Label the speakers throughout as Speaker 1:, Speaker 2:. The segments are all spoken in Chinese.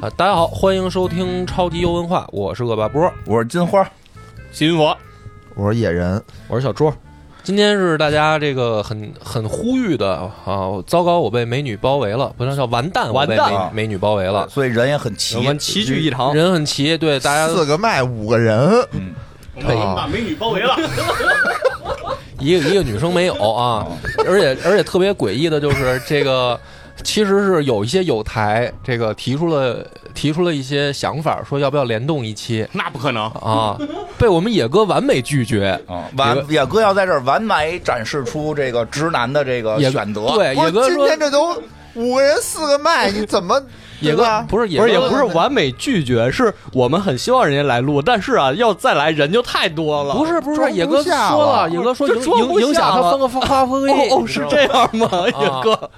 Speaker 1: 啊，大家好，欢迎收听超级优文化，我是恶霸波，
Speaker 2: 我是金花，
Speaker 3: 新我
Speaker 4: 我是野人，
Speaker 1: 我是小桌。今天是大家这个很很呼吁的啊，糟糕，我被美女包围了，不能叫完蛋，我被
Speaker 3: 完
Speaker 1: 美
Speaker 2: 蛋啊
Speaker 1: 美女包围了，
Speaker 2: 所以人也很齐。
Speaker 3: 我们齐聚一堂，
Speaker 1: 人很齐，对啊大家
Speaker 4: 四个麦五个人，
Speaker 2: 嗯
Speaker 3: 我们已
Speaker 5: 啊
Speaker 3: 经把美女包围 了。
Speaker 1: 一个一个女生没有啊，而且而且特别诡异的就是这个。其实是有一些有台这个提出了提出了一些想法，说要不要联动一期
Speaker 3: 那不可能，
Speaker 1: 啊，被我们野哥完美拒绝。
Speaker 2: 啊，完野哥要在这儿完美展示出这个直男的这个
Speaker 1: 野
Speaker 2: 选择。
Speaker 1: 对
Speaker 4: 不
Speaker 1: 野
Speaker 4: 是
Speaker 1: 哥
Speaker 4: 今
Speaker 1: 说
Speaker 4: 天这都五个人四个麦，你怎么
Speaker 1: 野
Speaker 4: 对
Speaker 1: 哥
Speaker 4: 吧
Speaker 1: 不是野
Speaker 3: 不
Speaker 1: 哥
Speaker 3: 是也不是完美拒绝，是我们很希望人家来录，但是啊，要再来人就太多了。
Speaker 1: 不是不
Speaker 4: 装
Speaker 1: 是，
Speaker 4: 不
Speaker 1: 野哥
Speaker 4: 下
Speaker 1: 说
Speaker 4: 了
Speaker 1: 了，野哥说
Speaker 3: 这
Speaker 1: 影
Speaker 3: 装
Speaker 1: 影
Speaker 3: 不
Speaker 1: 影响
Speaker 3: 下
Speaker 1: 他
Speaker 3: 了
Speaker 1: 翻个发发挥。
Speaker 3: 哦，
Speaker 1: 你知
Speaker 3: 是
Speaker 1: 道
Speaker 3: 这
Speaker 1: 吗。
Speaker 3: 样 吗，哦野哥？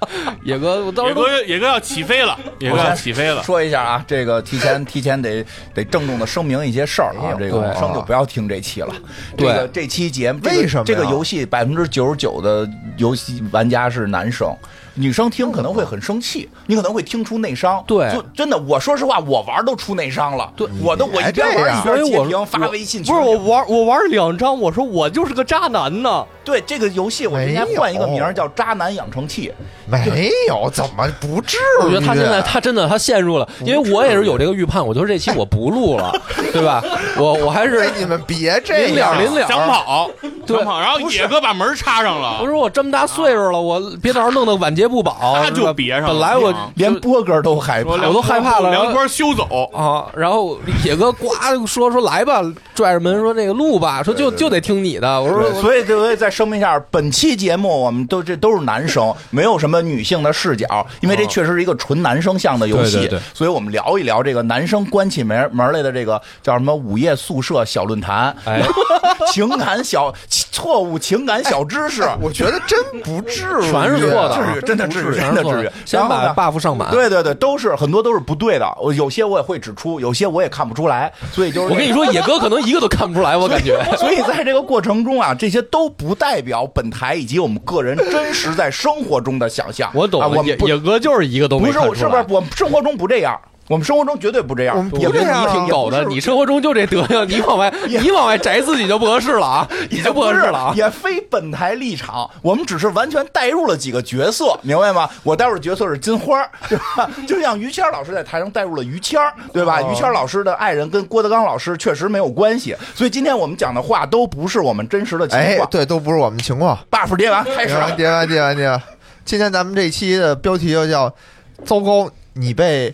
Speaker 1: 野哥，我到时
Speaker 5: 野
Speaker 1: 候
Speaker 5: 哥野哥要起飞了，野哥要起飞了。
Speaker 2: 说一下啊，这个 提前提前得得郑重的声明一些事
Speaker 3: 哎
Speaker 2: 儿啊，这个
Speaker 1: 对
Speaker 2: 女生就不要听这期
Speaker 3: 哦
Speaker 2: 了。
Speaker 1: 对
Speaker 2: 这个这期节目这个
Speaker 4: 为什么呀
Speaker 2: 这个游戏百分之九十九的游戏玩家是男生，女生听可能会很生气，你可能会听出内伤。
Speaker 1: 对
Speaker 2: 就真的，我说实话，我玩都出内伤了。
Speaker 1: 对
Speaker 2: 我都我一边
Speaker 4: 别这
Speaker 2: 玩
Speaker 4: 样
Speaker 2: 一边
Speaker 1: 所以
Speaker 2: 截
Speaker 1: 我
Speaker 2: 屏发
Speaker 1: 我
Speaker 2: 微信群
Speaker 3: 不是
Speaker 2: 里
Speaker 3: 我玩我玩两张，我说我就是个渣男呢。
Speaker 2: 对这个游戏，我应该
Speaker 4: 没有
Speaker 2: 换一个名儿叫《渣男养成器
Speaker 4: 没有？怎么不至于？啊
Speaker 1: 我觉得
Speaker 3: 嗯
Speaker 1: 他现在他真的他陷入了，因为我也是有这个预判，我就是这期我不录了，对吧？我我还是
Speaker 4: 哎你们别这
Speaker 1: 临了
Speaker 4: 样，
Speaker 1: 临了
Speaker 5: 想跑，
Speaker 1: 对
Speaker 5: 想跑，然后野哥把门插上
Speaker 1: 我
Speaker 5: 了，
Speaker 1: 说我这么大岁数了，我别到时候弄得晚节不保。
Speaker 5: 他
Speaker 1: 是吧
Speaker 5: 就别上了。
Speaker 1: 本来
Speaker 3: 啊
Speaker 1: 我
Speaker 2: 连波哥都害怕
Speaker 5: 说。梁
Speaker 1: 我都
Speaker 5: 波
Speaker 1: 害怕了
Speaker 5: 梁波休走，
Speaker 1: 啊，然后野哥呱说说来吧，拽着门说那个录吧，说就就得听你的。我说
Speaker 2: 对所以就再声明一下，本期节目我们都这都是男生，没有什么女性的视角，因为这确实是一个纯男生向的游戏，
Speaker 1: 嗯对对对
Speaker 2: 所以我们聊一聊这个男生关起门门来的这个叫什么午夜宿舍小论坛，
Speaker 1: 哎
Speaker 2: 情感小错误情感小知识，
Speaker 4: 我觉得真不至于，啊
Speaker 1: 全哎是错的
Speaker 2: 至于真的至于
Speaker 1: 全
Speaker 2: 真
Speaker 1: 是
Speaker 2: 的
Speaker 1: 错
Speaker 2: 至
Speaker 1: 的
Speaker 2: 于，
Speaker 1: 先
Speaker 2: 然后
Speaker 1: 把
Speaker 2: 呢
Speaker 1: buff 上满。
Speaker 2: 对对对，都是很多都是不对的，我有些我也会指出，有些我也看不出来，所以就是
Speaker 1: 我跟你说，野哥可能一个都看不出来，我感 觉。
Speaker 2: 所以在这个过程中啊，这些都不代表本台以及我们个人真实在生活中的想象。
Speaker 3: 我懂
Speaker 2: 啊、
Speaker 3: 了，
Speaker 2: 我
Speaker 3: 野
Speaker 2: 们不
Speaker 3: 野哥就是一个都
Speaker 2: 不
Speaker 3: 没
Speaker 2: 是
Speaker 3: 看
Speaker 2: 我
Speaker 3: 出
Speaker 2: 是不是
Speaker 3: 来。
Speaker 2: 我们生活中不这样？我们生活中绝对不这样，
Speaker 4: 我们不
Speaker 2: 也
Speaker 1: 我
Speaker 2: 不
Speaker 1: 觉
Speaker 2: 是
Speaker 1: 得你挺狗的，你生活中就这德行，你往外你往外摘自己就不合适了啊，你
Speaker 2: 也
Speaker 1: 就
Speaker 2: 不
Speaker 1: 合
Speaker 2: 是
Speaker 1: 适了啊。
Speaker 2: 也非本台立场，我们只是完全带入了几个角色，明白吗？我带入的角色是金花儿， 对吧？就像于谦儿老师在台上带入了于谦儿，对吧？于谦儿老师的爱人跟郭德纲老师确实没有关系，所以今天我们讲的话都不是我们真实的情
Speaker 4: 哎
Speaker 2: 况。，
Speaker 4: 对，都不是我们情况。
Speaker 2: buff 叠完开始了
Speaker 1: 啊
Speaker 4: 行，别吧，别吧，别吧。今天咱们这期的标题就叫“糟糕，你被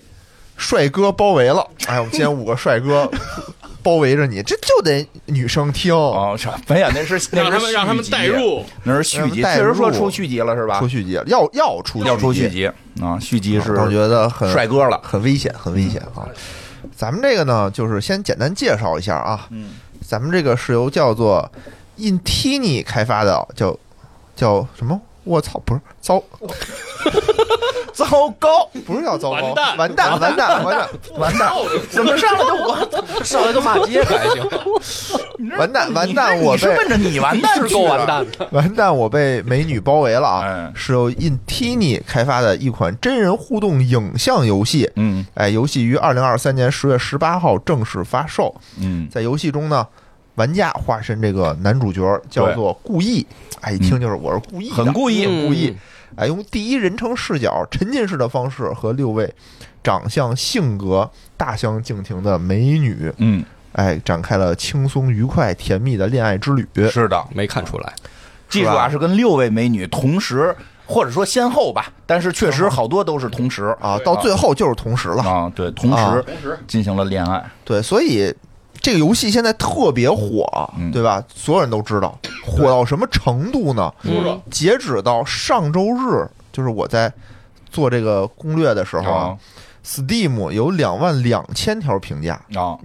Speaker 4: 帅哥包围 了”。哎，我们今天五个帅哥 包围着你，这就得女生听。
Speaker 2: 哦，是吧没有，那是那
Speaker 5: 让
Speaker 2: 是
Speaker 5: 他们让他们
Speaker 2: 续集
Speaker 5: 带，入。
Speaker 2: 那是续集，
Speaker 4: 让他们带
Speaker 2: 确实说
Speaker 4: 入
Speaker 2: 出续集了是吧
Speaker 4: 出？续集了要要出
Speaker 2: 要出续
Speaker 4: 续
Speaker 2: 集啊，续集是
Speaker 4: 我觉得很
Speaker 2: 帅哥 了，
Speaker 4: 很危险，很危险啊！咱们这个呢，就是先简单介绍一下啊。
Speaker 2: 嗯，
Speaker 4: 咱们这个是由叫做 Intini 开发的，叫叫什么？我操，不是糟，
Speaker 2: 糟糕，
Speaker 4: 不是叫糟糕，
Speaker 5: 完蛋
Speaker 4: 完蛋，完蛋，完蛋，
Speaker 2: 完蛋，怎么上来就我？
Speaker 1: 上来就骂街还行，
Speaker 4: 完蛋，完蛋，
Speaker 2: 你
Speaker 4: 我
Speaker 2: 是
Speaker 4: 被
Speaker 2: 奔着你完蛋
Speaker 1: 是
Speaker 2: 去
Speaker 1: 够
Speaker 2: 的
Speaker 1: 完。蛋的。
Speaker 4: 完蛋，我被美女包围了啊
Speaker 2: 哎！
Speaker 4: 是由 Intini 开发的一款真人互动影像游戏。
Speaker 2: 嗯
Speaker 4: 哎，游戏于二零二三年十月十八号正式发售。
Speaker 2: 嗯，
Speaker 4: 在游戏中呢，玩家化身这个男主角叫做故意，哎，一听就是我是故意的，
Speaker 2: 嗯很嗯故意
Speaker 4: 故意，哎，用第一人称视角、沉浸式的方式和六位长相、性格大相径庭的美女，
Speaker 2: 嗯，
Speaker 4: 哎，展开了轻松、愉快、甜蜜的恋爱之旅。
Speaker 2: 是的，
Speaker 1: 没看出来，
Speaker 2: 记住啊，是跟六位美女同时，或者说先后吧，但是确实好多都是同时
Speaker 4: 啊，到最后就是同时了，
Speaker 2: 啊，对，同时
Speaker 4: 啊
Speaker 2: 同时进行了恋爱，
Speaker 4: 对，所以这个游戏现在特别火，
Speaker 2: 嗯
Speaker 4: 对吧？所有人都知道，火到什么程度呢？
Speaker 5: 说说
Speaker 4: 截止到上周日，就是我在做这个攻略的时候啊、
Speaker 2: 啊
Speaker 4: s t e a m 有两万两千条评价，
Speaker 2: 啊，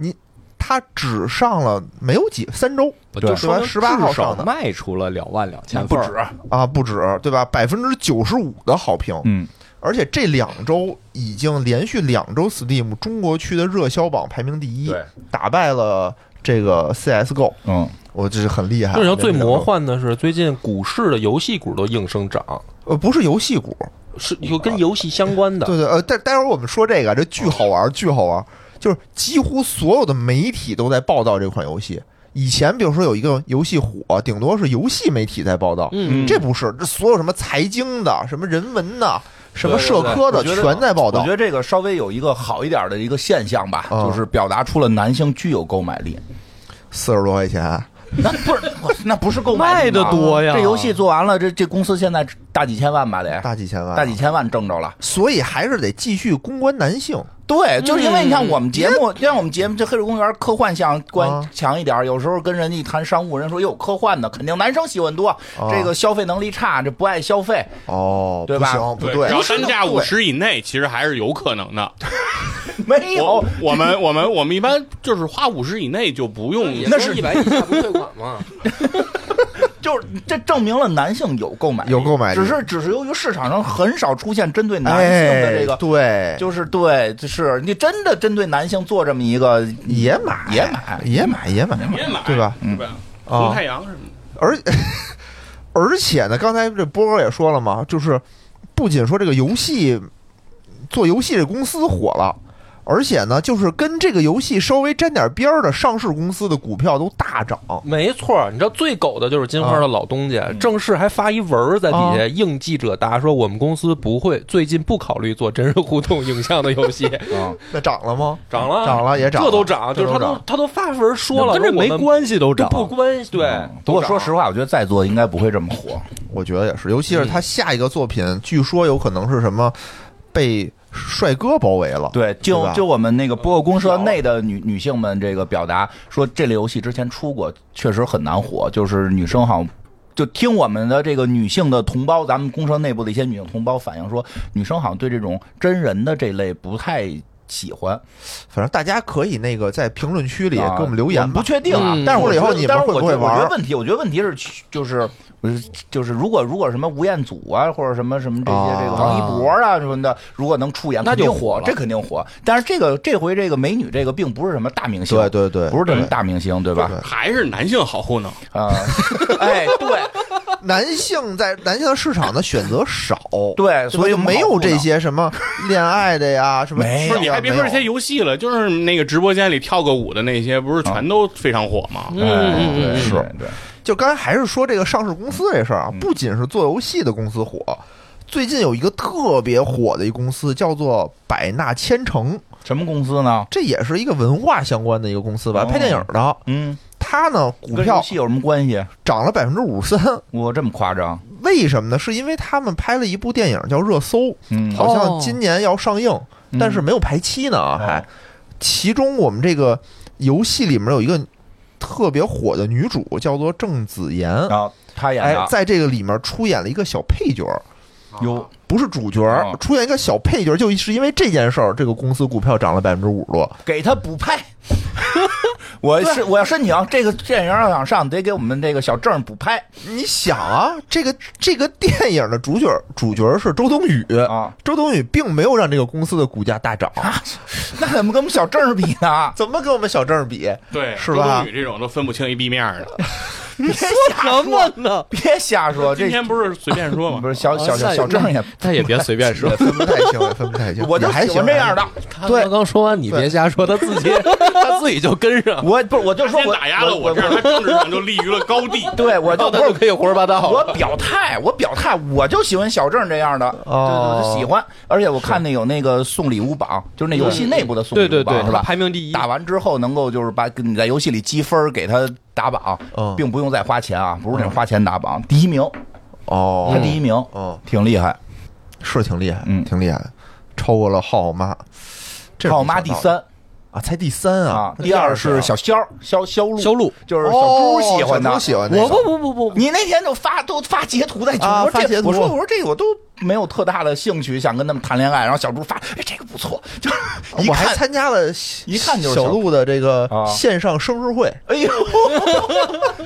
Speaker 4: 它只上了没有几三周
Speaker 2: 啊对
Speaker 4: 就说明18号
Speaker 3: 至少
Speaker 4: 上的
Speaker 3: 卖出了两万两千
Speaker 2: 不
Speaker 3: 份儿，
Speaker 2: 止，
Speaker 4: 啊，不止对吧？百分之九十五的好评，
Speaker 2: 嗯
Speaker 4: 而且这两周已经连续两周 Steam 中国区的热销榜排名第一
Speaker 2: 对，
Speaker 4: 打败了这个 CSGO，
Speaker 2: 嗯，
Speaker 4: 我这是很厉害。啊
Speaker 1: 那你要最
Speaker 4: 连着
Speaker 1: 魔
Speaker 4: 两周，
Speaker 1: 幻的是，最近股市的游戏股都应声涨，
Speaker 4: 呃，不是游戏股，
Speaker 6: 是有跟游戏相关的，
Speaker 4: 对对，呃，待待会儿我们说这个，这巨好玩，巨好玩，就是啊几乎所有的媒体都在报道这款游戏。以前比如说有一个游戏火，顶多是游戏媒体在报道，
Speaker 1: 嗯
Speaker 4: 这不是，这所有什么财经的、什么人文的、什么
Speaker 2: 对对
Speaker 4: 社科的，
Speaker 2: 对我觉得
Speaker 4: 全在报
Speaker 2: 我
Speaker 4: 道
Speaker 2: 觉。得这个稍微有一个好一点的一个现象吧，
Speaker 4: 嗯
Speaker 2: 就是表达出了男性具有购买力。
Speaker 4: 四十多块钱，
Speaker 2: 那不是，我那不是购买力
Speaker 1: 卖
Speaker 2: 嘛
Speaker 1: 得多呀
Speaker 2: 这游戏做完了，这这公司现在大几千万吧得，
Speaker 4: 大几千万，啊
Speaker 2: 大几千万挣着了。
Speaker 4: 所以还是得继续公关男性。
Speaker 2: 对，就是因
Speaker 1: 嗯
Speaker 2: 为你看我们节目，像我们节目这《黑水公园》科幻向关
Speaker 4: 啊
Speaker 2: 强一点，有时候跟人一谈商务，人说哟科幻的肯定男生喜欢
Speaker 4: 啊
Speaker 2: 多，这个消费能力差，这不爱消费。
Speaker 4: 哦，
Speaker 2: 对
Speaker 4: 不
Speaker 2: 吧
Speaker 4: 行，不
Speaker 5: 只
Speaker 4: 对
Speaker 5: 要，单价
Speaker 2: 不是
Speaker 5: 五十以内，其实还是有可能的。
Speaker 2: 没有
Speaker 5: 我，我们我们我们一般就是花五十以内就不用，
Speaker 6: 也是一百以下不退款嘛。
Speaker 2: 就是这证明了男性有购买力，
Speaker 4: 有购买力
Speaker 2: 只是只是由于市场上很少出现针对男性的
Speaker 4: 哎
Speaker 2: 这，个，
Speaker 4: 对，
Speaker 2: 就是对，就是你真的针对男性做这么一个
Speaker 4: 也买，
Speaker 2: 也买
Speaker 4: 也买，也买，
Speaker 5: 也买
Speaker 4: 对吧？
Speaker 5: 对吧？红太阳什么的，
Speaker 4: 而 而且呢，刚才这波哥也说了嘛，就是不仅说这个游戏做游戏这公司火了，而且呢，就是跟这个游戏稍微沾点边儿的上市公司的股票都大涨。
Speaker 6: 没错儿，你知道最狗的就是金花的老东
Speaker 1: 嗯
Speaker 6: 家，正式还发一文儿在底下
Speaker 4: 啊
Speaker 6: 应记者答说，我们公司不会，最近不考虑做真人互动影像的 游戏，
Speaker 2: 嗯
Speaker 4: 那涨了吗？
Speaker 6: 涨了，
Speaker 4: 涨了也涨了
Speaker 6: 这都涨，就是
Speaker 4: 这
Speaker 6: 他
Speaker 4: 都
Speaker 6: 都
Speaker 4: 涨
Speaker 6: 他都发文说了，
Speaker 1: 跟这
Speaker 6: 说我
Speaker 1: 没
Speaker 6: 们
Speaker 1: 关系，都
Speaker 6: 这
Speaker 1: 涨。嗯
Speaker 6: 不关系，对，
Speaker 2: 不过说实话，我觉得在座应该不会这么火。
Speaker 4: 我觉得也是，尤其是
Speaker 2: 嗯
Speaker 4: 他下一个作品，据说有可能是什么被帅哥包围了。
Speaker 2: 对，就
Speaker 4: 吧
Speaker 2: 就我们那个播客公社内的女女性们，这个表达说，这类游戏之前出过，确实很难火，就是女生好像。就听我们的这个女性的同胞，咱们公社内部的一些女性同胞反映说，女生好像对这种真人的这类不太喜欢。
Speaker 4: 反正大家可以那个在评论区里
Speaker 2: 啊
Speaker 4: 给我们留言
Speaker 2: 我
Speaker 4: 吧
Speaker 2: 不。确定啊
Speaker 6: 嗯，
Speaker 2: 但是
Speaker 4: 过
Speaker 2: 我
Speaker 4: 了以
Speaker 2: 觉
Speaker 4: 后
Speaker 2: 得
Speaker 4: 你
Speaker 2: 但
Speaker 4: 们
Speaker 2: 是
Speaker 4: 会不
Speaker 2: 我觉
Speaker 4: 会
Speaker 2: 得我
Speaker 4: 玩
Speaker 2: 觉
Speaker 4: 儿
Speaker 2: 得问题，我觉得问题是就是我是就是，如果如果什么吴彦祖啊，或者什么什么这些这个
Speaker 4: 啊
Speaker 2: 王一博啊什么的，如果能出演，
Speaker 6: 那
Speaker 2: 肯定
Speaker 6: 就火了
Speaker 2: 这肯定火。但是这个这回这个美女这个并不是什么大明星，
Speaker 4: 对对对，
Speaker 2: 不是这么大明星，对吧？
Speaker 5: 还是男性好糊弄。
Speaker 2: 啊，哎，对
Speaker 4: 男性在男性的市场的选择少，
Speaker 2: 对，
Speaker 4: 所
Speaker 2: 所以
Speaker 4: 以没有这些什么恋爱 的哎呀，什么
Speaker 2: 没有
Speaker 5: 不是，你还别说这些
Speaker 4: 有
Speaker 5: 游戏了，就是那个直播间里跳个舞的那些，不是全都非常火吗？
Speaker 2: 哎
Speaker 6: 嗯嗯
Speaker 2: 对
Speaker 6: 嗯
Speaker 2: 是
Speaker 4: 嗯
Speaker 2: 对，
Speaker 4: 就刚才还是说这个上市公司这事儿
Speaker 2: 嗯
Speaker 4: 啊，不仅是做游戏的公司火，最近有一个特别火的一公司叫做百纳千城，
Speaker 2: 什么公司呢？
Speaker 4: 这也是一个文化相关的一个公司吧，
Speaker 2: 哦
Speaker 4: 拍电影的。
Speaker 2: 嗯，
Speaker 4: 它呢股
Speaker 2: 跟游
Speaker 4: 票
Speaker 2: 戏有什么关系？
Speaker 4: 涨了百分之五十三，
Speaker 2: 我这么夸张？
Speaker 4: 为什么呢？是因为他们拍了一部电影叫《热搜》，
Speaker 2: 嗯，
Speaker 4: 好像今年要上映，
Speaker 2: 嗯
Speaker 4: 但是没有排期呢啊，还
Speaker 2: 哦。
Speaker 4: 其中我们这个游戏里面有一个特别火的女主，叫做郑子妍，
Speaker 2: 然后他啊演
Speaker 4: 哎，
Speaker 2: 的，
Speaker 4: 在这个里面出演了一个小配角，
Speaker 2: 有
Speaker 4: 不是主角
Speaker 2: 哦，
Speaker 4: 出演一个小配角，就是因为这件事儿，这个公司股票涨了百分之五十多。
Speaker 2: 给他补拍。我是我要申请这个电影要想上，得给我们这个小证补拍
Speaker 4: 你想啊，这个这个电影的主角主角是周冬雨。
Speaker 2: 啊！
Speaker 4: 周冬雨并没有让这个公司的股价大涨，
Speaker 2: 那怎么跟我们小证比 呢？
Speaker 4: 怎么跟我们小郑 比？
Speaker 5: 对，
Speaker 4: 是吧
Speaker 5: 周冬雨这种都分不清 A B 面的。
Speaker 2: 别瞎
Speaker 1: 什么
Speaker 2: 说，
Speaker 1: 呢？
Speaker 2: 别瞎说，这
Speaker 5: 今天不是随便说
Speaker 2: 不
Speaker 5: 吗？
Speaker 2: 是小小小小郑也，
Speaker 1: 他也别随便说
Speaker 4: 也分不太清， 也分不太清。
Speaker 2: 我就
Speaker 4: 也还
Speaker 2: 喜
Speaker 4: 行啊
Speaker 2: 欢这样的。
Speaker 6: 他
Speaker 4: 对
Speaker 6: 刚刚说完，你别瞎说，他 自己他自己就跟上，
Speaker 2: 我不是，我就
Speaker 5: 他
Speaker 2: 说
Speaker 5: 先
Speaker 2: 我
Speaker 5: 打压了
Speaker 2: 我
Speaker 5: 我这样，他政治上就立于了高地。
Speaker 2: 对我就
Speaker 6: 到
Speaker 2: 不
Speaker 6: 他就是可以胡说八道
Speaker 2: 我
Speaker 6: 了。
Speaker 2: 表态，我表态，我就喜欢小郑这样的，
Speaker 4: 哦
Speaker 2: 对对对，喜欢。而且我看那有那个送礼物榜，就是那游戏内部的送礼
Speaker 1: 对对
Speaker 2: 物榜
Speaker 1: 对，
Speaker 2: 是吧？
Speaker 1: 排名第一，
Speaker 2: 打完之后能够就是把你在游戏里积分儿给他打榜，
Speaker 4: 嗯
Speaker 2: 并不用再花钱啊，不是那种花钱打榜，第一名，
Speaker 4: 哦，
Speaker 2: 他第一名，
Speaker 4: 哦，
Speaker 2: 挺厉害。
Speaker 4: 是挺厉害，
Speaker 2: 嗯
Speaker 4: 挺厉害的，超过了浩浩妈。这是
Speaker 2: 浩
Speaker 4: 没想
Speaker 2: 妈
Speaker 4: 到
Speaker 2: 第三
Speaker 4: 啊，才第三啊
Speaker 2: 啊，，第二是小肖肖肖路，
Speaker 1: 销路。
Speaker 2: 就是小
Speaker 4: 哦
Speaker 2: 猪喜欢的
Speaker 4: 小猪。喜欢那
Speaker 1: 我
Speaker 4: 个
Speaker 1: 不不不不，
Speaker 2: 你那天就发都发截图在群，
Speaker 4: 啊
Speaker 2: 我说
Speaker 4: 发截
Speaker 2: 这
Speaker 4: 图
Speaker 2: 我说我说这个我都没有特大的兴趣想跟他们谈恋爱，然后小猪发哎这个不错， 就一
Speaker 4: 哦我还
Speaker 2: 看
Speaker 4: 参加了
Speaker 2: 一看就是
Speaker 4: 小
Speaker 2: 小
Speaker 4: 鹿的这个
Speaker 2: 啊
Speaker 4: 线上生日会，
Speaker 2: 哎呦，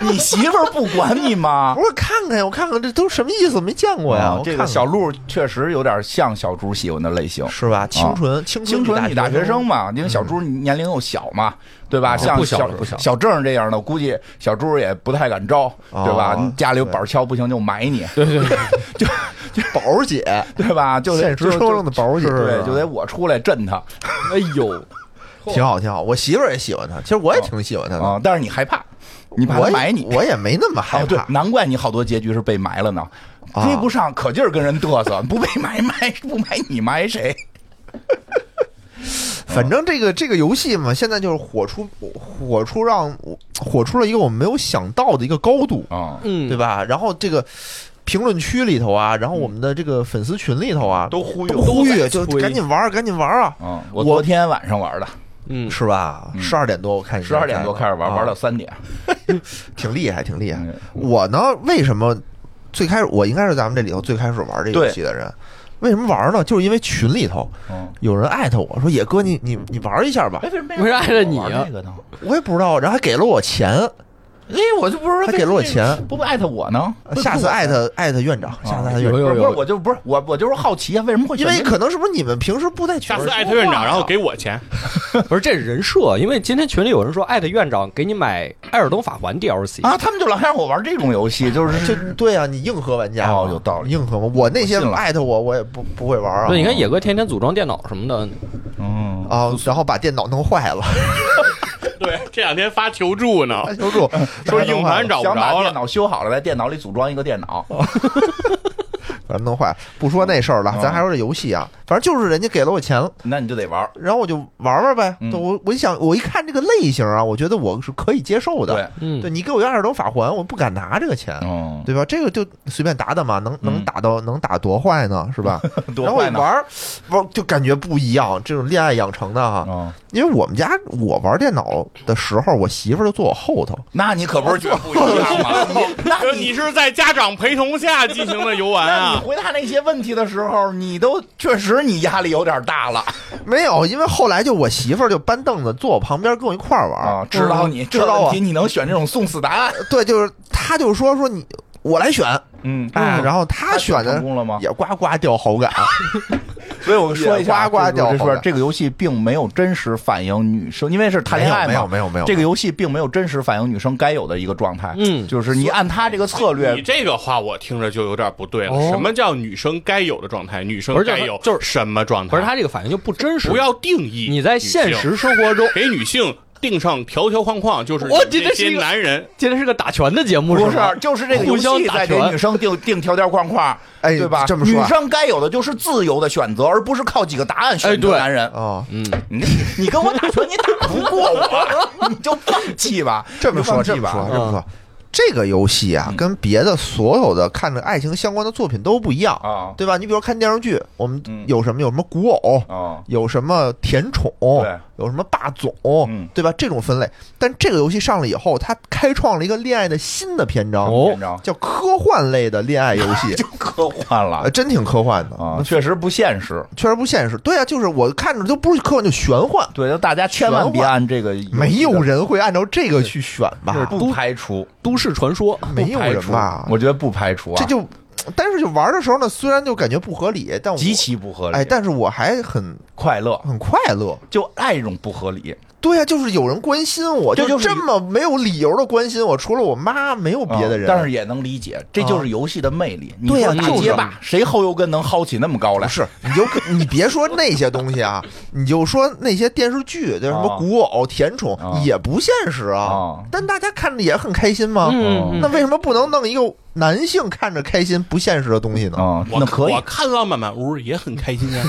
Speaker 2: 你媳妇儿不管你 吗哦
Speaker 4: 我？说看看呀，我看看这都什么意思，没见过呀。啊我
Speaker 2: 啊这
Speaker 4: 看
Speaker 2: 个
Speaker 4: 看
Speaker 2: 小鹿确实有点像小猪喜欢的类型。
Speaker 4: 是吧？清纯青
Speaker 2: 青春
Speaker 4: 女
Speaker 2: 女大学
Speaker 4: 学
Speaker 2: 生嘛，因为小猪年龄又小嘛，对吧？像
Speaker 6: 不小
Speaker 2: 小
Speaker 6: 了不小了
Speaker 2: 小郑这样的，估计小猪也不太敢招，
Speaker 4: 哦
Speaker 2: 对吧？
Speaker 4: 对
Speaker 2: 家里有板锹不行就埋你，
Speaker 6: 对对，对
Speaker 4: 宝 儿姐，
Speaker 2: 对吧？就得
Speaker 4: 现实
Speaker 2: 就
Speaker 4: 生活中的宝儿姐，
Speaker 2: 对，就得我出来震他
Speaker 1: 哎呦，
Speaker 4: 挺好，挺好。我媳妇儿也喜欢她，其实我也挺喜欢她的。
Speaker 2: 啊！但是你害怕，你怕
Speaker 4: 我
Speaker 2: 他
Speaker 4: 也
Speaker 2: 埋你。
Speaker 4: 我也没那么害
Speaker 2: 哦，对
Speaker 4: 怕，。
Speaker 2: 难怪你好多结局是被埋了呢，
Speaker 4: 啊
Speaker 2: 追不上，可劲儿跟人嘚瑟，不被埋埋不埋你埋谁？
Speaker 4: 反正这个这个游戏嘛，现在就是火出火出让火出了一个我们没有想到的一个高度，
Speaker 2: 啊、
Speaker 1: 嗯，
Speaker 4: 对吧？然后这个评论区里头啊，然后我们的这个粉丝群里头啊，
Speaker 2: 嗯都忽悠
Speaker 4: 都呼
Speaker 1: 都
Speaker 4: 吁
Speaker 1: 在
Speaker 4: 就
Speaker 1: 催
Speaker 4: 赶紧玩儿，赶紧玩儿啊，
Speaker 2: 嗯，我昨天晚上玩的，
Speaker 1: 嗯，
Speaker 4: 是吧？十二点多我看你
Speaker 2: 十二点多开始玩，
Speaker 4: 啊
Speaker 2: 玩到三点。
Speaker 4: 挺厉害，挺厉害
Speaker 2: 嗯。
Speaker 4: 我呢，为什么最开始我应该是咱们这里头最开始玩这游戏的人？为什么玩呢？就是因为群里头
Speaker 2: 嗯，
Speaker 4: 有人艾特我说：“野哥，你你你玩一下吧。
Speaker 2: 哎为什么
Speaker 1: 为啥碍着你啊
Speaker 2: 我玩那个呢？”
Speaker 4: 我也不知道，然后还给了我钱，
Speaker 2: 哎，我就不是
Speaker 4: 他给了我钱，呃
Speaker 2: 不不艾特我呢？
Speaker 4: 下次艾特艾特院长，
Speaker 2: 啊
Speaker 4: 下次艾特院
Speaker 6: 有
Speaker 4: 长，
Speaker 2: 不是不是，
Speaker 6: 有有，
Speaker 2: 我就不是我，我就是好奇啊，为什么会
Speaker 4: 因
Speaker 2: 选择
Speaker 4: 为可能是不是你们平时不在群
Speaker 5: 下
Speaker 4: 里
Speaker 5: 次艾特院长，然后给我钱，
Speaker 1: 不是这是人设，因为今天群里有人说艾特院长给你买《艾尔登法环》DLC，
Speaker 2: 啊？他们就老让我玩这种游戏，就是
Speaker 4: 就对啊，你硬核玩家
Speaker 2: 哦
Speaker 4: 嘛
Speaker 2: 有道理
Speaker 4: 硬核吗？我那些
Speaker 2: 我信了
Speaker 4: 艾特我，我也不不会玩啊。
Speaker 1: 对，你看野哥天天组装电脑什么的，
Speaker 2: 嗯
Speaker 4: 啊，然后把电脑弄 坏了，
Speaker 5: 对，这两天发求助呢，
Speaker 4: 求助
Speaker 2: 嗯
Speaker 5: 说硬盘找不
Speaker 2: 想把
Speaker 5: 着
Speaker 2: 电
Speaker 5: 了，
Speaker 2: 脑修好了，在电脑里组装一个电脑。
Speaker 4: 哦反正弄坏了。不说那事儿了，
Speaker 2: 嗯
Speaker 4: 咱还说这游戏啊，反正就是人家给了我钱了，
Speaker 2: 那你就得玩。
Speaker 4: 然后我就玩玩呗。
Speaker 2: 嗯
Speaker 4: 对我我一想，我一看这个类型啊，我觉得我是可以接受的。
Speaker 2: 对，
Speaker 1: 嗯，
Speaker 4: 对，你给我一个二等法环，我不敢拿这个钱，
Speaker 2: 嗯，
Speaker 4: 对吧？这个就随便打打嘛，能能
Speaker 2: 嗯
Speaker 4: 打到能打多坏呢，是吧？然
Speaker 2: 多
Speaker 4: 后我
Speaker 2: 坏
Speaker 4: 一
Speaker 2: 呢
Speaker 4: 玩。儿，玩就感觉不一样，这种恋爱养成的哈。
Speaker 2: 嗯，
Speaker 4: 因为我们家我玩电脑的时候，我媳妇儿就坐我后头，
Speaker 2: 那你可不是觉得不一样吗？ 那
Speaker 5: 呃
Speaker 2: 你
Speaker 5: 你是在家长陪同下进行的游玩
Speaker 2: 那你
Speaker 5: 啊？
Speaker 2: 回答那些问题的时候，你都确实你压力有点大了
Speaker 4: 没有，因为后来就我媳妇儿就搬凳子坐我旁边跟我一块儿玩儿，
Speaker 2: 指导啊你，
Speaker 4: 指导我
Speaker 2: 问题，，你能选这种送死答案？
Speaker 4: 对，就是她就说说你我来选，
Speaker 2: 嗯
Speaker 4: 哎，然后她
Speaker 2: 他
Speaker 4: 选的
Speaker 2: 成功了吗？
Speaker 4: 也呱呱掉 好感，
Speaker 2: 所以我说一下啊，
Speaker 4: 呱
Speaker 2: 就是
Speaker 4: 呱掉
Speaker 2: 这
Speaker 4: 好
Speaker 2: 说
Speaker 4: 感
Speaker 2: 这个游戏并没有真实反映女生，因为是谈恋爱嘛，
Speaker 4: 没有没有没有没有
Speaker 2: 这个游戏并没有真实反映女生该有的一个状态。
Speaker 1: 嗯
Speaker 2: 就是你按他这个策
Speaker 5: 你
Speaker 2: 略，
Speaker 5: 这个话我听着就有点不对了。
Speaker 1: 哦
Speaker 5: 什么叫女生该有的状态？女生
Speaker 1: 不是就是
Speaker 5: 该有
Speaker 1: 就是
Speaker 5: 什么状态？
Speaker 1: 不是他这个反应就不真实，
Speaker 5: 不要定义
Speaker 1: 你在现
Speaker 5: 女性
Speaker 1: 实生活 中，
Speaker 5: 给女性定上条条框框，就是
Speaker 1: 我
Speaker 5: 你
Speaker 1: 觉得
Speaker 5: 这
Speaker 1: 是一
Speaker 5: 些
Speaker 1: 个
Speaker 5: 男人
Speaker 1: 今天是个打拳的节目，
Speaker 2: 不是
Speaker 1: 吗？
Speaker 2: 就是这个游
Speaker 1: 互相
Speaker 2: 戏
Speaker 1: 打
Speaker 2: 在给
Speaker 1: 拳
Speaker 2: 女生定定条条框框，
Speaker 4: 哎
Speaker 2: 对吧？
Speaker 4: 这么说啊
Speaker 2: 女生该有的就是自由的选择，而不是靠几个答案选择
Speaker 1: 哎对
Speaker 2: 男人。
Speaker 4: 哦，
Speaker 1: 嗯
Speaker 2: 你你跟我打拳，你打不过 我，你就放弃吧。
Speaker 4: 这么说
Speaker 2: 你就
Speaker 4: 这
Speaker 2: 放弃
Speaker 4: 么说
Speaker 2: 吧。
Speaker 4: 这么说，这个游戏
Speaker 2: 嗯
Speaker 4: 啊，跟别的所有的看着爱情相关的作品都不一样，
Speaker 2: 啊
Speaker 4: 对吧？你比如看电视剧，我们
Speaker 2: 嗯
Speaker 4: 有什么有什么古偶，
Speaker 2: 啊，
Speaker 4: 有什么甜宠，
Speaker 2: 对
Speaker 4: 有什么霸总，
Speaker 2: 嗯
Speaker 4: 对吧？这种分类。但这个游戏上了以后，它开创了一个恋爱的新的篇章，
Speaker 1: 哦
Speaker 2: 篇章
Speaker 4: 叫科幻类的恋爱游 戏
Speaker 2: 就，科幻了
Speaker 4: 呃，真挺科幻的
Speaker 2: 啊，，确实不现实。
Speaker 4: 确实不现实。对啊，就是我看着都不是科幻，就玄幻，
Speaker 2: 对，就大家千万别
Speaker 4: 玄幻
Speaker 2: 按这个游戏的，
Speaker 4: 没有人会按照这个去选
Speaker 1: 啊
Speaker 2: 是
Speaker 4: 吧？
Speaker 2: 不排除，
Speaker 1: 都市传说，
Speaker 4: 没有
Speaker 1: 不排
Speaker 4: 人
Speaker 1: 除
Speaker 4: 吧？
Speaker 2: 我觉得不排除啊，
Speaker 4: 这就，但是就玩的时候呢，虽然就感觉不合理，但我
Speaker 2: 极其不合理。
Speaker 4: 哎，但是我还很
Speaker 2: 快乐
Speaker 4: 很快乐。
Speaker 2: 就爱这种不合理，
Speaker 4: 对啊，就是有人关心我，
Speaker 2: 这就是
Speaker 4: 这么没有理由的关心我，除了我妈，没有别的人。啊
Speaker 2: 啊但是也能理解，这就是游戏的魅力。你
Speaker 4: 对呀啊
Speaker 2: 说打
Speaker 4: 就是
Speaker 2: 街霸，谁后油跟能薅起那么高来？
Speaker 4: 不是，你就你别说那些东西啊，你就说那些电视剧，对什么
Speaker 2: 啊
Speaker 4: 古偶、甜宠、
Speaker 2: 啊
Speaker 4: 也不现实啊
Speaker 2: 啊，
Speaker 4: 但大家看着也很开心吗？
Speaker 1: 嗯，
Speaker 4: 那为什么不能弄一个男性看着开心不现实的东西呢？
Speaker 2: 啊，
Speaker 5: 我
Speaker 2: 那可以
Speaker 5: 我看《浪漫满屋》也很开心啊。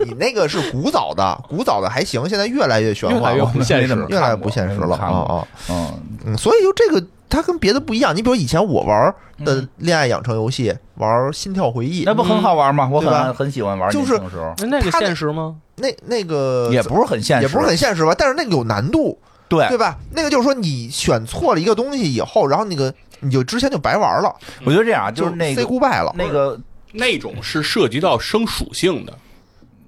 Speaker 4: 你那个是古早的，古早的还行，现在越来越玄
Speaker 1: 越来
Speaker 2: 啊
Speaker 4: 幻
Speaker 1: 越
Speaker 4: 了，
Speaker 1: 不现实，
Speaker 4: 越来越不现实了
Speaker 2: 没看过
Speaker 4: 啊啊！
Speaker 2: 嗯，
Speaker 4: 嗯，所以就这个它跟别的不一样。你比如以前我玩的恋爱养成游戏，玩《心跳回忆
Speaker 2: 那》，不很好玩吗？我
Speaker 4: 对吧
Speaker 2: 很很喜欢玩，
Speaker 4: 就是
Speaker 2: 年轻的时候
Speaker 1: 那那个
Speaker 4: 他那
Speaker 1: 现实吗？
Speaker 4: 那那个
Speaker 2: 也不是很现实，
Speaker 4: 也不是很现实吧，但是那个有难度，
Speaker 2: 对
Speaker 4: 对吧？那个就是说你选错了一个东西以后，然后那个你就之前就白玩了，
Speaker 2: 我觉得这样啊，就是是那
Speaker 4: say
Speaker 2: 个
Speaker 4: goodbye 了。
Speaker 2: 那个
Speaker 5: 那种是涉及到生属性的，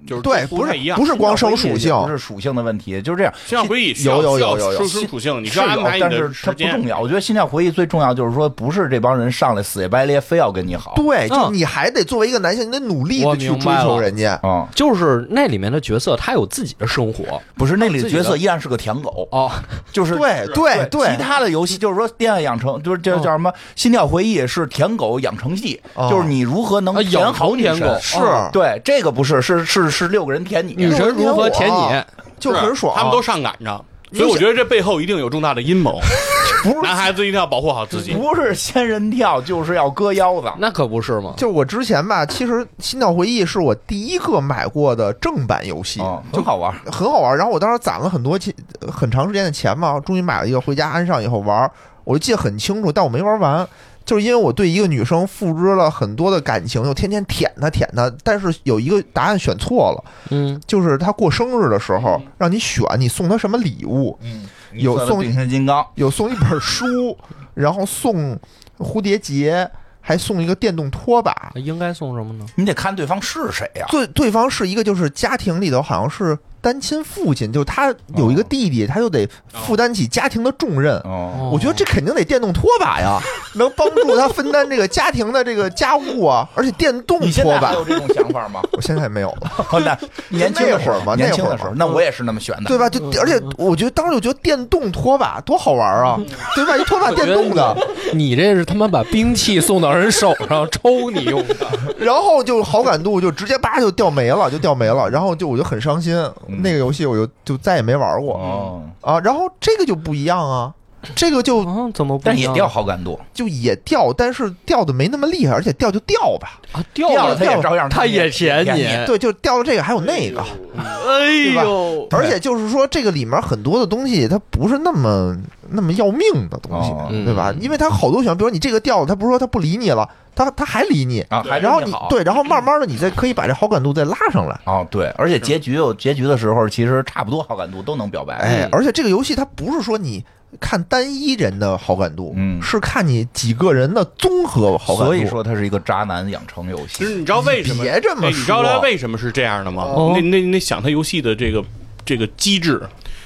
Speaker 5: 就是
Speaker 4: 对，
Speaker 5: 都
Speaker 4: 不
Speaker 5: 太
Speaker 4: 是
Speaker 5: 一样。
Speaker 4: 不是光收
Speaker 2: 生
Speaker 4: 属性，
Speaker 2: 不是属性的问题，就是这样。
Speaker 5: 心跳回忆需要
Speaker 4: 有有
Speaker 5: 需要
Speaker 4: 有有有
Speaker 5: 生生属性，你需
Speaker 2: 是
Speaker 5: 要安
Speaker 2: 有，
Speaker 5: 排你
Speaker 2: 但
Speaker 5: 的
Speaker 2: 是它
Speaker 5: 时
Speaker 2: 不
Speaker 5: 间
Speaker 2: 重。要。我觉得心跳回忆最重要就是说，不是这帮人上来死乞白赖非要跟你好。
Speaker 4: 对，就
Speaker 1: 嗯
Speaker 4: 你还得作为一个男性，你得努力
Speaker 1: 我
Speaker 4: 的去
Speaker 1: 明
Speaker 4: 追
Speaker 1: 白
Speaker 4: 求
Speaker 1: 了
Speaker 4: 人家。
Speaker 2: 啊，
Speaker 1: 就是那里面的角色，他有自己的生活
Speaker 2: 不是那里
Speaker 1: 自
Speaker 2: 的
Speaker 1: 己
Speaker 2: 角
Speaker 1: 的
Speaker 2: 色依然是个舔狗，
Speaker 1: 哦，
Speaker 2: 就是
Speaker 4: 对对对嗯
Speaker 2: 其他的游戏就是说《恋爱养成》，就是这叫什么《心跳回忆》是舔狗养成记，
Speaker 4: 哦
Speaker 2: 就是你如何能
Speaker 1: 啊
Speaker 2: 舔好女
Speaker 1: 养成舔
Speaker 2: 神嗯
Speaker 1: 狗。
Speaker 4: 是
Speaker 1: 哦
Speaker 2: 对，这个不是，是是是六个人舔你，
Speaker 1: 女神如何舔
Speaker 4: 我
Speaker 1: 你？
Speaker 4: 就是很爽。
Speaker 5: 他们都上赶着，
Speaker 4: 你
Speaker 5: 所以我
Speaker 4: 想
Speaker 5: 觉得这背后一定有重大的阴谋。
Speaker 2: 不
Speaker 5: 男
Speaker 2: 是
Speaker 5: 孩子一定要保护好自己。
Speaker 2: 不是仙人跳，就是要割腰子。
Speaker 1: 那可不是嘛。
Speaker 4: 就是我之前吧，其实《心跳回忆》是我第一个买过的正版游戏，
Speaker 2: 哦，很好玩。
Speaker 4: 很好玩。然后我当时攒了很多钱，很长时间的钱嘛，终于买了一个回家安上以后玩儿，我就记得很清楚，但我没玩完，就是因为我对一个女生付之了很多的感情，又天天舔她舔她，但是有一个答案选错了，
Speaker 1: 嗯，
Speaker 4: 就是她过生日的时候让你选你送她什么礼物，
Speaker 2: 嗯，
Speaker 4: 有送
Speaker 2: 变形金刚，
Speaker 4: 有送一本书，然后送蝴蝶结，还送一个电动拖把。
Speaker 1: 应该送什么呢？
Speaker 2: 你得看对方是谁呀。
Speaker 4: 对，对方是一个就是家庭里头好像是单亲父亲，就是他有一个弟弟，他就得负担起家庭的重任。
Speaker 2: 哦，
Speaker 4: 我觉得这肯定得电动拖把呀，能帮助他分担这个家庭的这个家务啊，而且电动
Speaker 2: 你现
Speaker 4: 拖
Speaker 2: 在还
Speaker 4: 把
Speaker 2: 有，这种想法 吗？
Speaker 4: 我现在没有了，
Speaker 2: 那年轻的时
Speaker 4: 那会儿吧
Speaker 2: 候，年轻的时
Speaker 4: 那会
Speaker 2: 候
Speaker 4: 儿，吧
Speaker 2: 那我也是那么选的。
Speaker 4: 对吧？就
Speaker 1: 嗯
Speaker 4: 而且
Speaker 1: 嗯
Speaker 4: 我觉得当时就觉得电动拖把多好玩啊，对吧？一拖把电动的，
Speaker 6: 你这是他妈把兵器送到人手上抽你用的，
Speaker 4: 然后就好感度就直接叭就掉没了，就掉没了。然后就我就很伤心，
Speaker 2: 嗯
Speaker 4: 那个游戏我就就再也没玩过
Speaker 2: 哦，
Speaker 4: 啊。然后这个就不一样啊，这个就
Speaker 1: 啊，怎么不
Speaker 2: 但
Speaker 1: 一
Speaker 2: 也
Speaker 1: 样
Speaker 2: 掉好感度，
Speaker 4: 就也掉，但是掉的没那么厉害，而且掉就掉吧。
Speaker 1: 啊？掉
Speaker 2: 掉了
Speaker 1: 了
Speaker 2: 他也照样
Speaker 1: 他也舔你，
Speaker 2: 你。
Speaker 4: 对，就掉了这个，还有那个，
Speaker 1: 哎呦，
Speaker 4: 而且就是说这个里面很多的东西，它不是那么那么要命的东西，
Speaker 2: 哦
Speaker 4: 对吧？
Speaker 1: 嗯
Speaker 4: 因为它好多选项，比如说你这个掉了，它不是说它不理你了，它它还理你。
Speaker 2: 啊，还是
Speaker 4: 然后
Speaker 2: 你
Speaker 4: 你
Speaker 2: 好
Speaker 4: 对，然后慢慢的，你再可以把这好感度再拉上来。
Speaker 2: 哦，对，而且结局有结局的时候，其实差不多好感度都能表白。嗯
Speaker 4: 哎，而且这个游戏它不是说你看单一人的好感度，
Speaker 2: 嗯
Speaker 4: 是看你几个人的综合好感度。
Speaker 2: 所以，说它是一个渣男养成游
Speaker 5: 其实
Speaker 2: 戏。
Speaker 5: 你知道为什么？
Speaker 4: 别这么
Speaker 5: 哎你知道
Speaker 4: 说
Speaker 5: 他为什么是这样的吗？
Speaker 1: 哦
Speaker 5: 那那那想他游戏的这个这个机制，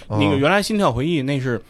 Speaker 4: 哦
Speaker 5: 那个原来《心跳回忆》那是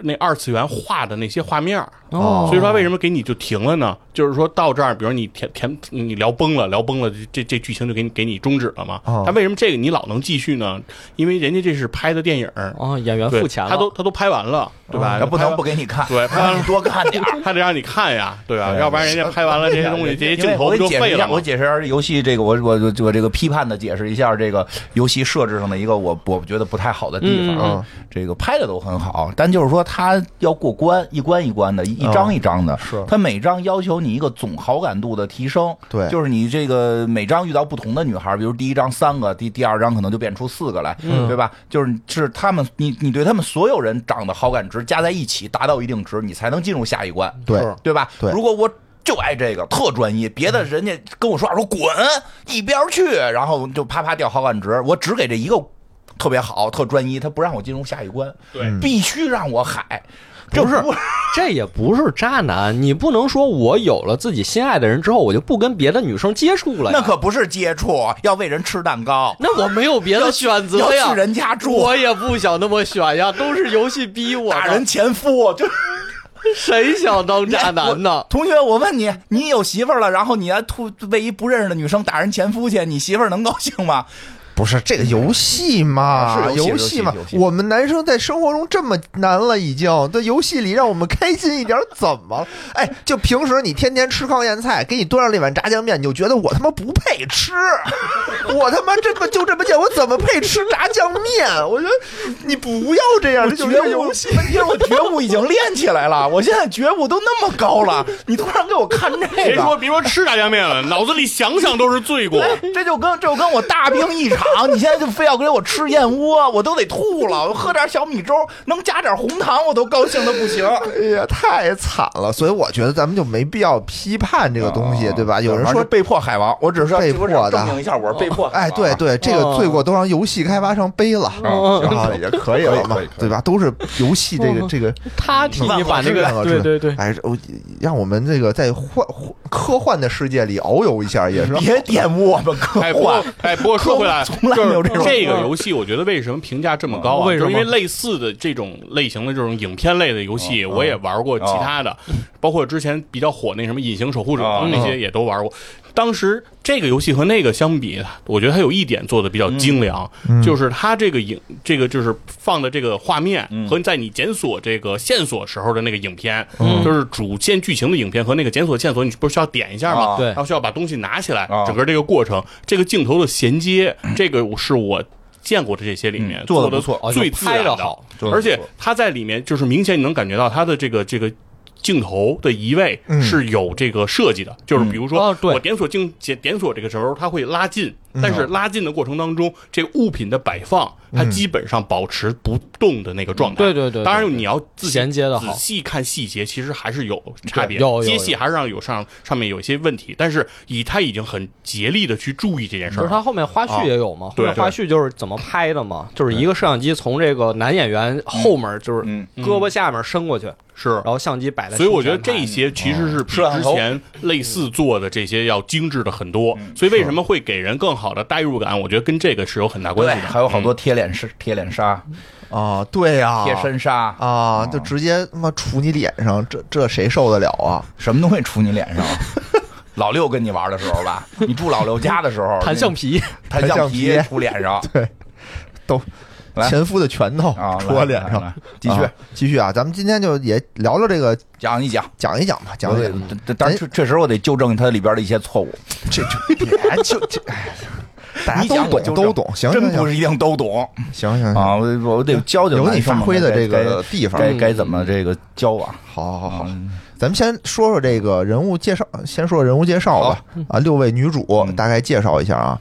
Speaker 5: 那二次元画的那些画面儿，
Speaker 4: 哦
Speaker 5: 所以说他为什么给你就停了呢？就是说到这儿，比如你填填你聊崩了，聊崩了，这这这剧情就给你给你终止了嘛。
Speaker 4: 哦
Speaker 5: 他为什么这个你老能继续呢？因为人家这是拍的电影儿，
Speaker 1: 啊，演员
Speaker 5: 对
Speaker 1: 付钱了，
Speaker 5: 他都他都拍完了，对吧？
Speaker 2: 他不
Speaker 5: 拍
Speaker 2: 能
Speaker 5: 完
Speaker 2: 不给你看，
Speaker 5: 对拍完
Speaker 2: 你多看点儿。
Speaker 5: 他得让你看呀，对吧？
Speaker 2: 对
Speaker 5: 要不然人家拍完了这 些东西，这些镜头
Speaker 2: 我
Speaker 5: 不
Speaker 2: 得
Speaker 5: 就
Speaker 2: 解释
Speaker 5: 废
Speaker 2: 一
Speaker 5: 了
Speaker 2: 下，
Speaker 5: 吗
Speaker 2: 我？解释一下游戏这个，我我我我这个批判的解释一下这个游戏设置上的一个我我觉得不太好的地方。啊
Speaker 4: 嗯
Speaker 2: 这个拍的都很好，但就是说他要过关，一关一关的，一一张
Speaker 5: 嗯
Speaker 2: 一张的，
Speaker 4: 是
Speaker 2: 他每张要求你一个总好感度的提升。
Speaker 4: 对
Speaker 2: 就是你这个每张遇到不同的女孩，比如第一张三个，第第二张可能就变出四个来，
Speaker 5: 嗯
Speaker 2: 对吧？就是是他们，你你对他们所有人长的好感值加在一起达到一定值，你才能进入下一关。
Speaker 4: 对
Speaker 1: 是
Speaker 2: 对吧？
Speaker 4: 对
Speaker 2: 如果我就爱这个，特专一，别的
Speaker 1: 嗯
Speaker 2: 人家跟我说话说滚一边儿去，然后就啪啪掉好感值，我只给这一个特别好、特专一，他不让我进入下一关，
Speaker 5: 对
Speaker 4: 嗯
Speaker 2: 必须让我海，这
Speaker 1: 不是 这也不是渣男，你不能说我有了自己心爱的人之后，我就不跟别的女生接触了呀。
Speaker 2: 那可不是接触，要喂人吃蛋糕，
Speaker 1: 那我没有别的选择
Speaker 2: 要
Speaker 1: 呀
Speaker 2: 去，人家住，
Speaker 1: 我也不想那么选呀，都是游戏逼我的。
Speaker 2: 打人前夫，就是
Speaker 1: 谁想当渣男呢？
Speaker 2: 同学，我问你，你有媳妇儿了，然后你还突为一不认识的女生打人前夫去，你媳妇儿能高兴吗？
Speaker 4: 不是这个游戏嘛，
Speaker 2: 是游戏
Speaker 4: 啊游
Speaker 2: 是游
Speaker 4: 嘛
Speaker 2: 戏游，戏
Speaker 4: 我们男生在生活中这么难了，已经在游戏里让我们开心一点，怎么 了？哎，就平时你天天吃糠咽菜，给你端上了一碗炸酱面，你就觉得我他妈不配 吃，我他妈这么就这么贱，我怎么配吃炸酱面？我觉得你不要这样， 这就是游戏。
Speaker 2: 问题 是我觉悟已经练起来了，我现在觉悟都那么高了，你突然给我看这
Speaker 5: 别说
Speaker 2: 个。
Speaker 5: 别说吃炸酱面了，脑子里想想都是 罪过。
Speaker 2: 哎这就跟这就跟我大病一场，你现在就非要给我吃燕窝，我都得吐了。我喝点小米粥，能加点红糖，我都高兴的不 行。
Speaker 4: 哎呀，太惨了！所以我觉得咱们就没必要批判这个东西，对吧？有人
Speaker 2: 反
Speaker 4: 说
Speaker 2: 正被迫海王，我只是要
Speaker 4: 被迫的
Speaker 2: 我只是证明一下我是被迫海王。
Speaker 4: 哎，对对，这个罪过都让游戏开发商背了，
Speaker 2: 哦
Speaker 4: 然后也可以了
Speaker 2: 可以可
Speaker 4: 嘛
Speaker 2: 以可以，
Speaker 4: 对吧？都是游戏这个这个，
Speaker 1: 哦他替你把那
Speaker 4: 万恶
Speaker 1: 个
Speaker 4: 之
Speaker 1: 对
Speaker 4: 源
Speaker 1: 对对，
Speaker 4: 哎，我让我们这个在欢欢科幻的世界里遨游一下，也 是
Speaker 2: 别玷污我们科
Speaker 5: 哎，不过
Speaker 2: 幻。
Speaker 5: 哎，不过说回来，
Speaker 2: 科幻从来没有这
Speaker 5: 就
Speaker 2: 种
Speaker 5: 是这个游戏，我觉得为什么评价这么高啊？
Speaker 1: 为什么
Speaker 5: 就是因为类似的这种类型的这种影片类的游戏，
Speaker 2: 哦
Speaker 5: 我也玩过其他的，包括之前比较火那什么《隐形守护者
Speaker 2: 哦》
Speaker 5: 那些也都玩过。当时这个游戏和那个相比，我觉得它有一点做的比
Speaker 2: 嗯
Speaker 5: 较精良，就是它这个影这个就是放的这个画面
Speaker 2: 嗯
Speaker 5: 和在你检索这个线索时候的那个影片，
Speaker 2: 嗯
Speaker 5: 就是主线剧情的影片和那个检索线索，你不是需要点一下吗？
Speaker 2: 啊
Speaker 6: 对
Speaker 5: 然后需要把东西拿起来
Speaker 2: 啊，
Speaker 5: 整个这个过程，这个镜头的衔接，这个是我。见过的这些里面
Speaker 2: 嗯做得
Speaker 5: 的
Speaker 2: 不错
Speaker 6: 哦就
Speaker 5: 最自然
Speaker 6: 拍得好
Speaker 2: 做得
Speaker 5: 而
Speaker 2: 不错
Speaker 5: 且它在里面就是明显你能感觉到它的这个这个镜头的移位
Speaker 2: 嗯
Speaker 5: 是有这个设计的，就是比如
Speaker 1: 嗯
Speaker 5: 说
Speaker 1: 哦对
Speaker 5: 我点锁镜点点锁这个时候它会拉近，
Speaker 2: 嗯
Speaker 5: 但是拉近的过程当中，这个物品的摆放它
Speaker 2: 嗯
Speaker 5: 基本上保持不动的那个状态。
Speaker 1: 对对对对
Speaker 5: 当然你要自己
Speaker 1: 衔接得好
Speaker 5: 仔细看细节，其实还是有差别，
Speaker 1: 对有有
Speaker 5: 接戏还是让有上上面有一些问题，但是以他已经很竭力的去注意这件事
Speaker 1: 不是
Speaker 5: 儿了。
Speaker 1: 他后面花絮也有嘛？后
Speaker 5: 对
Speaker 1: 面花絮就是怎么拍的嘛？就是一个摄像机从这个男演员后面，就是
Speaker 2: 嗯
Speaker 1: 胳膊下面伸过去，
Speaker 5: 是
Speaker 1: 然后相机摆在。
Speaker 5: 所以我觉得这些其实是比
Speaker 2: 摄像
Speaker 5: 之
Speaker 2: 头
Speaker 5: 前类似做的这些要精致的很多，
Speaker 2: 嗯
Speaker 5: 所以为什么会给人更好的代入感？我觉得跟这个是有很大关系的。
Speaker 2: 还有好多贴脸是贴脸杀、
Speaker 4: 啊，对呀、
Speaker 2: 贴身哦杀，
Speaker 4: 啊，就直接他妈杵你脸上，这这谁受得了啊？
Speaker 2: 什么东西杵你脸上？ 老六跟你玩的时候吧，你住老六家的时候，
Speaker 1: 弹橡皮，
Speaker 2: 弹
Speaker 4: 弹
Speaker 2: 橡
Speaker 4: 橡
Speaker 2: 皮
Speaker 4: 皮
Speaker 2: 杵脸 上
Speaker 4: 都
Speaker 2: 来
Speaker 4: 前夫的拳头
Speaker 2: 啊，
Speaker 4: 杵我脸
Speaker 2: 来
Speaker 4: 上
Speaker 2: 来。继续
Speaker 4: 啊继续啊，咱们今天就也聊聊这个，
Speaker 2: 讲一讲。
Speaker 4: 讲一讲吧，讲一哎讲。
Speaker 2: 对对当然确确实我得纠正它里边的一些错误，
Speaker 4: 这 这别就这，哎大
Speaker 2: 你
Speaker 4: 家
Speaker 2: 讲
Speaker 4: 都
Speaker 2: 我纠
Speaker 4: 懂
Speaker 2: 正
Speaker 4: 都懂，行
Speaker 2: 真
Speaker 4: 行
Speaker 2: 不
Speaker 4: 行
Speaker 2: 是一定都懂
Speaker 4: 行行行，
Speaker 2: 啊，我我得教教
Speaker 4: 有你
Speaker 2: 男生
Speaker 4: 发
Speaker 2: 们
Speaker 4: 挥的
Speaker 2: 该
Speaker 4: 这个地方嗯
Speaker 2: 该。该该怎么这个啊交往。
Speaker 4: 好好好，
Speaker 2: 嗯
Speaker 4: 咱们先说说这个人物介绍，先说人物介绍吧。啊，六位女主
Speaker 2: 嗯
Speaker 4: 大概介绍一下啊。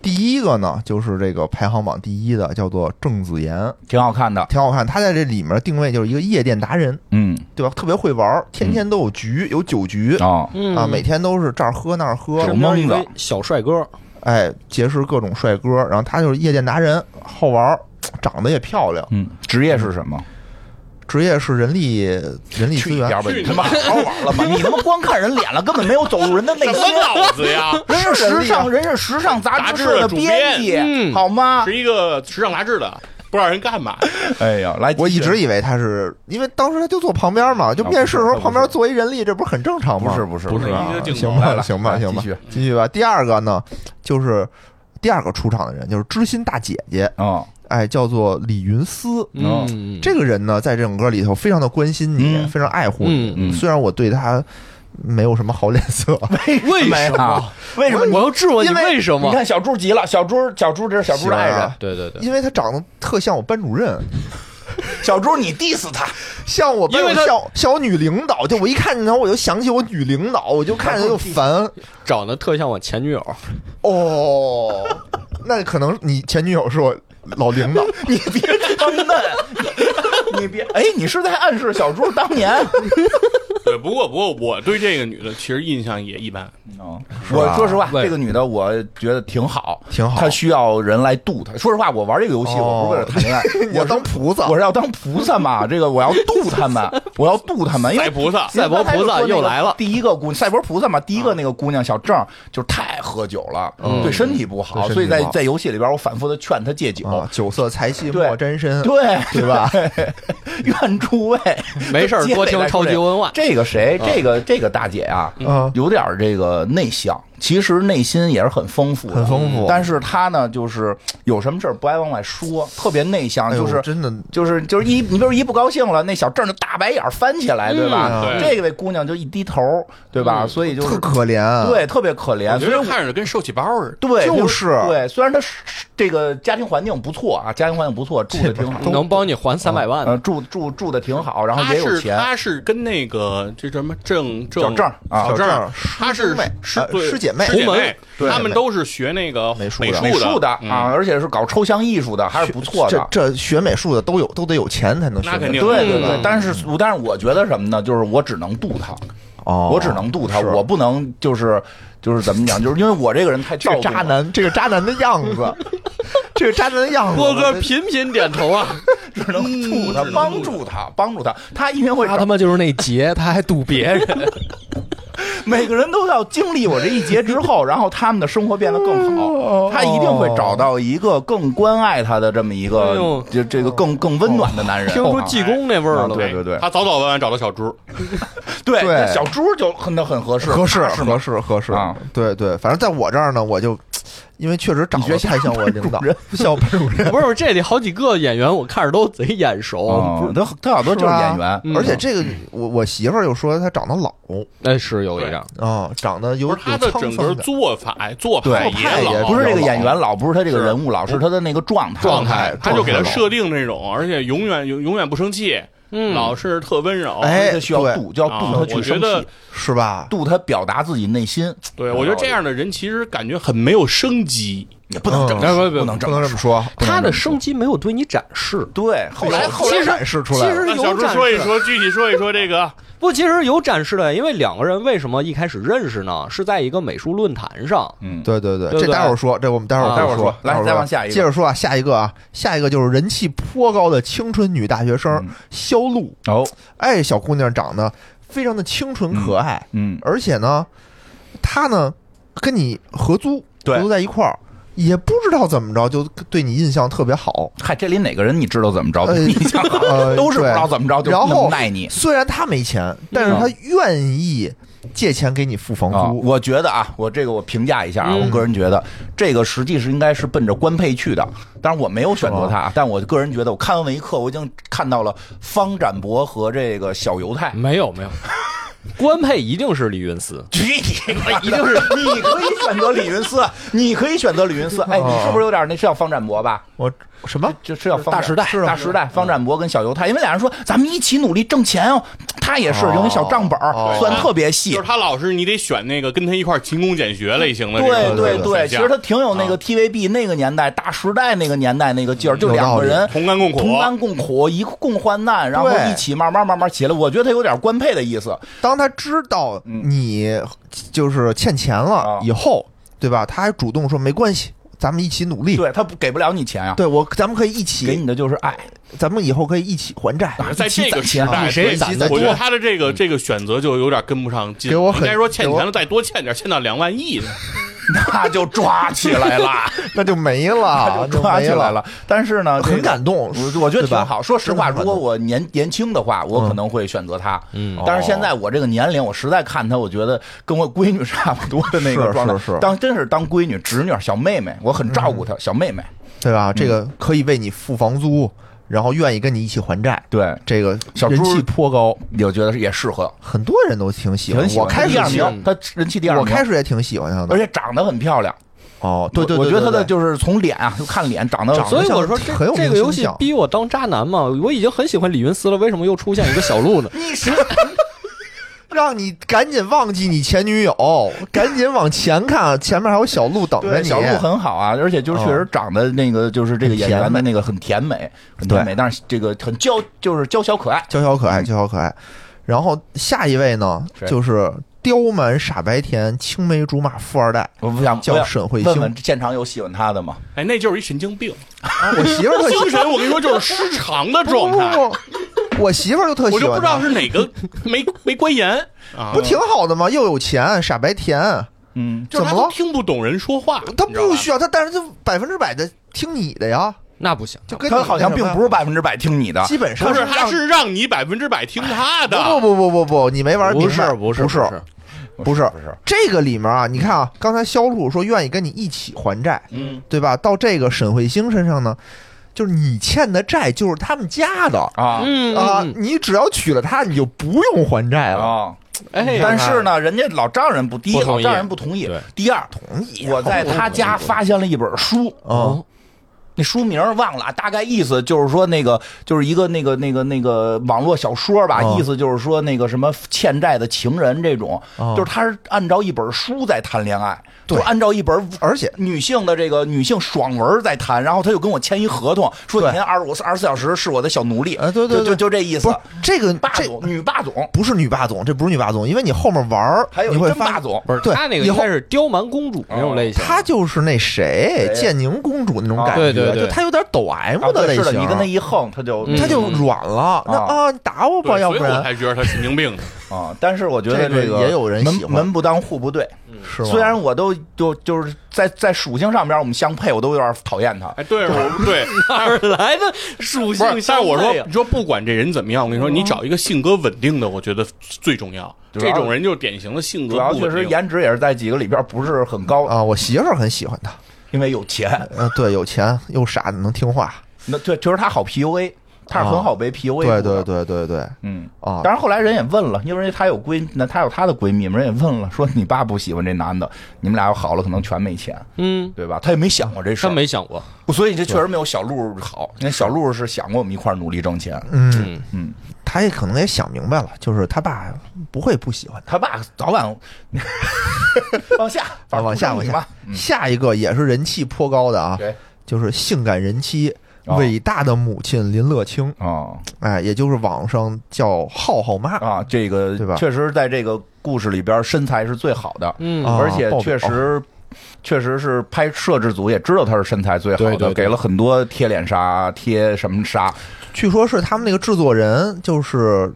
Speaker 4: 第一个呢，就是这个排行榜第一的，叫做郑子妍，
Speaker 2: 挺好看的，
Speaker 4: 挺好看。她在这里面定位就是一个夜店达人，
Speaker 2: 嗯
Speaker 4: 对吧？特别会玩儿，天天都有局，有酒局
Speaker 2: 啊，
Speaker 1: 嗯
Speaker 4: 啊，每天都是这儿喝那儿喝，
Speaker 2: 是
Speaker 1: 身边一
Speaker 2: 蒙
Speaker 1: 堆
Speaker 2: 子
Speaker 1: 小帅哥，
Speaker 4: 哎，结识各种帅哥。然后她就是夜店达人，好玩儿，长得也漂亮，
Speaker 2: 嗯，职业是什么？
Speaker 4: 职业是人力人力资
Speaker 2: 去一
Speaker 4: 源
Speaker 2: 边吧，你他妈好好玩 了吧？你他妈光看人脸了，根本没有走入人的内
Speaker 5: 什
Speaker 2: 心。
Speaker 5: 么脑子呀？
Speaker 2: 人是
Speaker 4: 是人
Speaker 2: 时
Speaker 4: 力啊
Speaker 2: 尚，人是时尚杂
Speaker 5: 杂
Speaker 2: 志
Speaker 5: 志
Speaker 2: 社的
Speaker 5: 的主编
Speaker 2: 辑，
Speaker 1: 嗯
Speaker 2: 好吗？
Speaker 5: 是一个时尚杂志的，不知道人干嘛。
Speaker 2: 哎呀，来，
Speaker 4: 我一直以为他是因为当时他就坐旁边嘛，就面试时
Speaker 2: 啊不是
Speaker 4: 候
Speaker 2: 不是
Speaker 4: 旁边坐一人力，这不是很正常
Speaker 2: 不
Speaker 4: 吗？
Speaker 2: 是不是
Speaker 5: 不是
Speaker 2: 啊
Speaker 5: 一个镜头
Speaker 4: 行
Speaker 5: 来
Speaker 4: 吧，
Speaker 2: 了
Speaker 4: 行吧，
Speaker 2: 来
Speaker 4: 行吧
Speaker 2: 继续，
Speaker 4: 继续吧。第二个呢，就是第二个出场的人就是知心大姐姐，
Speaker 2: 啊，
Speaker 4: 哎，叫做李云思。
Speaker 1: 嗯，
Speaker 4: 这个人呢，在这整个里头非常的关心你，
Speaker 2: 嗯
Speaker 4: 非常爱护你。
Speaker 2: 嗯嗯
Speaker 4: 虽然我对他没有什么好脸色，
Speaker 1: 为
Speaker 2: 没
Speaker 1: 什么
Speaker 2: 啊？为什么你？
Speaker 1: 我要质问你
Speaker 2: 因
Speaker 1: 为什么
Speaker 2: 你？看小猪急了，小猪小猪这是小猪的爱
Speaker 4: 行
Speaker 2: 人
Speaker 4: 啊，
Speaker 1: 对对对，
Speaker 4: 因为他长得特像我班主任，
Speaker 2: 小猪你 diss 他，
Speaker 4: 像我班
Speaker 1: 因为他
Speaker 4: 像像我女领导，就我一看见他，我就想起我女领导，我就看着就烦。
Speaker 1: 长得特像我前女友，
Speaker 4: 哦，那可能你前女友是我老领 导，
Speaker 2: 你别装嫩，你别哎，你是在暗示小猪当 年？
Speaker 5: 对，不过不过我对这个女的其实印象也一般。
Speaker 4: 嗯
Speaker 2: 我说实话，
Speaker 1: 为
Speaker 2: 这个女的我觉得挺好，
Speaker 4: 挺好
Speaker 2: 她需要人来度她。说实话，我玩这个游戏，
Speaker 4: 哦
Speaker 2: 我不是为了谈 恋爱，
Speaker 4: 你要
Speaker 2: 我是
Speaker 4: 当菩萨
Speaker 2: 我是要当菩萨嘛。这个我要度他 们，我要度他们，因
Speaker 5: 赛
Speaker 2: 为
Speaker 5: 菩萨，
Speaker 1: 赛博菩萨又来了
Speaker 2: 第一个姑赛博菩萨嘛，第一
Speaker 4: 嗯
Speaker 2: 个那个姑娘小郑就是太喝酒了，对身体不好，
Speaker 4: 对身体
Speaker 2: 所以在
Speaker 4: 不好
Speaker 2: 在游戏里边，我反复的劝她戒酒。
Speaker 4: 啊，酒色财气
Speaker 2: 对
Speaker 4: 莫沾 身，
Speaker 2: 对
Speaker 4: 对 吧？
Speaker 2: 愿诸位
Speaker 1: 没事儿多听超级文化嗯
Speaker 2: 这个谁，这个这个大姐啊，
Speaker 4: 嗯
Speaker 2: 有点儿这个内向，其实内心也是很丰富的，嗯
Speaker 4: 很丰富
Speaker 2: 但是她呢，就是有什么事儿不爱往外说，特别内向，
Speaker 4: 哎呦
Speaker 2: 就是、
Speaker 4: 真的
Speaker 2: 就是就是一，你比如一不高兴了，那小郑就大白眼儿翻起来，对吧？
Speaker 5: 嗯对
Speaker 2: 这位姑娘就一低头，对吧？
Speaker 1: 嗯
Speaker 2: 所以就是
Speaker 4: 特可怜，，啊
Speaker 2: 对，特别可
Speaker 5: 我
Speaker 2: 怜。哎
Speaker 5: 觉
Speaker 2: 所以
Speaker 5: 得
Speaker 2: 我
Speaker 5: 看着跟受气包似的。
Speaker 2: 对，
Speaker 4: 就是
Speaker 2: 对。虽然她是这个家庭环境不错啊，家庭环境不错，住的挺好，
Speaker 1: 能帮你还三百万
Speaker 2: 呃，
Speaker 4: 嗯
Speaker 2: 住住住的挺好，然后
Speaker 5: 他
Speaker 2: 也有
Speaker 5: 是
Speaker 2: 钱。
Speaker 5: 他是跟那个这什么郑郑
Speaker 2: 小郑啊
Speaker 5: 小郑
Speaker 4: 小郑
Speaker 5: 儿，他是
Speaker 4: 师妹
Speaker 5: 师
Speaker 4: 呃
Speaker 5: 对
Speaker 4: 师姐妹
Speaker 5: 师姐
Speaker 1: 同
Speaker 5: 妹
Speaker 1: 门，
Speaker 4: 对
Speaker 5: 他们都是学那个
Speaker 4: 美术
Speaker 5: 美
Speaker 4: 的
Speaker 2: 美术
Speaker 5: 术嗯
Speaker 2: 的啊，而且是搞抽象艺术的，还是不错
Speaker 4: 这
Speaker 2: 的。
Speaker 4: 这学美术的都有都得有钱才能学美
Speaker 5: 那
Speaker 4: 术，
Speaker 5: 肯定
Speaker 2: 对对对
Speaker 5: 嗯，
Speaker 2: 但是但是我觉得什么呢？就是我只能度他，
Speaker 4: 哦，
Speaker 2: 我只能度他，
Speaker 4: 是
Speaker 2: 我不能就是就是怎么讲，就是因为我这个人太
Speaker 4: 这
Speaker 2: 照
Speaker 4: 个
Speaker 2: 顾
Speaker 4: 渣
Speaker 2: 了，
Speaker 4: 男，这个渣男的样 子，这个渣男的样子，
Speaker 1: 波哥
Speaker 4: 我
Speaker 1: 频频点头啊，
Speaker 2: 只能度他，帮助他，帮助他。他因为会
Speaker 6: 他他妈就是那劫，他还堵别人，
Speaker 2: 每个人都要经历我这一劫之后，然后他们的生活变得更好，
Speaker 4: 哦
Speaker 2: 他一定会找到一个更关爱他的这么一
Speaker 1: 哎呦
Speaker 2: 个，这这个更更温暖的男人。 啊
Speaker 1: 听出济公哦那味儿了，
Speaker 2: 对对对
Speaker 5: 他早早晚晚找到小猪，
Speaker 2: 对，
Speaker 4: 对
Speaker 2: 那小猪就很那很合适，
Speaker 4: 合适
Speaker 2: 是
Speaker 4: 合
Speaker 2: 吗？
Speaker 4: 适合适
Speaker 2: 啊
Speaker 4: 对对，反正在我这儿呢，我就因为确实长
Speaker 2: 你觉
Speaker 4: 得
Speaker 2: 得
Speaker 4: 太像我领
Speaker 2: 班
Speaker 4: 导
Speaker 2: 主任，
Speaker 4: 像班主任，
Speaker 1: 不是这里好几个演员，我看着都贼眼熟。
Speaker 2: 哦，他他好多就是是
Speaker 4: 吧
Speaker 2: 演员，
Speaker 1: 嗯
Speaker 4: 而且这个我我媳妇儿又说她长得老
Speaker 1: 那是有一张，
Speaker 4: 啊，长得有
Speaker 5: 不
Speaker 4: 有
Speaker 5: 是他的
Speaker 4: 沧
Speaker 5: 整
Speaker 4: 桑
Speaker 5: 个
Speaker 4: 感
Speaker 5: 做法哎做
Speaker 2: 对
Speaker 5: 派
Speaker 4: 派也
Speaker 5: 老，
Speaker 2: 不是这个演员
Speaker 4: 老
Speaker 2: 老，不是他这个
Speaker 5: 是
Speaker 2: 人物老，是他的那个状态
Speaker 5: 状态，他就给他
Speaker 4: 状态
Speaker 5: 设定那种，而且永远永永远不生气，
Speaker 1: 嗯
Speaker 5: 老是特温柔。
Speaker 4: 哎
Speaker 2: 他需要
Speaker 4: 对
Speaker 2: 度，就要
Speaker 5: 啊
Speaker 2: 度他
Speaker 5: 我
Speaker 2: 去
Speaker 5: 觉
Speaker 2: 生
Speaker 5: 得
Speaker 2: 气，
Speaker 4: 是吧？
Speaker 2: 度他表达自己内心，
Speaker 5: 对我觉得这样的人其实感觉很没有生机。
Speaker 2: 也不能这么
Speaker 4: 嗯
Speaker 2: 说，
Speaker 1: 不不不
Speaker 2: 能这
Speaker 4: 不能
Speaker 2: 么
Speaker 4: 这么说，
Speaker 1: 他的生机没有对你展示。
Speaker 2: 对，后来后
Speaker 4: 其
Speaker 2: 来
Speaker 4: 实展示出来
Speaker 1: 其实
Speaker 4: 了，
Speaker 5: 那
Speaker 1: 有
Speaker 5: 小猪
Speaker 1: 展
Speaker 5: 说一
Speaker 1: 示
Speaker 5: 说，具体说一说这个，
Speaker 1: 不，其实有展示的，因为两个人为什么一开始认识呢？是在一个美术论坛上。
Speaker 2: 嗯，
Speaker 4: 对对对，
Speaker 1: 对对
Speaker 4: 这待会儿说，这我们待会儿
Speaker 1: 啊
Speaker 4: 待
Speaker 2: 待会儿
Speaker 4: 说
Speaker 2: 说，来
Speaker 4: 待会儿
Speaker 2: 再往下一个
Speaker 4: 接着说啊，下一个啊，下一个就是人气颇高的青春女大学生
Speaker 2: 嗯
Speaker 4: 肖露，
Speaker 2: 哦，
Speaker 4: 哎，小姑娘长得非常的清纯可爱，
Speaker 2: 嗯，
Speaker 4: 而且呢，她呢跟你合租，
Speaker 2: 对
Speaker 4: 合租在一块儿，也不知道怎么着就对你印象特别好。
Speaker 2: 嗨，这里哪个人你知道怎么着？
Speaker 4: 呃
Speaker 2: 你想啊
Speaker 4: 呃
Speaker 2: 都是不知道怎么着就
Speaker 4: 对然
Speaker 2: 那
Speaker 4: 后
Speaker 2: 么耐你。嗯
Speaker 4: 虽然她没钱，但是她愿意借钱给你付房
Speaker 2: 啊，
Speaker 4: 租。
Speaker 2: 我觉得啊，我这个我评价一下啊，
Speaker 1: 嗯
Speaker 2: 我个人觉得这个实际是应该是奔着官配去的，当然我没有选择他，但我个人觉得，我看完维克，我已经看到了方展博和这个小 犹太，
Speaker 1: 没有没有，官配一定是李云思。
Speaker 2: 去你妈！一定是你可以选择李云思，你可以选择李云思，哎，你是不是有点那是叫方展博吧？
Speaker 4: 我什么？
Speaker 2: 就是要方
Speaker 4: 大时代是吧
Speaker 2: 大时代，方展博跟小犹太，因为俩人说咱们一起努力挣钱哦。他也是有一小账本儿
Speaker 4: 哦，
Speaker 2: 算特别
Speaker 5: 就
Speaker 2: 细
Speaker 5: 是。他老是你得选那个跟他一块儿勤工俭学类型的这
Speaker 2: 对
Speaker 5: 种
Speaker 2: 对
Speaker 5: 对
Speaker 2: 对，其实他啊挺有那个 TVB 那个年代、大时代那个年代那个劲儿，就两个人
Speaker 5: 同甘共苦，
Speaker 2: 同甘共苦，一共患难，然后
Speaker 4: 对哎
Speaker 2: 一起慢慢慢慢起来。我觉得他有点官配的意思，
Speaker 4: 当他知道你就是欠钱了
Speaker 2: 嗯啊
Speaker 4: 以后，对吧？他还主动说没关系，咱们一起努力。
Speaker 2: 对他不给不了你钱呀，啊
Speaker 4: 对我，咱们可以一
Speaker 2: 给
Speaker 4: 起，
Speaker 2: 你的啊就是爱。
Speaker 4: 咱们以后可以一起还债。
Speaker 5: 在这个时代，
Speaker 4: 比谁攒得多
Speaker 5: 我觉得他的这个这个选择就有点跟不上劲。
Speaker 4: 给我很
Speaker 5: 应该说欠
Speaker 4: 给我
Speaker 5: 钱了，再多欠点，欠到两万亿的。
Speaker 2: 那就抓起来了，
Speaker 4: 那就 没
Speaker 2: 他
Speaker 4: 了，
Speaker 2: 就抓
Speaker 4: 啊没
Speaker 2: 起来了。。但是呢，这
Speaker 4: 很
Speaker 2: 个
Speaker 4: 感动，
Speaker 2: 我我觉得
Speaker 4: 对吧
Speaker 2: 挺好。说实话，
Speaker 4: 真的很感动
Speaker 2: 如果我年年轻的话，我可能会选择他。嗯，
Speaker 4: 哦
Speaker 2: 但是现在我这个年龄，我实在看他，我觉得跟我闺女差不多的那
Speaker 4: 是
Speaker 2: 个状态。
Speaker 4: 是嗯是
Speaker 2: 当真是当闺女、侄女、小妹妹，我很照顾她，小妹妹。
Speaker 4: 对吧？
Speaker 2: 嗯
Speaker 4: 这个可以为你付房租，然后愿意跟你一起还债，
Speaker 2: 对，
Speaker 4: 这个
Speaker 2: 小
Speaker 4: 人
Speaker 2: 猪
Speaker 4: 气颇高，
Speaker 2: 我觉得也适合。
Speaker 4: 很多人都挺喜欢
Speaker 2: 很。喜
Speaker 4: 我
Speaker 2: 欢
Speaker 4: 开始
Speaker 2: 第二
Speaker 4: 喜
Speaker 2: 名，她人气第二名。
Speaker 4: 我开始也挺喜欢他
Speaker 2: 而
Speaker 4: 的。
Speaker 2: 且长得很漂亮，
Speaker 4: 哦，对对，
Speaker 2: 我我
Speaker 4: 对
Speaker 2: 觉得她
Speaker 4: 对
Speaker 2: 的就是从脸啊，就看脸长得
Speaker 4: 长得
Speaker 1: 所以我
Speaker 4: 像
Speaker 1: 说
Speaker 4: 是很有
Speaker 1: 这这
Speaker 4: 明
Speaker 1: 个游
Speaker 4: 星
Speaker 1: 戏
Speaker 4: 相
Speaker 1: 逼我当渣男嘛，我已经很喜欢李云思了，为什么又出现一个小鹿呢？
Speaker 4: 让你赶紧忘记你前女友， 赶紧往前看，前面还有小鹿等着
Speaker 2: 对，
Speaker 4: 你。哦
Speaker 2: 小鹿很好啊，而且就是确实长得那个，就是这个演员的那个很甜美，很甜美，但是这个很娇，就是娇小可爱。
Speaker 4: 娇小可爱，娇小可爱。然后下一位呢，
Speaker 2: 谁
Speaker 4: 就是刁蛮傻白甜、青梅竹马富二代，
Speaker 2: 我不想
Speaker 4: 叫
Speaker 2: 我想
Speaker 4: 沈慧
Speaker 2: 问
Speaker 4: 星
Speaker 2: 问现场有喜欢他的吗？
Speaker 5: 哎，那就是一神经 病，
Speaker 2: 啊
Speaker 4: 我媳妇儿特喜
Speaker 5: 精神我跟你说就是失常的状态。
Speaker 4: 不不不，我媳妇儿就特喜
Speaker 5: 我就
Speaker 4: 欢他，
Speaker 5: 不知道是哪 个没没关严啊
Speaker 4: 不，挺好的吗？又有钱，傻白甜，
Speaker 2: 嗯，
Speaker 5: 就是他
Speaker 4: 怎么了
Speaker 5: 都听不懂人说话，
Speaker 4: 他
Speaker 5: 你知道吧
Speaker 4: 不需要他，但是就百分之百的听你的呀，
Speaker 1: 那不行，
Speaker 4: 就跟
Speaker 2: 他
Speaker 4: 你
Speaker 2: 好像并不是百分之百听你的，
Speaker 4: 基本上
Speaker 5: 不是，他
Speaker 4: 让
Speaker 5: 是让你百分之百听他的。
Speaker 4: 不不不不不，你没玩明
Speaker 1: 不
Speaker 4: 白，
Speaker 1: 是
Speaker 4: 不
Speaker 1: 是不
Speaker 4: 是不是
Speaker 2: 不是，
Speaker 4: 这个里面啊，你看啊，刚才肖路说愿意跟你一起还债，
Speaker 5: 嗯，
Speaker 4: 对吧？到这个沈慧星身上呢，就是你欠的债就是他们家的
Speaker 2: 啊
Speaker 1: 嗯
Speaker 4: 啊，
Speaker 1: 嗯
Speaker 4: 你只要娶了她，你就不用还债了。
Speaker 2: 啊！
Speaker 1: 哎，
Speaker 2: 但是呢，人家老丈人不第一，
Speaker 1: 不同
Speaker 2: 老
Speaker 1: 意
Speaker 2: 丈人不同意
Speaker 1: 对。
Speaker 2: 第二，
Speaker 4: 同意啊
Speaker 2: 我在他家发现了一本书，
Speaker 4: 嗯，
Speaker 2: 那书名忘了，大概意思就是说那个就是一个那个那个那个网络小说吧，
Speaker 4: 哦
Speaker 2: 意思就是说那个什么欠债的情人这种，
Speaker 4: 哦
Speaker 2: 就是他是按照一本书在谈恋爱，就
Speaker 4: 对
Speaker 2: 按照一本
Speaker 4: 而且
Speaker 2: 女性的这个女性爽文在谈，然后他就跟我签一合同，说
Speaker 4: 对
Speaker 2: 每天二我是二十四小时是我的小奴隶，
Speaker 4: 啊对对
Speaker 2: 就
Speaker 4: 对
Speaker 2: 就就这意
Speaker 4: 不
Speaker 2: 思
Speaker 4: 是。这个
Speaker 2: 霸
Speaker 4: 这
Speaker 2: 总，女霸总，
Speaker 4: 不是女霸总，这不是女霸总，因为你后面玩儿，
Speaker 2: 还有
Speaker 4: 你
Speaker 2: 一
Speaker 4: 会
Speaker 2: 真
Speaker 4: 发
Speaker 2: 霸总，
Speaker 1: 不是
Speaker 4: 对
Speaker 1: 他那个
Speaker 4: 以
Speaker 1: 应
Speaker 4: 后哦
Speaker 1: 该是刁蛮公主那种类型，
Speaker 4: 她就是那谁
Speaker 2: 谁呀
Speaker 4: 建宁公主那种感觉，
Speaker 1: 对对
Speaker 4: 的，
Speaker 6: 对对
Speaker 4: 就他有点抖 M
Speaker 2: 啊
Speaker 4: 的
Speaker 2: 对
Speaker 4: 类
Speaker 2: 是的，
Speaker 4: 型，
Speaker 2: 你跟他一横，他就
Speaker 4: 他就软了。那
Speaker 2: 嗯啊
Speaker 4: 啊，你打我吧，
Speaker 5: 对
Speaker 4: 要
Speaker 5: 所以
Speaker 4: 不
Speaker 5: 我
Speaker 4: 然
Speaker 5: 才觉得他神经病呢。
Speaker 2: 啊。但是我觉得
Speaker 4: 这个
Speaker 2: 个
Speaker 4: 也有人
Speaker 2: 门
Speaker 4: 喜欢
Speaker 2: 门不当户不对，
Speaker 4: 是吗
Speaker 2: 嗯虽然我都就就是在在属性上边我们相配，我都有点讨厌他。
Speaker 5: 哎，对，我对，
Speaker 1: 哪儿来的属
Speaker 5: 不
Speaker 1: 性
Speaker 5: 是，但
Speaker 1: 相
Speaker 5: 是我
Speaker 1: 悖
Speaker 5: 说，
Speaker 1: 啊？
Speaker 5: 你说不管这人怎么样，我跟你说，
Speaker 4: 嗯
Speaker 5: 你找一个性格稳定的，我觉得最重要。
Speaker 2: 主要
Speaker 5: 这种人就是典型的性格
Speaker 2: 主要
Speaker 5: 不
Speaker 2: 确
Speaker 5: 稳
Speaker 2: 实
Speaker 5: 定。啊
Speaker 2: 颜值也是在几个里边不是很高，
Speaker 4: 啊，我媳妇儿很喜欢他，
Speaker 2: 因为有钱。
Speaker 4: 嗯，对，有钱又傻，能听话，
Speaker 2: 那对，就是他好 PUA，他是很好被 PUA
Speaker 4: 对
Speaker 2: 的。
Speaker 4: 对对对对，
Speaker 2: 嗯。
Speaker 4: 啊，
Speaker 2: 当然，后来人也问了，因为她有闺，那她有她的闺蜜，人也问了，说你爸不喜欢这男的，你们俩要好了，可能全没钱，
Speaker 1: 嗯，
Speaker 2: 对吧？她也没想过这事
Speaker 1: 他
Speaker 2: 儿，
Speaker 1: 没想过，
Speaker 2: 所以这确实没有小鹿好。那小鹿是想过我们一块儿努力挣钱，
Speaker 4: 嗯，
Speaker 1: 嗯，
Speaker 2: 嗯，
Speaker 4: 他也可能也想明白了，就是他爸不会不喜欢
Speaker 2: 他爸早 晚往下，
Speaker 4: 他，啊，往下
Speaker 2: 不
Speaker 4: 往
Speaker 2: 是你
Speaker 4: 下
Speaker 2: 妈，
Speaker 4: 下一个也是人气颇高的啊
Speaker 2: 对，
Speaker 4: 就是性感人妻。
Speaker 2: 哦
Speaker 4: 伟大的母亲林乐清，
Speaker 2: 哦
Speaker 4: 哎，也就是网上叫浩浩妈，
Speaker 2: 啊，这个
Speaker 4: 对吧
Speaker 2: 确实在这个故事里边，身材是最好的，
Speaker 1: 嗯
Speaker 4: 啊
Speaker 2: 而且
Speaker 4: 爆表
Speaker 2: 确实。确实是拍摄制组也知道她是身材最好的，
Speaker 6: 对对对
Speaker 2: 给了很多贴脸杀、贴什么杀，
Speaker 4: 据说是他们那个制作人，就是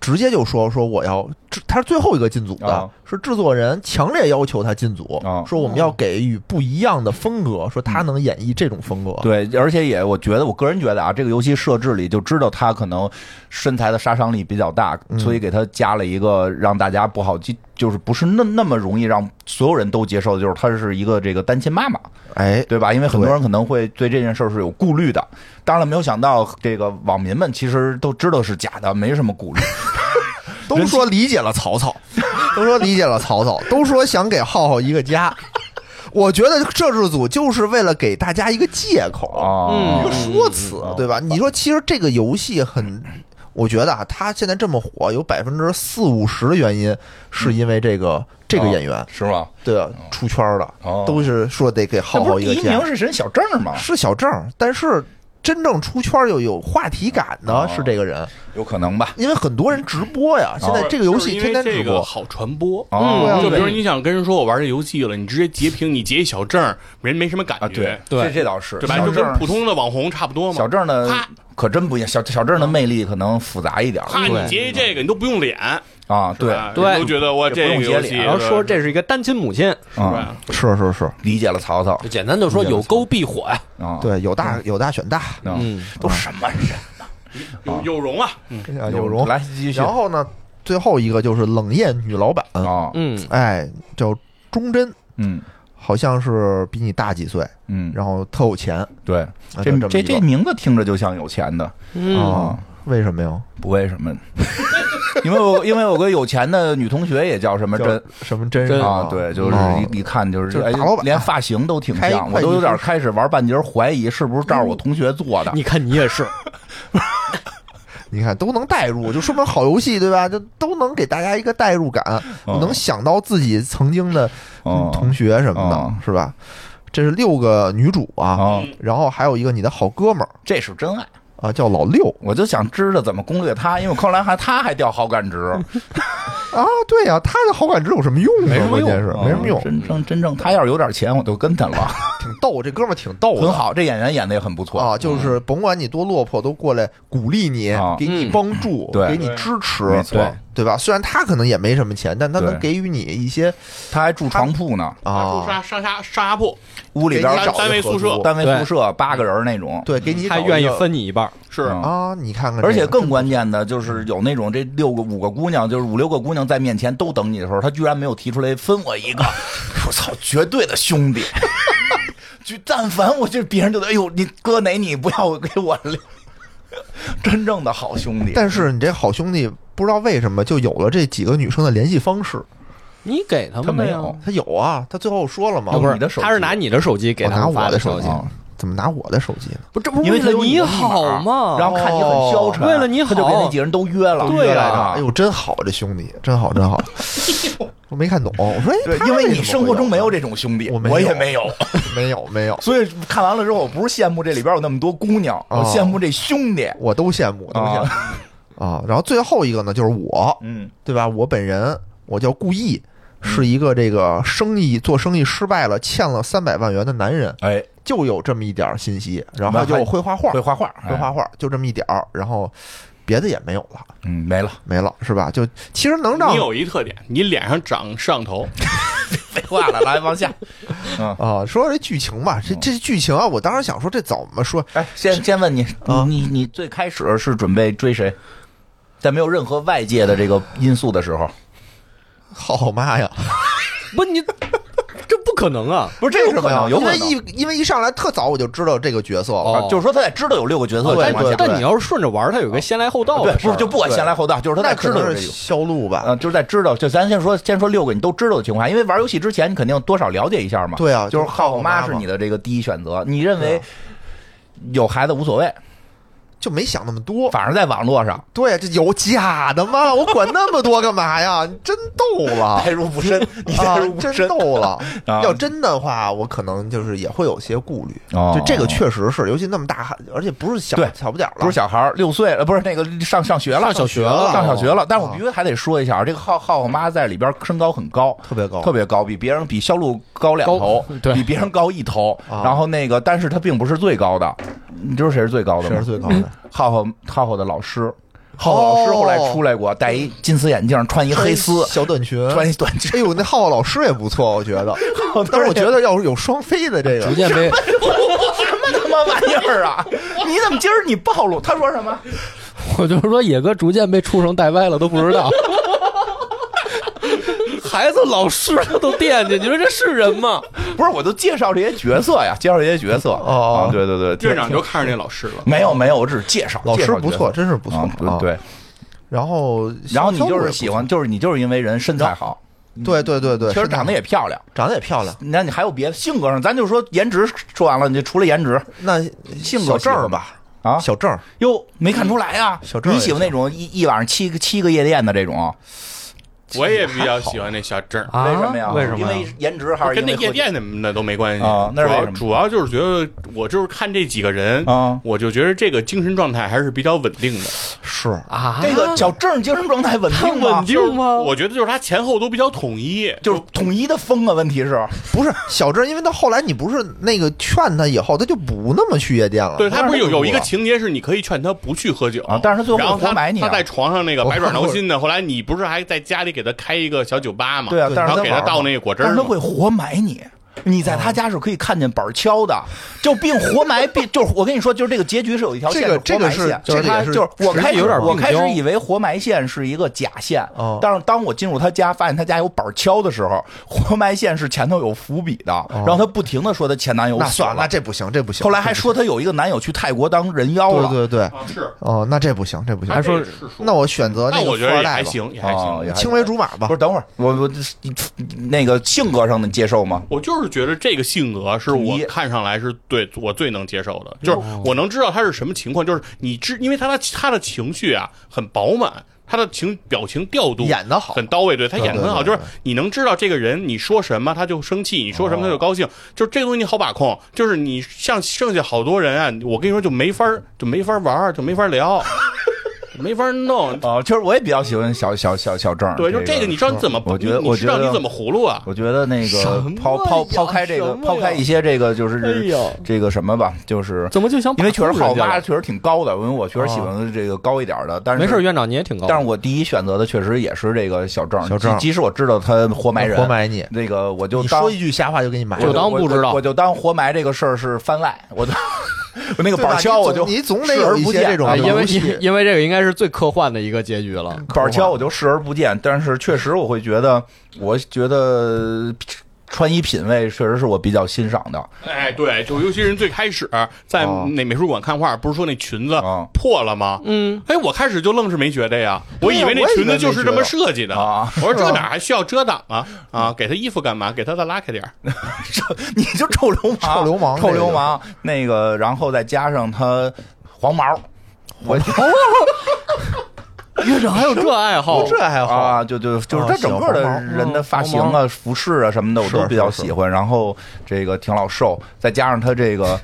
Speaker 4: 直接就说说我要，制，他是最后一个进组的，
Speaker 2: 啊
Speaker 4: 是制作人强烈要求他进组，
Speaker 2: 啊嗯
Speaker 4: 说我们要给予不一样的风格，说他能演绎这种风格。
Speaker 2: 对，而且也我觉得，我个人觉得啊，这个游戏设置里就知道他可能身材的杀伤力比较大，
Speaker 4: 嗯
Speaker 2: 所以给他加了一个让大家不好记，就是不是那那么容易让所有人都接受的，就是她是一个这个单亲妈妈，
Speaker 4: 哎，
Speaker 2: 对吧？因为很多人可能会对这件事儿是有顾虑的。当然了，没有想到这个网民们其实都知道是假的，没什么顾虑。
Speaker 4: 都说理解了 曹操，都说理解了曹操，都说想给浩浩一个家。我觉得摄制组就是为了给大家一个借口，一个
Speaker 2: 哦，
Speaker 4: 说辞，对吧？你说，其实这个游戏很，我觉得啊，它现在这么火，有百分之四五十的原因是因为这个这个演员
Speaker 2: 啊是吗？
Speaker 4: 对吧出圈了
Speaker 2: 哦，
Speaker 4: 都是说得给
Speaker 2: 那
Speaker 4: 浩
Speaker 2: 不
Speaker 4: 浩
Speaker 2: 是
Speaker 4: 一
Speaker 2: 第
Speaker 4: 个
Speaker 2: 一
Speaker 4: 家
Speaker 2: 名，是人小郑吗？
Speaker 4: 是小郑，但是真正出圈又有话题感的是这个人，
Speaker 2: 有可能吧？
Speaker 4: 因为很多人直播呀，现在这个游戏
Speaker 5: 就是
Speaker 4: 天
Speaker 5: 因为
Speaker 4: 天
Speaker 5: 这
Speaker 4: 直
Speaker 5: 个
Speaker 4: 播，
Speaker 5: 好传播。
Speaker 2: 哦
Speaker 4: 对啊
Speaker 5: 就比如
Speaker 4: 对
Speaker 5: 你想跟人说我玩这游戏了，你直接截屏，你截一小证儿，人没什么感
Speaker 2: 啊，
Speaker 5: 觉
Speaker 2: 对，，
Speaker 6: 对
Speaker 2: 这这倒是，
Speaker 5: 对吧？
Speaker 2: 小
Speaker 5: 就
Speaker 2: 郑
Speaker 5: 跟普通的网红差不多嘛。
Speaker 2: 小郑呢
Speaker 5: 啪，
Speaker 2: 可真不一样。小小郑的魅力可能复杂一点
Speaker 5: 啪，
Speaker 1: 对
Speaker 5: 你截一这个，你都不用脸，
Speaker 2: 啊。
Speaker 5: 是
Speaker 2: 对，
Speaker 5: 吧
Speaker 1: 对
Speaker 5: 人都觉得我这个游戏，
Speaker 2: 也
Speaker 1: 然后说这是一个单亲母亲，
Speaker 2: 嗯，
Speaker 5: 吧？
Speaker 4: 是是是，
Speaker 2: 理解了曹操
Speaker 6: 就简单就说有沟必火呀。
Speaker 2: 啊。，
Speaker 4: 对，有大有大选大，
Speaker 2: 嗯，都什么人？
Speaker 5: 有有容啊，嗯
Speaker 4: 啊有容。
Speaker 2: 来继续
Speaker 4: 然后呢，最后一个就是冷艳女老板，
Speaker 2: 啊，
Speaker 1: 嗯，
Speaker 4: 哎，叫钟真，
Speaker 2: 嗯
Speaker 4: 好像是比你大几岁，
Speaker 2: 嗯，
Speaker 4: 然后特有钱。啊
Speaker 2: 对，
Speaker 4: 就
Speaker 2: 这
Speaker 4: 么
Speaker 2: 这嗯
Speaker 4: 一个
Speaker 2: 这名字听着就像有钱的，
Speaker 4: 啊，为什么呀？
Speaker 2: 不为什么，因为我因为我个有钱的女同学也叫什么
Speaker 4: 叫
Speaker 2: 真
Speaker 4: 什么真
Speaker 2: 啊，对，就是
Speaker 4: 哦
Speaker 2: 一一看就
Speaker 4: 就是是
Speaker 2: 哎
Speaker 4: 大老板
Speaker 2: 连发型都挺
Speaker 4: 开一
Speaker 2: 像，
Speaker 4: 会
Speaker 2: 我
Speaker 4: 计
Speaker 2: 都有点
Speaker 4: 师
Speaker 2: 开始玩半截儿怀疑是不是照我同学做的。
Speaker 1: 你看你也是，
Speaker 4: 你看都能代入，就说明好游戏对吧？就都能给大家一个代入感，
Speaker 2: 哦
Speaker 4: 能想到自己曾经的
Speaker 2: 哦
Speaker 4: 同学什么
Speaker 2: 哦
Speaker 4: 的，是吧？这是六个女主啊，
Speaker 2: 啊，
Speaker 4: 然后还有一个你的好哥们儿
Speaker 2: 这是真爱。
Speaker 4: 啊，叫老六
Speaker 2: 我就想知道怎么攻略他，因为我后来还他还掉好感值，
Speaker 4: 啊，对呀，他的好感值有什么用
Speaker 6: 没
Speaker 4: 啊？
Speaker 6: 什么
Speaker 4: 关
Speaker 6: 用
Speaker 4: 键 是没什么用，
Speaker 2: 真正真正嗯他要是有点钱，我就跟他 了，
Speaker 4: 挺逗，这哥们儿挺逗的，
Speaker 2: 很好。这演员演的也很不错
Speaker 4: 啊，就是甭管你多落魄，都过来鼓励你
Speaker 2: 嗯啊，
Speaker 4: 给你帮助
Speaker 2: 嗯，对
Speaker 4: 给你支持，
Speaker 2: 没错
Speaker 4: 对对吧？虽然他可能也没什么钱，但他能
Speaker 2: 对
Speaker 4: 给予你一些
Speaker 2: 他还住床铺呢，
Speaker 5: 啊，
Speaker 4: 啊，
Speaker 5: 沙沙沙沙铺，
Speaker 2: 屋里边
Speaker 4: 给你
Speaker 2: 找
Speaker 4: 找
Speaker 5: 单位宿舍嗯
Speaker 2: 单位宿舍八个人那种。
Speaker 4: 对，给你
Speaker 1: 他
Speaker 4: 找一
Speaker 1: 愿意
Speaker 4: 个
Speaker 1: 分你一半儿，
Speaker 5: 是
Speaker 2: 嗯
Speaker 4: 啊，你看看这个，
Speaker 2: 而且更关键的就是有那种这六个五个姑娘，就是五六个姑娘在面前都等你的时候，他居然没有提出来分我 一个，我操，绝对的兄弟。 就但凡我就别人就得，哎呦，你哥哪你不要给我留， 真正的好兄弟。
Speaker 4: 但是你这好兄弟不知道为什么就有了这几个女生的联系方式，
Speaker 1: 你给他
Speaker 2: 他
Speaker 1: 们呗
Speaker 2: 没
Speaker 1: 呀
Speaker 2: 有，
Speaker 4: 他有哦啊，他最后说了嘛，
Speaker 2: 要
Speaker 4: 我
Speaker 2: 你的手机
Speaker 1: 他是拿你的手机给他
Speaker 4: 哦拿
Speaker 1: 们
Speaker 4: 我
Speaker 1: 发
Speaker 4: 的
Speaker 1: 消
Speaker 4: 手
Speaker 1: 息
Speaker 4: 机，，怎么拿我的手机呢？
Speaker 1: 不这不
Speaker 2: 因
Speaker 1: 为
Speaker 2: 为
Speaker 1: 了
Speaker 2: 他有
Speaker 1: 你
Speaker 2: 的密码
Speaker 1: 好吗？
Speaker 2: 然后看你很消沉，
Speaker 1: 哦为了你好
Speaker 2: 他就给那几人都约了，
Speaker 1: 对
Speaker 2: 约
Speaker 1: 啊
Speaker 2: 来着
Speaker 4: 哎呦，真好，这兄弟真好，真好，我没看懂，我说
Speaker 2: 对
Speaker 4: 哎，，他
Speaker 2: 因为
Speaker 4: 为
Speaker 2: 你生活中没有这种兄弟，
Speaker 4: 我没
Speaker 2: 我
Speaker 4: 有
Speaker 2: 也没有，
Speaker 4: 这，没有没有，
Speaker 2: 所以看完了之后，我不是羡慕这里边有那么多姑娘，
Speaker 4: 哦
Speaker 2: 我羡慕这兄弟。
Speaker 4: 我都羡慕，我都羡慕
Speaker 2: 啊，
Speaker 4: 啊。然后最后一个呢，就是我，
Speaker 2: 嗯，
Speaker 4: 对吧？我本人，我叫顾毅，是一个这个生意做生意失败了，欠了三百万元的男人，
Speaker 2: 哎，
Speaker 4: 就有这么一点儿信息，然后就会画画，
Speaker 2: 会画哎画，
Speaker 4: 会画画，就这么一点儿，然后别的也没有了，
Speaker 2: 嗯，没了。
Speaker 4: 没了是吧？就其实能让
Speaker 5: 你有一特点，你脸上长摄像 头，
Speaker 2: 废话了，来往下。
Speaker 4: 啊，说说这剧情吧，
Speaker 2: 嗯
Speaker 4: 这这剧情啊，我当时想说这怎么说？
Speaker 2: 哎，先先问你，
Speaker 4: 啊
Speaker 2: 你你最开始是准备追谁？在没有任何外界的这个因素的时候，
Speaker 4: 好妈呀，
Speaker 1: 不你 这不可能啊！
Speaker 2: 不是这
Speaker 4: 为
Speaker 2: 有
Speaker 4: 什
Speaker 2: 可
Speaker 4: 么呀？
Speaker 2: 能，有
Speaker 4: 因
Speaker 2: 可
Speaker 4: 为
Speaker 2: 能。
Speaker 4: 一因为一上来特早我就知道这个角色了，
Speaker 1: 哦
Speaker 2: 啊就是说他在知道有六个角色的
Speaker 4: 对
Speaker 2: 情况
Speaker 4: 哦对
Speaker 2: 下，
Speaker 4: 对
Speaker 1: 啊但你要是顺着玩，它有个先来后到
Speaker 2: 啊对
Speaker 1: 的，事
Speaker 2: 不
Speaker 1: 儿
Speaker 2: 是就不管先来后到，就是他
Speaker 4: 那
Speaker 2: 在
Speaker 4: 可
Speaker 2: 知道有
Speaker 4: 能
Speaker 2: 这
Speaker 4: 是
Speaker 2: 个。
Speaker 4: 销路吧？
Speaker 2: 呃，就是在知道，就咱先说，先说六个你都知道的情况下，因为玩游戏之前你肯定多少了解一下嘛。
Speaker 4: 对啊
Speaker 2: 就是
Speaker 4: 就是
Speaker 2: 浩
Speaker 4: 浩浩
Speaker 2: 浩
Speaker 4: 妈
Speaker 2: 妈啊
Speaker 4: 嘛
Speaker 2: 是你的这个第一选择，你认为有孩子无所谓，
Speaker 4: 就没想那么多。
Speaker 2: 反正在网络上
Speaker 4: 对，这有假的吗？我管那么多干嘛呀？ 你真逗了。
Speaker 2: 代入不深，哎你代
Speaker 4: 啊
Speaker 2: 入，不
Speaker 4: 真
Speaker 2: 深。
Speaker 4: 逗了！
Speaker 2: 啊
Speaker 4: 要真的话，我可能就是也会有些顾虑。
Speaker 2: 哦
Speaker 4: 就这个确实是，尤其那么大，而且不是小
Speaker 2: 对
Speaker 4: 小不点儿了，
Speaker 2: 不是小孩儿，六岁呃，不是那个上上学了，
Speaker 1: 上小学了
Speaker 2: 上小学了。但是我
Speaker 4: 啊
Speaker 2: 必须还得说一下，这个浩浩浩妈在里边身高很高，
Speaker 4: 特别高
Speaker 2: 特别高，比别人比肖路高两头，
Speaker 1: 对
Speaker 2: 比别人高一头。
Speaker 4: 啊
Speaker 2: 然后那个，但是他并不是最高的，你知道谁是最高的
Speaker 4: 谁
Speaker 2: 吗
Speaker 4: 是？最高 的？哦
Speaker 2: 浩浩浩浩的老师，浩浩老师后来出来过，戴一金丝眼镜，穿一黑 丝，
Speaker 4: 小短裙，
Speaker 2: 穿一短裙。
Speaker 4: 哎呦，那浩浩老师也不错，我觉得。但是我觉得要是有双飞的这
Speaker 6: 逐
Speaker 4: 个，
Speaker 6: 渐
Speaker 2: 什
Speaker 6: 被
Speaker 2: 么他妈玩意儿啊！ 你怎么今儿你暴露？他说什么？
Speaker 6: 我就是说野哥逐渐被畜生带歪了，都 不知道。孩子、老师他都惦记，你说这是人 吗？
Speaker 2: 不是，我都介绍这些角色呀，介绍这些角色。
Speaker 4: 哦
Speaker 2: 啊对对对，
Speaker 5: 院长就看着那老师了。
Speaker 2: 没有没有，我只是介绍。
Speaker 4: 老
Speaker 2: 介
Speaker 4: 师
Speaker 2: 绍
Speaker 4: 不
Speaker 2: 角
Speaker 4: 错，
Speaker 2: 色，
Speaker 4: 真是不错
Speaker 2: 啊。对对。
Speaker 4: 然后，
Speaker 2: 然后你就是喜欢，就是你就是因为人身材好，
Speaker 4: 对对对对，
Speaker 2: 其实长得也漂亮。
Speaker 4: 长得也漂亮。
Speaker 2: 那你还有别的性格上，咱就说颜值说完了，你就除了颜值
Speaker 4: 那
Speaker 2: 性
Speaker 4: 小
Speaker 2: 格
Speaker 4: 郑
Speaker 2: 喜
Speaker 4: 儿
Speaker 2: 欢
Speaker 4: 吧，
Speaker 2: 啊，
Speaker 4: 小郑儿
Speaker 2: 哟没看出来呀、啊，
Speaker 4: 小郑儿
Speaker 2: 你
Speaker 4: 也
Speaker 2: 喜欢那种一一晚上七个七个夜店的这种？啊
Speaker 5: 我也比较喜欢那小郑儿，
Speaker 1: 啊
Speaker 2: 为什么呀？
Speaker 1: 为什么
Speaker 2: 因
Speaker 1: 呀？
Speaker 2: 为颜值还是
Speaker 5: 跟那
Speaker 2: 因为
Speaker 5: 夜
Speaker 2: 喝
Speaker 5: 店什么的都没关系
Speaker 2: 啊那是
Speaker 5: 主
Speaker 2: 为
Speaker 5: 要
Speaker 2: 什么
Speaker 5: 主要就是觉得我就是看这几个人
Speaker 2: 啊
Speaker 5: 我就觉得这个精神状态还是比较稳定的。
Speaker 4: 是
Speaker 1: 啊，
Speaker 2: 这个小郑精神状态稳定吗
Speaker 1: 稳？定吗？
Speaker 5: 我觉得就是他前后都比较统一，
Speaker 2: 就是统一的风啊，问题是
Speaker 4: 不是小郑儿？因为到后来你不是那个劝他以后，他就不那么去夜店了。
Speaker 5: 对他不是有有一个
Speaker 4: 啊
Speaker 5: 情节是你可以劝他不去喝酒
Speaker 2: 啊，但是他最
Speaker 5: 然
Speaker 2: 后
Speaker 5: 后
Speaker 2: 活
Speaker 5: 他
Speaker 2: 埋你
Speaker 5: 他
Speaker 2: 啊。
Speaker 5: 在床上 那个
Speaker 4: 我
Speaker 5: 百爪挠心的，后来你不是还在家里给他开一个小酒吧嘛？
Speaker 2: 对啊，但
Speaker 5: 然
Speaker 2: 是
Speaker 5: 后
Speaker 2: 他
Speaker 5: 给他
Speaker 2: 玩
Speaker 5: 倒
Speaker 2: 嘛
Speaker 5: 那个果汁
Speaker 2: 但
Speaker 5: 儿
Speaker 2: 是
Speaker 5: 嘛
Speaker 2: 他。会活埋你。你在他家是可以看见板儿敲的，就并活埋，并就是我跟你说，就是这个结局是有一条线，
Speaker 4: 这个
Speaker 2: 活埋
Speaker 4: 这个是
Speaker 2: 线就是
Speaker 4: 这个
Speaker 2: 他
Speaker 4: 也是
Speaker 2: 就是我开始
Speaker 6: 有点
Speaker 2: 我开
Speaker 6: 病
Speaker 2: 始
Speaker 6: 娇
Speaker 2: 以为活埋线是一个假线
Speaker 4: 哦，
Speaker 2: 但是当我进入他家发现他家有板儿敲的时候，活埋线是前头有伏笔的，然后他不停的说他前男友
Speaker 4: 哦那
Speaker 2: 死
Speaker 4: 算了，那
Speaker 2: 了，
Speaker 4: 这不行，这不行。
Speaker 2: 后来还说他有一个男友去泰国当人妖
Speaker 4: 对
Speaker 2: 了，
Speaker 4: 对对，
Speaker 5: 啊是，
Speaker 4: 哦，那这不行，这不行。
Speaker 5: 他这
Speaker 4: 说
Speaker 5: 个是说
Speaker 4: 那我选择
Speaker 5: 但
Speaker 4: 那
Speaker 5: 我
Speaker 4: 个
Speaker 5: 觉
Speaker 4: 富
Speaker 5: 得
Speaker 4: 二
Speaker 5: 也
Speaker 4: 代
Speaker 5: 还
Speaker 4: 吧，
Speaker 5: 行，也还
Speaker 2: 哦，
Speaker 5: 行。
Speaker 2: 也还
Speaker 4: 青梅竹马吧
Speaker 2: 不是，。等会儿我我那个性格上能接受吗？
Speaker 5: 我就是觉得这个性格是
Speaker 2: 统
Speaker 5: 我
Speaker 2: 一
Speaker 5: 看上来是对我最能接受的，就是我能知道他是什么情况，就是你知，因为他的他的情绪啊很饱满，他的情表情调度
Speaker 4: 演得好
Speaker 5: 很到位，对他演得很好，
Speaker 4: 对
Speaker 5: 就
Speaker 4: 对
Speaker 5: 是你能知道这个人你说什么他就生气，你说什么他就高兴，就是这个东西你好把控，就是你像剩下好多人啊，我跟你说就没法儿就没法玩儿，就没法聊， 没法弄，
Speaker 2: 哦，其实我也比较喜欢小小小小郑，
Speaker 5: 对，就这个你知道你怎么，
Speaker 2: 我
Speaker 5: 你
Speaker 2: 觉得
Speaker 5: 你知道
Speaker 2: 我觉得
Speaker 5: 你怎么葫芦啊？
Speaker 2: 我觉得那
Speaker 1: 什
Speaker 2: 个
Speaker 1: 么
Speaker 2: 抛抛
Speaker 1: 呀
Speaker 2: 抛开这个
Speaker 1: 什么呀
Speaker 2: 抛开一些这个就
Speaker 1: 哎
Speaker 2: 是
Speaker 1: 呦，
Speaker 2: 这个什么吧，就是
Speaker 1: 怎么就想把
Speaker 2: 因为确实
Speaker 1: 控人
Speaker 2: 好
Speaker 1: 家
Speaker 2: 妈
Speaker 1: 了
Speaker 2: 确实挺高的，因为我确实喜欢这个高一点的，但是
Speaker 1: 没事，院长你也挺高，
Speaker 2: 但是我第一选择的确实也是这个小郑，
Speaker 4: 小郑
Speaker 2: 即即使我知道他活埋人，
Speaker 4: 活埋你，
Speaker 2: 这个我就
Speaker 4: 你
Speaker 2: 当
Speaker 4: 说一句瞎话就给你埋
Speaker 2: 我
Speaker 4: 了
Speaker 1: 就。当不知道
Speaker 2: 我我就当活埋这个事儿是番外，我就我那个
Speaker 4: 对吧
Speaker 2: 板敲我就
Speaker 4: 你总你总得
Speaker 2: 视
Speaker 4: 有
Speaker 2: 而
Speaker 4: 一
Speaker 2: 不
Speaker 4: 些
Speaker 2: 见
Speaker 4: 这种
Speaker 1: 啊，
Speaker 4: 东西
Speaker 1: 因为因为这个应该是最科幻的一个结局了。
Speaker 2: 板儿敲我就视而不见，但是确实我会觉得，我觉得穿衣品味确实是我比较欣赏的。
Speaker 5: 哎，对，就尤其是最开始在
Speaker 2: 哦
Speaker 5: 那美术馆看画，不是说那裙子
Speaker 2: 哦
Speaker 5: 破了吗？
Speaker 1: 嗯，
Speaker 5: 哎，我开始就愣是没觉得呀，我以为那
Speaker 2: 我也以为
Speaker 5: 裙子就是这么
Speaker 2: 没觉
Speaker 5: 设计的
Speaker 2: 啊
Speaker 5: 我说这哪还需要遮挡啊？啊，给他衣服干嘛？给他再拉开点儿。
Speaker 2: 你就臭流氓，
Speaker 4: 臭流氓
Speaker 2: 臭流氓。那个，然后再加上他黄毛，我
Speaker 1: 院长还有这爱好，
Speaker 4: 这还好，
Speaker 2: 啊，就就就是
Speaker 4: 啊
Speaker 2: 他整个的
Speaker 4: 小黄毛
Speaker 2: 人的发型啊、服饰啊什么的，我
Speaker 4: 是
Speaker 2: 都比较
Speaker 4: 是是
Speaker 2: 喜欢。然后这个挺老瘦，再加上他这个。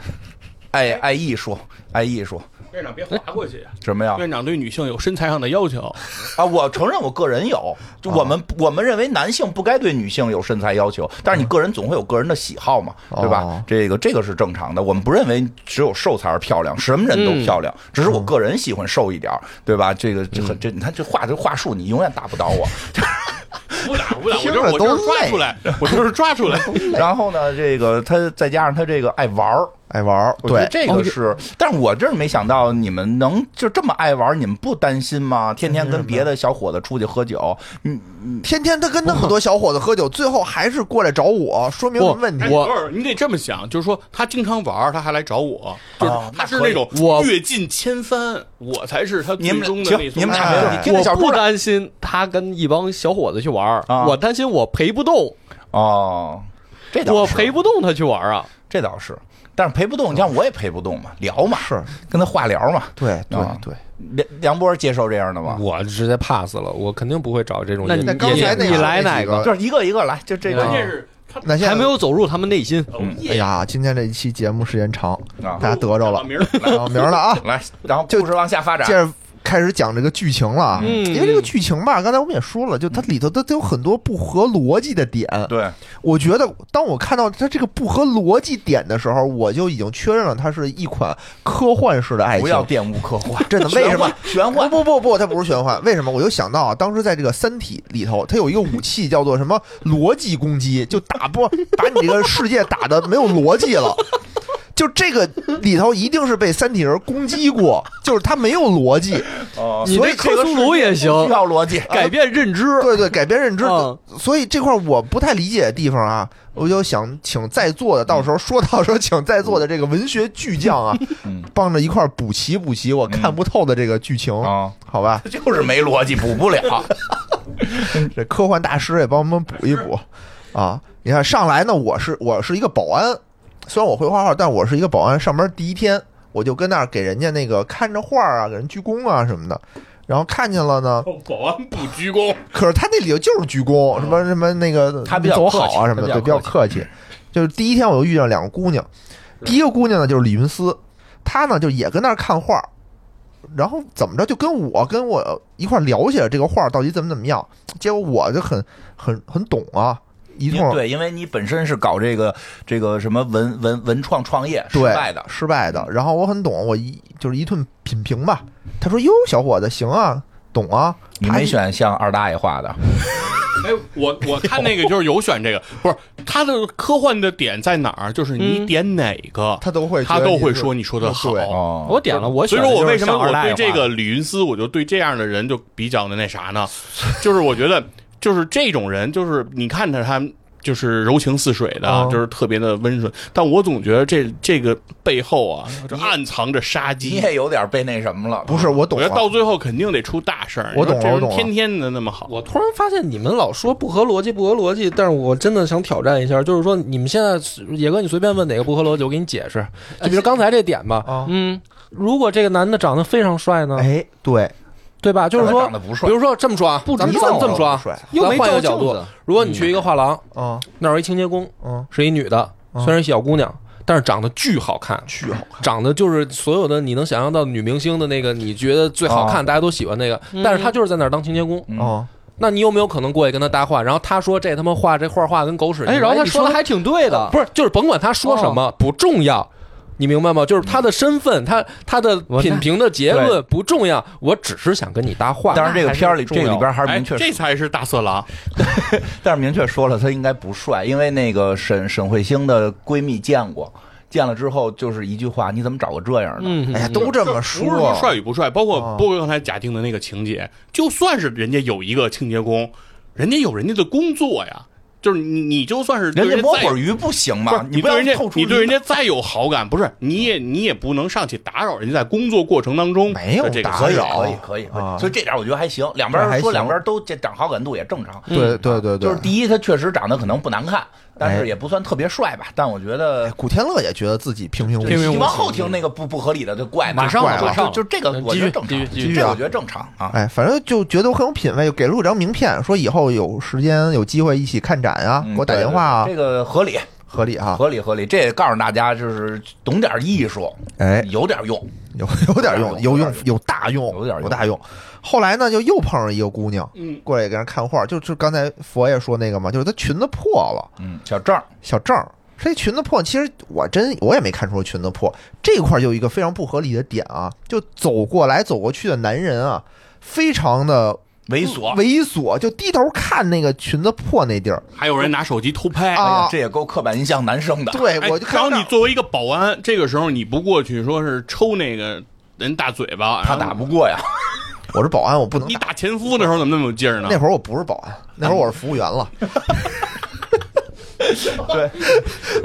Speaker 2: 爱爱艺术，爱艺术
Speaker 5: 院长别划过去，
Speaker 2: 什么呀？
Speaker 5: 啊院长对女性有身材上的要求，
Speaker 2: 啊，我承认我个人有，就我们、我们认为男性不该对女性有身材要求，但是你个人总会有个人的喜好嘛，对吧？
Speaker 4: 哦
Speaker 2: 这个这个是正常的，我们不认为只有瘦才是漂亮，什么人
Speaker 5: 嗯
Speaker 2: 都漂亮，只是我个人喜欢瘦一点儿，对吧？这个这很这你看这话这话术你永远打不倒我。
Speaker 5: 不打 不打，我
Speaker 4: 听
Speaker 5: 就是
Speaker 4: 着
Speaker 5: 我就
Speaker 4: 都
Speaker 5: 是抓
Speaker 4: 累
Speaker 5: 出来，我就是抓出来。
Speaker 2: 然后呢，这个他再加上他这个爱玩儿。
Speaker 4: 爱玩儿，
Speaker 2: 我觉得
Speaker 4: 对，
Speaker 2: 这个是，但是我真是没想到你们能就这么爱玩儿，你们不担心吗？天天跟别的小伙子出去喝酒，嗯，
Speaker 4: 天天他跟那么多小伙子喝酒，最后还是过来找我，说明什
Speaker 5: 不
Speaker 4: 么问题？
Speaker 5: 哎等会儿你得这么想，就是说他经常玩儿，他还来找我，就是
Speaker 2: 哦
Speaker 5: 他是
Speaker 2: 那可以
Speaker 5: 那种
Speaker 1: 我
Speaker 5: 阅尽千帆，我才是他最
Speaker 2: 你们
Speaker 5: 终的
Speaker 2: 停你
Speaker 5: 那种啊
Speaker 2: 们俩啊
Speaker 5: 爱
Speaker 2: 没
Speaker 4: 哎
Speaker 2: 问题。听听小
Speaker 1: 我
Speaker 2: 说
Speaker 1: 不担心他跟一帮小伙子去玩儿
Speaker 2: 啊，
Speaker 1: 我担心我陪不动，
Speaker 2: 哦，这倒是
Speaker 1: 我陪不动他去玩儿啊。
Speaker 2: 这倒是，但是陪不动，你像我也陪不动嘛，聊嘛，
Speaker 4: 嗯是
Speaker 2: 跟他话聊嘛。
Speaker 4: 对对
Speaker 2: 啊
Speaker 4: 对，
Speaker 2: 梁梁波接受这样的吗？
Speaker 6: 我直接 pass 了，我肯定不会找这种
Speaker 1: 那
Speaker 6: 人。
Speaker 1: 你
Speaker 4: 那刚才那
Speaker 1: 你
Speaker 4: 个
Speaker 1: 来哪
Speaker 4: 个？
Speaker 2: 就是一个一个来，就这个
Speaker 5: 关
Speaker 4: 嗯
Speaker 5: 键是
Speaker 2: 嗯
Speaker 5: 他
Speaker 4: 那现在
Speaker 1: 还没有走入他们内心。
Speaker 4: 哎呀，今天这一期节目时间长，
Speaker 2: 啊
Speaker 4: 大，家得着
Speaker 5: 找
Speaker 4: 了
Speaker 5: 到，名儿
Speaker 4: 然后明儿了啊，
Speaker 2: 来，然后
Speaker 4: 就
Speaker 2: 故事往下发展
Speaker 4: 接。着开始讲这个剧情了啊。
Speaker 1: 嗯
Speaker 4: 因为这个剧情吧，刚才我们也说了，就它里头它它有很多不合逻辑的点。
Speaker 2: 对，
Speaker 4: 我觉得当我看到它这个不合逻辑点的时候，我就已经确认了它是一款科幻式的爱情。
Speaker 2: 不要玷污科幻，
Speaker 4: 真的为什么
Speaker 2: 玄幻玄 幻？
Speaker 4: 不不不不，它不是玄幻，为什么？我就想到啊，当时在这个《三体》里头，它有一个武器叫做什么逻辑攻击，就打破 把你这个世界打的没有逻辑了。就这个里头一定是被三体人攻击过，就是它没有逻辑，
Speaker 2: 哦
Speaker 1: 你
Speaker 2: 所以
Speaker 1: 这科
Speaker 2: 个
Speaker 1: 苏
Speaker 2: 是
Speaker 1: 鲁也
Speaker 2: 不
Speaker 1: 行，
Speaker 2: 需要逻辑。
Speaker 1: 改变认知。
Speaker 4: 对对，改变认知
Speaker 1: 嗯。
Speaker 4: 所以这块我不太理解的地方啊，我就想请在座的，到时候说到时候请在座的这个文学巨匠啊
Speaker 2: 嗯，
Speaker 4: 帮着一块儿补齐补齐我看不透的这个剧情，
Speaker 2: 啊，
Speaker 4: 好吧？
Speaker 2: 就是没逻辑，补不了。
Speaker 4: 这科幻大师也帮我们补一补啊！你看上来呢，我是我是一个保安，虽然我会画画，但我是一个保安。上班第一天，我就跟那儿给人家那个看着画啊，给人鞠躬啊什么的。然后看见了呢，
Speaker 5: 保安不鞠躬，
Speaker 4: 可是他那里头就是鞠躬，什么什么那个
Speaker 2: 他比较
Speaker 4: 走
Speaker 2: 客气
Speaker 4: 好啊什么的，
Speaker 6: 他
Speaker 4: 对，
Speaker 6: 比
Speaker 4: 比较
Speaker 6: 较
Speaker 4: 客气。就是第一天我就遇见两个姑娘，第一个姑娘呢就是李云思，她呢就也跟那儿看画，然后怎么着就跟我跟我一块儿聊起来这个画到底怎么怎么样，结果我就很很很懂啊， 一
Speaker 2: 因
Speaker 4: 通
Speaker 2: 对，因为你本身是搞这个这个什么文文文创创业失
Speaker 4: 对
Speaker 2: 败的，
Speaker 4: 失败的，然后我很懂，我一就是一顿品评吧。他说：“哟，小伙子，行啊，懂啊。”
Speaker 2: 你没选像二大爷画的，
Speaker 5: 哎，我我看那个就是有选这个，不是他的科幻的点在哪儿？就是你点哪个，
Speaker 4: 他都会觉
Speaker 5: 他
Speaker 4: 得
Speaker 5: 都
Speaker 4: 你
Speaker 5: 会
Speaker 4: 是
Speaker 5: 说你说的好。
Speaker 4: 对
Speaker 2: 哦
Speaker 1: 我点了，我
Speaker 5: 所
Speaker 1: 选
Speaker 5: 以
Speaker 1: 的
Speaker 5: 说
Speaker 1: 就
Speaker 5: 我
Speaker 1: 是
Speaker 5: 为什么
Speaker 1: 上
Speaker 5: 我
Speaker 1: 二大
Speaker 5: 对
Speaker 1: 爷
Speaker 5: 这
Speaker 1: 话
Speaker 5: 个李云思，我就对这样的人就比较的那啥呢？就是我觉得，就是这种人，就是你看着他就是柔情似水的，
Speaker 4: 哦
Speaker 5: 就是特别的温顺，但我总觉得这这个背后啊，这暗藏着杀
Speaker 2: 你
Speaker 5: 机。
Speaker 2: 也有点被那什么了，
Speaker 4: 不是我懂
Speaker 5: 我觉
Speaker 4: 了
Speaker 5: 得到最后肯定得出大事儿。
Speaker 4: 我懂
Speaker 5: 你说这
Speaker 4: 我
Speaker 5: 人
Speaker 4: 懂啊了
Speaker 5: 天天的那么好，
Speaker 6: 我突然发现你们老说不合逻辑，不合逻辑，但是我真的想挑战一下，就是说你们现在野哥，你随便问哪个不合逻辑，我给你解释。就比如刚才这点吧，
Speaker 4: 啊。
Speaker 1: 嗯，
Speaker 6: 如果这个男的长得非常帅呢，
Speaker 4: 哎，对，
Speaker 6: 对吧？就是
Speaker 2: 长得
Speaker 6: 说
Speaker 2: 长，得不
Speaker 6: 比
Speaker 2: 帅，
Speaker 6: 如说这么说啊，
Speaker 1: 不
Speaker 6: 咱们
Speaker 1: 知
Speaker 6: 咱
Speaker 1: 道
Speaker 6: 们这么说
Speaker 4: 不
Speaker 6: 啊，
Speaker 4: 帅
Speaker 1: 又没
Speaker 6: 咱换一个
Speaker 1: 照
Speaker 6: 角
Speaker 1: 镜
Speaker 6: 度
Speaker 1: 子，
Speaker 6: 如果你去一个画廊，
Speaker 4: 啊，
Speaker 6: 那儿有一清洁工，
Speaker 4: 嗯，
Speaker 6: 是一女的，
Speaker 4: 嗯
Speaker 6: 虽然是小姑娘，但是长得巨好看，
Speaker 4: 巨好看，
Speaker 6: 长得就是所有的你能想象到女明星的那个，你觉得最好看，大家都喜欢那个，
Speaker 1: 嗯
Speaker 6: 但是她就是在那儿当清洁工。
Speaker 2: 嗯
Speaker 4: 哦，
Speaker 6: 那你有没有可能过去跟她搭话？然后她说这他妈话这画画跟狗屎一样。
Speaker 1: 哎，然后他
Speaker 6: 你
Speaker 1: 说的还挺对的，
Speaker 6: 不是，就是甭管她说什么不重要。你明白吗？就是她的身份，她她的
Speaker 1: 我
Speaker 6: 品评的结论不重要，我只是想跟你搭话。
Speaker 2: 当然这个片儿里
Speaker 6: 那还是
Speaker 2: 这个里边还是
Speaker 5: 哎，
Speaker 2: 明确
Speaker 5: 这才是大色狼。
Speaker 2: 但是明确说了，他应该不帅，因为那个沈沈慧星的闺蜜见过，见了之后就是一句话：“你怎么找个这样的？”
Speaker 1: 嗯，
Speaker 4: 哎呀，都这么
Speaker 2: 啊
Speaker 5: 不是说帅
Speaker 4: 说，
Speaker 5: 与不帅，包括
Speaker 4: 哦
Speaker 5: 包括刚才假定的那个情节，就算是人家有一个清洁工，人家有人家的工作呀，就是你你就算是对
Speaker 2: 人家摸
Speaker 5: 再
Speaker 2: 会儿鱼不行
Speaker 5: 不是
Speaker 2: 吗？
Speaker 5: 你
Speaker 2: 不
Speaker 5: 对
Speaker 2: 要
Speaker 5: 人家
Speaker 2: 透出
Speaker 5: 你对人
Speaker 2: 家
Speaker 5: 家再有好感，不是你也你也不能上去打扰人家在工作过程当中
Speaker 4: 没有
Speaker 5: 的这个
Speaker 4: 打
Speaker 2: 可以
Speaker 4: 扰
Speaker 2: 可以可以可
Speaker 4: 啊
Speaker 2: 以，所以这点我觉得还行，两
Speaker 4: 这
Speaker 2: 边
Speaker 4: 还
Speaker 2: 说
Speaker 4: 行
Speaker 2: 两边都这长好感度也正常。
Speaker 4: 对对对
Speaker 2: 就
Speaker 4: 对，
Speaker 2: 是第一，他确实长得可能不难看，但
Speaker 4: 哎
Speaker 2: 是也不算特别帅吧。但我觉
Speaker 4: 哎
Speaker 2: 得
Speaker 4: 古天乐也觉得自己平平无奇，
Speaker 2: 你往后听那个不不合理的就怪嘛，
Speaker 6: 马上
Speaker 2: 就
Speaker 4: 了马
Speaker 6: 上了
Speaker 2: 就就这个我觉得正常，
Speaker 6: 继
Speaker 4: 续
Speaker 2: 这
Speaker 4: 继续
Speaker 2: 个
Speaker 4: 啊
Speaker 2: 我觉得正常啊。
Speaker 4: 哎，反正就觉得我很有品位，给了我张名片，说以后有时间有机会一起看展啊，
Speaker 2: 嗯
Speaker 4: 给我打电话啊
Speaker 2: 对，对对这个合理
Speaker 4: 合理啊哈。
Speaker 2: 合理合理，这也告诉大家，就是懂点艺术，
Speaker 4: 哎，
Speaker 2: 有点用。
Speaker 4: 有有点用，有用有大用，
Speaker 2: 有点用
Speaker 4: 大用。后来呢，就又碰上一个姑娘
Speaker 5: 嗯，
Speaker 4: 过来给人看画，就就刚才佛爷说那个嘛，就是她裙子破了，
Speaker 2: 嗯，小郑，
Speaker 4: 小郑儿，这裙子破，其实我真我也没看出裙子破这块儿有一个非常不合理的点啊，就走过来走过去的男人啊，非常的
Speaker 2: 猥琐
Speaker 4: 嗯猥琐，就低头看那个裙子破那地儿
Speaker 5: 还有人拿手机偷拍
Speaker 2: 哎呀
Speaker 4: 啊，
Speaker 2: 这也够刻板印象男生的。
Speaker 4: 对
Speaker 5: 哎
Speaker 4: 我就看
Speaker 5: 然后
Speaker 4: 到
Speaker 5: 你作为一个
Speaker 2: 啊
Speaker 5: 保安，这个时候你不过去说是抽那个人大嘴巴，
Speaker 2: 他
Speaker 5: 然后
Speaker 2: 打不过呀，
Speaker 4: 我是保安，我不能
Speaker 5: 你
Speaker 4: 打。
Speaker 5: 打前夫的时候怎么那么有劲儿呢
Speaker 4: 那？会儿我不是保安，那会儿我是服务员了。
Speaker 2: 哎
Speaker 4: 嗯
Speaker 2: 对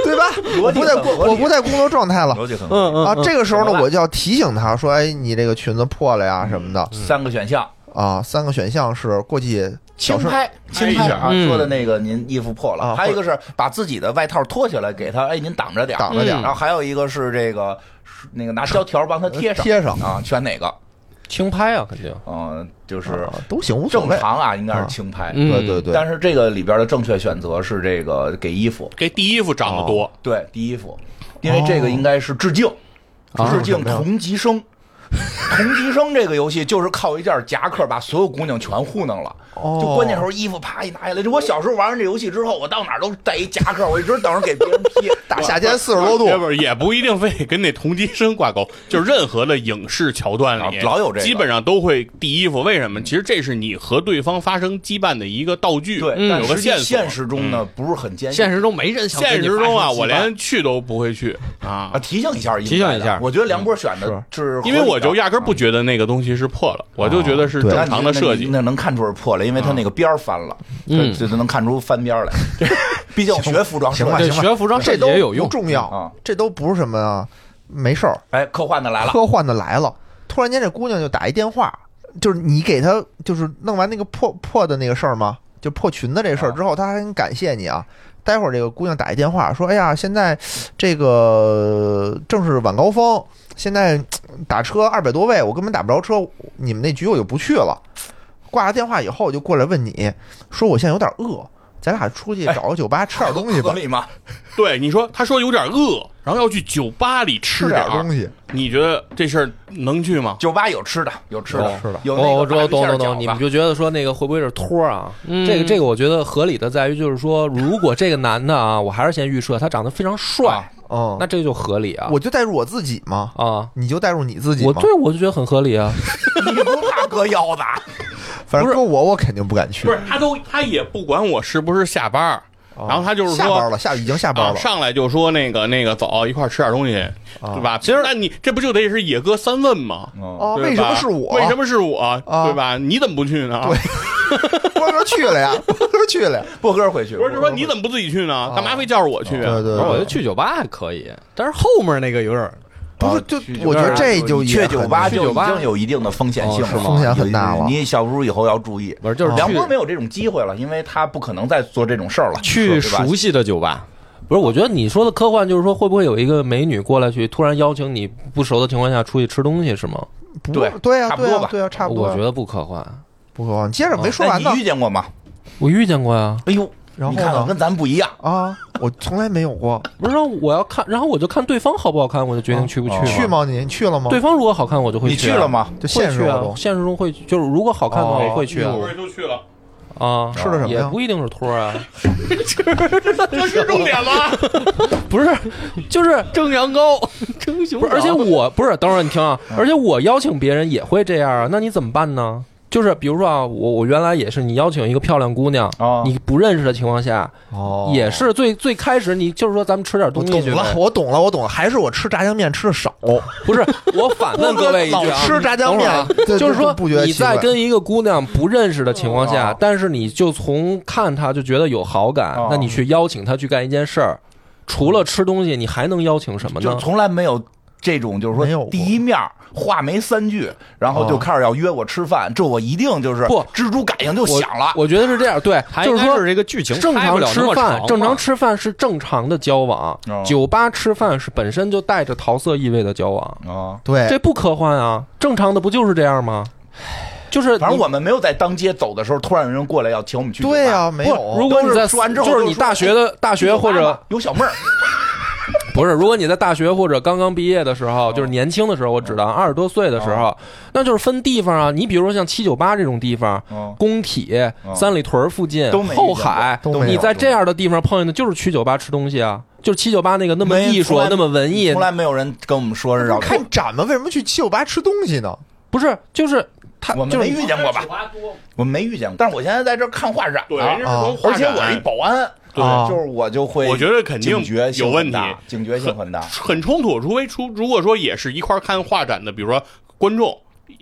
Speaker 4: 对吧？我
Speaker 2: 辑
Speaker 4: 不在
Speaker 2: 很
Speaker 4: 工，
Speaker 2: 合理
Speaker 4: 我不在工作状态了
Speaker 2: 逻辑很
Speaker 1: 嗯嗯
Speaker 4: 啊。
Speaker 1: 嗯
Speaker 4: 这个时候
Speaker 2: 怎么
Speaker 4: 呢，
Speaker 2: 办
Speaker 4: 我就要提醒他说：“哎，你这个裙子破了呀，什么的
Speaker 2: 嗯三个选项，
Speaker 4: 啊。”三个选项是过去
Speaker 2: 轻
Speaker 4: 小声
Speaker 2: 拍，轻拍啊，
Speaker 1: 嗯
Speaker 2: 说的那个您衣服破了，
Speaker 4: 啊
Speaker 2: 还有一个是把自己的外套脱下来给他，哎，您挡着点儿，
Speaker 4: 挡着点
Speaker 2: 然后还有一个是这个是那个拿胶条帮他贴上，
Speaker 4: 贴上
Speaker 2: 啊，选哪个？
Speaker 6: 轻拍啊，肯定。
Speaker 2: 嗯，就是
Speaker 4: 啊都行，无所
Speaker 2: 正
Speaker 4: 谓。
Speaker 2: 常啊，应该是轻拍，
Speaker 1: 嗯
Speaker 4: 对对对，
Speaker 2: 但是这个里边的正确选择是这个给衣服，
Speaker 5: 给第一副长得多，
Speaker 2: 对，第一幅，因为这个应该是致敬，致敬同级生。同级生这个游戏就是靠一件夹克把所有姑娘全糊弄了，
Speaker 4: 哦
Speaker 2: 就关键时候衣服啪一拿下来。就我小时候玩完这游戏之后，我到哪儿都带一夹克，我一直等着给别人贴。
Speaker 4: 大夏天四十多度，
Speaker 5: 也不是 也不一定非得跟那同级生挂钩，就是任何的影视桥段里
Speaker 2: 啊老有这个
Speaker 5: 基本上都会第一副。为什么？其实这是你和对方发生羁绊的一个道具，
Speaker 2: 对，但
Speaker 5: 嗯有个
Speaker 2: 实际
Speaker 5: 线索。
Speaker 2: 现实中呢不是很坚
Speaker 1: 现
Speaker 2: 实
Speaker 1: 实中没人想跟
Speaker 5: 现
Speaker 1: 你
Speaker 5: 实
Speaker 1: 发生
Speaker 5: 中啊，
Speaker 1: 羁绊
Speaker 5: 我连去都不会去 啊
Speaker 2: 啊。，提醒一下，
Speaker 1: 提醒一下
Speaker 2: 啊我觉得梁波选的是合理的，
Speaker 5: 因为我就压根儿不觉得那个东西是破了，我就觉得是
Speaker 4: 对
Speaker 5: 正常的设计。
Speaker 2: 啊那能看出是破了，因为他那个边儿翻了，
Speaker 1: 嗯
Speaker 2: 这这能看出翻边儿来。 毕竟学服装设
Speaker 4: 行吧
Speaker 2: 计
Speaker 1: 对
Speaker 4: 行吧，
Speaker 1: 学服装设
Speaker 4: 这
Speaker 1: 计
Speaker 4: 都
Speaker 1: 也有用
Speaker 4: 不重要
Speaker 2: 啊，
Speaker 4: 这都不是什么啊，没事儿。
Speaker 2: 哎，科幻的来了，
Speaker 4: 科幻的来了，突然间这姑娘就打一电话，就是你给她就是弄完那个破破的那个事儿嘛，就破裙的这事儿之后，她还很感谢你啊。待会儿这个姑娘打一电话说：“哎呀，现在这个正是晚高峰，现在嘖打车二百多位，我根本打不着车，你们那局我就不去了。”挂了电话以后，我就过来问你说：“我现在有点饿，咱俩出去找个酒吧吃点东西吧
Speaker 2: 合，理吗？
Speaker 5: 对，你说他说有点饿，然后要去酒吧里吃
Speaker 4: 吃
Speaker 2: 嗯
Speaker 5: 点
Speaker 4: 点
Speaker 5: 儿啊
Speaker 4: 东西。
Speaker 5: 你觉得这事儿能去吗？
Speaker 2: 酒吧有吃的，有吃的，
Speaker 4: 有哦吃的
Speaker 2: 有那
Speaker 6: 我
Speaker 2: 个
Speaker 6: 哦我知道，懂
Speaker 2: 大鱼
Speaker 6: 懂
Speaker 2: 馅儿
Speaker 6: 懂，你
Speaker 2: 饺
Speaker 6: 们
Speaker 2: 子
Speaker 6: 就觉得说那个会不会是托儿啊？
Speaker 1: 嗯
Speaker 6: 这个这个，我觉得合理的在于就是说，如果这个男的啊，我还是先预设他长得非常帅
Speaker 2: 啊，”
Speaker 4: 嗯，
Speaker 6: 那这个就合理啊。
Speaker 4: 我就带入我自己嘛，
Speaker 6: 啊，
Speaker 4: 你就带入你自己
Speaker 6: 我
Speaker 4: 嘛。
Speaker 6: 对我就觉得很合理啊。
Speaker 2: 你不怕割腰子？啊
Speaker 4: 反
Speaker 6: 不
Speaker 4: 正搁
Speaker 6: 是
Speaker 4: 我，我肯定不敢去。
Speaker 5: 不是，他都他也不管我是不是下班儿，
Speaker 2: 哦
Speaker 5: 然后他就是
Speaker 4: 下
Speaker 5: 说
Speaker 4: 班了，下已经下班
Speaker 5: 啊，
Speaker 4: 了。
Speaker 5: 上来就说那个那个走，一块儿吃点东西，对吧？其实那你这不就得是野哥三问吗？
Speaker 4: 哦，
Speaker 5: 对吧
Speaker 4: 为什么是我？
Speaker 5: 为什么是我？对吧？你怎么不去呢？
Speaker 4: 波哥去了呀？波哥去了呀？
Speaker 2: 波哥嗯回去，
Speaker 5: 不是就说你怎么不自己去呢？干嘛非叫着我去啊？
Speaker 4: 对对
Speaker 1: 不是，我觉
Speaker 4: 对
Speaker 1: 得，去酒吧还可以，但是后面那个有点儿
Speaker 4: 不是就我觉得这就也
Speaker 2: 去酒吧
Speaker 4: 很
Speaker 2: 就
Speaker 1: 酒
Speaker 2: 已
Speaker 1: 吧
Speaker 2: 经有一定的风险性
Speaker 1: 哦是
Speaker 2: 了，
Speaker 1: 吗
Speaker 4: 风险很大了
Speaker 2: 你小叔以后要注意。
Speaker 1: 不是就是
Speaker 2: 梁
Speaker 1: 去
Speaker 2: 波没有这种机会了，因为他不可能再做这种事儿了。
Speaker 1: 去
Speaker 2: 是吧
Speaker 1: 熟悉的酒吧，
Speaker 6: 不是，我觉得你说的科幻就是说，会不会有一个美女过来去突然邀请你不熟的情况下出去吃东西是吗？
Speaker 4: 不
Speaker 2: 对
Speaker 4: 对啊
Speaker 2: 差不
Speaker 4: 对
Speaker 2: 多
Speaker 4: 啊
Speaker 2: 吧
Speaker 4: 对啊，差不多。
Speaker 6: 我觉得不科幻，
Speaker 4: 不过接着没说
Speaker 2: 那
Speaker 4: 完呢
Speaker 2: 你，遇见过吗？
Speaker 6: 我遇见过啊呀。
Speaker 2: 哎呦，
Speaker 4: 然后
Speaker 2: 你看看
Speaker 4: 呢？
Speaker 2: 跟咱不一样，
Speaker 4: 啊，我从来没有过。
Speaker 6: 不是，然后我要看，然后我就看对方好不好看，我就决定去不去
Speaker 2: 哦
Speaker 6: 嘛。
Speaker 4: 啊去吗？你你去了吗？
Speaker 6: 对，方如果好看，我就会
Speaker 2: 你
Speaker 6: 去
Speaker 2: 去
Speaker 6: 啊。
Speaker 2: 了吗？
Speaker 4: 就
Speaker 6: 会
Speaker 4: 现实
Speaker 6: 去
Speaker 4: 生活
Speaker 6: 啊，
Speaker 4: 中
Speaker 6: 现实中会去，就是如果好看的话，
Speaker 4: 哦
Speaker 6: 我会去啊
Speaker 4: 哟
Speaker 5: 就去了，
Speaker 6: 啊。
Speaker 4: 吃的什么
Speaker 6: 也
Speaker 4: 呀
Speaker 6: 不？一定是托儿啊，
Speaker 5: 这是重点吗？
Speaker 6: 不是，就是
Speaker 1: 蒸羊 羔、蒸熊
Speaker 6: 不是，而且我不是，等会儿你听啊，而且我邀请别人也会这样啊，那你怎么办呢？就是比如说啊，我我原来也是，你邀请一个漂亮姑娘，
Speaker 2: 啊
Speaker 6: 你不认识的情况下，
Speaker 4: 哦
Speaker 6: 也是最最开始你就是说咱们吃点
Speaker 4: 我
Speaker 6: 东西
Speaker 4: 懂
Speaker 6: 去
Speaker 4: 了，
Speaker 6: 呗，
Speaker 4: 我懂了，我懂了。还是我吃炸酱面吃的少，
Speaker 6: 不是？我反问各位一 句
Speaker 4: 老
Speaker 6: 啊，
Speaker 4: 吃炸酱面
Speaker 6: 等会儿啊，
Speaker 4: 这
Speaker 6: 就
Speaker 4: 这
Speaker 6: 是说
Speaker 4: 不觉得
Speaker 6: 你
Speaker 4: 奇怪
Speaker 6: 在跟一个姑娘不认识的情况下
Speaker 2: 哦，
Speaker 6: 但是你就从看她就觉得有好感
Speaker 2: 哦，
Speaker 6: 那你去邀请她去干一件事儿，除了吃东西，你还能邀请什么
Speaker 2: 就
Speaker 6: 呢？
Speaker 2: 从来没有这种，就是
Speaker 4: 没有
Speaker 2: 说
Speaker 4: 过
Speaker 2: 第一面儿话没三句，然后就
Speaker 4: 哦
Speaker 2: 开始要约我吃饭，这我一定就是
Speaker 6: 不
Speaker 2: 蜘蛛感应就
Speaker 6: 我
Speaker 2: 响了。
Speaker 6: 我觉得是这样，对，
Speaker 1: 还
Speaker 6: 就
Speaker 1: 应
Speaker 6: 是
Speaker 1: 该
Speaker 6: 说
Speaker 1: 是这个剧情
Speaker 6: 正
Speaker 1: 拍不了
Speaker 6: 常
Speaker 1: 那
Speaker 6: 吃
Speaker 1: 么
Speaker 6: 饭，
Speaker 1: 长
Speaker 6: 正
Speaker 1: 嘛
Speaker 6: 常吃饭是正常的交往
Speaker 2: 哦，
Speaker 6: 啊酒吧吃饭是本身就带着桃色意味的交往，
Speaker 2: 啊，
Speaker 4: 对
Speaker 6: 这不科幻啊！正常的不就是这样吗？就是
Speaker 2: 反正
Speaker 6: 你
Speaker 2: 我们没有在当街走的时候，突然有人过来要请我们去酒吧。
Speaker 4: 对
Speaker 6: 啊
Speaker 4: 呀没有
Speaker 2: 不
Speaker 6: 如果
Speaker 2: 哦都
Speaker 6: 你
Speaker 2: 是
Speaker 6: 在
Speaker 2: 说完之后
Speaker 6: 就
Speaker 2: 都
Speaker 6: 是你
Speaker 2: 说哎
Speaker 6: 大学的大学或
Speaker 2: 有
Speaker 6: 者
Speaker 2: 妈妈有小妹儿，
Speaker 6: 不是，如果你在大学或者刚刚毕业的时候，
Speaker 2: 哦
Speaker 6: 就是年轻的时候，我指的二十多岁的时候，那就是分地方啊。你比如说像七九八这种地方
Speaker 2: 嗯，
Speaker 6: 工体、三里屯附近
Speaker 2: 都没、遇见过
Speaker 6: 后海
Speaker 4: 都没，有
Speaker 6: 你在这样的地方碰见的就是去酒吧吃东西啊，就是七九八那个那么
Speaker 2: 没
Speaker 6: 艺术
Speaker 2: 从
Speaker 6: 啊
Speaker 2: 来、
Speaker 6: 那么文艺
Speaker 2: 从，来没有人跟我们说是
Speaker 4: 不是
Speaker 2: 让
Speaker 4: 看展吗？为什么去七九八吃东西呢？
Speaker 6: 不是，就是他
Speaker 2: 我们
Speaker 6: 就
Speaker 2: 没
Speaker 6: 是
Speaker 2: 遇见过吧？我们没遇见过，但是我现在在这儿看画展
Speaker 5: 对，人家
Speaker 2: 了，啊
Speaker 5: 是从画
Speaker 2: 而且
Speaker 5: 展
Speaker 2: 我是一保安，
Speaker 5: 对
Speaker 4: 啊
Speaker 2: 就是我就会，
Speaker 5: 我觉得肯定
Speaker 2: 警觉性
Speaker 5: 有问题
Speaker 2: 很大警觉性很大。
Speaker 5: 很冲突，除非出如果说也是一块儿看画展的，比如说观众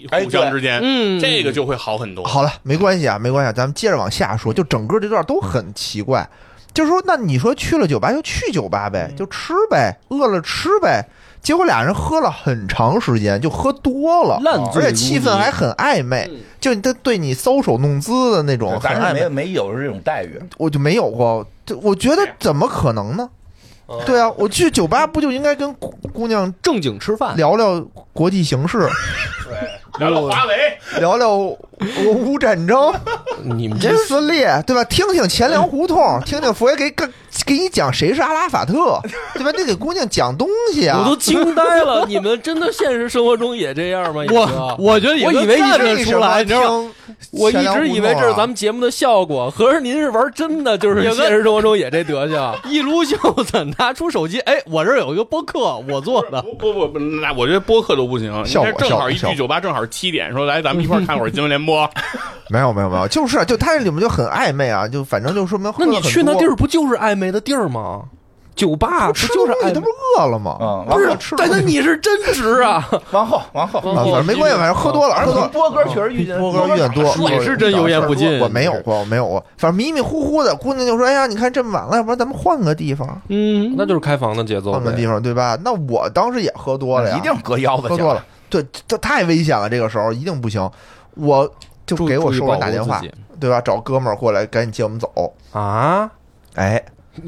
Speaker 2: 哎
Speaker 5: 互相之间，
Speaker 6: 嗯
Speaker 5: 这个就会好很多。
Speaker 4: 好了，没关系啊，没关系、啊，咱们接着往下
Speaker 1: 嗯
Speaker 4: 说。就整个这段都很奇怪，就是说，那你说去了酒吧就去酒吧
Speaker 1: 嗯
Speaker 4: 呗，就吃呗，饿了吃呗。结果俩人喝了很长时间，就喝多了，
Speaker 1: 烂醉
Speaker 4: 而且
Speaker 1: 如
Speaker 4: 气氛
Speaker 1: 泥嗯
Speaker 4: 还很暧昧，就他对你搔首弄姿的那种，哦很
Speaker 2: 咱是
Speaker 4: 暧
Speaker 2: 没
Speaker 4: 昧，
Speaker 2: 没有这种待遇，
Speaker 4: 我就没有过。这我觉得怎么可能呢？
Speaker 1: 嗯
Speaker 4: 对啊，我去酒吧不就应该跟姑姑娘
Speaker 1: 正经吃饭，
Speaker 4: 聊聊国际 形势，
Speaker 5: 聊聊华为，
Speaker 4: 聊聊俄乌战争？
Speaker 6: 你们这
Speaker 4: 以色列对吧？听听钱粮胡同，听听佛爷给给给你讲谁是阿拉法特，对吧？那给姑娘讲东西啊，
Speaker 6: 我 都惊呆了，你们真的现实生活中也这样吗？已
Speaker 1: 我
Speaker 6: 经
Speaker 1: 我觉得也
Speaker 6: 我以
Speaker 1: 就
Speaker 6: 为你
Speaker 1: 看
Speaker 6: 这
Speaker 1: 得
Speaker 4: 为什
Speaker 1: 出
Speaker 4: 么
Speaker 1: 来，你知道吗？
Speaker 4: 听
Speaker 6: 我
Speaker 4: 钱
Speaker 6: 一
Speaker 4: 粮胡
Speaker 6: 直
Speaker 4: 同啊
Speaker 6: 以为这是咱们节目的效果，合着您是玩真的，就是
Speaker 1: 有个
Speaker 6: 现实生活中也这德行。
Speaker 1: 一撸袖子，拿出手机，哎，我这儿有一个播客，我做 的。
Speaker 5: 不不不，那我觉得播客都不行。你
Speaker 4: 效果
Speaker 5: 看正好一
Speaker 4: 效果
Speaker 5: 去酒吧，正好七点，说来咱们一块儿看 会儿新闻联播。
Speaker 4: 没有没有没有，就是啊就他这里面就很暧昧啊，就反正就说明
Speaker 6: 那你去那地
Speaker 4: 儿
Speaker 6: 儿不就是暧昧的地儿吗？酒吧不
Speaker 4: 吃
Speaker 6: 就是
Speaker 4: 东西，
Speaker 6: 暧
Speaker 4: 他
Speaker 6: 昧
Speaker 4: 不？是饿了吗？
Speaker 2: 嗯，
Speaker 6: 不
Speaker 2: 完
Speaker 6: 是
Speaker 2: 后吃，
Speaker 6: 但那你是真值啊！
Speaker 2: 往后往后，
Speaker 6: 往
Speaker 4: 啊，
Speaker 6: 后
Speaker 4: 反正没关系，
Speaker 6: 嗯
Speaker 4: 反正喝多了，
Speaker 2: 反
Speaker 4: 喝
Speaker 2: 正
Speaker 4: 多
Speaker 2: 从
Speaker 4: 了。
Speaker 2: 波哥确实遇见
Speaker 4: 波哥有点多，
Speaker 1: 你是真油盐不进
Speaker 4: 我没有过，我没有过，反正迷迷糊糊的，姑娘就说：“哎呀，你看这么晚了，要不然咱们换个地方，
Speaker 1: 嗯，
Speaker 6: 那就是开房的节奏
Speaker 4: 换个地
Speaker 6: 呗。
Speaker 4: 方，对吧？”那我当时也喝多了呀，
Speaker 2: 哎一定割腰子，
Speaker 4: 喝多了，对，这太危险了，这个时候一定不行。我就
Speaker 1: 注
Speaker 4: 给我
Speaker 1: 注意
Speaker 4: 熟
Speaker 1: 保
Speaker 4: 人
Speaker 1: 护
Speaker 4: 打电话
Speaker 1: 自己，
Speaker 4: 对吧？找哥们儿过来，赶紧接我们走。
Speaker 6: 啊？
Speaker 4: 哎，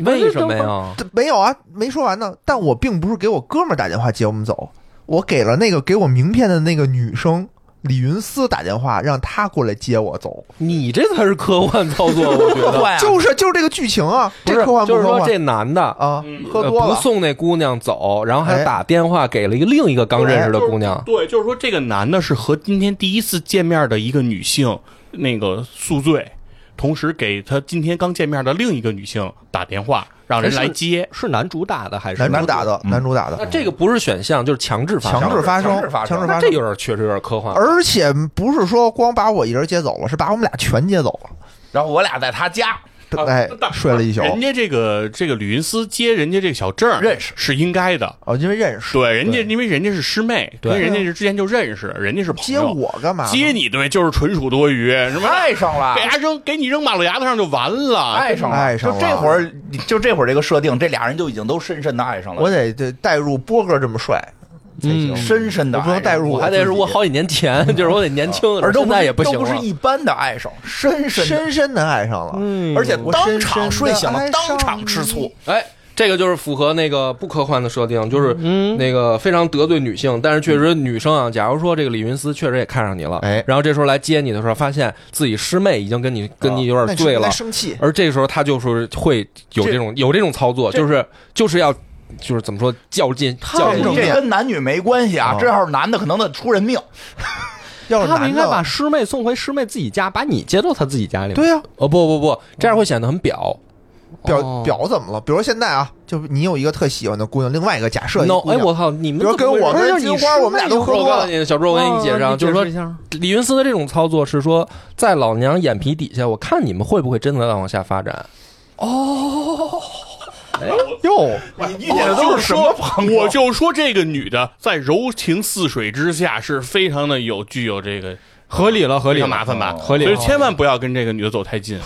Speaker 6: 为什么呀？
Speaker 4: 这没有啊，没说完呢。但我并不是给我哥们儿打电话接我们走，我给了那个给我名片的那个女生李云思打电话，让她过来接我走。
Speaker 6: 你这才是科幻操作，我觉得。
Speaker 2: 对啊
Speaker 4: 就是就是这个剧情啊，
Speaker 6: 哎不
Speaker 4: 这
Speaker 6: 是
Speaker 4: 科幻，不
Speaker 6: 就是
Speaker 4: 科
Speaker 6: 说
Speaker 4: 幻
Speaker 6: 这男的
Speaker 4: 啊
Speaker 5: 嗯，
Speaker 4: 喝
Speaker 6: 呃
Speaker 4: 多
Speaker 6: 不
Speaker 4: 了，
Speaker 6: 送那姑娘走，然后还
Speaker 4: 哎
Speaker 6: 打电话给了一个另一个刚认识的姑娘。
Speaker 5: 对，就是说这个男的是和今天第一次见面的一个女性那个宿醉，同时给他今天刚见面的另一个女性打电话，让人来
Speaker 4: 哎
Speaker 5: 接。
Speaker 1: 是男主打的还是
Speaker 4: 男主打的，男主打
Speaker 6: 嗯那
Speaker 4: 的，
Speaker 6: 这个不是选项，就是强制发生。
Speaker 4: 强制发生
Speaker 2: 强制，发生
Speaker 4: 强制
Speaker 6: 那
Speaker 4: 发
Speaker 6: 这
Speaker 4: 生。
Speaker 6: 有点确实有点科幻。
Speaker 4: 而且不是说光把我一人接走了，是把我们俩全接走了。
Speaker 2: 然后我俩在他家，
Speaker 4: 哎，睡了一宿。
Speaker 5: 啊人家这个这个吕云思接人家这个小郑
Speaker 2: 认识
Speaker 5: 是应该的，
Speaker 4: 哦，因为认识。
Speaker 5: 对，人家因为人家是师妹，
Speaker 6: 对
Speaker 5: 跟人家是之前就认识，人家是朋
Speaker 4: 接
Speaker 5: 友。
Speaker 4: 我啊干嘛呢？
Speaker 5: 接你对，就是纯属多 余，什么
Speaker 2: 爱上了
Speaker 5: 给，他扔，给你扔马路牙子上就完了。
Speaker 2: 爱上了，
Speaker 4: 爱上了
Speaker 2: 就这会儿，就这会儿这个设定，这俩人就已经都深深的爱上了，
Speaker 4: 我得得带入波哥这么帅才行。
Speaker 2: 深深的
Speaker 4: 我不能带入
Speaker 6: 我还得是我好几年前， 就是我得 年轻的时候，
Speaker 2: 而都
Speaker 6: 现在也
Speaker 2: 不
Speaker 6: 不
Speaker 2: 是
Speaker 6: 行
Speaker 2: 都不是
Speaker 6: 了。
Speaker 2: 一般的爱上，深深嗯的，
Speaker 4: 深深的爱上了，
Speaker 2: 而且
Speaker 4: 哎我
Speaker 2: 当
Speaker 4: 深深
Speaker 2: 场
Speaker 4: 地
Speaker 2: 睡醒
Speaker 4: 爱
Speaker 2: 了，
Speaker 4: 上
Speaker 2: 当场吃醋，
Speaker 6: 哎，这个就是符合那个不科幻的设定，就是
Speaker 1: 嗯
Speaker 4: 嗯
Speaker 6: 那个非常得罪女性，但是确实女生啊，假如说这个李云思确实也看上你了，
Speaker 4: 哎
Speaker 6: 然后这时候来接你的时候，发现自己师妹已经跟你跟你有
Speaker 4: 那
Speaker 6: 点
Speaker 4: 你
Speaker 6: 醉
Speaker 4: 应该
Speaker 6: 了，
Speaker 4: 生气。
Speaker 6: 而这时候他就是会有这种有这种操作，
Speaker 2: 这
Speaker 6: 就是就是要就是怎么说较劲较
Speaker 4: 太
Speaker 6: 劲
Speaker 4: 正。面
Speaker 2: 这跟男女没关系啊
Speaker 4: 啊，
Speaker 2: 这要是男的可能得出人命，
Speaker 4: 要是
Speaker 1: 他们
Speaker 4: 男
Speaker 1: 应该把
Speaker 4: 的，
Speaker 1: 师妹送回师妹自己家，把你接到他自己家里。
Speaker 4: 对呀，
Speaker 6: 哦不不不，这样会显得很表。
Speaker 1: 哦
Speaker 4: 表表怎么了？比如现在啊，就是你有一个特喜欢的姑娘，另外一个假设一个
Speaker 6: no，
Speaker 4: 姑
Speaker 6: 哎
Speaker 4: 娘，
Speaker 6: 我靠，你们
Speaker 4: 比如
Speaker 6: 怎么
Speaker 4: 跟我
Speaker 6: 回事
Speaker 4: 跟
Speaker 6: 不是就
Speaker 4: 金
Speaker 6: 是你
Speaker 4: 花
Speaker 6: 师
Speaker 4: 我们俩
Speaker 6: 妹
Speaker 4: 都
Speaker 6: 有
Speaker 4: 喝
Speaker 6: 时候
Speaker 4: 多
Speaker 6: 我告
Speaker 4: 了
Speaker 6: 诉你，小猪，我给你解
Speaker 4: 哦
Speaker 6: 释啊，就是说李云思的这种操作是说，在老娘眼皮底下，我看你们会不会真的再往下发展？
Speaker 4: 哟，
Speaker 6: 哦
Speaker 2: 你遇见的都是什么朋友？
Speaker 5: 我就说这个女的在柔情似水之下是非常的有具有这个
Speaker 1: 合理了，合
Speaker 5: 非
Speaker 1: 理了，
Speaker 5: 常麻烦吧，
Speaker 1: 合理
Speaker 5: 所
Speaker 1: 了
Speaker 5: 以。千万不要跟这个女的走太近。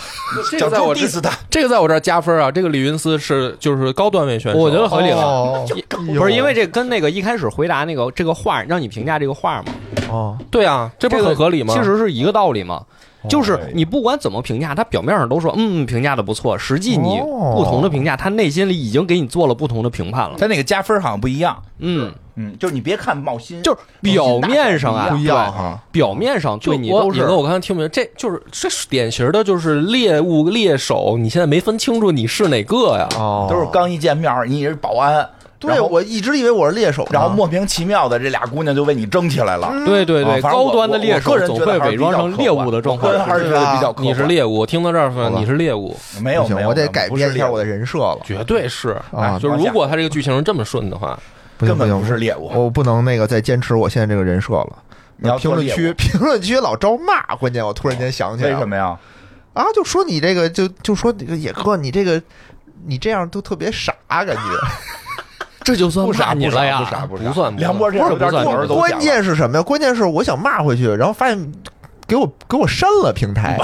Speaker 6: 这
Speaker 2: 小
Speaker 6: 个在
Speaker 2: 猪
Speaker 6: 我这
Speaker 2: diss 他，
Speaker 6: 这个在我这儿加分啊！这个李云思是就是高段位选手，
Speaker 1: 我觉得合理了。
Speaker 4: 哦
Speaker 2: 就更
Speaker 1: 不是因为这跟那个一开始回答那个这个画，让你评价这个画嘛，
Speaker 4: 哦，
Speaker 6: 对啊，这不
Speaker 1: 这
Speaker 6: 是
Speaker 1: 个
Speaker 6: 很合理吗？
Speaker 1: 其实是一个道理嘛。就是
Speaker 4: 哎
Speaker 1: 你不管怎么评价，他表面上都说嗯评价的不错，实际你
Speaker 4: 哦
Speaker 1: 不同的评价，他内心里已经给你做了不同的评判了。
Speaker 2: 他那个加分好像不一样，
Speaker 1: 嗯，
Speaker 2: 嗯，就是你别看冒心，
Speaker 1: 就是表面上啊，
Speaker 4: 不一
Speaker 1: 对，
Speaker 4: 样哈。
Speaker 1: 表面上
Speaker 6: 就
Speaker 1: 对你
Speaker 6: 我
Speaker 1: 都
Speaker 6: 你
Speaker 1: 是
Speaker 6: 哥，我刚才听不明白，这就是这是典型的，就是猎物猎手，你现在没分清楚你是哪个
Speaker 1: 啊
Speaker 6: 呀？
Speaker 4: 哦，
Speaker 2: 都是刚一见面儿，你也是保安，然
Speaker 4: 对
Speaker 2: 后
Speaker 4: 我一直以为我是猎手呢，
Speaker 2: 然后莫名其妙的这俩姑娘就为你争起来了。
Speaker 1: 对对
Speaker 2: 啊
Speaker 1: 对，
Speaker 2: 反正我
Speaker 1: 高端的
Speaker 2: 我
Speaker 1: 猎
Speaker 2: 我
Speaker 1: 手
Speaker 2: 个人
Speaker 1: 总
Speaker 2: 觉得
Speaker 1: 会
Speaker 2: 还是
Speaker 1: 伪
Speaker 2: 比
Speaker 1: 装
Speaker 2: 较
Speaker 1: 成
Speaker 2: 客
Speaker 1: 猎
Speaker 2: 观
Speaker 1: 物的状
Speaker 2: 个人
Speaker 1: 况。
Speaker 2: 还是觉得比较客观
Speaker 6: 你是猎物，我听到这儿
Speaker 4: 好吧
Speaker 6: 你是猎物，
Speaker 2: 没有
Speaker 4: 不行
Speaker 2: 没，有，
Speaker 4: 我得
Speaker 2: 没有
Speaker 4: 改
Speaker 2: 不是
Speaker 4: 变一下
Speaker 2: 猎物
Speaker 4: 我的人设了。
Speaker 6: 绝对是。
Speaker 1: 哎
Speaker 4: 啊
Speaker 6: 就是如果他这个剧情这么顺的话，
Speaker 4: 行
Speaker 2: 根本
Speaker 4: 行
Speaker 2: 不是猎物
Speaker 4: 我不能那个再坚持我现在这个人设了。
Speaker 2: 你要
Speaker 4: 评
Speaker 2: 做
Speaker 4: 论
Speaker 2: 猎物
Speaker 4: 区评论区老招骂，关键我突然间想起来
Speaker 2: 为
Speaker 4: 了，
Speaker 2: 什么呀？
Speaker 4: 啊？就说你这个，就就说这个野哥，你这个你这样都特别傻，啊感觉。
Speaker 1: 这就算
Speaker 2: 不傻
Speaker 1: 骂你了呀？
Speaker 2: 不傻不傻
Speaker 6: 不算不
Speaker 2: 梁波这
Speaker 6: 算
Speaker 2: 样有点
Speaker 6: 不算
Speaker 2: 过儿
Speaker 6: 不
Speaker 2: 都
Speaker 6: 算
Speaker 4: 关键是什么呀？关键是我想骂回去，然后发现给我给我删了平台，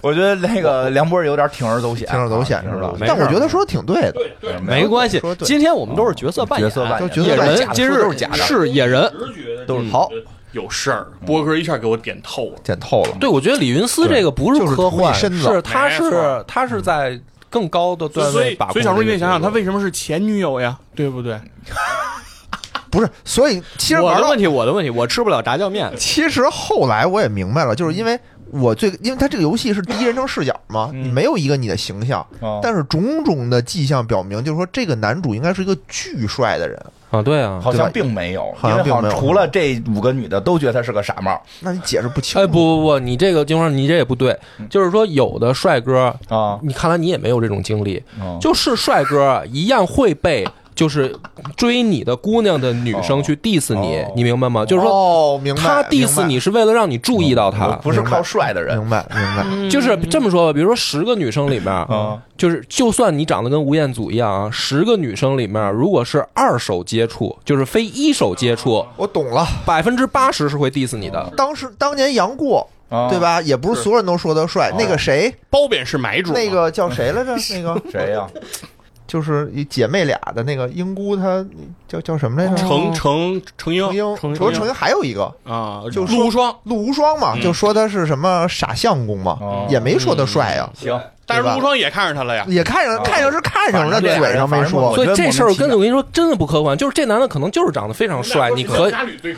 Speaker 2: 我觉得那个梁波有点铤而走险，
Speaker 4: 铤而走险
Speaker 2: 啊
Speaker 4: 是
Speaker 2: 铤而
Speaker 4: 吧
Speaker 2: 走？险
Speaker 1: 没
Speaker 4: 但我
Speaker 1: 事儿
Speaker 4: 觉得说的挺对的，
Speaker 2: 对
Speaker 1: 没关系
Speaker 4: 说，对
Speaker 1: 今天我们都是角色扮演，
Speaker 2: 角色扮演
Speaker 4: 就角色
Speaker 1: 野
Speaker 4: 扮演
Speaker 1: 人
Speaker 2: 假的
Speaker 1: 今
Speaker 2: 说
Speaker 1: 日
Speaker 2: 都是假的
Speaker 1: 是野人，
Speaker 5: 直觉得
Speaker 2: 都是
Speaker 5: 这
Speaker 4: 好
Speaker 5: 个有事儿，波哥一下给我点透了。
Speaker 4: 剪透了。
Speaker 6: 对，我觉得李云斯这个不
Speaker 4: 就是图
Speaker 6: 科幻，
Speaker 4: 你身子
Speaker 6: 是他
Speaker 5: 没
Speaker 6: 是
Speaker 5: 错
Speaker 6: 他是在更高的段
Speaker 5: 所
Speaker 6: 位
Speaker 5: 以
Speaker 6: 把，控。
Speaker 5: 所以小叔，你得想想，他为什么是前女友呀？对不对？
Speaker 4: 不是，所以其实
Speaker 1: 我
Speaker 4: 玩
Speaker 1: 的
Speaker 4: 到
Speaker 1: 问题，我的问题，我吃不了炸酱面。
Speaker 4: 其实后来我也明白了，就是因为我最，因为它这个游戏是第一人称视角嘛，
Speaker 2: 嗯
Speaker 4: 你没有一个你的形象，
Speaker 2: 哦
Speaker 4: 但是种种的迹象表明，就是说这个男主应该是一个巨帅的人。
Speaker 6: 啊，对啊，
Speaker 2: 好
Speaker 4: 对吧
Speaker 2: 像并没有，
Speaker 4: 好
Speaker 2: 因
Speaker 4: 像
Speaker 2: 为
Speaker 4: 并
Speaker 2: 好
Speaker 4: 没
Speaker 2: 像
Speaker 4: 有
Speaker 2: 除了这五个女的都觉得他是个傻帽
Speaker 4: 那你解释不清。
Speaker 6: 哎，不，不不，你这个金花，你这也不对。
Speaker 4: 嗯
Speaker 6: 就是说，有的帅哥，
Speaker 2: 啊，
Speaker 6: 你看来你也没有这种经历，
Speaker 2: 嗯
Speaker 6: 就是帅哥一样会被就是追你的姑娘的女生去 diss 你
Speaker 2: 哦，
Speaker 6: 你明白吗？就是说，
Speaker 4: 哦，明白，明
Speaker 6: 他
Speaker 4: 白
Speaker 6: diss 你，是为了让你注意到他。
Speaker 2: 不是靠帅的人嗯
Speaker 4: 明嗯白明白。
Speaker 6: 就是这么说吧，比如说十个女生里面，
Speaker 2: 啊，
Speaker 6: 就是就算你长得跟吴彦祖一样啊，十个女生里面，如果是二手接触，就是非一手接触，
Speaker 4: 我懂了，
Speaker 6: 百分之八十是会 diss 你的。
Speaker 4: 当时当年杨过，
Speaker 2: 啊
Speaker 4: 对？吧？也不是所有人都说他帅。那个谁，
Speaker 5: 褒贬是买主嘛，
Speaker 4: 那个叫谁来
Speaker 2: 嗯
Speaker 4: 着？那个
Speaker 2: 谁呀？
Speaker 4: 就是一姐妹俩的那个英姑，她叫叫什么来
Speaker 2: 啊
Speaker 4: 着？
Speaker 5: 程程程英
Speaker 4: 程英，
Speaker 5: 程
Speaker 4: 除了程英还有一个
Speaker 5: 啊，
Speaker 4: 就说
Speaker 5: 陆无双。
Speaker 4: 陆无双嘛，就说他是什么傻相公嘛
Speaker 6: 嗯
Speaker 2: 哦，
Speaker 4: 也没说他帅呀，
Speaker 2: 行，
Speaker 5: 但是
Speaker 4: 对吧
Speaker 5: 陆无双也看上他了呀，
Speaker 4: 也看上看上是看上
Speaker 2: 嗯哦反正
Speaker 4: 了，但
Speaker 2: 这
Speaker 4: 嘴上没
Speaker 2: 我
Speaker 4: 说。
Speaker 6: 所
Speaker 2: 觉
Speaker 6: 以
Speaker 2: 得
Speaker 6: 哦这事儿跟
Speaker 2: 莫
Speaker 6: 我跟你说真的不科幻，就是这男的可能就是长得非常帅，你可以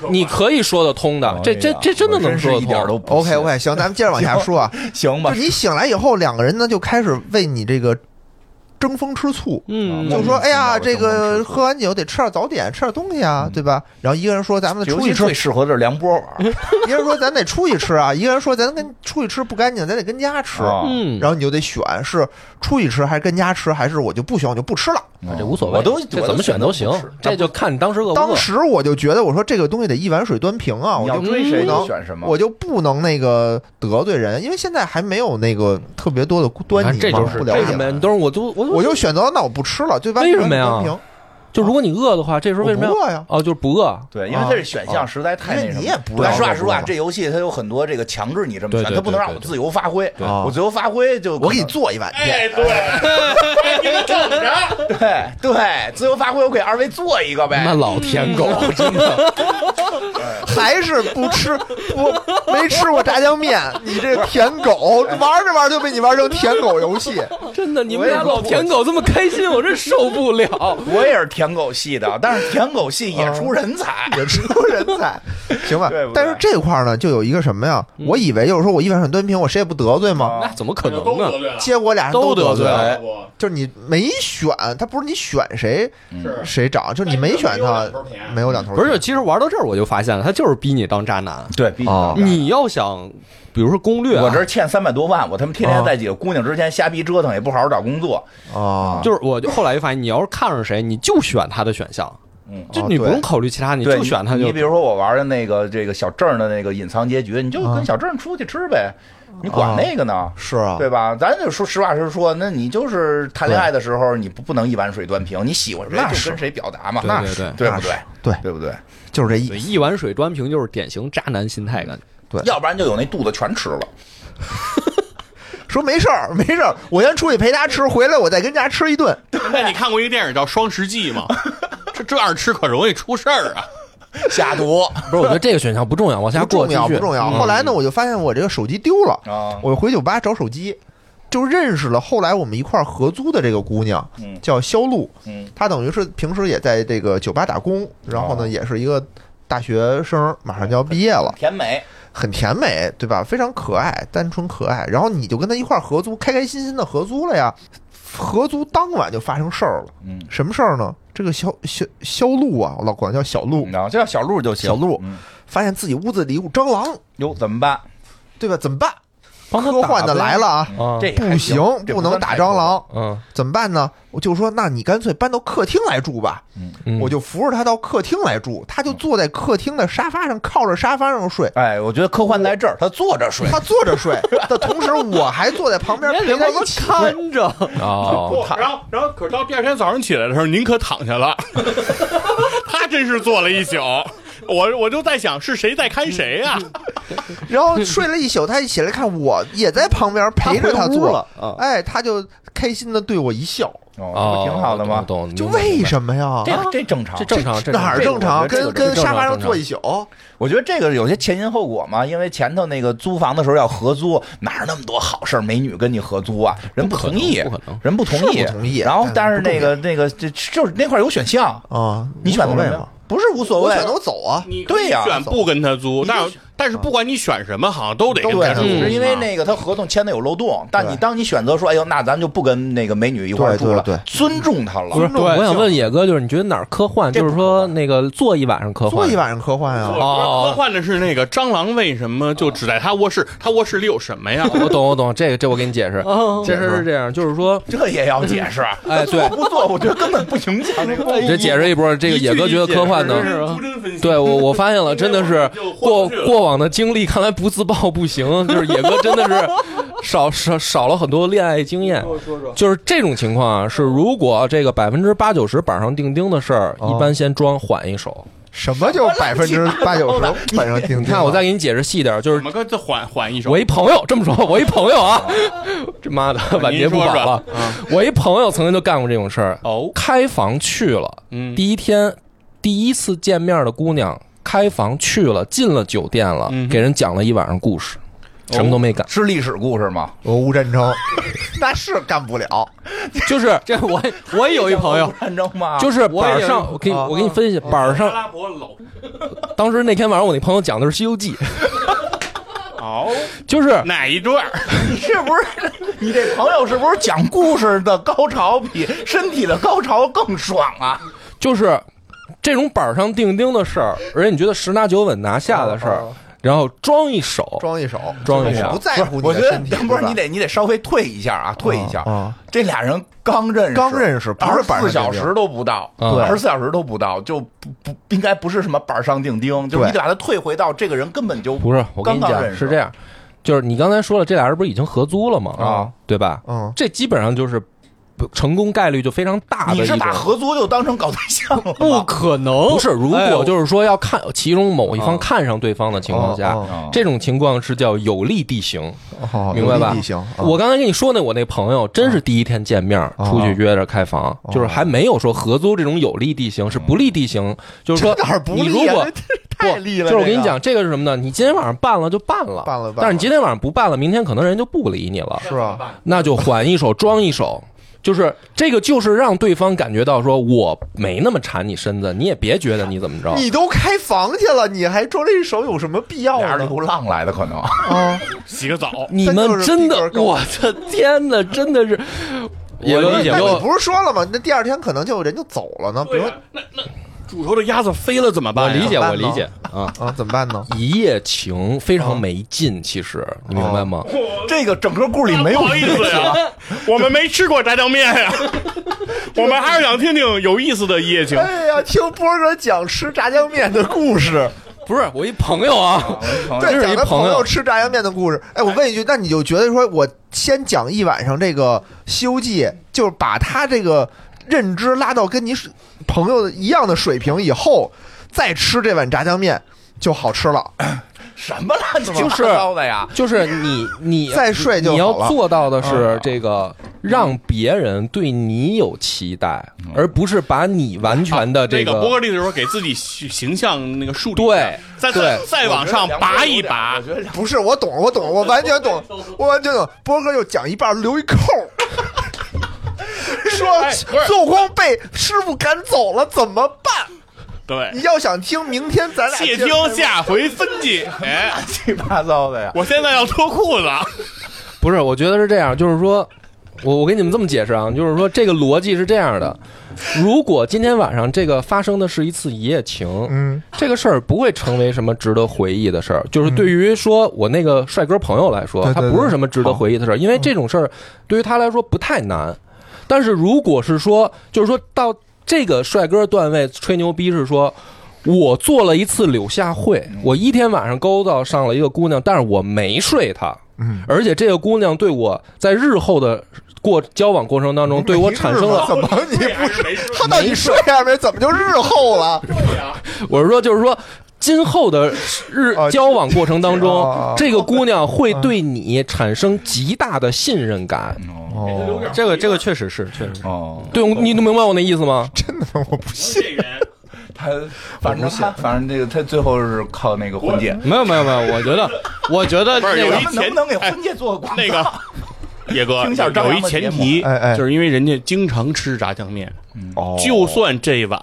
Speaker 6: 你可以说得通
Speaker 4: 哦
Speaker 6: 的，这
Speaker 4: 哎
Speaker 6: 这这哎真的能说
Speaker 2: 说一
Speaker 6: 得
Speaker 2: 点儿
Speaker 6: 通。
Speaker 2: 都不
Speaker 4: OK OK，行，咱们接着往下说啊。
Speaker 2: 行吧
Speaker 4: 就？你醒来以后，两个人呢就开始为你这个争风吃醋，
Speaker 1: 啊
Speaker 2: 嗯
Speaker 4: 就说：“哎呀，这个
Speaker 2: 嗯
Speaker 4: 喝完酒得吃点早点，吃点东西啊，对吧？”然后一个人说：“咱们
Speaker 2: 尤
Speaker 4: 出
Speaker 2: 其
Speaker 4: 去吃
Speaker 2: 最。适合的是梁波玩，”
Speaker 4: 一个人说：“咱得出去吃啊。”一个人说：“咱跟出去吃不干净，咱得跟家吃。
Speaker 2: 啊
Speaker 1: 嗯，
Speaker 4: 然后你就得选是出去吃还是跟家吃，还是我就不选，我就不吃了。
Speaker 6: 啊这无所
Speaker 2: 嗯
Speaker 6: 谓，
Speaker 2: 我都
Speaker 6: 这怎么选都行，这就看你当时饿不饿
Speaker 4: 当。时我就觉得，我说这个东西得一碗水端平啊，
Speaker 2: 你
Speaker 4: 我
Speaker 2: 要
Speaker 4: 就不
Speaker 6: 嗯
Speaker 2: 追谁
Speaker 4: 能
Speaker 2: 你选什么？
Speaker 4: 我就不能那个得罪人，因为现在还没有那个特别多的端倪
Speaker 1: 你看这
Speaker 4: 嘛，
Speaker 1: 就是
Speaker 4: 不了
Speaker 6: 为
Speaker 4: 解
Speaker 6: 什么呀？你都是我都我
Speaker 4: 我就选择那我不吃了，对吧？
Speaker 6: 为什么呀
Speaker 4: 端平
Speaker 6: 就如果你饿的话，这时候为什么
Speaker 4: 我
Speaker 6: 要
Speaker 4: 不饿呀
Speaker 6: 哦，就是不饿。
Speaker 2: 对，因为它这选项实在太那
Speaker 4: 啊因
Speaker 2: 什
Speaker 4: 为
Speaker 2: 么。
Speaker 4: 你也不知道
Speaker 2: 但实话实
Speaker 4: 我
Speaker 2: 话，
Speaker 4: 不知道
Speaker 2: 这游戏它有很多这个强制你这么
Speaker 6: 对
Speaker 2: 选，
Speaker 6: 对
Speaker 2: 它不能
Speaker 6: 对
Speaker 2: 让我
Speaker 6: 对对
Speaker 2: 自由发挥。
Speaker 6: 对
Speaker 2: 我自由发挥就
Speaker 4: 啊我给你
Speaker 2: 可能
Speaker 4: 做一碗面，
Speaker 5: 哎，对，哎你们等着，
Speaker 2: 对对自由发挥，我给二位做一个呗
Speaker 6: 那。老舔狗，真的，
Speaker 4: 还是不吃不没吃过炸酱面，你这舔狗玩着玩着就被你玩成舔狗游戏。
Speaker 6: 真的，你们俩老舔狗这么开心，我真受不了。
Speaker 2: 我也是舔狗系的，但是舔狗系也出人才，
Speaker 4: 啊也出人才，行吧
Speaker 2: 对不对？
Speaker 4: 但是这块儿呢，就有一个什么呀？我以为就是说我一碗水端平，我谁也不得罪嘛。
Speaker 2: 啊
Speaker 1: 那 怎么可能 呢？
Speaker 5: 呢
Speaker 4: 结果俩人
Speaker 1: 都
Speaker 4: 得
Speaker 1: 得
Speaker 4: 罪
Speaker 1: 罪
Speaker 4: 了，
Speaker 1: 了
Speaker 5: 我
Speaker 4: 就是你没选，他不是你选谁
Speaker 5: 是
Speaker 4: 谁长，就是你没选他，没有两头
Speaker 1: 不是，其实玩到这儿我就发现了，他就是逼你当渣男。
Speaker 2: 对，必须
Speaker 4: 哦
Speaker 2: 的
Speaker 1: 你要想，比如说攻略啊，
Speaker 2: 我这儿欠三百多万，我他妈天
Speaker 4: 哦
Speaker 2: 天在几个姑娘之间瞎逼折腾，也不好好找工作。
Speaker 4: 啊，
Speaker 1: 就是我就后来就发现，你要是看上谁，你就选他的选项，
Speaker 2: 嗯
Speaker 1: 就你不用考虑其他，你
Speaker 2: 对
Speaker 1: 就选他就
Speaker 2: 你比如说我玩的那个这个小郑的那个隐藏结局，你就
Speaker 4: 嗯
Speaker 2: 跟小郑出去吃呗，你
Speaker 4: 哦
Speaker 2: 管那个呢？
Speaker 4: 是啊，
Speaker 2: 对吧？咱就说实话实说，那你就是谈恋爱的时候，你不不能一碗水端平，你喜欢谁
Speaker 4: 那
Speaker 2: 就是跟谁表达嘛，
Speaker 1: 对
Speaker 2: 那
Speaker 1: 对
Speaker 2: 是
Speaker 1: 对
Speaker 2: 对
Speaker 4: 那
Speaker 2: 不
Speaker 4: 是
Speaker 2: 对？
Speaker 4: 对
Speaker 2: 对不对？
Speaker 4: 就是这意
Speaker 1: 对
Speaker 4: 思。
Speaker 1: 一碗水端平，就是典型渣男心态感觉。
Speaker 4: 对
Speaker 2: 要不然就有那肚子全吃了。
Speaker 4: 说没事儿，没事儿，我先出去陪他吃，回来我再跟家吃一顿。
Speaker 5: 那你看过一个电影叫《双十记》 吗？这这样吃可容易出事儿啊！
Speaker 2: 下毒
Speaker 6: 不是，我觉得这个选项不重要，往下
Speaker 4: 不
Speaker 6: 过
Speaker 4: 重
Speaker 6: 继
Speaker 4: 要，
Speaker 6: 续
Speaker 4: 不重要。后来呢，我就发现我这个手机丢了，
Speaker 2: 嗯啊！
Speaker 4: 我就回酒吧找手机，就认识了后来我们一块儿合租的这个姑娘，
Speaker 2: 嗯
Speaker 4: 叫肖露，
Speaker 2: 嗯
Speaker 4: 她等于是平时也在这个酒吧打工，然后
Speaker 2: 哦嗯
Speaker 4: 呢也是一个大学生，马上就要毕业了，
Speaker 2: 甜美，
Speaker 4: 很甜美，对吧？非常可爱，单纯可爱。然后你就跟她一块儿合租，开开心心的合租了呀。合租当晚就发生事儿了，
Speaker 2: 嗯，
Speaker 4: 什么事儿呢？这个肖肖肖露啊，我老管她叫小露，
Speaker 2: 然后就叫小鹿就行。
Speaker 4: 小鹿
Speaker 2: 嗯
Speaker 4: 发现自己屋子里有蟑螂，
Speaker 2: 哟，怎么办？嗯
Speaker 4: 对吧？怎么办？
Speaker 6: 帮他
Speaker 4: 科幻的来了啊！
Speaker 6: 啊，
Speaker 2: 这也哎还
Speaker 4: 不行，
Speaker 2: 这
Speaker 4: 不能
Speaker 2: 算
Speaker 4: 打
Speaker 2: 太
Speaker 4: 蟑
Speaker 2: 多了。
Speaker 4: 螂，
Speaker 6: 嗯，
Speaker 4: 怎么办呢？我就说，那你干脆搬到客厅来住吧。
Speaker 6: 嗯
Speaker 4: 我就扶着他到客厅来住，他就坐在客厅的沙发上，靠着沙发上睡，
Speaker 2: 哎，我觉得科幻在这儿，他坐着睡，
Speaker 4: 他坐着睡的同时，我还坐在旁边陪他一起 睡。
Speaker 1: 看着，
Speaker 6: 哦，
Speaker 5: 不然后，然后可是到第二天早上起来的时候，您可躺下 了，他真是坐了一宿。我我就在想，是谁在看谁啊呀、
Speaker 4: 然后睡了一宿，他一起来看，我也在旁边陪着
Speaker 1: 他回屋
Speaker 4: 坐
Speaker 1: 了啊
Speaker 4: 哎，他就开心的对我一笑，
Speaker 2: 哦，
Speaker 6: 哦
Speaker 2: 不挺好的吗？
Speaker 6: 懂，懂
Speaker 4: 就
Speaker 6: 明白明
Speaker 4: 为
Speaker 6: 白
Speaker 4: 什么呀？
Speaker 2: 这这正常，
Speaker 6: 这正常，这
Speaker 4: 哪儿
Speaker 2: 这
Speaker 4: 正常？
Speaker 2: 这
Speaker 4: 跟
Speaker 2: 个
Speaker 4: 跟
Speaker 6: 正常
Speaker 4: 沙发上
Speaker 6: 正常
Speaker 4: 坐一宿，
Speaker 2: 我觉得这个有些前因后果嘛，因为前头那个租房的时候要合租，哪有那么多好事儿美女跟你合租啊？人
Speaker 6: 不可
Speaker 2: 同意
Speaker 6: 能不可能，
Speaker 2: 人不同意，
Speaker 4: 是不同意
Speaker 2: 然后但
Speaker 4: 但
Speaker 2: 是
Speaker 4: 是
Speaker 2: 那个那个，这就是那块儿有选项，
Speaker 4: 啊，
Speaker 2: 你选的
Speaker 4: 无所
Speaker 2: 什
Speaker 4: 谓
Speaker 2: 么
Speaker 4: 嘛？？
Speaker 2: 不是无所
Speaker 4: 我
Speaker 2: 谓，
Speaker 4: 选择我走啊，
Speaker 5: 你
Speaker 2: 对呀
Speaker 5: 嗯你选不跟他
Speaker 2: 你
Speaker 5: 租，
Speaker 2: 就
Speaker 5: 但是但是不管你选什么，好像都得跟
Speaker 4: 都
Speaker 5: 他
Speaker 4: 得
Speaker 5: 租，
Speaker 2: 只
Speaker 6: 嗯
Speaker 2: 是因为那个他合同签的有漏洞，但你当你选择说，哎呦，那咱就不跟那个美女一块儿住了，
Speaker 4: 对对对
Speaker 2: 尊重她了，
Speaker 6: 不是，我想问野哥，就是你觉得哪儿科幻？
Speaker 2: 这不
Speaker 6: 就是说那个坐一晚上科幻，
Speaker 4: 坐一晚上科幻啊
Speaker 5: 我。
Speaker 6: 哦
Speaker 5: 科幻的是那个蟑螂为什么就只在他卧室？他卧室里有什么 呀？
Speaker 6: 我懂，我懂，这个这我给你解释，这事儿是这样，就是说，
Speaker 2: 这也要解释。
Speaker 6: 哎，对，
Speaker 2: 不做，我觉得根本不影响这个。，
Speaker 6: 你这解释一波，这个野哥觉得科幻
Speaker 1: 一句一解释
Speaker 6: 呢？
Speaker 1: 是吧
Speaker 5: 真分析
Speaker 6: 对我，我发现了，真的是
Speaker 5: 就豁
Speaker 6: 过
Speaker 5: 出去了
Speaker 6: 过往的经历，看来不自曝不行。就是野哥真的是少少少了很多恋爱经验。就是这种情况啊，是如果这个百分之八九十板上钉钉的事儿，
Speaker 4: 哦
Speaker 6: 一般先装缓一手。
Speaker 4: 什么就百分之八九十板上钉钉？
Speaker 6: 你看，我再给你解释细点儿，就是
Speaker 5: 怎么个再缓缓一手？
Speaker 6: 我一朋友这么说，我一朋友啊， 这妈 的晚节不保
Speaker 5: 您
Speaker 6: 了嗯
Speaker 5: 说。啊
Speaker 6: 我一朋友曾经就干过这种事儿，
Speaker 5: 哦，
Speaker 6: 开房去了，
Speaker 5: 嗯
Speaker 6: 第一天第一次见面的姑娘开房去了，进了酒店了，
Speaker 5: 嗯
Speaker 6: 给人讲了一晚上故事，什么都没干
Speaker 2: 是历史故事吗？
Speaker 4: 俄乌战争，那是干不了。
Speaker 6: 就是
Speaker 1: 这 我我也有一朋友，
Speaker 2: 战争吗？
Speaker 6: 就是
Speaker 1: 我也
Speaker 6: 板上，
Speaker 1: 有
Speaker 6: 我给你
Speaker 4: 啊
Speaker 6: 我给你分析，板上
Speaker 5: 拉伯搂
Speaker 6: 当时那天晚上我那朋友讲的是《西游记》，
Speaker 5: 哦，
Speaker 6: 就是
Speaker 5: 哪一段儿？
Speaker 2: 你是不是你这朋友是不是讲故事的高潮比身体的高潮更爽啊？
Speaker 6: 就是这种板上钉钉的事儿，而且你觉得十拿九稳拿下的事儿
Speaker 4: 哦哦，
Speaker 6: 然后装一手，
Speaker 4: 装一手，
Speaker 6: 装一手
Speaker 4: 我不在乎你
Speaker 2: 我觉
Speaker 4: 的
Speaker 2: 得
Speaker 4: 身体，
Speaker 2: 不是
Speaker 4: 吧
Speaker 2: 你得你得稍微退一下啊，退一下。
Speaker 4: 啊
Speaker 2: 这俩人刚认识，
Speaker 4: 刚认识不
Speaker 2: 二
Speaker 4: 是
Speaker 2: 十
Speaker 4: 板
Speaker 2: 四
Speaker 4: 上钉钉
Speaker 2: 小时都不到，
Speaker 6: 嗯
Speaker 4: 对
Speaker 2: 二十四小时都不到，就不不应该不是什么板上钉钉，就是
Speaker 4: 对
Speaker 2: 你得把他退回到这个人根本就
Speaker 6: 不是，我跟你
Speaker 2: 刚刚
Speaker 6: 讲
Speaker 2: 认识
Speaker 6: 是这样，就是你刚才说了，这俩人不是已经合租了吗？
Speaker 2: 啊，
Speaker 6: 对吧？
Speaker 4: 嗯
Speaker 6: 这基本上就是不成功概率就非常大的
Speaker 2: 你
Speaker 6: 一
Speaker 2: 是
Speaker 6: 种。
Speaker 2: 把合租就当成搞对象了吗？
Speaker 1: 不可能，
Speaker 6: 不是，如
Speaker 1: 哎
Speaker 6: 果
Speaker 1: 我
Speaker 6: 就是说要看其中某一
Speaker 2: 啊
Speaker 6: 方看上对方的情况下
Speaker 4: 哦，
Speaker 2: 哦
Speaker 6: 这种情况是叫有利地形。
Speaker 4: 哦
Speaker 6: 啊明白吧
Speaker 4: 有利地形，啊
Speaker 6: 我刚才跟你说那我那朋友，真是第一天见面
Speaker 4: 啊
Speaker 6: 出去约着开房，就是还没有说合租这种有利地形，是不利地形，就是说
Speaker 4: 这哪儿不
Speaker 6: 你
Speaker 4: 利啊
Speaker 6: 如果
Speaker 4: 这
Speaker 6: 不
Speaker 4: 太利了
Speaker 6: 就是我
Speaker 4: 这
Speaker 6: 跟你
Speaker 4: 个
Speaker 6: 讲，这个是什么呢？你今天晚上办了就办了，
Speaker 4: 办了办
Speaker 6: 但是你
Speaker 4: 了
Speaker 6: 今天晚上不办了，明天可能人就不理你了，
Speaker 4: 是吧？
Speaker 6: 那就缓一手，装一手。就是这个，就是让对方感觉到说我没那么缠你身子，你也别觉得你怎么着。
Speaker 4: 你都开房去了，你还装这一手有什么必要
Speaker 2: 俩人
Speaker 4: 呢？
Speaker 2: 流浪来的可能。
Speaker 4: 啊，
Speaker 5: 洗个澡，
Speaker 6: 你们真的
Speaker 4: 这就是逼格，高
Speaker 6: 我的天哪，真的是，也
Speaker 4: 那
Speaker 6: 有
Speaker 4: 你
Speaker 6: 也有，
Speaker 4: 不是说了吗？那第二天可能就人就走了呢，比
Speaker 5: 对
Speaker 4: 如
Speaker 5: 呀那那煮熟的鸭子飞了怎么
Speaker 6: 我
Speaker 5: 办呀？
Speaker 6: 理解，
Speaker 4: 怎么办
Speaker 6: 我理
Speaker 4: 呢
Speaker 6: 解啊。
Speaker 4: 啊，怎么办呢？
Speaker 6: 一夜情非
Speaker 4: 啊
Speaker 6: 常没劲，其实你明白吗？
Speaker 2: 这个整个故事里没有啊
Speaker 5: 不好意思啊呀、 我们没吃过炸酱面呀、我们还是想听听有意思的一夜情。
Speaker 4: 哎呀，听波哥讲吃炸酱面的故事，
Speaker 6: 不是，我一朋友啊，
Speaker 4: 对，
Speaker 6: 这是
Speaker 4: 讲
Speaker 6: 一
Speaker 4: 他
Speaker 6: 朋
Speaker 4: 朋
Speaker 6: 友
Speaker 4: 友吃炸酱面的故事。哎，我问一句，那你就觉得说我先讲一晚上这个《西游记》，就是把他这个认知拉到跟你水朋友一样的水平以后，再吃这碗炸酱面就好吃了。
Speaker 6: 哎
Speaker 2: 什么乱七
Speaker 6: 就
Speaker 2: 八
Speaker 6: 是
Speaker 2: 糟的呀？
Speaker 6: 就是你你
Speaker 4: 再睡就
Speaker 6: 你
Speaker 4: 好
Speaker 6: 要
Speaker 4: 了嗯
Speaker 6: 做到的是这个让别人对你有期待，
Speaker 4: 嗯
Speaker 6: 而不是把你完全
Speaker 4: 啊
Speaker 6: 的这
Speaker 5: 那
Speaker 6: 个。
Speaker 5: 伯格利的时候给自己形形象那个树立，
Speaker 6: 对
Speaker 5: 再再
Speaker 6: 对
Speaker 5: 再往上拔一拔
Speaker 2: 我，觉得两
Speaker 4: 不是，我懂，我懂，我完全懂，我完全懂。波哥就讲一半留一扣，
Speaker 6: 哎
Speaker 4: 说孙悟空被师傅赶走了怎么办？你
Speaker 5: 对，
Speaker 4: 要想听，明天咱俩
Speaker 5: 且
Speaker 4: 接着
Speaker 5: 听下回分解。哎，
Speaker 2: 七八糟的呀，
Speaker 5: 我现在要脱裤子，
Speaker 6: 不是，我觉得是这样，就是说，我我给你们这么解释啊，就是说这个逻辑是这样的：如果今天晚上这个发生的是一次一夜情，
Speaker 4: 嗯，
Speaker 6: 这个事儿不会成为什么值得回忆的事儿。就是对于说我那个帅哥朋友来说，
Speaker 4: 对对
Speaker 6: 他
Speaker 4: 对
Speaker 6: 不是什么值得回忆的事儿，因为这种事儿对于他来说不太难。但是如果是说，就是说到这个帅哥段位吹牛逼是说。我做了一次柳下惠，
Speaker 4: 嗯
Speaker 6: 我一天晚上勾搭上了一个姑娘，但是我没睡她，
Speaker 4: 嗯，
Speaker 6: 而且这个姑娘对我在日后的过交往过程当中，对我产生了，
Speaker 4: 怎么 你不
Speaker 5: 哎是没事
Speaker 4: 他到底睡下没？怎么就日后了？
Speaker 6: 我是说，就是说。今后的日
Speaker 4: 哦
Speaker 6: 交往过程当
Speaker 4: 哦
Speaker 6: 中，这个姑娘会
Speaker 4: 啊
Speaker 6: 对你产生极大的信任感。
Speaker 4: 哦，
Speaker 1: 这个这个确实是，确实是。
Speaker 2: 哦，
Speaker 6: 对，你能明白我那意思吗？
Speaker 5: 这人
Speaker 2: 他反正他反正这个他最后是靠那个婚介，
Speaker 1: 没有没有没有，我觉得，我觉得
Speaker 5: 不是
Speaker 1: 那
Speaker 5: 有
Speaker 1: 个
Speaker 5: 一
Speaker 2: 咱们能不能给婚介做个 广告？
Speaker 5: 那个。野哥，
Speaker 2: 听一下张
Speaker 5: 有
Speaker 2: 扬
Speaker 5: 一
Speaker 2: 的节
Speaker 5: 前
Speaker 2: 目嗯
Speaker 5: 提
Speaker 4: 哎哦哎，
Speaker 5: 就是因为人家经常吃炸酱面，就算这一碗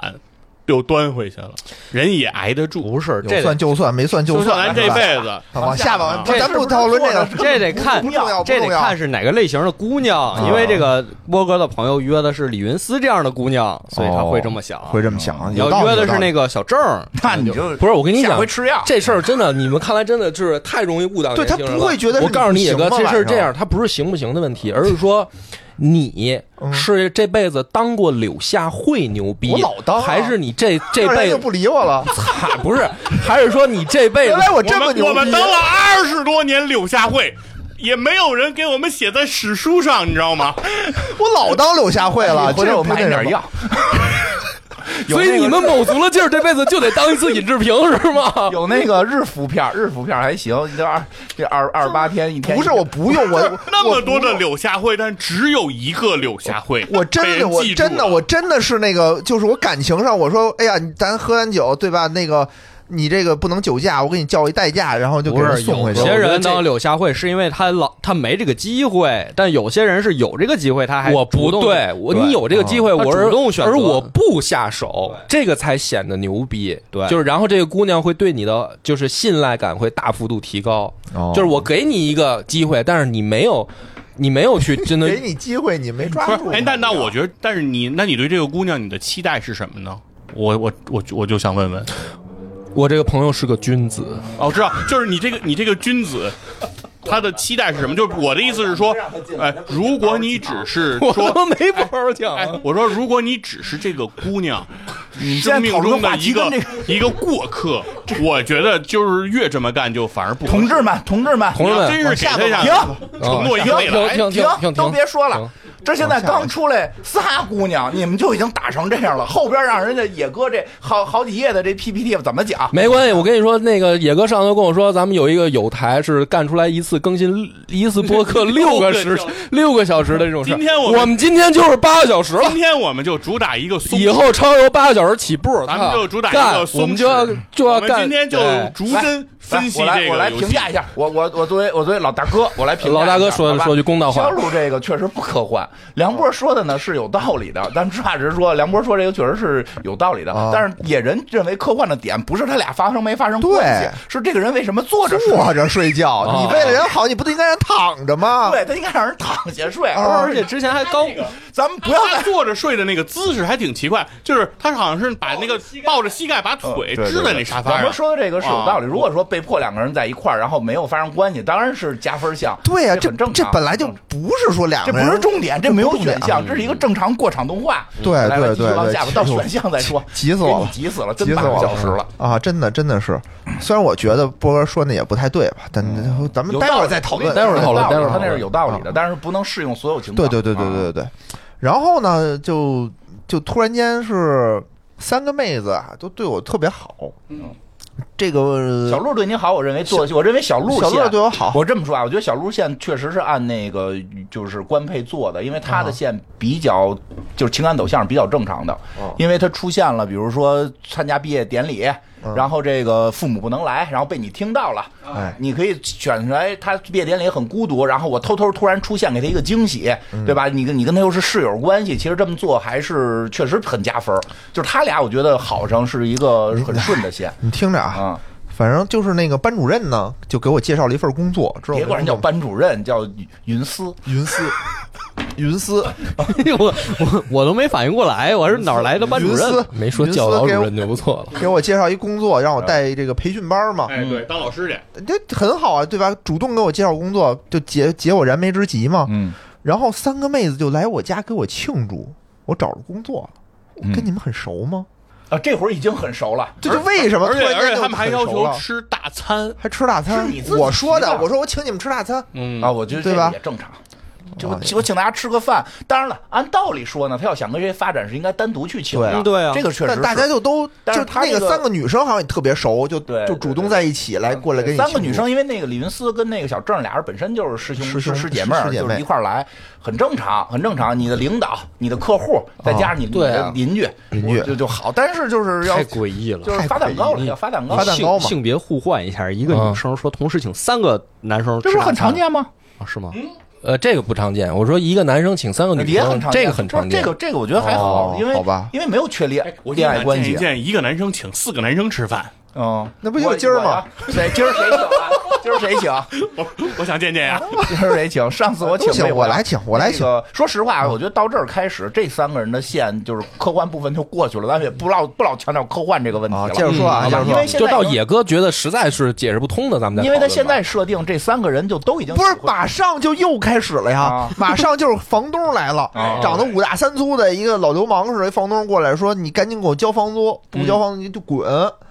Speaker 5: 又端回去了，人也挨得住。
Speaker 1: 不是
Speaker 4: 有
Speaker 1: 这
Speaker 4: 算
Speaker 1: 得
Speaker 4: 就算，没算就是算。
Speaker 5: 咱这辈子
Speaker 4: 好往下吧，
Speaker 5: 这
Speaker 4: 咱不讨论这个，
Speaker 1: 这得看
Speaker 4: 不重要，不
Speaker 1: 这得
Speaker 4: 重
Speaker 1: 看
Speaker 4: 要。
Speaker 1: 是哪个类型的姑娘，
Speaker 4: 啊
Speaker 1: 因为这个波哥的朋友约的是李云思这样的姑娘，所以他会这么想。
Speaker 4: 会这么想，
Speaker 1: 你
Speaker 4: 有
Speaker 1: 要
Speaker 4: 道理
Speaker 1: 约的是那
Speaker 4: 个，
Speaker 1: 个小郑儿，
Speaker 5: 哎
Speaker 2: 那你就
Speaker 6: 不是，我跟你
Speaker 2: 下
Speaker 6: 讲
Speaker 2: 回，吃药。
Speaker 6: 这事儿真的，你们看来真的就是太容易误导
Speaker 4: 对
Speaker 6: 年
Speaker 4: 他
Speaker 6: 轻人了。
Speaker 4: 不会觉得是
Speaker 6: 我告诉你，野
Speaker 4: 行
Speaker 6: 哥，
Speaker 4: 吗
Speaker 6: 这事儿这
Speaker 4: 晚
Speaker 6: 样，他不是行不行的问题，而是说你
Speaker 4: 嗯
Speaker 6: 是这辈子当过柳下惠牛逼，
Speaker 4: 我老当啊
Speaker 6: 还是你这 这
Speaker 4: 要不然
Speaker 6: 辈
Speaker 4: 就
Speaker 6: 子
Speaker 4: 不理我了。
Speaker 6: 惨？ 不是，还是说你这辈子
Speaker 4: 原来我这么
Speaker 5: 我们
Speaker 4: 牛
Speaker 5: 我们
Speaker 4: 逼，
Speaker 5: 当了二十多年柳下惠，也没有人给我们写在史书上，你知道吗？
Speaker 4: 我老当柳下惠了，
Speaker 2: 回
Speaker 4: 这
Speaker 2: 头我
Speaker 4: 不那
Speaker 2: 买点
Speaker 4: 什么
Speaker 2: 药。
Speaker 6: 所以你们卯足了劲儿，这辈子就得当一次尹志平是吗？
Speaker 2: 有那个日服片，日服片还行，这二这二二十八天一天。
Speaker 4: 不是，我不用我
Speaker 5: 那么多的。
Speaker 4: 我不用
Speaker 5: 柳下惠，但只有一个柳下惠，
Speaker 4: 我真的，我真
Speaker 5: 啊
Speaker 4: 的，我真的是那个，就是我感情上，我说，哎呀，你咱喝完酒，对吧？那个，你这个不能酒驾，我给你叫一代驾，然后就给
Speaker 1: 不
Speaker 4: 人
Speaker 1: 是
Speaker 4: 送回
Speaker 1: 有些
Speaker 4: 去。
Speaker 6: 我觉得
Speaker 1: 人
Speaker 6: 这
Speaker 1: 当柳下惠是因为他老他没这个机会，但有些人是有这个机会，他还
Speaker 6: 我不
Speaker 1: 哎主动
Speaker 6: 对，我你有这个机会，
Speaker 1: 嗯
Speaker 6: 我
Speaker 1: 他
Speaker 6: 是
Speaker 1: 主动选择
Speaker 6: 而我不下手，这个才显得牛逼。
Speaker 1: 对
Speaker 6: 就是然后这个姑娘会对你的就是信赖感会大幅度提高。
Speaker 4: 哦
Speaker 6: 就是我给你一个机会，但是你没有，你没有去真的
Speaker 4: 给你机会，你没抓
Speaker 5: 不
Speaker 4: 住。
Speaker 5: 是哎，那那我觉得，但是你，那你对这个姑娘你的期待是什么呢？我我我我就想问问，
Speaker 6: 我这个朋友是个君子，
Speaker 5: 哦，我知道，就是你这个你这个君子，他的期待是什么？就是我的意思是说，哎，如果你只是
Speaker 6: 我他
Speaker 5: 说，
Speaker 6: 妈没包儿讲
Speaker 5: 哎
Speaker 6: 啊。，
Speaker 5: 我说如果你只是这个 姑娘生命
Speaker 2: 讨论
Speaker 5: 中
Speaker 2: 话
Speaker 5: 的
Speaker 2: 题
Speaker 5: 一
Speaker 2: 跟
Speaker 5: 个
Speaker 2: 这
Speaker 5: 一个过客，我觉得就是越这么干就反而不合适
Speaker 2: 同志。们，同志们，
Speaker 6: 同志
Speaker 5: 你要
Speaker 6: 们
Speaker 5: 真是给
Speaker 2: 下
Speaker 5: 他
Speaker 2: 个
Speaker 5: 下
Speaker 2: 停
Speaker 5: 承诺一个未
Speaker 6: 停
Speaker 5: 来，
Speaker 6: 停停
Speaker 2: 停，
Speaker 6: 停
Speaker 2: 都
Speaker 6: 停，
Speaker 2: 别说
Speaker 6: 停
Speaker 2: 了。这现在刚出来仨姑娘，你们就已经打成这样了，后边让人家野哥这好好几页的这 PPT 怎么讲？
Speaker 6: 没关系，我跟你说，那个野哥上头跟我说，咱们有一个有台是干出来一次更新一次播客六个时六个小时的这种事儿。
Speaker 5: 今天我
Speaker 6: 我
Speaker 5: 们
Speaker 6: 们今天就是八个小时了
Speaker 5: 今，天我们就主打一个松
Speaker 6: 以后超由八个小时起步，
Speaker 5: 咱
Speaker 2: 啊
Speaker 5: 们就主打一
Speaker 6: 干
Speaker 5: 个，松
Speaker 6: 我们就要
Speaker 5: 弛
Speaker 6: 就
Speaker 5: 我
Speaker 6: 要
Speaker 5: 们
Speaker 6: 干。
Speaker 5: 今天就
Speaker 6: 对
Speaker 5: 逐帧分析这
Speaker 2: 来
Speaker 5: 个
Speaker 2: 我来我来
Speaker 5: 游戏
Speaker 2: 评价一下，我我我作为我作为老大哥，我来评价一下。
Speaker 6: 老大哥说
Speaker 2: 好吧
Speaker 6: 说句公道话
Speaker 2: 肖路这个确实不科幻，梁波说的呢是有道理的，咱实话实说，梁波说这个确实是有道理的
Speaker 4: 啊，
Speaker 2: 但是野人认为科幻的点不是他俩发生没发生关系
Speaker 4: 对，
Speaker 2: 是这个人为什么坐着睡。
Speaker 4: 坐着睡觉，
Speaker 6: 哦
Speaker 4: 你为了人好，你不应该让人躺着吗？
Speaker 2: 啊对他应该让人躺下睡，
Speaker 4: 啊
Speaker 1: 而且之前还高
Speaker 2: 咱们不要
Speaker 5: 他
Speaker 2: 再
Speaker 5: 坐着睡的那个姿势还挺奇怪，就是他好像是把那个 抱着膝盖，把
Speaker 4: 嗯
Speaker 5: 腿支在那沙发
Speaker 2: 咱
Speaker 5: 上
Speaker 2: 们。说的这个是有道理。如果说被迫两个人在一块儿，然后没有发生关系，当然是加分项。
Speaker 4: 对呀，
Speaker 2: 这
Speaker 4: 这
Speaker 2: 很正
Speaker 4: 这
Speaker 2: 常
Speaker 4: 本来就不是说两
Speaker 2: 这
Speaker 4: 个
Speaker 2: 不
Speaker 4: 人
Speaker 2: 是重点，这没有选项，
Speaker 4: 嗯
Speaker 2: 这是一个正常过场动画。
Speaker 4: 对
Speaker 2: 来来
Speaker 4: 对
Speaker 2: 继续
Speaker 4: 对
Speaker 2: 往
Speaker 4: 对
Speaker 2: 下吧，到
Speaker 4: 其实我
Speaker 2: 选项再 说。
Speaker 4: 急死我了
Speaker 2: 给你急死了，真
Speaker 4: 急死
Speaker 2: 半
Speaker 4: 我
Speaker 2: 个
Speaker 4: 了！
Speaker 2: 小时了。
Speaker 4: 啊，真的真的是，虽然我觉得波哥说那也不太对吧，但咱
Speaker 2: 嗯
Speaker 4: 们
Speaker 2: 有
Speaker 4: 待
Speaker 2: 道
Speaker 4: 会儿
Speaker 2: 理
Speaker 4: 再讨论，啊
Speaker 6: 待会儿讨论
Speaker 2: 有道理
Speaker 6: 待会儿讨
Speaker 2: 他
Speaker 6: 论
Speaker 2: 那是有道理的，但是不能适用所有情况。
Speaker 4: 对对对对
Speaker 2: 啊
Speaker 4: 对对对。然后呢，就就突然间是三个妹子啊，都对我特别好，这个
Speaker 2: 嗯小鹿对您好，我认为做，我认为小鹿
Speaker 4: 小鹿
Speaker 2: 线
Speaker 4: 对我好
Speaker 2: 我这么说啊，我觉得小鹿线确实是按那个就是官配做的，因为他的线比较就是情感走向是比较正常的，因为他出现了，比如说参加毕业典礼，然后这个父母不能来，然后被你听到了，
Speaker 4: 哎
Speaker 2: 你可以选出来他毕业典礼很孤独，然后我偷偷突然出现给他一个惊喜，对吧？你跟你跟他又是室友关系，其实这么做还是确实很加分儿，就是他俩我觉得好上是一个很顺的线。
Speaker 4: 你听着啊，
Speaker 2: 啊，
Speaker 4: 反正就是那个班主任呢，就给我介绍了一份工作，知道
Speaker 2: 别管人叫班主任，叫云思。
Speaker 4: 云思， 云思，
Speaker 1: 我我我都没反应过来，我是哪儿来的班主
Speaker 4: 云
Speaker 1: 任
Speaker 4: 思？
Speaker 6: 没说
Speaker 4: 云
Speaker 6: 教
Speaker 4: 思
Speaker 6: 导
Speaker 4: 给
Speaker 6: 主
Speaker 4: 我
Speaker 6: 任就 不错了。
Speaker 4: 给我介绍一工作，让我带这个培训班嘛，
Speaker 5: 哎，对，当老师去，
Speaker 4: 这很好啊，对吧？主动给我介绍工作，就解解我燃眉之急嘛。
Speaker 2: 嗯，
Speaker 4: 然后三个妹子就来我家给我庆祝，我找着工作了。我
Speaker 2: 嗯
Speaker 4: 跟你们很熟吗？
Speaker 2: 啊，这会儿已经很熟了。
Speaker 4: 这就为什么
Speaker 5: 而
Speaker 4: 突
Speaker 5: 且
Speaker 4: 然
Speaker 5: 而
Speaker 4: 间
Speaker 5: 且
Speaker 4: 就
Speaker 5: 他们还
Speaker 4: 很
Speaker 5: 要
Speaker 4: 熟
Speaker 5: 求
Speaker 4: 了
Speaker 5: 吃大餐，
Speaker 4: 还吃大餐
Speaker 2: 是你自？己
Speaker 4: 我说的
Speaker 2: 提，的
Speaker 4: 我说我请你们吃大餐，
Speaker 5: 嗯
Speaker 2: 啊，我觉得这
Speaker 4: 对吧哦
Speaker 2: 个也正常。就我我请大家吃个饭，当然了，按道理说呢，他要想跟谁发展是应该单独去请的，
Speaker 4: 对
Speaker 1: 对啊
Speaker 2: 这个确实
Speaker 4: 但
Speaker 2: 是。
Speaker 4: 大家就都
Speaker 2: 但是
Speaker 4: 就
Speaker 2: 他
Speaker 4: 那
Speaker 2: 这个
Speaker 4: 个三个女生好像也特别熟，就
Speaker 2: 对
Speaker 4: 就
Speaker 2: 对
Speaker 4: 主
Speaker 2: 对
Speaker 4: 动在一起来过来跟你
Speaker 2: 三个
Speaker 4: 庆
Speaker 2: 女
Speaker 4: 祝
Speaker 2: 生，因为那个李云思跟那个小郑俩人本身就是师兄
Speaker 4: 师兄
Speaker 2: 师姐妹儿，
Speaker 4: 师姐妹
Speaker 2: 就是一块儿来，很正常，很正常。你的领导、你的客户，再加上你
Speaker 6: 对
Speaker 2: 的
Speaker 6: 啊
Speaker 2: 邻居，
Speaker 4: 邻居
Speaker 2: 我就就好。但是就是要
Speaker 6: 太诡异了
Speaker 2: 就，是发蛋糕了，
Speaker 6: 太诡异
Speaker 2: 要发蛋糕，
Speaker 4: 发蛋糕嘛
Speaker 1: 性性别互换一下，一个
Speaker 6: 啊
Speaker 1: 女生说同时请三个男生吃
Speaker 2: 这
Speaker 1: 大餐，
Speaker 2: 不是很常见嗯吗？
Speaker 1: 啊？是吗？
Speaker 6: 呃，这个不常见。我说一个男生请三个女
Speaker 2: 也很
Speaker 6: 生
Speaker 2: 常，见，
Speaker 6: 这个很常
Speaker 2: 不是
Speaker 6: 见
Speaker 2: 这。个这个我觉得还好，
Speaker 4: 哦
Speaker 2: 因为
Speaker 4: 好吧
Speaker 2: 因为没有确恋
Speaker 5: 我
Speaker 2: 恋爱关系
Speaker 4: 啊
Speaker 5: 建议，建议一个男生请四个男生吃饭，
Speaker 2: 嗯，
Speaker 4: 那不就今儿吗？
Speaker 2: 我？谁今儿谁请啊？今儿谁请？
Speaker 5: 我我想见见 呀。
Speaker 2: 今儿谁请？上次我
Speaker 4: 都
Speaker 2: 请
Speaker 4: 行
Speaker 2: 魏，
Speaker 4: 我来请，我来请
Speaker 2: 这。个说实话，我觉得到这儿开始，这三个人的线就是科幻部分就过去了，咱们也不老不老强调科幻这个问题
Speaker 4: 啊
Speaker 2: 了。，
Speaker 4: 接着说啊，
Speaker 2: 好
Speaker 4: 接
Speaker 2: 吧
Speaker 4: 着
Speaker 2: 因为
Speaker 4: 说，
Speaker 2: 现
Speaker 6: 就
Speaker 2: 在
Speaker 6: 到野哥觉得实在是解释不通的，咱们再
Speaker 2: 因为
Speaker 6: 讨
Speaker 2: 他
Speaker 6: 论
Speaker 2: 现
Speaker 6: 吧
Speaker 2: 在设定这三个人就都已经
Speaker 4: 不是
Speaker 2: 指挥
Speaker 4: 马上就又开始了呀
Speaker 2: 啊，
Speaker 4: 马上就是房东来了
Speaker 2: 哦，
Speaker 4: 长得五大三粗的一个老流氓似的，一房东过来说：“你赶紧给我交房租，
Speaker 2: 嗯
Speaker 4: 不交房租你就滚。”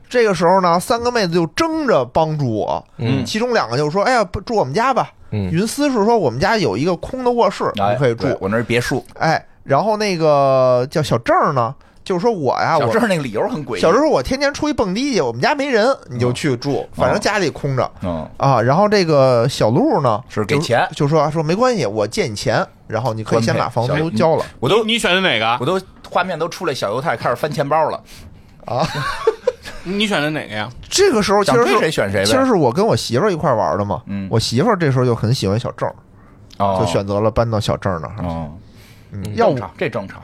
Speaker 4: 这个时候呢，三个妹子就争着帮助我，
Speaker 6: 嗯
Speaker 4: 其中两个就说：“哎呀，不住我们家吧。”
Speaker 6: 嗯
Speaker 4: 云思是说我们家有一个空的卧室，
Speaker 2: 哎
Speaker 4: 你可以住
Speaker 2: 对。我那是别墅，
Speaker 4: 哎，然后那个叫小郑呢，就是说我呀，
Speaker 2: 小
Speaker 4: 啊我
Speaker 2: 郑那个理由很诡异。
Speaker 4: 小时候我天天出去蹦迪去，我们家没人，你
Speaker 2: 哦
Speaker 4: 就去住，反正家里空着。
Speaker 2: 嗯，
Speaker 4: 啊，然后这个小鹿呢
Speaker 2: 是给
Speaker 4: 就
Speaker 2: 钱
Speaker 4: 就说说没关系，我借你钱，然后你可以先把房
Speaker 2: 小嗯
Speaker 4: 租
Speaker 2: 鹿
Speaker 4: 交了
Speaker 2: 我都
Speaker 5: 你你选的哪
Speaker 2: 我
Speaker 5: 个？
Speaker 2: 都画面都出来，小犹太开始翻钱包了，
Speaker 4: 啊。
Speaker 5: 你选的哪个呀？
Speaker 4: 这个时候其
Speaker 2: 想
Speaker 4: 实
Speaker 2: 追
Speaker 4: 是
Speaker 2: 谁选谁呗。
Speaker 4: 其实是我跟我媳妇儿一块儿玩的嘛，
Speaker 2: 嗯
Speaker 4: 我媳妇儿这时候就很喜欢小郑，
Speaker 2: 哦
Speaker 4: 就选择了搬到小郑那儿，
Speaker 2: 哦，
Speaker 4: 嗯要
Speaker 2: 正
Speaker 4: 不
Speaker 2: 常，这正常。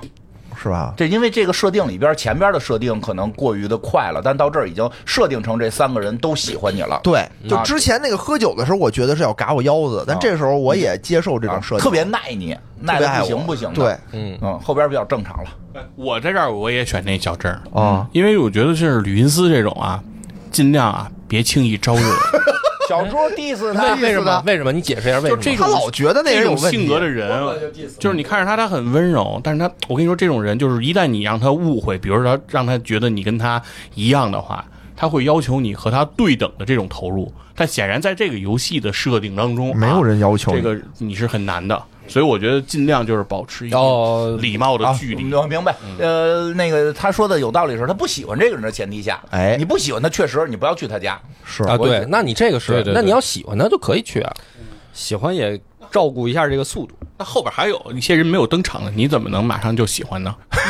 Speaker 4: 是吧？
Speaker 2: 这因为这个设定里边前边的设定可能过于的快了，但到这儿已经设定成这三个人都喜欢你了。
Speaker 4: 对，就
Speaker 2: 啊
Speaker 4: 之前那个喝酒的时候，我觉得是要嘎我腰子，但这时候我也接受这
Speaker 2: 哦啊
Speaker 4: 种设计，
Speaker 2: 特别耐你，耐
Speaker 4: 别
Speaker 2: 的
Speaker 4: 爱
Speaker 2: 不
Speaker 4: 我，
Speaker 2: 行不行的。
Speaker 4: 对，
Speaker 6: 嗯，
Speaker 2: 嗯，后边比较正常了。
Speaker 5: 我在这儿我也选那小郑，
Speaker 4: 啊，
Speaker 5: 因为我觉得就是吕云思这种啊，尽量啊别轻易招惹。
Speaker 2: 小猪 diss 他，
Speaker 6: 为为什么？为什么？你解释一下为什
Speaker 5: 就
Speaker 6: 么？
Speaker 5: 这
Speaker 4: 他
Speaker 5: 种
Speaker 4: 老觉得那
Speaker 5: 这
Speaker 4: 人有
Speaker 5: 种
Speaker 4: 问
Speaker 5: 性格
Speaker 4: 题，啊
Speaker 5: 的人，就是你看着他，他很温柔，但是他，我跟你说，这种人就是一旦你让他误会，比如说让他觉得你跟他一样的话，他会要求你和他对等的这种投入。但显然在这个游戏的设定当中啊，
Speaker 4: 没有人要求
Speaker 5: 这
Speaker 4: 你
Speaker 5: 个你是很难的，所以我觉得尽量就是保持一个
Speaker 6: 哦，
Speaker 5: 礼貌的
Speaker 2: 啊
Speaker 5: 距，离。嗯
Speaker 2: 我明白。呃，那个他说的有道理，是他不喜欢这个人的前提下，
Speaker 4: 哎
Speaker 2: 你不喜欢他，确实你不要去他家。
Speaker 4: 是
Speaker 6: 啊，
Speaker 2: 我
Speaker 6: 对，那你这个
Speaker 5: 对
Speaker 6: 是
Speaker 5: 对，对
Speaker 6: 那你要喜欢他就可以去啊。
Speaker 1: 喜欢也照顾一下这个速度。
Speaker 5: 那后边还有一些人没有登场的，你怎么能马上就喜欢呢？
Speaker 4: 哎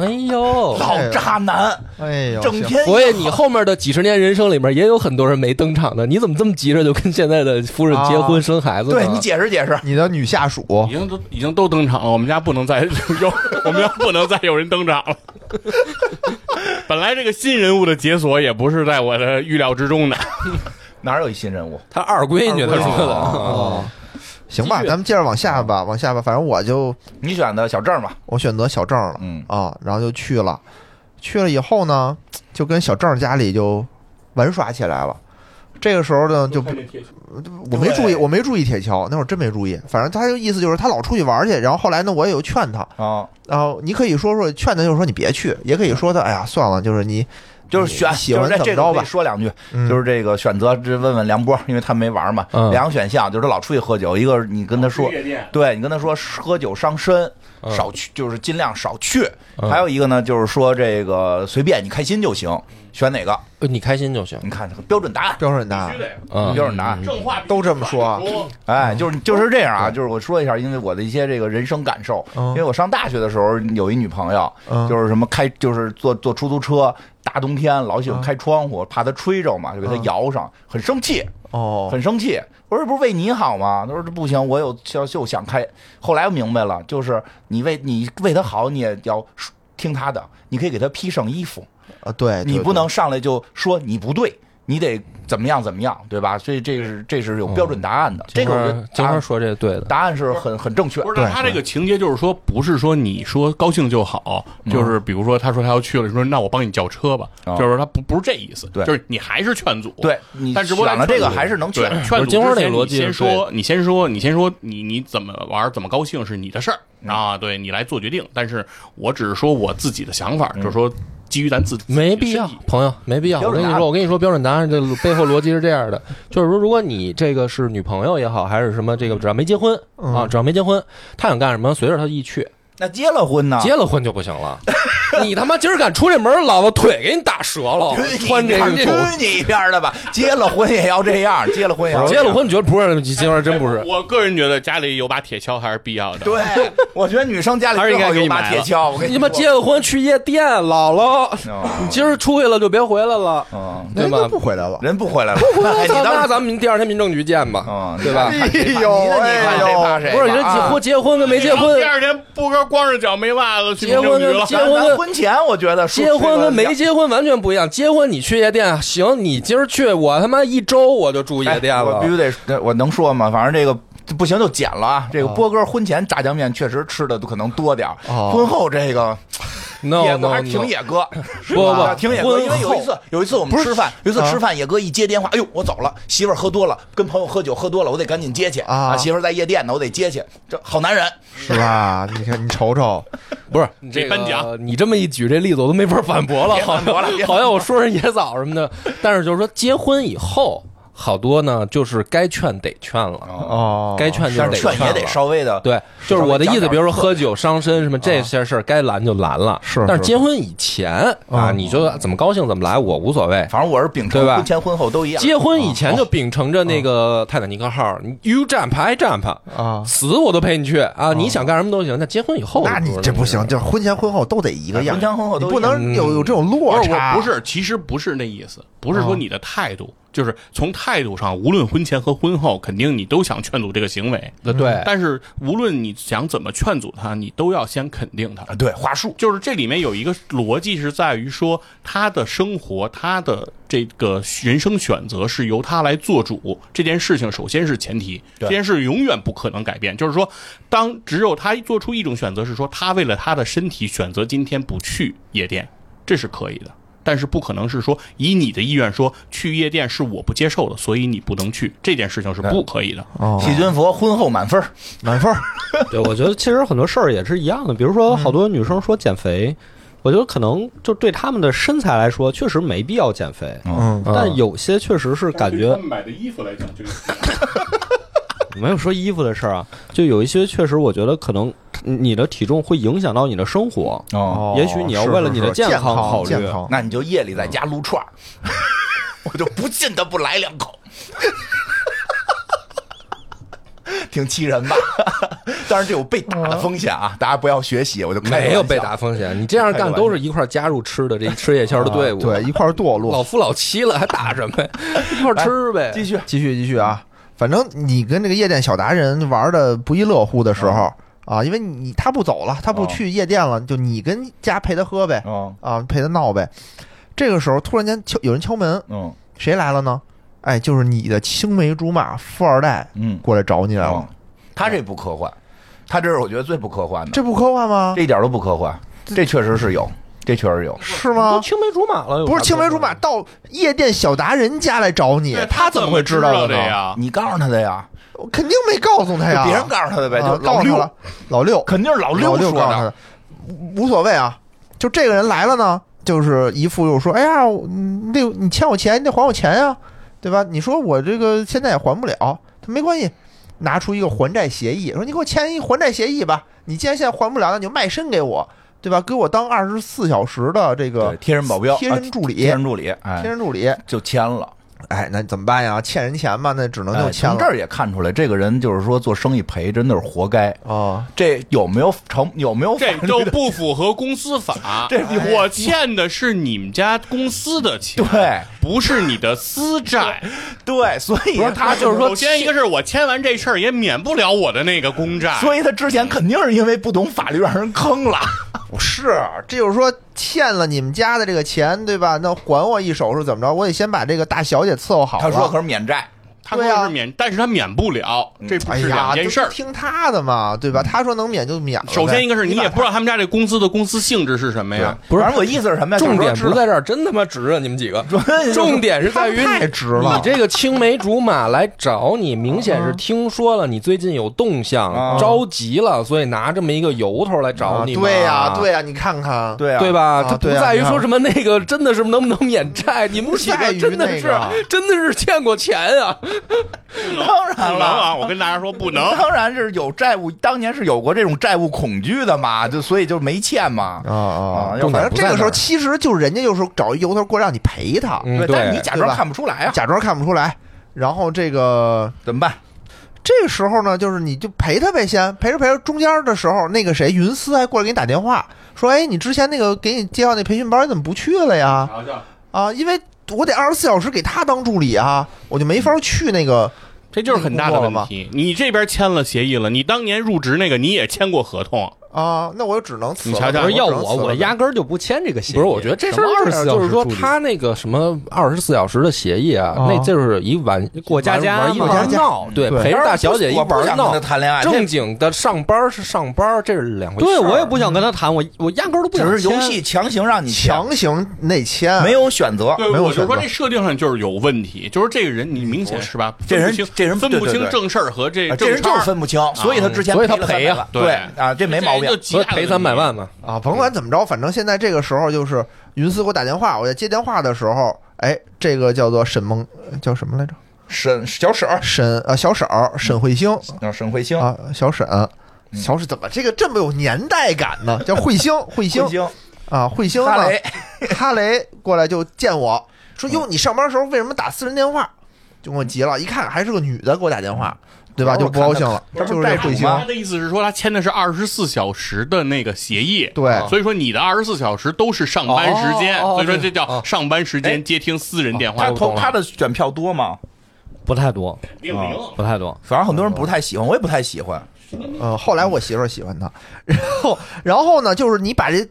Speaker 4: 呦，
Speaker 6: 哎呦，
Speaker 2: 老渣男，
Speaker 4: 哎呦，
Speaker 2: 整
Speaker 4: 行
Speaker 2: 天
Speaker 6: 所以你后面的几十年人生里面也有很多人没登场的，你怎么这么急着就跟现在的夫人结婚生孩子呢？
Speaker 2: 对你解释解释。
Speaker 4: 你的女下属
Speaker 5: 已经都已经都登场了，我们家不能再 有，我们家不能再有人登场了。 本来这个新人物的解锁也不是在我的预料之中的。
Speaker 2: 哪有一新人物？
Speaker 6: 他二闺女，他说的。嗯
Speaker 4: 哦，行吧，
Speaker 6: 继续
Speaker 4: 咱们接着往下吧，往下吧。反正我就
Speaker 2: 你选的小郑吧。
Speaker 4: 我选择小郑了，
Speaker 2: 嗯
Speaker 4: 啊，然后就去了，去了以后呢，就跟小郑家里就玩耍起来了。这个时候呢，就我没注意，
Speaker 2: 对
Speaker 4: 我没注意铁锹，那会儿真没注意。反正他就意思就是他老出去玩去，然后后来呢，我也有劝他，
Speaker 2: 啊，
Speaker 4: 然后你可以说说劝他，就是说你别去，也可以说他，哎呀，算了，就是你
Speaker 2: 就是选，
Speaker 4: 你喜
Speaker 2: 就
Speaker 4: 欢
Speaker 2: 是在
Speaker 4: 怎
Speaker 2: 这
Speaker 4: 么
Speaker 2: 个
Speaker 4: 着
Speaker 2: 可以
Speaker 4: 吧，
Speaker 2: 说两句，
Speaker 4: 嗯
Speaker 2: 就是这个选择，这问问梁波，因为他没玩嘛。
Speaker 6: 嗯
Speaker 2: 两个选项就是他老出去喝酒，一个是你跟他说，对你跟他说喝酒伤身，
Speaker 6: 嗯
Speaker 2: 少去，就是尽量少去。
Speaker 6: 嗯
Speaker 2: 还有一个呢，就是说这个随便你开心就行。选哪个？
Speaker 6: 呃你开心就行。
Speaker 2: 你看这个标准答案，
Speaker 4: 标准答
Speaker 5: 必
Speaker 4: 案
Speaker 5: 须。得
Speaker 6: 嗯，
Speaker 2: 标准答案。
Speaker 5: 正话
Speaker 4: 啊都这么说啊
Speaker 2: 哎，就是就是这样啊，就是我说一下，因为我的一些这个人生感受，
Speaker 4: 嗯
Speaker 2: 因为我上大学的时候有一女朋友，
Speaker 4: 嗯
Speaker 2: 就是什么开就是坐坐出租车，大冬天老
Speaker 6: 嗯
Speaker 2: 喜欢开窗户，怕她吹着嘛，就给她摇上，很生气，
Speaker 4: 哦，
Speaker 2: 很生气。我说这不是为你好吗？她说这不行，我有就就想开。后来我明白了，就是你为你为她好，你也要听她的，你可以给她披上衣服，
Speaker 4: 啊，
Speaker 6: 哎
Speaker 4: 对，对
Speaker 2: 你
Speaker 4: 对
Speaker 2: 不能上来就说你不对。你得怎么样怎么样，对吧？所以这是这是有标准答案的，这个我觉得答
Speaker 6: 金
Speaker 2: 案
Speaker 6: 花嗯说这个对的，
Speaker 2: 答案是很很正确
Speaker 5: 不。是，那他这个情节就是说，不是说你说高兴就好，就是比如说他说他要去了，你说那我帮你叫车吧，
Speaker 2: 啊
Speaker 5: 就是他不不是这意思，
Speaker 2: 对
Speaker 5: 就是你还是劝阻，
Speaker 2: 对，你
Speaker 5: 但只不过
Speaker 2: 选了这个还是能
Speaker 5: 对
Speaker 2: 劝。
Speaker 5: 劝阻
Speaker 6: 不是金花
Speaker 5: 之
Speaker 6: 那个
Speaker 5: 前，
Speaker 6: 逻
Speaker 5: 你
Speaker 6: 辑
Speaker 5: 先
Speaker 6: 是对
Speaker 5: 说，你先说，你先说，你你怎么玩儿，怎么高兴是你的事儿啊，对你来做决定。但是我只是说我自己的想法，就是说基于咱自己
Speaker 6: 没必要，朋友，没必要。
Speaker 2: 标
Speaker 6: 我
Speaker 2: 准
Speaker 6: 跟
Speaker 2: 答
Speaker 6: 你
Speaker 2: 案
Speaker 6: 说，我跟你说，标准答案这背后逻辑是这样的，就是说，如果你这个是女朋友也好，还是什么，这个只要没结婚啊，只要没结婚，她想干什么，随着她一去，
Speaker 2: 那结了婚呢？
Speaker 6: 结了婚就不行了。 你他妈今儿敢出这门，老子腿给你打折 了！穿这个
Speaker 2: 去
Speaker 6: 走，
Speaker 2: 你一边的吧！结了婚也要这样，结了婚也要这
Speaker 6: 结
Speaker 2: 样
Speaker 6: 了。婚觉得不是，金花真不是。
Speaker 5: 我个人觉得家里有把铁锹还是必要的。
Speaker 2: 对，我觉得女生家里
Speaker 5: 还
Speaker 2: 最
Speaker 5: 是应该
Speaker 2: 好
Speaker 5: 给
Speaker 2: 有
Speaker 5: 你
Speaker 2: 把
Speaker 5: 买
Speaker 2: 铁
Speaker 5: 了
Speaker 2: 锹。我跟
Speaker 6: 你他妈
Speaker 2: 说哦
Speaker 6: 结了婚去夜店，姥姥，你今儿出去了就别回来了，
Speaker 2: 嗯，
Speaker 6: 对
Speaker 4: 人
Speaker 6: 吧
Speaker 4: 都？不回来了。
Speaker 2: 人不回来了。哎
Speaker 6: 那
Speaker 2: 你
Speaker 6: 咱
Speaker 2: 当
Speaker 6: 那
Speaker 2: 时
Speaker 6: 咱们第二天民政局见吧
Speaker 2: 嗯，
Speaker 6: 对吧？
Speaker 4: 哎
Speaker 2: 你
Speaker 4: 呦
Speaker 2: 看你
Speaker 4: 哎
Speaker 2: 看
Speaker 4: 呦
Speaker 2: 谁怕谁吧？
Speaker 6: 不是，人结
Speaker 2: 啊
Speaker 6: 婚结婚跟没结
Speaker 5: 然后
Speaker 6: 婚
Speaker 5: 第，二天不光光着脚没袜子去
Speaker 6: 结
Speaker 5: 民
Speaker 6: 婚
Speaker 5: 政局
Speaker 6: 就
Speaker 5: 了
Speaker 6: 结。
Speaker 2: 咱
Speaker 6: 婚
Speaker 2: 咱
Speaker 6: 跟
Speaker 2: 婚前我觉得说
Speaker 6: 结婚跟没结婚完全不一样。结婚你去夜店啊行，你今儿去，我他妈一周我就住夜店
Speaker 2: 哎我
Speaker 6: 了
Speaker 2: 必。须得，我能说吗？反正这个。不行就减了啊！这个
Speaker 6: 哦
Speaker 2: 波哥婚前炸酱面确实吃的可能多点儿，
Speaker 4: 哦
Speaker 2: 婚后这个
Speaker 6: no
Speaker 2: 野哥
Speaker 6: no
Speaker 2: 还是挺
Speaker 6: no，
Speaker 2: 野 哥，是
Speaker 6: 不
Speaker 2: 吧
Speaker 6: 不啊
Speaker 2: 挺野哥。因为
Speaker 6: 婚
Speaker 2: 有一次，有一次我们吃饭，有一次吃饭，野哥一接电话，哎呦，我走了，媳妇儿喝多了，跟朋友喝酒喝多了，我得赶紧接去
Speaker 4: 啊
Speaker 2: 媳妇儿在夜店呢，我得接去。这好男人，
Speaker 4: 是吧？你看，你瞅瞅，
Speaker 6: 不是你
Speaker 5: 这颁奖，
Speaker 6: 你这么一举这例子，我都没法反驳了，
Speaker 2: 别
Speaker 6: 好
Speaker 2: 反
Speaker 6: 像
Speaker 2: 驳了别反驳
Speaker 6: 好像我说是野枣什么的。但是就是说，结婚以后，好多呢，就是该劝得劝了，
Speaker 4: 哦，
Speaker 6: 该劝就
Speaker 2: 但
Speaker 6: 是
Speaker 2: 是劝也得
Speaker 6: 了
Speaker 2: 稍微的
Speaker 6: 对，就是我的意
Speaker 2: 讲
Speaker 6: 思，
Speaker 2: 点
Speaker 6: 比如说喝酒伤身什么这些事儿，该拦就拦了。
Speaker 4: 是
Speaker 6: 但是
Speaker 4: 是
Speaker 6: 结婚以前啊，
Speaker 4: 嗯
Speaker 6: 你就怎么高兴怎么来，我无所谓。
Speaker 4: 哎
Speaker 2: 反正我是秉承
Speaker 6: 对吧
Speaker 2: 婚前婚后都一样。
Speaker 6: 结婚以
Speaker 4: 哦
Speaker 6: 前就秉承着那个泰坦尼克号你，you jump I jump，
Speaker 4: 啊，哦
Speaker 6: 死我都陪你去啊！你想干什么都行。那结婚以后，
Speaker 4: 那你这不行，就是婚前婚后都得一个样，
Speaker 2: 婚前婚后都
Speaker 4: 你不能
Speaker 6: 一样
Speaker 4: 有有这种落
Speaker 5: 不是
Speaker 4: 差，
Speaker 5: 我不是，其实不是那意思，不是
Speaker 6: 哦
Speaker 5: 说你的态度，就是从态度上，无论婚前和婚后，肯定你都想劝阻这个行为，
Speaker 6: 呃对
Speaker 1: 嗯
Speaker 6: 对，
Speaker 5: 但是无论你想怎么劝阻他，你都要先肯定他。
Speaker 2: 啊对话术，
Speaker 5: 就是这里面有一个逻辑是在于说，他的生活，他的这个人生选择是由他来做主，这件事情首先是前提，
Speaker 2: 对
Speaker 5: 这件事永远不可能改变。就是说，当只有他做出一种选择，是说他为了他的身体选择今天不去夜店，这是可以的。但是不可能是说以你的意愿说去夜店是我不接受的，所以你不能去，这件事情是不可以的。
Speaker 4: 哦
Speaker 2: 细菌佛婚后满分儿，
Speaker 4: 满分儿
Speaker 1: 对，我觉得其实很多事儿也是一样的，比如
Speaker 6: 嗯
Speaker 1: 说好多女生说减肥，我觉得可能就对她们的身材来说，确实没必要减肥。
Speaker 4: 嗯，
Speaker 1: 但有些确实是感 觉
Speaker 5: 买的衣服来讲，就是
Speaker 1: 没有说衣服的事儿啊，就有一些确实，我觉得可能你的体重会影响到你的生活。
Speaker 2: 哦，
Speaker 1: 也许你要为了你的
Speaker 4: 健
Speaker 1: 健康考虑
Speaker 4: 健康
Speaker 2: 那你就夜里在家撸串儿， 我就不信他不来两口。 挺气人吧？ 当然这有被打的风险
Speaker 4: 哦
Speaker 2: 啊，大家不要学习，我就开
Speaker 6: 没有
Speaker 2: 玩笑
Speaker 6: 被打风险。你这样干都是一块儿加入吃的这吃夜宵的队伍，
Speaker 4: 啊嗯对，一块儿堕落
Speaker 6: 老。夫老妻了还打什么呀？一块儿吃呗。
Speaker 2: 继续，
Speaker 4: 继续继续啊，反正你跟这个夜店小达人玩的不亦乐乎的时候啊，因为你他不走了，他不
Speaker 2: 哦
Speaker 4: 去夜店了，就你跟家陪他喝呗，
Speaker 2: 嗯
Speaker 4: 啊，陪他闹呗。这个时候突然间敲有人敲门，
Speaker 2: 嗯
Speaker 4: 谁来了呢？哎，就是你的青梅竹马富二代
Speaker 2: 嗯，
Speaker 4: 过来找你来了
Speaker 2: 嗯，他这不科幻，他这是我觉得最不科幻的，
Speaker 4: 这不科幻吗
Speaker 2: 这？一点都不科幻，这确实是有，这确实有。
Speaker 4: 是
Speaker 6: 都
Speaker 4: 吗？
Speaker 6: 青梅竹马了，
Speaker 4: 啊
Speaker 6: 有啥
Speaker 4: 不是青梅竹马
Speaker 6: 可
Speaker 4: 到夜店小达人家来找你，
Speaker 5: 他怎
Speaker 4: 怎么
Speaker 5: 么
Speaker 4: 会
Speaker 5: 会
Speaker 4: 知
Speaker 5: 知
Speaker 4: 道
Speaker 5: 道
Speaker 4: 的
Speaker 5: 的
Speaker 4: 呢
Speaker 5: 呀？
Speaker 2: 你告诉他的呀，
Speaker 4: 我肯定没告诉他呀，
Speaker 2: 别人告诉他的呗，
Speaker 4: 啊
Speaker 2: 就
Speaker 4: 告
Speaker 2: 老
Speaker 4: 诉他
Speaker 2: 六
Speaker 4: 了，老六
Speaker 2: 肯定是老
Speaker 4: 老
Speaker 2: 六
Speaker 4: 六
Speaker 2: 说
Speaker 4: 告诉他
Speaker 2: 的，
Speaker 4: 的，无无所谓啊。就这个人来了呢，就是姨父又说：“哎呀，嗯六，你欠我钱，你得还我钱呀、对吧？你说我这个现在也还不了，他没关系，拿出一个还债协议，说你给我签一还债协议吧。你既然现在还不了，那你就卖身给我，对吧？给我当二十四小时的这个
Speaker 2: 对贴身保镖、
Speaker 4: 贴身助理
Speaker 2: 啊贴身助理，哎，
Speaker 4: 贴身助理，
Speaker 2: 就签了。
Speaker 4: 哎，那怎么办呀？欠人钱嘛，那只能就
Speaker 2: 哎
Speaker 4: 签
Speaker 2: 从
Speaker 4: 了。
Speaker 2: 这儿也看出来，这个人就是说做生意赔真的是活该。
Speaker 4: 哦，
Speaker 2: 这有没有成？有没有法
Speaker 5: 这
Speaker 2: 律
Speaker 5: 就
Speaker 2: 的
Speaker 5: 不符合公司法。
Speaker 2: 这
Speaker 5: 我欠的是你们家公司的钱，
Speaker 2: 对
Speaker 5: 不是你的私债。
Speaker 2: 对，所以
Speaker 6: 不是
Speaker 2: 他就是
Speaker 5: 首
Speaker 2: 说
Speaker 5: 先一个是我签完这事儿也免不了我的那个公债，
Speaker 2: 所以他之前肯定是因为不懂法律让人坑了，
Speaker 4: 不是，这就是说欠了你们家的这个钱，对吧？那还我一手是怎么着？我得先把这个大小姐伺候好了。
Speaker 2: 他说可是免债，
Speaker 5: 他说
Speaker 4: 对啊
Speaker 5: 是免，但是他免不了，这不
Speaker 4: 哎
Speaker 5: 是
Speaker 4: 呀，
Speaker 5: 两件
Speaker 4: 就
Speaker 5: 事儿。
Speaker 4: 听他的嘛，对吧？他说能免就免了呗。
Speaker 5: 首先一个是你
Speaker 4: 把
Speaker 5: 也不知道他们家这公司的公司性质是什么呀，
Speaker 6: 不是
Speaker 2: 反正我意思是什
Speaker 4: 哎
Speaker 2: 么呀？
Speaker 6: 重点
Speaker 2: 就是
Speaker 6: 不
Speaker 2: 说
Speaker 6: 在这儿，真他妈值啊！你们 几个，
Speaker 2: 知道，
Speaker 6: 重点是在于
Speaker 4: 他们太
Speaker 6: 你
Speaker 4: 直了
Speaker 6: 你这个青梅竹马来找你，明显是听说了你最近有动向
Speaker 2: 啊，
Speaker 6: 着急了，所以拿这么一个由头来找
Speaker 4: 啊
Speaker 6: 你嘛。
Speaker 4: 对呀，对呀，你看看，
Speaker 2: 对啊，
Speaker 6: 对？吧？它不
Speaker 4: 对啊
Speaker 6: 在于
Speaker 4: 你看
Speaker 6: 说什么那个真的是能不能免债，你们
Speaker 4: 不
Speaker 6: 几
Speaker 4: 在于
Speaker 6: 真的
Speaker 4: 那
Speaker 6: 是
Speaker 4: 个啊哎
Speaker 6: 真的是欠过钱啊！
Speaker 2: 当
Speaker 5: 不
Speaker 2: 然
Speaker 5: 能
Speaker 2: 了。
Speaker 5: 啊！我跟大家说不能。
Speaker 2: 当然是有债务，当年是有过这种债务恐惧的嘛，就所以就没欠嘛。
Speaker 4: 啊啊
Speaker 2: 啊！
Speaker 4: 就
Speaker 2: 重
Speaker 4: 反
Speaker 2: 点
Speaker 4: 正
Speaker 2: 不
Speaker 4: 这
Speaker 2: 在
Speaker 4: 个时
Speaker 2: 那
Speaker 4: 候，
Speaker 2: 儿
Speaker 4: 其实就是人家就是找一由头过让你赔他，
Speaker 6: 嗯对
Speaker 2: 但是你假
Speaker 4: 对
Speaker 2: 装
Speaker 4: 吧
Speaker 2: 看不出来啊，
Speaker 4: 假装看不出来。然后这个
Speaker 2: 怎么办？
Speaker 4: 这个时候呢，就是你就陪他呗，先陪着陪着，中间的时候，那个谁云思还过来给你打电话，说：“哎，你之前那个给你介绍那培训班，你怎么不去了呀？啊，因为我得二十四小时给他当助理啊，我就没法去那个。
Speaker 5: 这就是很大的问题。你这边签了协议了，你当年入职那个你也签过合同，
Speaker 4: 啊，那我就只能辞了。
Speaker 5: 你瞧瞧
Speaker 1: 不是要
Speaker 4: 只能
Speaker 1: 我，
Speaker 4: 辞了
Speaker 1: 我压根儿就不签这个协议。
Speaker 6: 不是，我觉得这事儿啊
Speaker 1: 二
Speaker 6: 就
Speaker 1: 十
Speaker 6: 是
Speaker 1: 四
Speaker 6: 就是说，他那个什么二十四小时的协议啊，
Speaker 4: 啊
Speaker 6: 那就是一玩
Speaker 1: 过家家
Speaker 6: 啊玩玩一
Speaker 1: 嘛
Speaker 6: 玩闹，对，
Speaker 4: 对
Speaker 6: 陪着大小姐一
Speaker 2: 我不
Speaker 6: 玩
Speaker 2: 想跟
Speaker 6: 闹
Speaker 2: 他。谈恋爱，
Speaker 6: 正经的上班是上班，这是两回事儿。
Speaker 1: 对我也不想跟他谈，我我压根儿都不
Speaker 2: 这
Speaker 1: 想
Speaker 2: 只是游
Speaker 1: 签
Speaker 2: 戏强行让你签，
Speaker 4: 强行内签，
Speaker 2: 没有选择。
Speaker 5: 啊对，
Speaker 4: 没有
Speaker 5: 我就
Speaker 4: 选择
Speaker 5: 说这设定上就是有问题，就是这个人你明显是吧？
Speaker 2: 这人
Speaker 5: 分不清
Speaker 2: 这人
Speaker 5: 分不
Speaker 2: 对对
Speaker 5: 清
Speaker 2: 对
Speaker 5: 正事儿和这
Speaker 2: 啊这人
Speaker 5: 正
Speaker 2: 就是
Speaker 5: 差
Speaker 2: 分不清，所以他之前
Speaker 6: 所以他
Speaker 2: 了
Speaker 6: 赔啊
Speaker 2: 300万对啊，这没毛病
Speaker 5: 这人就。极
Speaker 6: 所
Speaker 5: 大
Speaker 6: 以
Speaker 5: 的
Speaker 6: 赔三百万嘛。
Speaker 4: 啊，甭管怎么着，反正现在这个时候就是云思给我打电话，我在接电话的时候，哎，这个叫做沈梦，叫什么来着？
Speaker 2: 沈小沈儿，
Speaker 4: 沈呃小沈儿沈慧星
Speaker 2: 啊，沈慧星，
Speaker 4: 啊，小沈。
Speaker 2: 嗯
Speaker 4: 小沈怎么这个这么有年代感呢？叫慧 星，慧星
Speaker 2: 慧星，
Speaker 4: 啊，慧星
Speaker 2: 哈
Speaker 4: 呢？
Speaker 2: 雷，
Speaker 4: 哈雷过来就见我说：“哟，你上班时候为什么打私人电话？”就给我急了，一看还是个女的给我打电话，对吧？
Speaker 2: 不
Speaker 4: 就是不高兴了，
Speaker 2: 看他
Speaker 4: 就是
Speaker 2: 嗯这
Speaker 4: 这
Speaker 2: 不
Speaker 4: 慧
Speaker 2: 是债主
Speaker 4: 星，
Speaker 2: 吗
Speaker 5: 他的意思是说，他签的是二十四小时的那个协议，啊
Speaker 4: 对
Speaker 5: 所以说你的二十四小时都是上班时间，
Speaker 6: 哦哦哦
Speaker 5: 所以说这
Speaker 6: 哦
Speaker 5: 叫上班时间接听私人电话
Speaker 2: 哎哦他。
Speaker 6: 我懂
Speaker 2: 投
Speaker 6: 了
Speaker 2: 他的选票多吗？
Speaker 1: 不太多，啊
Speaker 5: 零零，
Speaker 1: 不太多。
Speaker 2: 反正很多人不太喜欢，我也不太喜欢。
Speaker 4: 呃，后来我媳妇儿喜欢他，然后然后呢，就是你把这，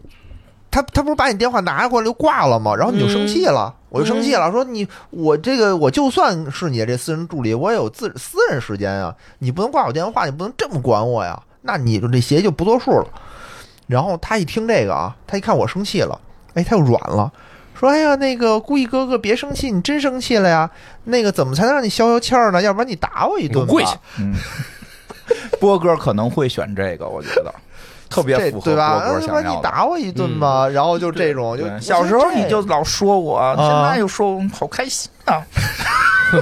Speaker 4: 他他不是把你电话拿过来就挂了吗？然后你就生气
Speaker 6: 嗯
Speaker 4: 了，我就生气了，说你我这个我就算是你这私人助理，我也有自私人时间啊，你不能挂我电话，你不能这么管我呀，那你就这协议就不作数了。然后他一听这个啊，他一看我生气了，哎，他又软了。说：“哎呀，那个故意哥哥，别生气，你真生气了呀？那个怎么才能让你消消气儿呢？要不然你打我一顿吧。”
Speaker 6: 跪下
Speaker 2: 波哥可能会选这个，我觉得特别
Speaker 4: 这
Speaker 2: 符合
Speaker 4: 对
Speaker 2: 波
Speaker 4: 吧？啊
Speaker 2: 哥
Speaker 4: 他
Speaker 2: 想
Speaker 4: 妈
Speaker 2: 要
Speaker 4: 你
Speaker 2: 的。
Speaker 4: 打我一顿吧，然后就这种，就
Speaker 2: 对小时候你就老说我，现
Speaker 4: 啊
Speaker 2: 在又说我好开心啊！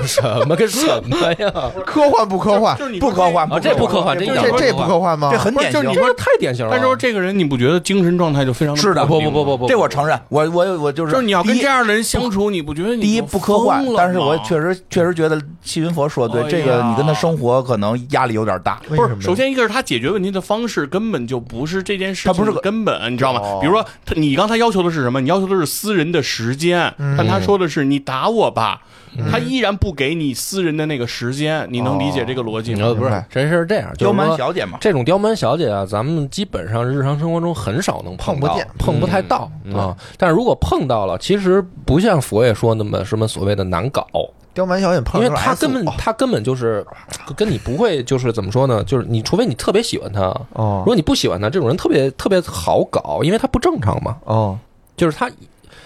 Speaker 6: 什么跟什么呀？
Speaker 4: 科幻不科幻？
Speaker 5: 就是你
Speaker 2: 不科幻，
Speaker 6: 啊，这不科幻，这一
Speaker 4: 这
Speaker 6: 点
Speaker 4: 这
Speaker 6: 都
Speaker 4: 这
Speaker 6: 不
Speaker 4: 不科幻吗
Speaker 2: 这？很
Speaker 5: 不是
Speaker 2: 典
Speaker 5: 就是
Speaker 2: 型
Speaker 5: 你。
Speaker 6: 这
Speaker 5: 说
Speaker 6: 个，太典型了。
Speaker 5: 但是说这个人，你不觉得精神状态就非常的
Speaker 2: 是的
Speaker 6: 不
Speaker 5: 稳
Speaker 6: 不
Speaker 5: 定
Speaker 6: 不不
Speaker 5: 吗，
Speaker 6: 不，
Speaker 2: 这我承认，我我我就是
Speaker 5: 就是你要跟
Speaker 2: 第一
Speaker 5: 这样的人相处，你不觉得你
Speaker 2: 第一
Speaker 5: 就
Speaker 2: 不科幻
Speaker 5: 疯，了
Speaker 2: 但是我
Speaker 5: 吗
Speaker 2: 确实确实觉得七云佛说得
Speaker 5: 哎
Speaker 2: 对，这个
Speaker 5: 呀
Speaker 2: 你跟他生活可能压力有点大。
Speaker 4: 为
Speaker 5: 不
Speaker 4: 什么
Speaker 5: 是，
Speaker 4: 呀
Speaker 5: 首先一个是他解决问题的方式根本就不是这件事
Speaker 2: 他
Speaker 5: 情，
Speaker 2: 不是个
Speaker 5: 根本，你知道
Speaker 4: 哦
Speaker 5: 吗？比如说，他你刚才要求的是什么？你要求的是私人的时间，
Speaker 2: 嗯
Speaker 5: 但他说的是你打我吧，他依然不给你私人的那个时间，你能理解这个逻辑
Speaker 6: 你
Speaker 2: 哦
Speaker 5: 吗？
Speaker 6: 说不
Speaker 4: 明
Speaker 6: 是
Speaker 4: 白，
Speaker 6: 真是这样，
Speaker 2: 刁
Speaker 6: 就是
Speaker 2: 蛮
Speaker 6: 说
Speaker 2: 小姐嘛，
Speaker 6: 这种刁蛮小姐啊，咱们基本上日常生活中很少能碰
Speaker 4: 碰不
Speaker 6: 到
Speaker 4: 见，
Speaker 6: 碰不太到
Speaker 1: 嗯
Speaker 6: 啊。但是如果碰到了，其实不像佛爷说那么什么所谓的难搞，
Speaker 4: 刁蛮小眼碰
Speaker 6: 因
Speaker 4: 出
Speaker 6: 为
Speaker 4: 来
Speaker 6: 他
Speaker 4: S
Speaker 6: 根本
Speaker 4: 五
Speaker 6: 他根本就是跟你不会就是怎么说呢？就是你除非你特别喜欢他，如
Speaker 4: 哦
Speaker 6: 果你不喜欢他，这种人特别特别好搞，因为他不正常嘛，
Speaker 4: 哦，
Speaker 6: 就是他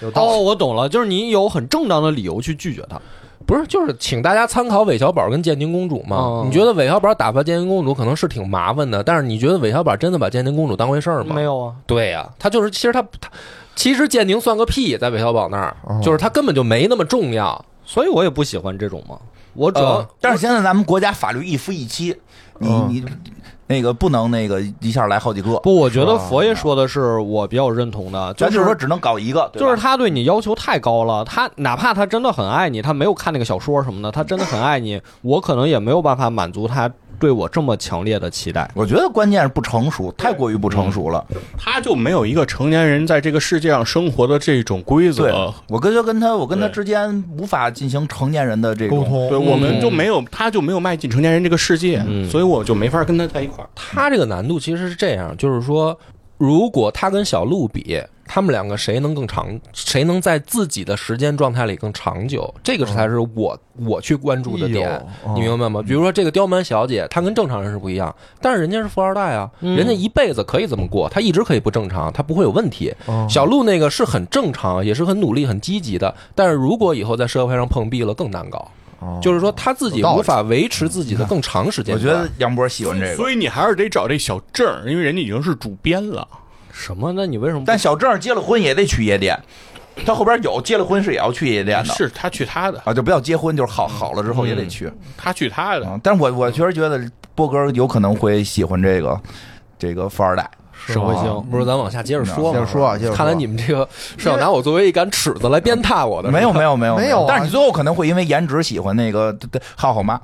Speaker 4: 有道理
Speaker 1: 哦，我懂了，就是你有很正当的理由去拒绝他。
Speaker 6: 不是，就是请大家参考韦小宝跟建宁公主嘛。
Speaker 1: 哦
Speaker 6: 你觉得韦小宝打发建宁公主可能是挺麻烦的，但是你觉得韦小宝真的把建宁公主当回事儿吗？。
Speaker 1: 有啊，
Speaker 6: 对呀、他就是其实他他其实建宁算个屁，在韦小宝那儿，
Speaker 4: 哦
Speaker 6: 就是他根本就没那么重要。
Speaker 1: 所以我也不喜欢这种嘛。我主要
Speaker 6: 呃
Speaker 2: 但是现在咱们国家法律一夫一妻，你
Speaker 4: 嗯
Speaker 2: 你那个不能那个一下来好几个，
Speaker 1: 不，我觉得佛爷说的是我比较认同的，
Speaker 2: 咱
Speaker 1: 是
Speaker 2: 就说只能搞一个，对吧
Speaker 1: 就是他对你要求太高了，他哪怕他真的很爱你，他没有看那个小说什么的，他真的很爱你，我可能也没有办法满足他对我这么强烈的期待。
Speaker 2: 我觉得关键是不成熟，太过于不成熟了。
Speaker 5: 他就没有一个成年人在这个世界上生活的这种规
Speaker 2: 对
Speaker 5: 则，，
Speaker 2: 我跟他跟他我跟他
Speaker 5: 对嗯
Speaker 2: 之间无法进行成年人的这种
Speaker 4: 沟。通
Speaker 5: 对，我们就没有，他就没有迈进成年人这个世界，
Speaker 1: 嗯
Speaker 5: 所以我就没法跟他在一块儿。
Speaker 6: 他这个难度其实是这样，就是说，如果他跟小鹿比，他们两个谁能更长，谁能在自己的时间状态里更长久，这个才是我、我去关注的点。
Speaker 4: 哎呦
Speaker 6: 你明白吗？比如说这个刁蛮小姐，她跟正常人是不一样，但是人家是富二代啊，人家一辈子可以这么过，她一直可以不正常，她不会有问题。
Speaker 4: 哦
Speaker 6: 小鹿那个是很正常，也是很努力、很积极的，但是如果以后在社会上碰壁了，更难搞。
Speaker 4: 哦
Speaker 6: 就是说他自己
Speaker 4: 有道理
Speaker 6: 无法维持自己的更长时间
Speaker 2: 我
Speaker 6: 段。
Speaker 2: 觉得杨波喜欢这个，
Speaker 5: 所以你还是得找这小郑儿，因为人家已经是主编了。
Speaker 1: 什么？那你为什么不？
Speaker 2: 但小郑结了婚也得去夜店，他后边有结了婚是也要去夜店的，
Speaker 5: 是他去他的，
Speaker 2: 啊，就不要结婚，就是好好了之后也得去。
Speaker 5: 他去他嗯的。
Speaker 2: 啊，但是我我确实觉得波哥有可能会喜欢这个这个富二代，
Speaker 1: 社会性
Speaker 2: 啊
Speaker 6: 不是，咱往下接着说
Speaker 4: 接
Speaker 6: 嘛。
Speaker 4: 着说啊接着说
Speaker 6: 看来你们这个是要拿我作为一杆尺子来鞭挞我的。
Speaker 2: 没有没有没有
Speaker 4: 没有啊
Speaker 2: 但是你最后可能会因为颜值喜欢那个对对浩浩妈，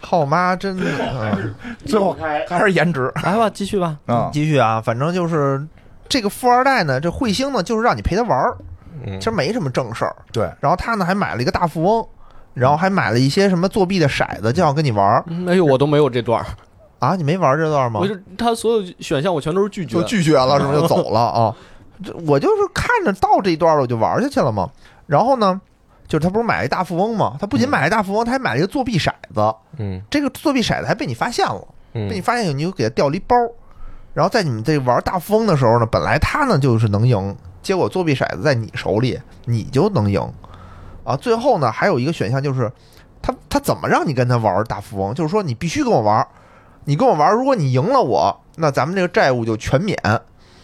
Speaker 4: 浩哦妈真的，嗯
Speaker 2: 最后还是颜值
Speaker 1: 来吧，继续吧。
Speaker 2: 啊。
Speaker 4: 继续啊，反正就是这个富二代呢，这彗星呢，就是让你陪他玩儿，
Speaker 6: 嗯
Speaker 4: 其实没什么正事儿。
Speaker 2: 对，
Speaker 4: 然后他呢还买了一个大富翁，然后还买了一些什么作弊的骰子，就想跟你玩儿
Speaker 1: 嗯哎呦，我都没有这段儿，
Speaker 4: 啊？你没玩这段吗
Speaker 1: 我？就他所有选项我全都是拒绝
Speaker 4: 就。拒绝了，是不是就走了啊？这我就是看着到这一段了，我就玩下去了嘛。然后呢，就是他不是买了一大富翁嘛？他不仅买了一大富翁，他还买了一个作弊骰子。
Speaker 6: 嗯
Speaker 4: 这个作弊骰子还被你发现了，被你
Speaker 6: 嗯
Speaker 4: 发现以后，你就给他掉了一包。然后在你们这玩大富翁的时候呢，本来他呢就是能赢，结果作弊骰子在你手里，你就能赢啊。最后呢，还有一个选项就是，他他怎么让你跟他玩大富翁？就是说你必须跟我玩，你跟我玩，如果你赢了我，那咱们这个债务就全免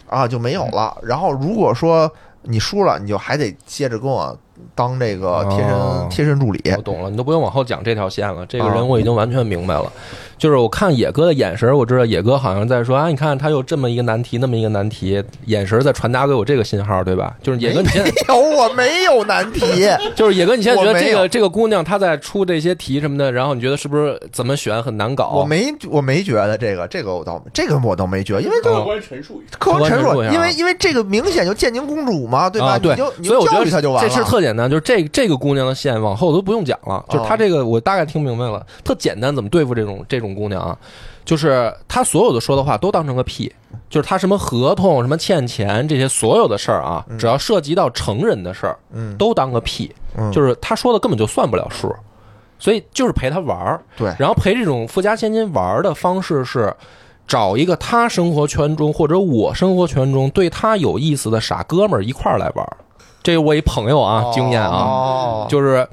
Speaker 4: 啊，就没有了。
Speaker 6: 嗯
Speaker 4: 然后如果说你输了，你就还得接着跟我当这个贴身、
Speaker 6: 哦
Speaker 4: 贴身助理。
Speaker 6: 我懂了，你都不用往后讲这条线了。这个
Speaker 4: 啊
Speaker 6: 人我已经完全明白了，就是我看野哥的眼神，我知道野哥好像在说啊，你看他有这么一个难题，那么一个难题，眼神在传达给我这个信号，对吧？就是野哥，你 现在
Speaker 4: 有哎我没有难 题。
Speaker 6: 就是野哥，你现在觉
Speaker 4: 我
Speaker 6: 得
Speaker 4: 没
Speaker 6: 这
Speaker 4: 有
Speaker 6: 个这个姑娘她在出这些题什么的，然后你觉得是不是怎么选很难搞？
Speaker 4: 我没我没觉得这个这个我倒这个我倒没觉得，因为
Speaker 5: 客
Speaker 4: 就
Speaker 5: 观陈述一下，
Speaker 4: 客观陈
Speaker 6: 客
Speaker 4: 述，
Speaker 6: 观陈述一下啊
Speaker 4: 因为因为这个明显就建宁公主嘛，对吧？
Speaker 6: 啊、对，
Speaker 4: 你就你
Speaker 6: 所以
Speaker 4: 就
Speaker 6: 我觉
Speaker 4: 教
Speaker 6: 得
Speaker 4: 育她就完了。
Speaker 6: 这事儿特简单，就是这这个姑娘的线往后都不用讲了，就是
Speaker 4: 啊
Speaker 6: 她这个我大概听明白了，特简单怎么对付这种这种姑娘啊，就是她所有的说的话都当成个屁，就是她什么合同、什么欠钱这些所有的事儿啊，只要涉及到成人的事儿，
Speaker 4: 嗯，
Speaker 6: 都当个屁，
Speaker 4: 嗯
Speaker 6: 就是她说的根本就算不了数，所以就是陪她玩儿，
Speaker 4: 对
Speaker 5: 哎
Speaker 6: 然后陪这种富家千金玩儿的方式是。找一个他生活圈中或者我生活圈中对他有意思的傻哥们儿一块儿来玩儿，这是我一朋友啊、经验啊，
Speaker 4: 哦，
Speaker 6: 就是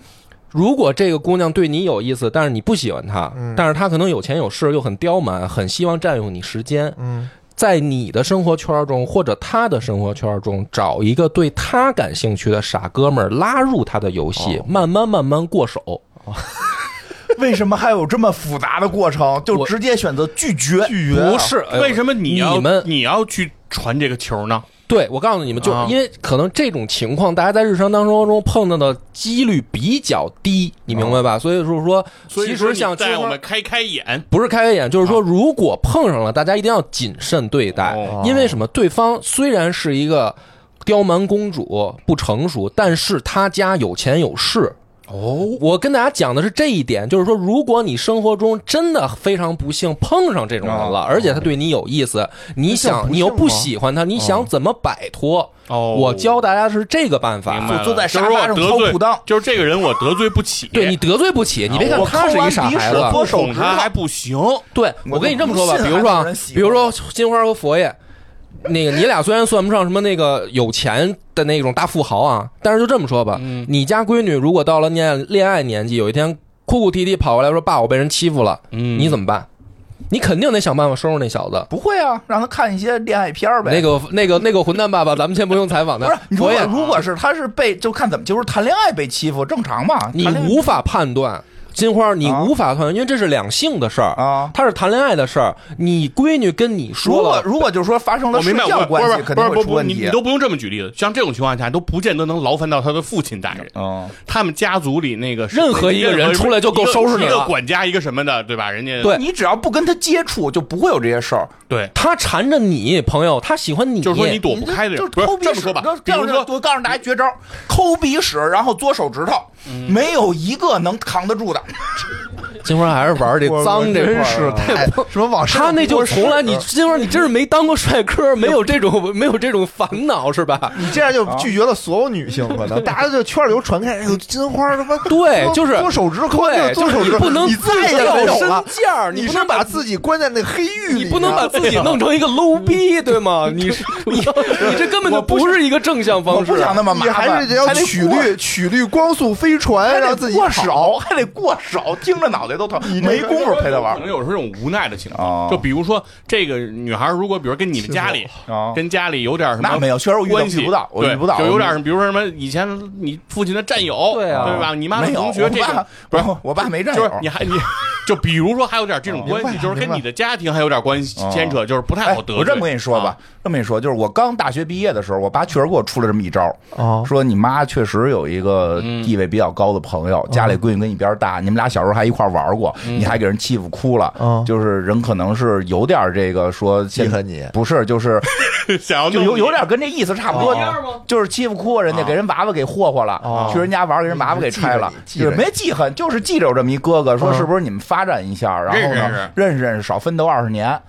Speaker 6: 如果这个姑娘对你有意思，但是你不喜欢她，
Speaker 4: 嗯
Speaker 6: 但是她可能有钱有势又很刁蛮，很希望占用你时间，
Speaker 4: 嗯
Speaker 6: 在你的生活圈中或者她的生活圈中找一个对她感兴趣的傻哥们儿拉入她的游戏，
Speaker 5: 哦
Speaker 6: 慢慢慢慢过手。
Speaker 2: 为什么还有这么复杂的过程？就
Speaker 6: 我
Speaker 2: 直接选择拒绝，拒
Speaker 6: 不是，哎
Speaker 5: 啊
Speaker 6: 呦
Speaker 5: 为什么你要
Speaker 6: 你们
Speaker 5: 你要去传这个球呢？
Speaker 6: 对，我告诉你们，就是
Speaker 5: 啊
Speaker 6: 因为可能这种情况，大家在日常当中中碰到的几率比较低，你明白吧？所以就是说，
Speaker 5: 哦所
Speaker 6: 其
Speaker 5: 以说
Speaker 6: 实
Speaker 5: 你
Speaker 6: 像
Speaker 5: 带
Speaker 6: 金
Speaker 5: 我
Speaker 6: 花
Speaker 5: 们开开眼，
Speaker 6: 不是开个眼，就是说，如果碰上了，大家一定要谨慎对待，
Speaker 5: 哦
Speaker 6: 因为什么？对方虽然是一个刁蛮公主，不成熟，但是她家有钱有势。哦，我跟大家讲的是这一点，就是说，如果你生活中真的非常不幸碰上这种人了，而且他对你有意思，你
Speaker 4: 不
Speaker 6: 想
Speaker 4: 幸
Speaker 6: 你又不
Speaker 4: 吗
Speaker 6: 喜欢他，你想怎么摆脱？
Speaker 5: 哦
Speaker 6: 我教大家是这个办法。
Speaker 5: 明白了
Speaker 2: 坐在
Speaker 5: 就
Speaker 2: 沙
Speaker 5: 是我
Speaker 2: 发上
Speaker 5: 得
Speaker 2: 掏
Speaker 5: 罪
Speaker 2: 裤裆
Speaker 5: 就是这个人我得罪不起，
Speaker 6: 对你得罪不起，你别
Speaker 2: 啊
Speaker 6: 看
Speaker 2: 我
Speaker 6: 他是
Speaker 2: 抠
Speaker 6: 一
Speaker 2: 完
Speaker 6: 傻
Speaker 2: 鼻
Speaker 6: 孩
Speaker 2: 屎
Speaker 6: 子，
Speaker 5: 我
Speaker 2: 脱
Speaker 5: 不哦
Speaker 2: 手
Speaker 5: 捅
Speaker 2: 指头
Speaker 5: 他还不行，
Speaker 6: 对，我跟你这么说吧，比如说啊，比如说金花和佛爷，那个你俩虽然算不上什么那个有钱的那种大富豪啊，但是就这么说吧，你家闺女如果到了恋爱恋爱年纪，有一天哭哭啼啼跑过来说：“爸，我被人欺负了。”
Speaker 5: 嗯
Speaker 6: 你怎么办？你肯定得想办法收拾那小子。
Speaker 2: 不会啊，让他看一些恋爱片儿呗。
Speaker 6: 那个那个那个混蛋爸爸，咱们先不用采访
Speaker 2: 不是
Speaker 6: 他，。
Speaker 2: 如
Speaker 6: 佛
Speaker 2: 果
Speaker 6: 爷，
Speaker 2: 如果是他是被就看怎么，就是谈恋爱被欺负正常嘛？
Speaker 6: 你
Speaker 2: 谈恋爱
Speaker 6: 无法判断金花，你
Speaker 2: 啊
Speaker 6: 无法团圆，因为这是两性的事儿
Speaker 2: 啊
Speaker 6: 它是谈恋爱的事儿。你闺女跟你
Speaker 2: 如
Speaker 6: 说
Speaker 2: 果
Speaker 6: 了，
Speaker 2: 如果就是说发生了
Speaker 5: 我
Speaker 2: 睡
Speaker 5: 明白，
Speaker 2: 觉
Speaker 5: 我不
Speaker 2: 关
Speaker 5: 是
Speaker 2: 系，肯
Speaker 5: 不
Speaker 2: 定
Speaker 5: 是不
Speaker 2: 会出
Speaker 5: 是不是，
Speaker 2: 问
Speaker 5: 你
Speaker 2: 题
Speaker 5: 你。都不用这么举例子。像这种情况下，都不见得能劳烦到他的父亲大人。
Speaker 2: 嗯，
Speaker 5: 他们家族里那个
Speaker 6: 任何一个人出来就够收拾你了
Speaker 5: 一个管家一个什么的，对吧？人家
Speaker 6: 对
Speaker 2: 你只要不跟他接触，就不会有这些事儿。
Speaker 5: 对，
Speaker 6: 她缠着你，朋友，她喜欢你，
Speaker 5: 就是说你躲不开的
Speaker 2: 就是
Speaker 5: 人，不是
Speaker 2: 抠鼻
Speaker 5: 这么
Speaker 2: 屎，
Speaker 5: 说吧
Speaker 2: 就？
Speaker 5: 比
Speaker 2: 这样
Speaker 5: 如
Speaker 2: 就
Speaker 5: 说
Speaker 2: 我告诉大家绝招，抠鼻屎，然后嘬手指头，
Speaker 5: 嗯
Speaker 2: 没有一个能扛得住的。
Speaker 6: 金花还是玩这
Speaker 4: 我
Speaker 6: 脏这块
Speaker 4: 真
Speaker 6: 儿
Speaker 4: 是
Speaker 6: 啊
Speaker 4: 太哎什么往上啊
Speaker 6: 他那就
Speaker 4: 拨屎
Speaker 6: 从来你金花，你真是没当过帅哥，没有这种没有这种烦恼是吧？
Speaker 4: 你这样就拒绝了所有女性， 可能大家就圈流传开，哎呦，金花他妈
Speaker 6: 对
Speaker 4: 多
Speaker 6: 就是
Speaker 4: 多手指抠，
Speaker 6: 对，
Speaker 4: 多
Speaker 6: 就
Speaker 4: 手
Speaker 6: 是你
Speaker 4: 指，
Speaker 6: 不能
Speaker 4: 你
Speaker 6: 自
Speaker 4: 自己也没
Speaker 6: 掉
Speaker 4: 有
Speaker 6: 身
Speaker 4: 了，
Speaker 6: 价儿，
Speaker 4: 你
Speaker 6: 不
Speaker 4: 是
Speaker 6: 能
Speaker 4: 把自己关在那个黑狱里，啊
Speaker 6: 你不能把自己弄成一个 low 逼，对吗？你是你你这根本就不是一个正向
Speaker 5: 哦
Speaker 2: 我
Speaker 6: 方式。
Speaker 5: 啊
Speaker 2: 不想那么麻
Speaker 4: 你
Speaker 2: 烦，
Speaker 4: 还是得要
Speaker 2: 还得
Speaker 4: 曲
Speaker 2: 过
Speaker 4: 率曲率光速飞船，
Speaker 2: 还
Speaker 4: 让
Speaker 2: 得
Speaker 4: 自己
Speaker 2: 过
Speaker 4: 跑。
Speaker 2: 手，还得过手，听着脑袋都疼，没
Speaker 4: 这个
Speaker 2: 工夫陪他玩
Speaker 5: 可能有时候这种无奈的情
Speaker 2: 哦
Speaker 5: 况，就比如说这个女孩，如果比如跟你们家里
Speaker 2: 啊。
Speaker 5: 跟家里有点什么
Speaker 2: 那没有，确实我遇到
Speaker 5: 关系
Speaker 2: 遇不到，我
Speaker 5: 对
Speaker 2: 遇不到，
Speaker 5: 就有点
Speaker 2: 我
Speaker 5: 什么，比如说什么以前你父亲的战友，
Speaker 6: 对啊
Speaker 5: 吧？你妈
Speaker 2: 哦
Speaker 5: 的
Speaker 2: 没有
Speaker 5: 同学，
Speaker 2: 我
Speaker 5: 这
Speaker 2: 爸
Speaker 5: 个不是
Speaker 2: 我我爸没战
Speaker 5: 就
Speaker 2: 友
Speaker 5: 是，你还你就比如说还有点这种
Speaker 2: 哦
Speaker 5: 关
Speaker 4: 明
Speaker 5: 系，
Speaker 4: 白
Speaker 5: 就是跟
Speaker 4: 明白
Speaker 5: 你的家庭还有点关系
Speaker 2: 哦
Speaker 5: 牵扯，就是不太
Speaker 2: 哎
Speaker 5: 好得罪。啊
Speaker 2: 我这么跟你说吧，这么跟你说，就是我刚大学毕业的时候，我爸确实给我出了这么一招，
Speaker 4: 哦，
Speaker 2: 说你妈确实有一个
Speaker 5: 嗯
Speaker 2: 地位比较高的朋友，家
Speaker 4: 哦
Speaker 2: 里闺女跟你边儿大，你们俩小时候还一块儿玩过，
Speaker 5: 嗯
Speaker 2: 你还给人欺负哭了，
Speaker 4: 嗯
Speaker 2: 就是人可能是有点这个说
Speaker 4: 记
Speaker 2: 现
Speaker 4: 恨你，
Speaker 2: 不是 就是
Speaker 5: 啊，想要
Speaker 2: 就
Speaker 5: 弄
Speaker 2: 有
Speaker 5: 你
Speaker 2: 有点跟这意思差不多，
Speaker 5: 哦
Speaker 2: 就是欺负哭人家，
Speaker 5: 啊
Speaker 2: 给人娃娃给霍霍了，
Speaker 4: 哦
Speaker 2: 去人家玩，给人娃娃给拆了，
Speaker 4: 记着
Speaker 2: 就
Speaker 4: 你记着
Speaker 2: 是
Speaker 4: 你
Speaker 2: 没记恨，就是记着有这么一哥哥，说
Speaker 4: 嗯
Speaker 2: 是不是你们发展一下，然后
Speaker 5: 认识
Speaker 2: 呢认识认识，少奋斗二十年。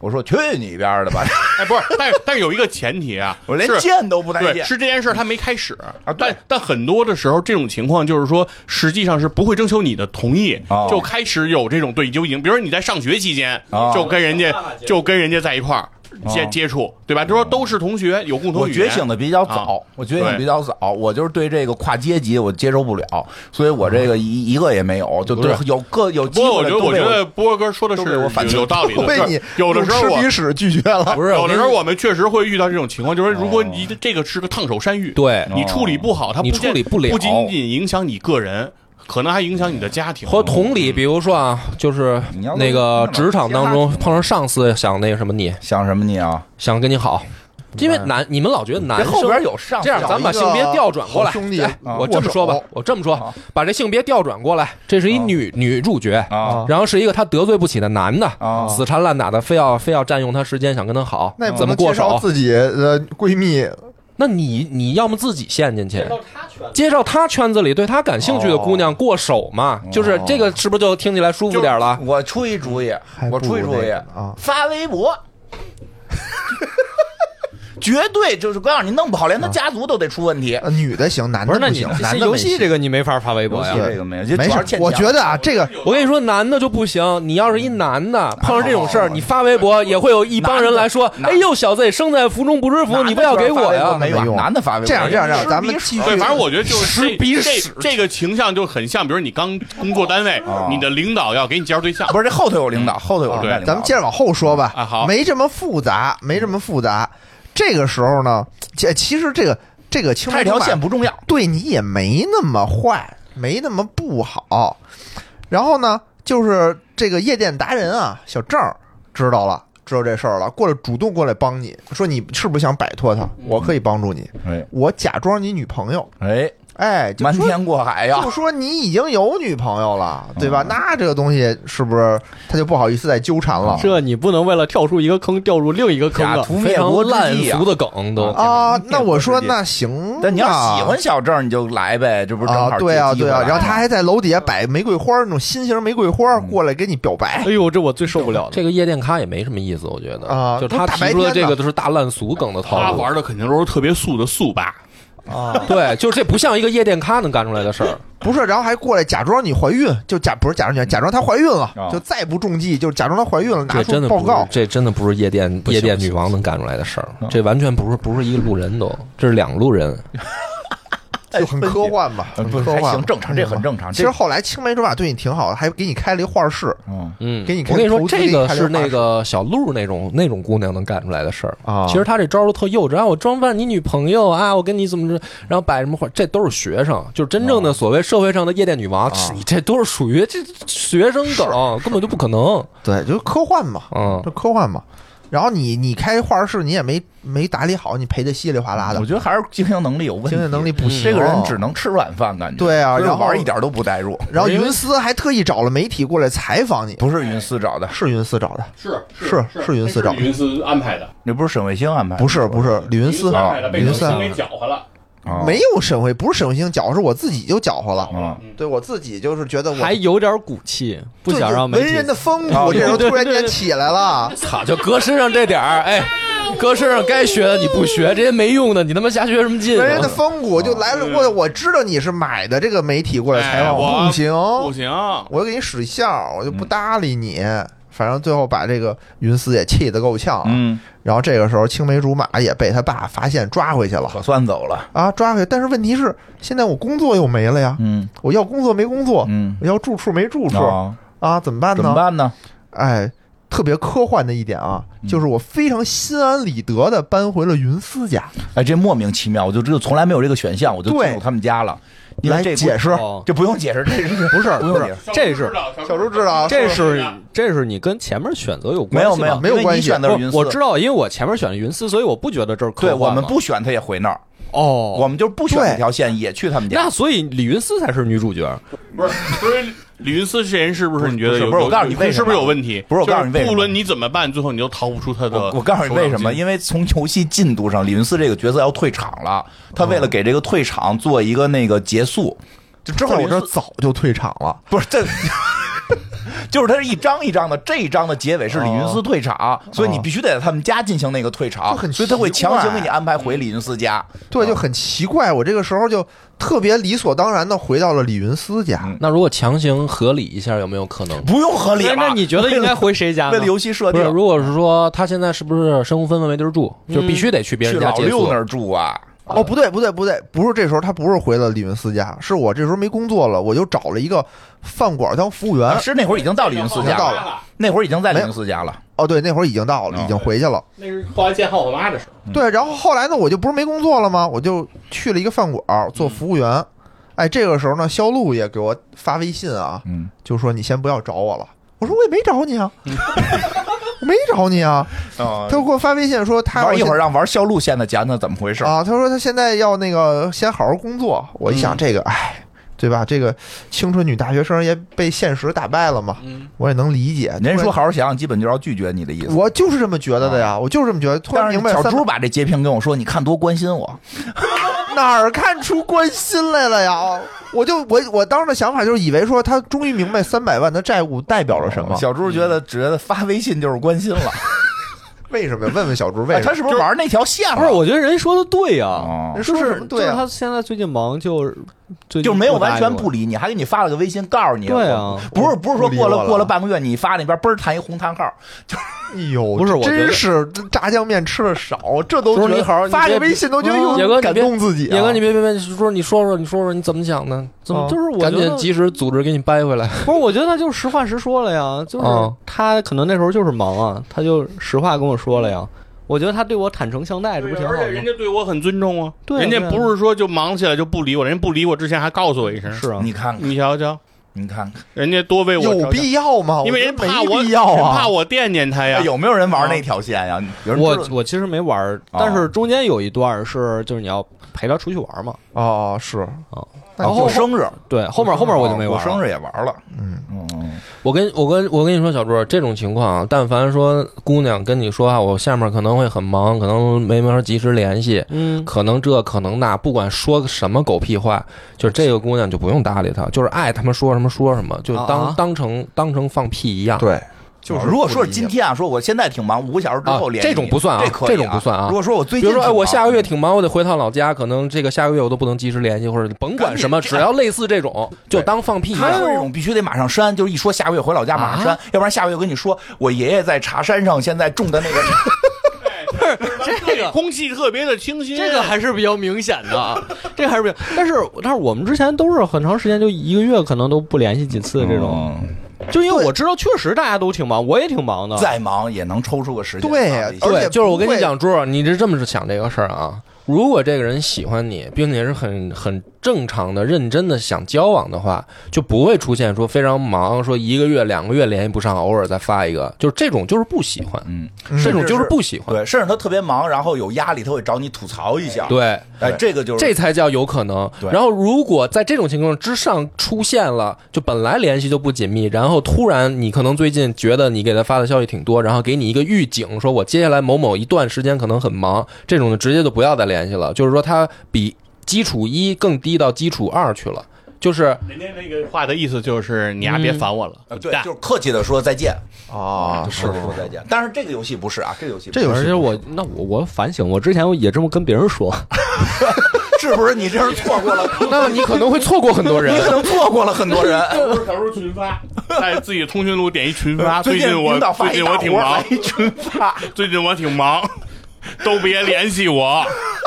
Speaker 2: 我说去你边儿的吧！
Speaker 5: 哎，不是，但是但是有一个前提啊，
Speaker 2: 我连
Speaker 5: 是
Speaker 2: 见都不带
Speaker 5: 对，
Speaker 2: 见。
Speaker 5: 是这件事儿他没开始
Speaker 2: 啊对
Speaker 5: 但但很多的时候，这种情况就是说，实际上是不会征求你的同意，
Speaker 2: 哦
Speaker 5: 就开始有这种对，就已经，比如说你在上学期间，
Speaker 2: 哦
Speaker 5: 就跟人家就跟人家在一块儿接、
Speaker 2: 哦
Speaker 5: 接触，对吧？就说都是同学，有共同
Speaker 2: 我
Speaker 5: 语言。
Speaker 2: 觉醒的比较
Speaker 5: 啊
Speaker 2: 早，我觉醒得
Speaker 5: 对
Speaker 2: 比较早，我就是对这个跨阶级我接受不了，所以我这个一一个也没有，就对
Speaker 5: 嗯不
Speaker 2: 有各有
Speaker 5: 不
Speaker 2: 机
Speaker 5: 过我
Speaker 2: 会的
Speaker 5: 觉得，
Speaker 2: 都
Speaker 5: 我
Speaker 2: 被
Speaker 5: 觉
Speaker 2: 我
Speaker 5: 得波哥说的是
Speaker 2: 都被我反
Speaker 5: 有有道理的，
Speaker 4: 我被
Speaker 5: 就是
Speaker 4: 你
Speaker 5: 有的时候
Speaker 4: 用
Speaker 5: 我
Speaker 4: 吃鼻屎拒绝了。
Speaker 6: 不是
Speaker 5: 有的时候
Speaker 6: 我跟
Speaker 5: 我们确实会遇到这种情况，就是如果
Speaker 2: 哦
Speaker 5: 你这个是个烫手山芋，
Speaker 6: 对
Speaker 5: 你处理不好，它
Speaker 6: 你
Speaker 5: 不见
Speaker 6: 处理不了
Speaker 5: 不仅仅影响你个人，可能还影响你的家庭。
Speaker 6: 和同理，比如说啊，就是
Speaker 2: 你要
Speaker 6: 那个职场当中碰上上司想那个什么你，
Speaker 2: 想什么你 啊？
Speaker 6: 想跟你好，因为男你们老觉得男
Speaker 2: 这
Speaker 6: 生
Speaker 2: 后边有上
Speaker 6: 这样，咱们把性别调转过来。
Speaker 4: 好兄弟
Speaker 6: 哎
Speaker 4: 啊
Speaker 6: 我这么说吧
Speaker 4: 握手，啊
Speaker 6: 我这么
Speaker 2: 好
Speaker 6: 说，把这性别调转过来，这是一
Speaker 2: 啊
Speaker 6: 女女主角，
Speaker 2: 啊
Speaker 6: 然后是一个他得罪不起的男的，
Speaker 2: 啊
Speaker 6: 死缠烂打的，非要非要占用他时间，想跟他好，
Speaker 4: 那也不
Speaker 6: 怎么
Speaker 4: 能
Speaker 6: 过
Speaker 4: 介
Speaker 6: 手
Speaker 4: 绍？自己的闺蜜
Speaker 6: 那你你要么自己陷进去，介绍他圈子里对他感兴趣的姑
Speaker 4: 哦
Speaker 6: 娘过手嘛，就是这个是不是就听起来舒服点了？
Speaker 2: 我出一主意
Speaker 4: 还，不
Speaker 2: 我
Speaker 4: 如
Speaker 2: 出一主
Speaker 4: 那
Speaker 2: 意
Speaker 4: 个啊
Speaker 2: 发微博， 绝对就是告诉你，弄不好连他家族都得出问题。
Speaker 4: 啊呃，女的行，男的
Speaker 1: 不是，那你
Speaker 4: 行，男的
Speaker 1: 游
Speaker 4: 没
Speaker 1: 戏
Speaker 4: 戏
Speaker 1: 这个你没法发微博呀
Speaker 2: 游哎戏。这个没有就主
Speaker 4: 没
Speaker 2: 要是
Speaker 4: 事
Speaker 2: 欠。
Speaker 4: 我
Speaker 2: 钱
Speaker 4: 觉得啊，这个
Speaker 6: 我跟你说，男的就不行。你要是一男的碰上这种事儿，你发微博也会有一帮人来说：“
Speaker 2: 男
Speaker 6: 哎
Speaker 2: 的
Speaker 6: 呦，小子，生在福中不知福，
Speaker 2: 男的
Speaker 6: 你不要给我
Speaker 2: 发微博
Speaker 6: 呀
Speaker 2: 没
Speaker 4: 没
Speaker 2: 用，
Speaker 4: 用
Speaker 2: 男的发微博
Speaker 4: 这样这样这样，
Speaker 2: 吃
Speaker 4: 咱们
Speaker 2: 鼻屎
Speaker 4: 继续。
Speaker 5: 对，反正我觉得就是
Speaker 6: 吃
Speaker 5: 这
Speaker 6: 鼻
Speaker 5: 这
Speaker 6: 屎
Speaker 5: 这个倾向就很像，比如你刚工作单位
Speaker 2: 啊，
Speaker 5: 你的领导要给你介绍对象，
Speaker 2: 不是这后头有领导，后头有
Speaker 5: 啊
Speaker 2: 领
Speaker 5: 对
Speaker 2: 导。
Speaker 4: 哦咱们接着往后说吧。
Speaker 5: 啊好
Speaker 4: 没这么复杂，没这么复杂。这个时候呢，这其实这个这个青
Speaker 2: 他
Speaker 4: 梅
Speaker 2: 这
Speaker 4: 竹
Speaker 2: 条
Speaker 4: 马
Speaker 2: 线不重要，
Speaker 4: 对你也没那么坏，没那么不好。然后呢，就是这个夜店达人啊，小郑儿知道了，知道这事儿了，过来主动过来帮你，说你是不是想摆脱他？我可以帮助你，
Speaker 2: 哎
Speaker 4: 我假装你女朋友，
Speaker 2: 哎，
Speaker 4: 哎，就
Speaker 2: 瞒
Speaker 4: 说
Speaker 2: 天过海呀嗯
Speaker 4: 就！说你已经有女朋友了，对吧？那这个东西是不是他就不好意思再纠缠了？
Speaker 1: 这你不能为了跳出一个坑掉入另一个坑
Speaker 2: 假
Speaker 1: 啊！
Speaker 2: 途
Speaker 6: 非
Speaker 2: 灭
Speaker 6: 常
Speaker 2: 国之
Speaker 6: 烂
Speaker 2: 计啊
Speaker 6: 俗！的梗都。
Speaker 4: 啊，
Speaker 2: 也
Speaker 4: 那我说
Speaker 2: 不是这
Speaker 4: 那行啊，
Speaker 2: 但你要喜欢小郑，你就来呗，这不是正好
Speaker 4: 啊，对啊，
Speaker 2: 借机
Speaker 4: 对啊，
Speaker 2: 会来
Speaker 4: 然后他还在楼底下摆玫瑰花，那种心形玫瑰花过来给你表白
Speaker 1: 哎呦，这我最受不了的。
Speaker 6: 这个夜店咖也没什么意思，我觉得
Speaker 2: 嗯
Speaker 4: 啊
Speaker 6: 就是
Speaker 4: 都
Speaker 6: 他
Speaker 4: 大白
Speaker 6: 提出的
Speaker 4: 天
Speaker 6: 这
Speaker 4: 的
Speaker 6: 个都是大烂俗梗的
Speaker 5: 他
Speaker 6: 套路。
Speaker 5: 玩的肯定都是特别素的素吧。
Speaker 4: 啊，
Speaker 6: 对，就是这不像一个夜店咖能干出来的事儿。
Speaker 4: 不是，然后还过来假装你怀孕，就假不是假装你，假装她怀孕
Speaker 2: 啊
Speaker 4: 了，就再不中计，就假装她怀孕了，拿
Speaker 6: 这真
Speaker 4: 出
Speaker 6: 的
Speaker 4: 报
Speaker 6: 不是
Speaker 4: 告，
Speaker 6: 这真的不是夜店
Speaker 5: 行
Speaker 6: 夜店女王能干出来的事儿，这完全不是不是一个路人都，这是两路人。
Speaker 4: 就很科幻吧，
Speaker 2: 呃
Speaker 4: 很
Speaker 2: 不
Speaker 4: 科
Speaker 2: 还
Speaker 4: 幻
Speaker 2: 行，
Speaker 4: 吧
Speaker 2: 正常，这很正常。这
Speaker 4: 其实后来青梅竹马对你挺好的，还给你开了一画室
Speaker 2: 嗯，
Speaker 6: 嗯，
Speaker 4: 给你
Speaker 6: 我跟你说
Speaker 4: 投，资
Speaker 6: 这
Speaker 4: 给你
Speaker 6: 个
Speaker 4: 开
Speaker 6: 是
Speaker 4: 两把
Speaker 6: 那个小鹿那种那种姑娘能干出来的事儿
Speaker 4: 啊
Speaker 6: 其实她这招儿都特幼稚啊，我装扮你女朋友啊，我跟你怎么着，然后摆什么画，这都是学生，就是真正的所谓社会上的夜店女王，这你这都是属于这这学生梗，根本就不可能。
Speaker 4: 对，就是科幻嘛，
Speaker 2: 啊
Speaker 6: 嗯
Speaker 4: 就科幻嘛。然后你你开画室，你也没没打理好，你赔的稀里哗啦的
Speaker 2: 我，觉得还是经营能力有问题，
Speaker 4: 经济能力不行。
Speaker 2: 这个人只能吃软饭，感觉
Speaker 4: 对啊
Speaker 2: 就是
Speaker 4: 然后
Speaker 2: 玩一点都不代入。
Speaker 4: 然后云思还特意找了媒体过来采访你，
Speaker 2: 不是云思找的，
Speaker 4: 是云思找的，
Speaker 5: 是
Speaker 4: 是是云思找的
Speaker 5: 云思安排的，
Speaker 2: 那不是沈卫星安排的，
Speaker 4: 不是不是李云思，
Speaker 5: 安排的，被
Speaker 4: 李云
Speaker 5: 云
Speaker 4: 思
Speaker 5: 思给搅和了。
Speaker 2: 啊，
Speaker 4: 没有沈慧，不是沈慧星搅和，是我自己就搅和了。
Speaker 2: 啊，
Speaker 5: 嗯
Speaker 4: 对我自己就是觉得我
Speaker 1: 还有点骨气，不想让媒
Speaker 4: 文
Speaker 1: 体
Speaker 4: 人的风
Speaker 2: 啊
Speaker 4: 骨，这时候
Speaker 1: 对
Speaker 4: 突然
Speaker 1: 对
Speaker 4: 间
Speaker 1: 对
Speaker 4: 起来 了。
Speaker 6: 操，就搁身上这点儿，哎，搁身上该学的你不学，这些没用的，你他妈瞎学什么劲
Speaker 4: 文人的
Speaker 6: 啊？
Speaker 4: 风骨就来了，
Speaker 5: 嗯
Speaker 4: 我我知道你是买的这个媒体过来采
Speaker 5: 哎
Speaker 4: 访，
Speaker 5: 我
Speaker 4: 不行，
Speaker 2: 哦
Speaker 5: 不行，
Speaker 4: 我就给你使笑，我就
Speaker 2: 嗯
Speaker 4: 不搭理你。反正最后把这个云思也气得够呛。啊
Speaker 2: 嗯，
Speaker 4: 然后这个时候青梅竹马也被他爸发现抓回去了
Speaker 2: 可算走了，
Speaker 4: 啊，抓回去。但是问题是，现在我工作又没了呀，
Speaker 2: 嗯
Speaker 4: 我要工作没工作，
Speaker 2: 嗯，
Speaker 4: 我要住处没住处
Speaker 2: 啊
Speaker 4: 啊，怎么办
Speaker 2: 怎
Speaker 4: 呢
Speaker 2: 么？办呢？
Speaker 4: 哎，特别科幻的一点啊，
Speaker 2: 嗯
Speaker 4: 就是我非常心安理得的搬回了云思家，
Speaker 2: 哎，这莫名其妙，我就知道从来没有这个选项，我就
Speaker 4: 对
Speaker 2: 进入他们家了。因为
Speaker 4: 来
Speaker 2: 这
Speaker 4: 解释。
Speaker 1: 哦
Speaker 2: 这不用解释，这是
Speaker 4: 不是
Speaker 2: 不用
Speaker 4: 不
Speaker 2: 解
Speaker 4: 是
Speaker 2: 释，
Speaker 1: 这是
Speaker 4: 小猪知道
Speaker 1: 这是这是你跟前面选择有
Speaker 2: 没
Speaker 1: 关
Speaker 2: 有
Speaker 1: 系吧
Speaker 2: 没有
Speaker 4: 没有
Speaker 2: 因为
Speaker 4: 关
Speaker 2: 你
Speaker 4: 系
Speaker 2: 选的是云
Speaker 1: 不
Speaker 2: 思，
Speaker 1: 我知道，因为我前面选了云思，所以我不觉得这是科
Speaker 2: 对
Speaker 1: 幻嘛。
Speaker 2: 我们不选他也回那儿，
Speaker 1: 哦，
Speaker 2: 我们就是不选
Speaker 4: 对
Speaker 2: 这条线也去他们家
Speaker 1: 那。所以李云思才是女主角。
Speaker 5: 不 是不是李云思这人是不是你觉得有？
Speaker 2: 不是不是我告诉你为什么
Speaker 5: 是不是有问题？
Speaker 2: 不是我告诉你为什么
Speaker 5: 就是不论你怎么办，最后你都逃不出他的
Speaker 2: 我我告诉你为什么，
Speaker 5: 为
Speaker 2: 因为从游戏进度上，李云斯这个角色要退场了，他
Speaker 4: 哦
Speaker 2: 为了给这个退场做一个那个结束，就之后
Speaker 4: 在
Speaker 2: 李
Speaker 4: 我
Speaker 2: 云
Speaker 4: 这儿
Speaker 2: 斯
Speaker 4: 早就退场了。
Speaker 2: 不是这。 就是他是一张一张的，这一张的结尾是李云斯退场，所以你必须得在他们家进行那个退场，
Speaker 4: 就哦很奇
Speaker 2: 所以他会强行
Speaker 4: 怪
Speaker 2: 给你安排回李云斯家。
Speaker 4: 对，就很奇怪，我这个时候就特别理所当然的回到了李云思家。
Speaker 2: 嗯
Speaker 6: 那如果强行合理一下，有没有可能？
Speaker 2: 不用合理
Speaker 1: 那
Speaker 2: 了。
Speaker 1: 哎那你觉得应该回谁家
Speaker 2: 为
Speaker 1: 呢
Speaker 2: 了？游戏设
Speaker 6: 不
Speaker 2: 定啊
Speaker 6: 是，如果是说他现在是不是身无分文没地儿住，就必须得嗯去别
Speaker 2: 去
Speaker 6: 人家
Speaker 2: 老
Speaker 6: 借
Speaker 2: 六
Speaker 6: 宿
Speaker 2: 那？儿住啊？
Speaker 4: 哦，不对，不对，不对，不是这时候他不是回了李云思家，是我这时候没工作了，我就找了一个饭馆当服务员
Speaker 2: 啊。是那会儿已经到李云斯
Speaker 4: 已经
Speaker 2: 家
Speaker 4: 到
Speaker 2: 了，
Speaker 5: 了，
Speaker 2: 那会儿已经在李云斯家了。
Speaker 4: 哦，对，那会儿已经到了，
Speaker 2: 嗯
Speaker 4: 已经回去了。
Speaker 5: 那是后来见浩我妈的时候，
Speaker 4: 对，然后后来呢，我就不是没工作了吗？我就去了一个饭馆
Speaker 2: 嗯
Speaker 4: 做服务员。哎，这个时候呢，肖路也给我发微信啊，
Speaker 2: 嗯，
Speaker 4: 就说你先不要找我了。我说我也没找你 啊，我没找你啊。
Speaker 2: 他
Speaker 4: 他给我发微信说他要
Speaker 2: 嗯玩一会
Speaker 4: 先
Speaker 2: 儿让玩肖路现在讲讲怎么回事。
Speaker 4: 啊，他说他现在要那个先好好工作。我一
Speaker 2: 嗯
Speaker 4: 想这个，哎、对吧？这个青春女大学生也被现实打败了嘛，我也能理解。
Speaker 2: 嗯人家
Speaker 4: 突
Speaker 2: 说
Speaker 4: 然，
Speaker 2: 好好想想，基本就是要拒绝你的意思。
Speaker 4: 我就是这么觉得的呀，我就是这么觉得。突然
Speaker 2: 但是
Speaker 4: 明白，
Speaker 2: 小
Speaker 4: 三
Speaker 2: 猪把这截屏跟我说，你看多关心我。
Speaker 4: 哪儿看出关心来了呀？我就我我当时的想法就是以为说他终于明白三百万的债务代表了什么，
Speaker 2: 小猪觉得觉得发微信就是关心了。
Speaker 4: 为什么呀？问问小猪为
Speaker 2: 哎，
Speaker 4: 什
Speaker 2: 他
Speaker 4: 么？
Speaker 2: 是不是玩那条线了？
Speaker 1: 不是，我觉得人说的对呀、
Speaker 2: 哦
Speaker 4: 人说什么
Speaker 1: 就
Speaker 4: 对
Speaker 1: 是
Speaker 4: 啊？
Speaker 1: 他现在最近忙就，就
Speaker 2: 就没有完全不理你，还给你发了个微信告诉你。
Speaker 1: 对啊
Speaker 2: 我不是不是说
Speaker 4: 不理
Speaker 2: 过
Speaker 4: 我
Speaker 2: 了
Speaker 4: 了
Speaker 2: 过了半个月，你发那边嘣儿弹一红叹号，
Speaker 4: 哎呦，
Speaker 1: 不是我觉得
Speaker 4: 真是这炸酱面吃的少，这都
Speaker 6: 不
Speaker 4: 觉
Speaker 6: 是
Speaker 4: 得
Speaker 6: 你好好你
Speaker 4: 发
Speaker 6: 别
Speaker 4: 个微信都觉得
Speaker 6: 野哥
Speaker 4: 有
Speaker 6: 你
Speaker 4: 感
Speaker 6: 别
Speaker 4: 动自己、啊。
Speaker 6: 野哥，你别别别，说你说说，你说说你怎么想的？
Speaker 1: 怎么
Speaker 4: 啊
Speaker 1: 就是我
Speaker 6: 赶
Speaker 1: 觉
Speaker 6: 紧
Speaker 1: 得
Speaker 6: 及时组织给你掰回来。
Speaker 1: 不是，我觉得他就是实话实说了呀，就是
Speaker 6: 嗯
Speaker 1: 他可能那时候就是忙啊，他就实话跟我说了呀。我觉得他对我坦诚相待，这不挺好
Speaker 5: 而且
Speaker 1: 吗
Speaker 5: 人？家对我很尊重啊，
Speaker 1: 对啊
Speaker 5: 人家
Speaker 1: 对啊
Speaker 5: 不是说就忙起来就不理我，人家不理我之前还告诉我一声，
Speaker 1: 是
Speaker 4: 嗯
Speaker 1: 啊，
Speaker 2: 你看看
Speaker 5: 你瞧瞧，
Speaker 2: 你看看，
Speaker 5: 人家多为我
Speaker 4: 有
Speaker 5: 着想，
Speaker 4: 必要吗？
Speaker 5: 因为人
Speaker 4: 我觉得
Speaker 5: 怕
Speaker 4: 没
Speaker 5: 我，
Speaker 4: 必要
Speaker 5: 人
Speaker 4: 啊。
Speaker 5: 怕我惦念他呀
Speaker 2: 哎，有没有人玩那条线呀？有人知
Speaker 1: 我
Speaker 2: 道
Speaker 1: 我其实没玩儿，
Speaker 2: 啊
Speaker 1: 但是中间有一段是就是你要陪他出去玩嘛。
Speaker 4: 哦，是
Speaker 1: 哦
Speaker 4: 那你
Speaker 2: 我
Speaker 4: 就
Speaker 2: 生日，
Speaker 1: 对，后面后面我就没玩
Speaker 2: 我
Speaker 1: 儿
Speaker 2: 生
Speaker 1: 了。
Speaker 2: 日也玩了。
Speaker 4: 嗯，
Speaker 2: 嗯嗯。
Speaker 6: 我跟我跟我跟你说，小朱，这种情况啊，但凡说姑娘跟你说啊，我下面可能会很忙，可能没法及时联系，
Speaker 1: 嗯，
Speaker 6: 可能这可能那，不管说什么狗屁话，就是这个姑娘就不用搭理她，就是爱他妈说什么说什么，就当、
Speaker 1: 啊啊
Speaker 6: 当成当成放屁一样。
Speaker 4: 对，
Speaker 2: 就是如果说是今天啊，说我现在挺忙，五个小时之后
Speaker 6: 啊
Speaker 2: 联系你
Speaker 6: 这种不算啊
Speaker 2: 这可以
Speaker 6: 这种不算啊
Speaker 2: 如果说我最
Speaker 6: 比
Speaker 2: 近
Speaker 6: 如
Speaker 2: 挺
Speaker 6: 说，
Speaker 2: 忙，
Speaker 6: 哎，我下个月挺忙，我得回趟老家，可能这个下个月我都不能及时联系，或者甭管什么，
Speaker 2: 赶紧
Speaker 6: 只要类似这种，就
Speaker 2: 对
Speaker 6: 当放屁一
Speaker 2: 他
Speaker 6: 样
Speaker 2: 说。这种必须得马上删，就是一说下个月回
Speaker 6: 啊嗯
Speaker 2: 老家马上删，要不然下个月跟你说我爷爷在茶山上现在种的那个茶，
Speaker 1: 是这个
Speaker 5: 空气特别的清新，啊
Speaker 1: 这个还是比较明显的，啊，这个还是比较。但是但是我们之前都是很长时间，就一个月可能都不联系几次这种，就因为我知道确实大家都挺忙，我也挺忙的。
Speaker 2: 再忙也能抽出个时间。
Speaker 4: 对
Speaker 2: 啊
Speaker 4: 而且
Speaker 6: 对，就是我跟
Speaker 4: 不
Speaker 6: 你
Speaker 4: 会
Speaker 6: 讲，朱儿，你是这么想这个事儿啊？如果这个人喜欢你，并且是很很正常的、认真的想交往的话，就不会出现说非常忙，说一个月、两个月联系不上，偶尔再发一个，就是这种就是不喜欢，
Speaker 2: 嗯，
Speaker 6: 这种
Speaker 2: 是
Speaker 6: 就是
Speaker 2: 是
Speaker 6: 不喜欢。
Speaker 2: 对，甚至他特别忙，然后有压力，他会找你吐槽一下。，
Speaker 6: 对，
Speaker 2: 哎，这个就是
Speaker 6: 这才叫有可能。
Speaker 2: 对
Speaker 6: 然后，如果在这种情况之上出现了，就本来联系就不紧密，然后突然你可能最近觉得你给他发的消息挺多，然后给你一个预警，说我接下来某某一段时间可能很忙，这种的直接就不要再联系了。就是说，他比基础一更低到基础二去了。就是
Speaker 5: 人家那个话的意思就是你呀、别烦我了，
Speaker 2: 呃
Speaker 5: 滚
Speaker 2: 对，
Speaker 5: 蛋
Speaker 2: 就是客气的说再见，
Speaker 4: 啊，
Speaker 2: 是说再见。但是这个游戏不是啊，这个游戏不
Speaker 4: 这
Speaker 2: 是
Speaker 4: 游
Speaker 1: 而
Speaker 4: 戏
Speaker 1: 且我那我我反省，我之前也这么跟别人说，
Speaker 2: 是不是你这是错过了，
Speaker 6: 那么你可能会错过很多人
Speaker 2: 你。可能错过了很多人。
Speaker 5: 不是小时候群发， 在自己通讯录点一群发。啊 最
Speaker 2: 最
Speaker 5: 近我
Speaker 2: 领导发
Speaker 5: 最
Speaker 2: 一
Speaker 5: 近
Speaker 2: 大
Speaker 5: 我挺
Speaker 2: 活
Speaker 5: 忙
Speaker 2: 来，一群发，
Speaker 5: 最近我挺忙，都别联系我。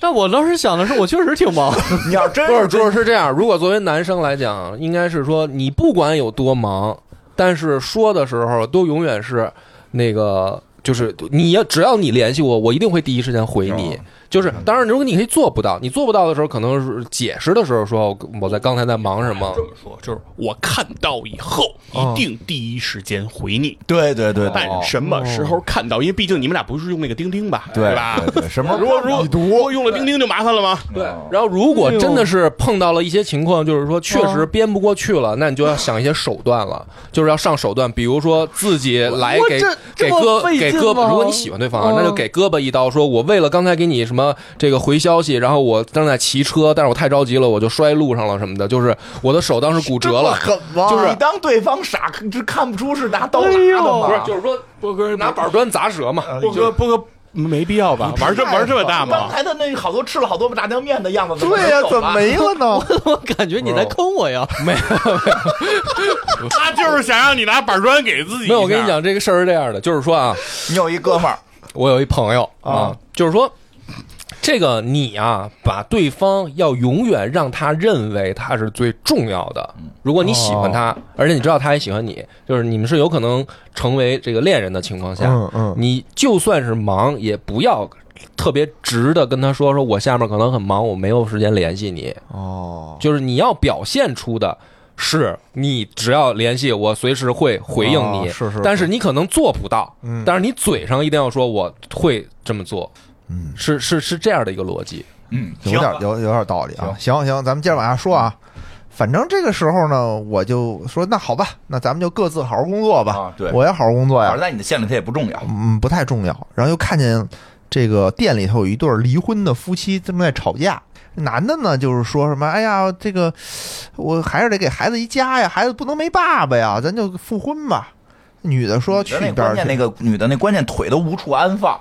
Speaker 1: 但我当时想的是，我确实挺忙。
Speaker 2: 你要真
Speaker 6: 不是，主要是这样。如果作为男生来讲，应该是说你不管有多忙，但是说的时候都永远是那个，就是你要只要你联系我，我一定会第一时间回你。就是当然，如果你可以做不到，你做不到的时候，可能是解释的时候说我在刚才在忙什么
Speaker 5: 这。么说就是我看到以后一定第一时间回你，
Speaker 2: 对对对对
Speaker 5: 但什
Speaker 6: 哦
Speaker 5: 么时候看到？因为毕竟你们俩不是用那个钉钉吧，
Speaker 2: 对
Speaker 5: 吧？
Speaker 2: 对对什么时候
Speaker 5: 如果如果
Speaker 2: 你
Speaker 5: 如
Speaker 2: 读
Speaker 5: 果用了钉钉就麻烦了吗？
Speaker 6: 对，然后如果真的是碰到了一些情况，就是说确实编不过去了，那你就要想一些手段 了，就是要上手段，比如说自己来
Speaker 1: 我
Speaker 6: 给
Speaker 1: 这这
Speaker 6: 给
Speaker 1: 么
Speaker 6: 胳
Speaker 1: 费
Speaker 6: 给
Speaker 1: 劲
Speaker 6: 胳膊，
Speaker 1: 吗
Speaker 6: 如果你喜欢对方啊，
Speaker 1: 嗯
Speaker 6: 那就给胳膊一刀，说我为了刚才给你什么这个回消息，然后我正在骑车，但是我太着急了，我就摔路上了什么的，就是我的手当时骨折了，
Speaker 4: 这么狠吗
Speaker 6: 就是
Speaker 2: 啊你当对方傻，这看不出是拿刀拿
Speaker 1: 哎
Speaker 2: 的
Speaker 1: 呦
Speaker 2: 吗？
Speaker 6: 不是就是说
Speaker 5: 波哥
Speaker 6: 拿板砖砸舌嘛，
Speaker 2: 啊
Speaker 5: 波哥波哥没必要吧？玩这玩这么大
Speaker 2: 刚
Speaker 5: 吗？
Speaker 2: 才的那好多吃了好多炸酱面的样子，
Speaker 4: 对 呀，怎么没了呢？
Speaker 1: 我感觉你在坑我呀！
Speaker 5: 他就是想让你拿板砖给自己。
Speaker 6: 没有，我跟你，讲这个事儿是这样的， 就是说啊，
Speaker 2: 你有一哥们儿，
Speaker 6: 我有一朋友啊
Speaker 4: 啊，
Speaker 6: 就是说，这个你啊，把对方要永远让他认为他是最重要的。
Speaker 4: 嗯
Speaker 6: 如果你喜
Speaker 4: 哦
Speaker 6: 欢他，而且你知道他也喜欢你，就是你们是有可能成为这个恋人的情况下，
Speaker 4: 嗯嗯
Speaker 6: 你就算是忙，也不要特别直的跟他说，说我下面可能很忙，我没有时间联系你。
Speaker 4: 哦，
Speaker 6: 就是你要表现出的是你只要联系我，随时会回应你，
Speaker 4: 哦是是
Speaker 6: 但是你可能做不到，
Speaker 4: 嗯
Speaker 6: 但是你嘴上一定要说我会这么做，
Speaker 4: 嗯，
Speaker 6: 是是是这样的一个逻辑，
Speaker 2: 嗯，
Speaker 4: 有点有有点道理啊。行行，咱们接着往下说啊。反正这个时候呢，我就说那好吧，那咱们就各自好好工作吧。
Speaker 2: 啊对
Speaker 4: 我也好好工作
Speaker 2: 反
Speaker 4: 呀
Speaker 2: 正。在你的线里他也不重要。
Speaker 4: 嗯，不太重要。然后又看见这个店里头有一对儿离婚的夫妻正在吵架，男的呢就是说什么，哎呀，这个我还是得给孩子一家呀，孩子不能没爸爸呀，咱就复婚吧。女的说去
Speaker 2: 而那
Speaker 4: 边
Speaker 2: 关
Speaker 4: 儿
Speaker 2: 键那
Speaker 4: 去，
Speaker 2: 个女的那关键腿都无处安放，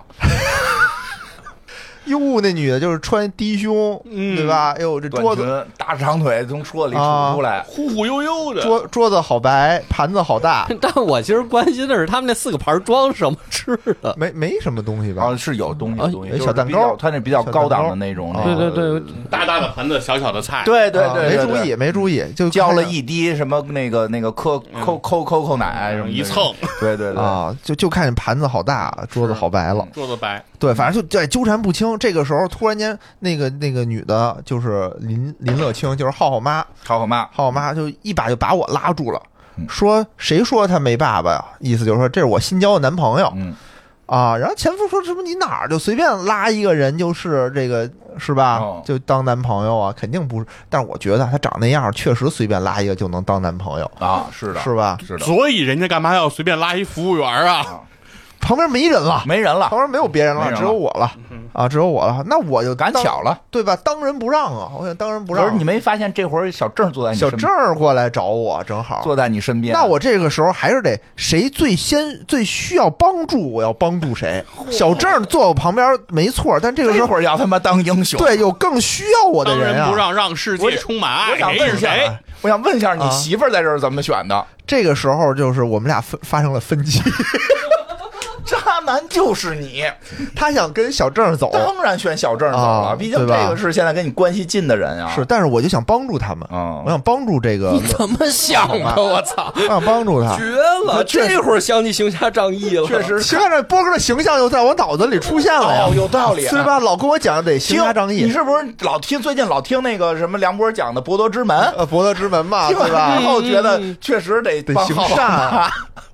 Speaker 4: 哟，那女的就是穿低胸，
Speaker 5: 嗯
Speaker 4: 对吧？哎呦，这
Speaker 2: 短
Speaker 4: 桌子
Speaker 2: 裙大长腿从桌子里杵出来，
Speaker 5: 忽忽悠悠的，
Speaker 4: 桌桌子好白，盘子 好大，
Speaker 1: 但我其实关心的是他们那四个盘装什么吃的。
Speaker 4: 没没什么东西
Speaker 2: 然
Speaker 4: 吧
Speaker 2: 后？是有东西
Speaker 4: 啊
Speaker 2: 有东西，
Speaker 4: 有
Speaker 2: 就是
Speaker 4: 小蛋糕
Speaker 2: 比较他那比较高档
Speaker 4: 小
Speaker 2: 的
Speaker 4: 蛋糕
Speaker 2: 那种，
Speaker 4: 啊
Speaker 2: 那个
Speaker 1: 对，
Speaker 5: 大大的盘子，小小的菜。
Speaker 2: 对对
Speaker 4: 啊
Speaker 2: 对，对
Speaker 4: 没注
Speaker 2: 对
Speaker 4: 意，没注意，就
Speaker 2: 浇了
Speaker 4: 看见
Speaker 2: 一滴什么那个那个抠
Speaker 1: 嗯
Speaker 2: 抠抠抠抠奶什么的
Speaker 5: 一蹭，
Speaker 2: 对对对，嗯
Speaker 4: 啊，就就看见盘子好大，桌子好白了。
Speaker 5: 桌子白，
Speaker 4: 对，反正就对纠缠不清。这个时候突然间，那个那个女的，就是林林乐清，就是浩浩妈，
Speaker 2: 好好妈，
Speaker 4: 浩浩妈就一把就把我拉住了，
Speaker 2: 嗯
Speaker 4: 说谁说他没爸爸呀？意思就是说这是我新交的男朋友
Speaker 2: 嗯
Speaker 4: 啊。然后前夫说什么你哪儿就随便拉一个人就是这个是吧
Speaker 2: 哦？
Speaker 4: 就当男朋友啊？肯定不是。但是我觉得他长那样，确实随便拉一个就能当男朋友，
Speaker 2: 啊，是的，
Speaker 4: 是吧？
Speaker 2: 是的，
Speaker 5: 所以人家干嘛要随便拉一服务员啊？
Speaker 4: 旁边没人了。
Speaker 2: 没人了
Speaker 4: 旁，边没有别人
Speaker 2: 嗯没
Speaker 4: 了，
Speaker 2: 人
Speaker 4: 只有
Speaker 2: 了嗯
Speaker 4: 我了啊，只有我了。那我就
Speaker 2: 赶
Speaker 4: 当
Speaker 2: 巧了，
Speaker 4: 对吧？当仁不让啊！我想当仁不让。
Speaker 2: 是你没发现这会儿小郑坐在你
Speaker 4: 小
Speaker 2: 身
Speaker 4: 郑儿过来找我，正好。
Speaker 2: 坐在你身边，
Speaker 4: 那我这个时候还是得谁最先最需要帮助，我要帮助谁。小郑儿坐我旁边没错，但这个时
Speaker 2: 这
Speaker 4: 候
Speaker 2: 会儿要他妈当英雄，
Speaker 4: 对有更需要我的
Speaker 5: 当
Speaker 4: 人
Speaker 5: 仁不
Speaker 4: 啊。
Speaker 5: 让，让世界充满
Speaker 2: 我想
Speaker 5: 爱。谁
Speaker 2: 问
Speaker 5: 是
Speaker 2: 一下
Speaker 5: 谁？
Speaker 1: 哎
Speaker 2: 啊，我想问一下，你
Speaker 4: 啊
Speaker 2: 媳妇儿在这儿怎么选的？
Speaker 4: 这个时候就是我们俩分发生了分歧，
Speaker 2: 这男就是你，
Speaker 4: 他想跟小郑走，
Speaker 2: 当然选小郑走了，
Speaker 4: 哦啊
Speaker 2: 毕竟这
Speaker 4: 对吧
Speaker 2: 个是现在跟你关系近的人啊。
Speaker 4: 是，，但是我就想帮助他们，
Speaker 2: 嗯
Speaker 4: 我想帮助这个，
Speaker 6: 怎么想的？我操！
Speaker 4: 我想帮
Speaker 1: 啊
Speaker 4: 助他。
Speaker 6: 绝了！这会儿想起行侠仗义了，
Speaker 2: 确实
Speaker 4: 行这波哥的形象又在我脑子里出现了呀，
Speaker 2: 哦有道理
Speaker 4: 对吧？老跟我讲得行
Speaker 2: 听
Speaker 4: 侠仗
Speaker 2: 你
Speaker 4: 义，
Speaker 2: 是不是老听最近老听那个什么梁博讲的《博德之门》？
Speaker 4: 呃，博德之门嘛，
Speaker 2: 听
Speaker 4: 对吧
Speaker 2: 完之？后觉
Speaker 5: 嗯
Speaker 2: 得确实得
Speaker 4: 得
Speaker 2: 帮
Speaker 4: 行
Speaker 2: 好好
Speaker 4: 善，啊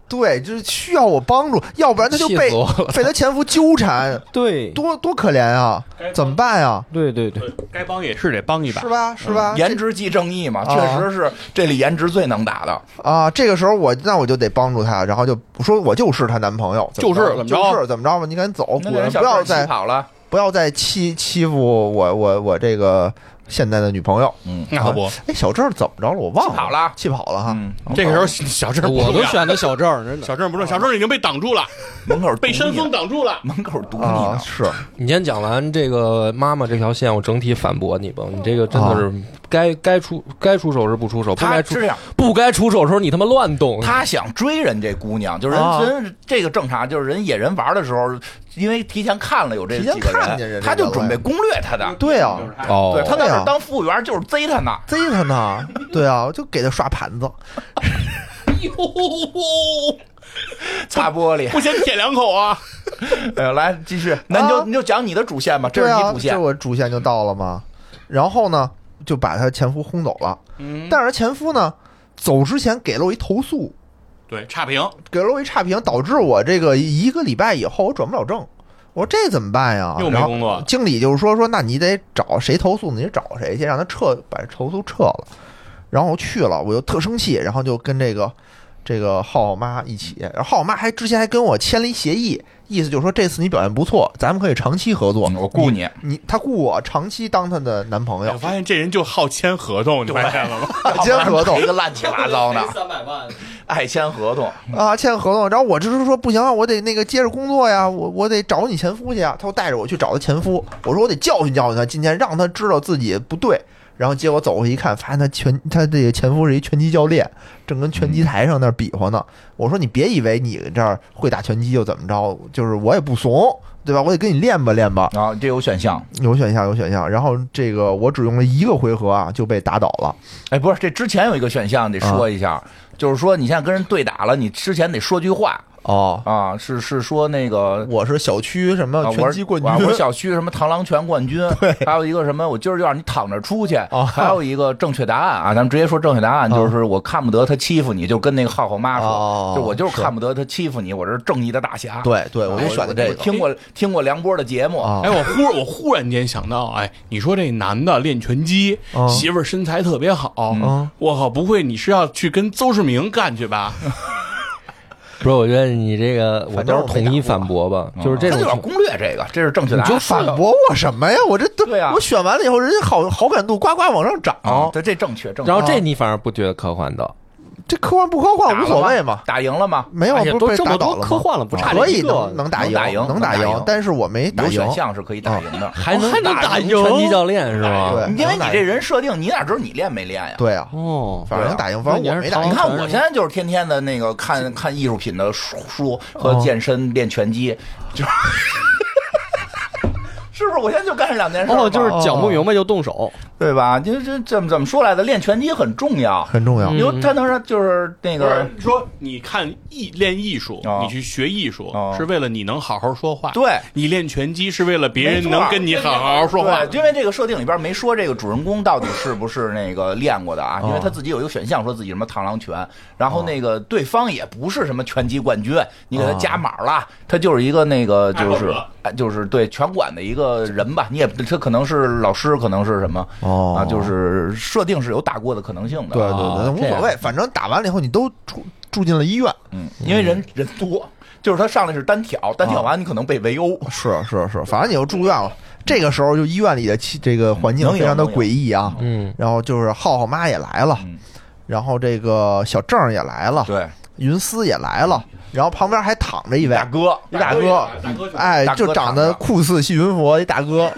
Speaker 4: 对，就是需要我帮助，要不然他就被
Speaker 6: 气死我了
Speaker 4: 被他前夫纠缠，
Speaker 1: 对
Speaker 4: 多多可怜啊！怎么办呀？
Speaker 1: 对对对，
Speaker 5: 对该帮也是得帮一把
Speaker 4: 是。吧？是吧？
Speaker 2: 颜值即正义嘛，
Speaker 4: 啊
Speaker 2: 确实是这里颜值最能打的。
Speaker 4: 啊，这个时候我那我就得帮助她，然后就说我就是她男朋友，
Speaker 5: 就是
Speaker 4: 怎
Speaker 5: 怎
Speaker 4: 么
Speaker 5: 么着
Speaker 4: 着就是怎么着吧，你赶紧走，
Speaker 2: 那
Speaker 4: 滚
Speaker 2: 人小
Speaker 4: 不要
Speaker 2: 郑
Speaker 4: 再
Speaker 2: 起跑了，
Speaker 4: 不要再欺欺负我我我这个现在的女朋友。
Speaker 2: 嗯，
Speaker 5: 那可不，
Speaker 4: 哎，小郑怎么着了？我忘了，
Speaker 2: 气跑了
Speaker 4: 气跑了哈。
Speaker 2: 嗯
Speaker 5: 这个时候小郑不
Speaker 1: 我
Speaker 5: 重
Speaker 1: 都
Speaker 5: 要
Speaker 1: 选的小郑，真的。
Speaker 5: 小郑不重要，小郑已经被挡住了，
Speaker 2: 门口
Speaker 5: 被
Speaker 2: 堵
Speaker 5: 山
Speaker 2: 你
Speaker 5: 峰
Speaker 2: 呢
Speaker 5: 挡住了。
Speaker 2: 门口嗯堵你
Speaker 4: 啊，
Speaker 2: 呢。
Speaker 4: 是
Speaker 6: 你先讲完这个妈妈这条线，我整体反驳你吧。你这个真的是该该出该出手时不出手，不
Speaker 2: 哦他
Speaker 6: 该出
Speaker 2: 是这样，
Speaker 6: 不该出手的时候你他妈乱动。
Speaker 2: 他想追人这姑娘，就是人、
Speaker 4: 啊
Speaker 2: 人这个正常，就是人野人玩的时候，因为提前看了有这
Speaker 4: 提前
Speaker 2: 几个
Speaker 4: 看见人家
Speaker 2: 他就
Speaker 4: 了
Speaker 2: 准备
Speaker 4: 喂
Speaker 2: 攻略他的。
Speaker 4: 对啊，
Speaker 6: 哦
Speaker 2: 对他在
Speaker 4: 对
Speaker 2: 那
Speaker 4: 啊
Speaker 2: 儿当服务员就是贼他呢，
Speaker 4: 贼他呢，对啊，就给他刷盘子，
Speaker 5: 哟，
Speaker 2: 擦玻 璃。
Speaker 5: 不先舔两口啊！
Speaker 2: 呃，来继续，啊那你就、你就讲你的主线吧，这
Speaker 4: 对
Speaker 2: 是你
Speaker 4: 啊，
Speaker 2: 主线
Speaker 4: 这。我主线就到了嘛。然后呢，就把她前夫轰走了，
Speaker 5: 嗯，
Speaker 4: 但是她前夫呢，走之前给了我一投诉，
Speaker 5: 对，差评。
Speaker 4: 给了我一差评，导致我这个一个礼拜以后我转不了正。我说这怎么办呀？
Speaker 5: 又没
Speaker 4: 然后
Speaker 5: 工作
Speaker 4: 经理就是说说，那你得找谁投诉，你得找谁去，让他撤，把投诉撤了。然后我去了，我又特生气，然后就跟这个这个浩浩妈一起，然后浩浩妈还之前还跟我签了一协议，意思就是说这次你表现不错，咱们可以长期合作。
Speaker 2: 嗯我 雇你，
Speaker 4: 你他雇我长期当他的 男朋
Speaker 5: 哎我
Speaker 4: 友，
Speaker 5: 发现这人就好签合同，你发现 了吗？
Speaker 4: 签合同
Speaker 2: 一个 乱七八糟的，
Speaker 1: 三百万，
Speaker 2: 爱签合同。
Speaker 4: 啊，签合同。然后我就是说不行啊，我得那个接着工作呀，我我得找你前夫去啊。他又带着我去找他前夫，我说我得教训教训他，今天让他知道自己不对。然后结果走过去一看，发现他拳他这个前夫是一拳击教练，正跟拳击
Speaker 2: 嗯
Speaker 4: 台上那儿比划呢。我说你别以为你这儿会打拳击就怎么着，就是我也不怂，对吧？我得跟你练吧练吧。
Speaker 2: 然后这有选项，
Speaker 4: 有选项有选项，然后这个我只用了一个回合啊就被打倒了。
Speaker 2: 哎，不是，这之前有一个选项得说一下，就是说你现在跟人对打了，你之前得说句话
Speaker 4: 哦，
Speaker 2: 啊，是是说那个。
Speaker 4: 我是小区什么
Speaker 2: 啊，
Speaker 4: 拳
Speaker 2: 我
Speaker 4: 击
Speaker 2: 是
Speaker 4: 冠
Speaker 2: 啊
Speaker 4: 军，
Speaker 2: 我是小区什么螳螂拳冠军，对，还有一个什么，我今儿就让你躺着出去，
Speaker 4: 哦
Speaker 2: 还有一个正确答案啊，咱们直接说正确答案，
Speaker 4: 哦
Speaker 2: 就是我看不得他欺负你，就跟那个浩浩妈说，
Speaker 4: 哦
Speaker 2: 就我就是
Speaker 4: 是
Speaker 2: 看不得他欺负你，我这是正义的大侠，
Speaker 4: 对对，
Speaker 2: 啊，
Speaker 4: 我就选的这
Speaker 2: 我
Speaker 4: 个
Speaker 2: 听过听过梁波的节目，
Speaker 4: 啊
Speaker 5: 哎，我忽我忽然间想到，哎，你说这男的练拳击
Speaker 4: 嗯，
Speaker 5: 媳妇儿身材特别好，
Speaker 4: 嗯
Speaker 5: 我靠，不会你是要去跟邹市明干去吧？
Speaker 6: 不是，我觉得你这个我
Speaker 4: 反正
Speaker 6: 倒
Speaker 4: 我
Speaker 6: 是统一反驳吧，就是这
Speaker 2: 啊他
Speaker 6: 种
Speaker 2: 就要攻略这个，这是正确答案，啊
Speaker 4: 你就反驳我什么呀？我这都
Speaker 2: 对啊
Speaker 4: 我选完了以后，人家好好感度呱呱往上涨，
Speaker 2: 啊，对，这正确正确
Speaker 6: 哦然，后这你反而不觉得科幻
Speaker 1: 哦
Speaker 6: 的，
Speaker 4: 这科幻不科
Speaker 2: 打
Speaker 4: 幻啊无
Speaker 2: 了
Speaker 4: 所谓
Speaker 2: 吗
Speaker 4: 嘛？，
Speaker 2: 打赢了吗？
Speaker 4: 没有
Speaker 1: 而且，
Speaker 4: 不
Speaker 1: 都
Speaker 4: 是
Speaker 1: 哦这
Speaker 4: 被打
Speaker 1: 么
Speaker 4: 倒
Speaker 1: 多
Speaker 4: 了吗
Speaker 1: 科幻了，不差
Speaker 4: 可
Speaker 1: 这
Speaker 4: 以
Speaker 1: 一个
Speaker 4: 能能打
Speaker 2: 能打赢
Speaker 4: 能打
Speaker 2: 能打赢
Speaker 4: 但是我没嗯打
Speaker 2: 有
Speaker 4: 赢啊
Speaker 2: 选。项是可以打赢的，哦
Speaker 6: 还能
Speaker 1: 还能打
Speaker 6: 赢
Speaker 1: 赢
Speaker 6: 拳击教练是吧？
Speaker 4: 对，
Speaker 2: 因为
Speaker 4: 能
Speaker 2: 你
Speaker 4: 打
Speaker 2: 这
Speaker 4: 赢
Speaker 2: 人设定，你哪知道你练没练呀？
Speaker 4: 对啊，
Speaker 1: 哦，
Speaker 4: 反正能打哦赢，反正
Speaker 1: 那
Speaker 4: 我
Speaker 1: 你是
Speaker 4: 没打
Speaker 1: 唐
Speaker 4: 赢
Speaker 2: 你
Speaker 1: 朝。
Speaker 2: 看我现在就是天天的那个看看艺术品的书书
Speaker 4: 哦
Speaker 2: 和健身练拳击，就是 是不是？我现在就干这两件事儿嘛，
Speaker 1: 哦，就是讲不明白就动手，
Speaker 2: 对吧？就是这怎么怎么说来的？练拳击很重要，
Speaker 4: 很重要。嗯
Speaker 2: 因为它能让就是那
Speaker 5: 不
Speaker 2: 个
Speaker 5: 是说你看艺练艺术
Speaker 2: 哦，
Speaker 5: 你去学艺术
Speaker 2: 哦
Speaker 5: 是为了你能好好说话，
Speaker 2: 对
Speaker 5: 你练拳击是为了别
Speaker 2: 没
Speaker 5: 人
Speaker 2: 错
Speaker 5: 能跟你好好说话
Speaker 2: 对，，因为这个设定里边没说这个主人公到底是不是那个练过的啊，
Speaker 4: 哦
Speaker 2: 因为他自己有一个选项说自己什么螳螂拳，然后那个对方也不是什么拳击冠军，你给
Speaker 4: 哦
Speaker 2: 他加码了，他就是一个那个就是
Speaker 5: 爱好者
Speaker 2: 哎就是对拳馆的一个人吧，你也他可能是老师，可能是什么
Speaker 4: 哦
Speaker 2: 啊，就是设定是有打过的可能性的，
Speaker 4: 对对对，
Speaker 2: 啊
Speaker 4: 无所，谓，反正打完了以后你都住住进了医院。
Speaker 2: 这样嗯，因为人人多。就是他上来是单挑，单
Speaker 4: 哦
Speaker 2: 挑完你可能被围殴，
Speaker 4: 是是是，反正你就住院了。这个时候就医院里的气这个环境
Speaker 2: 能
Speaker 4: 非
Speaker 2: 赢
Speaker 4: 常的
Speaker 2: 能赢
Speaker 4: 诡异啊。
Speaker 6: 嗯，
Speaker 4: 然后就是浩浩妈也来了
Speaker 2: 嗯，
Speaker 4: 然后这个小郑儿也来了，
Speaker 2: 对，
Speaker 4: 云丝也来了，然后旁边还躺着一位
Speaker 2: 嗯大哥，
Speaker 4: 一大哥，
Speaker 5: 大哥就
Speaker 4: 哎，
Speaker 2: 大哥
Speaker 4: 就长得
Speaker 2: 躺着
Speaker 4: 酷似细云佛一大哥，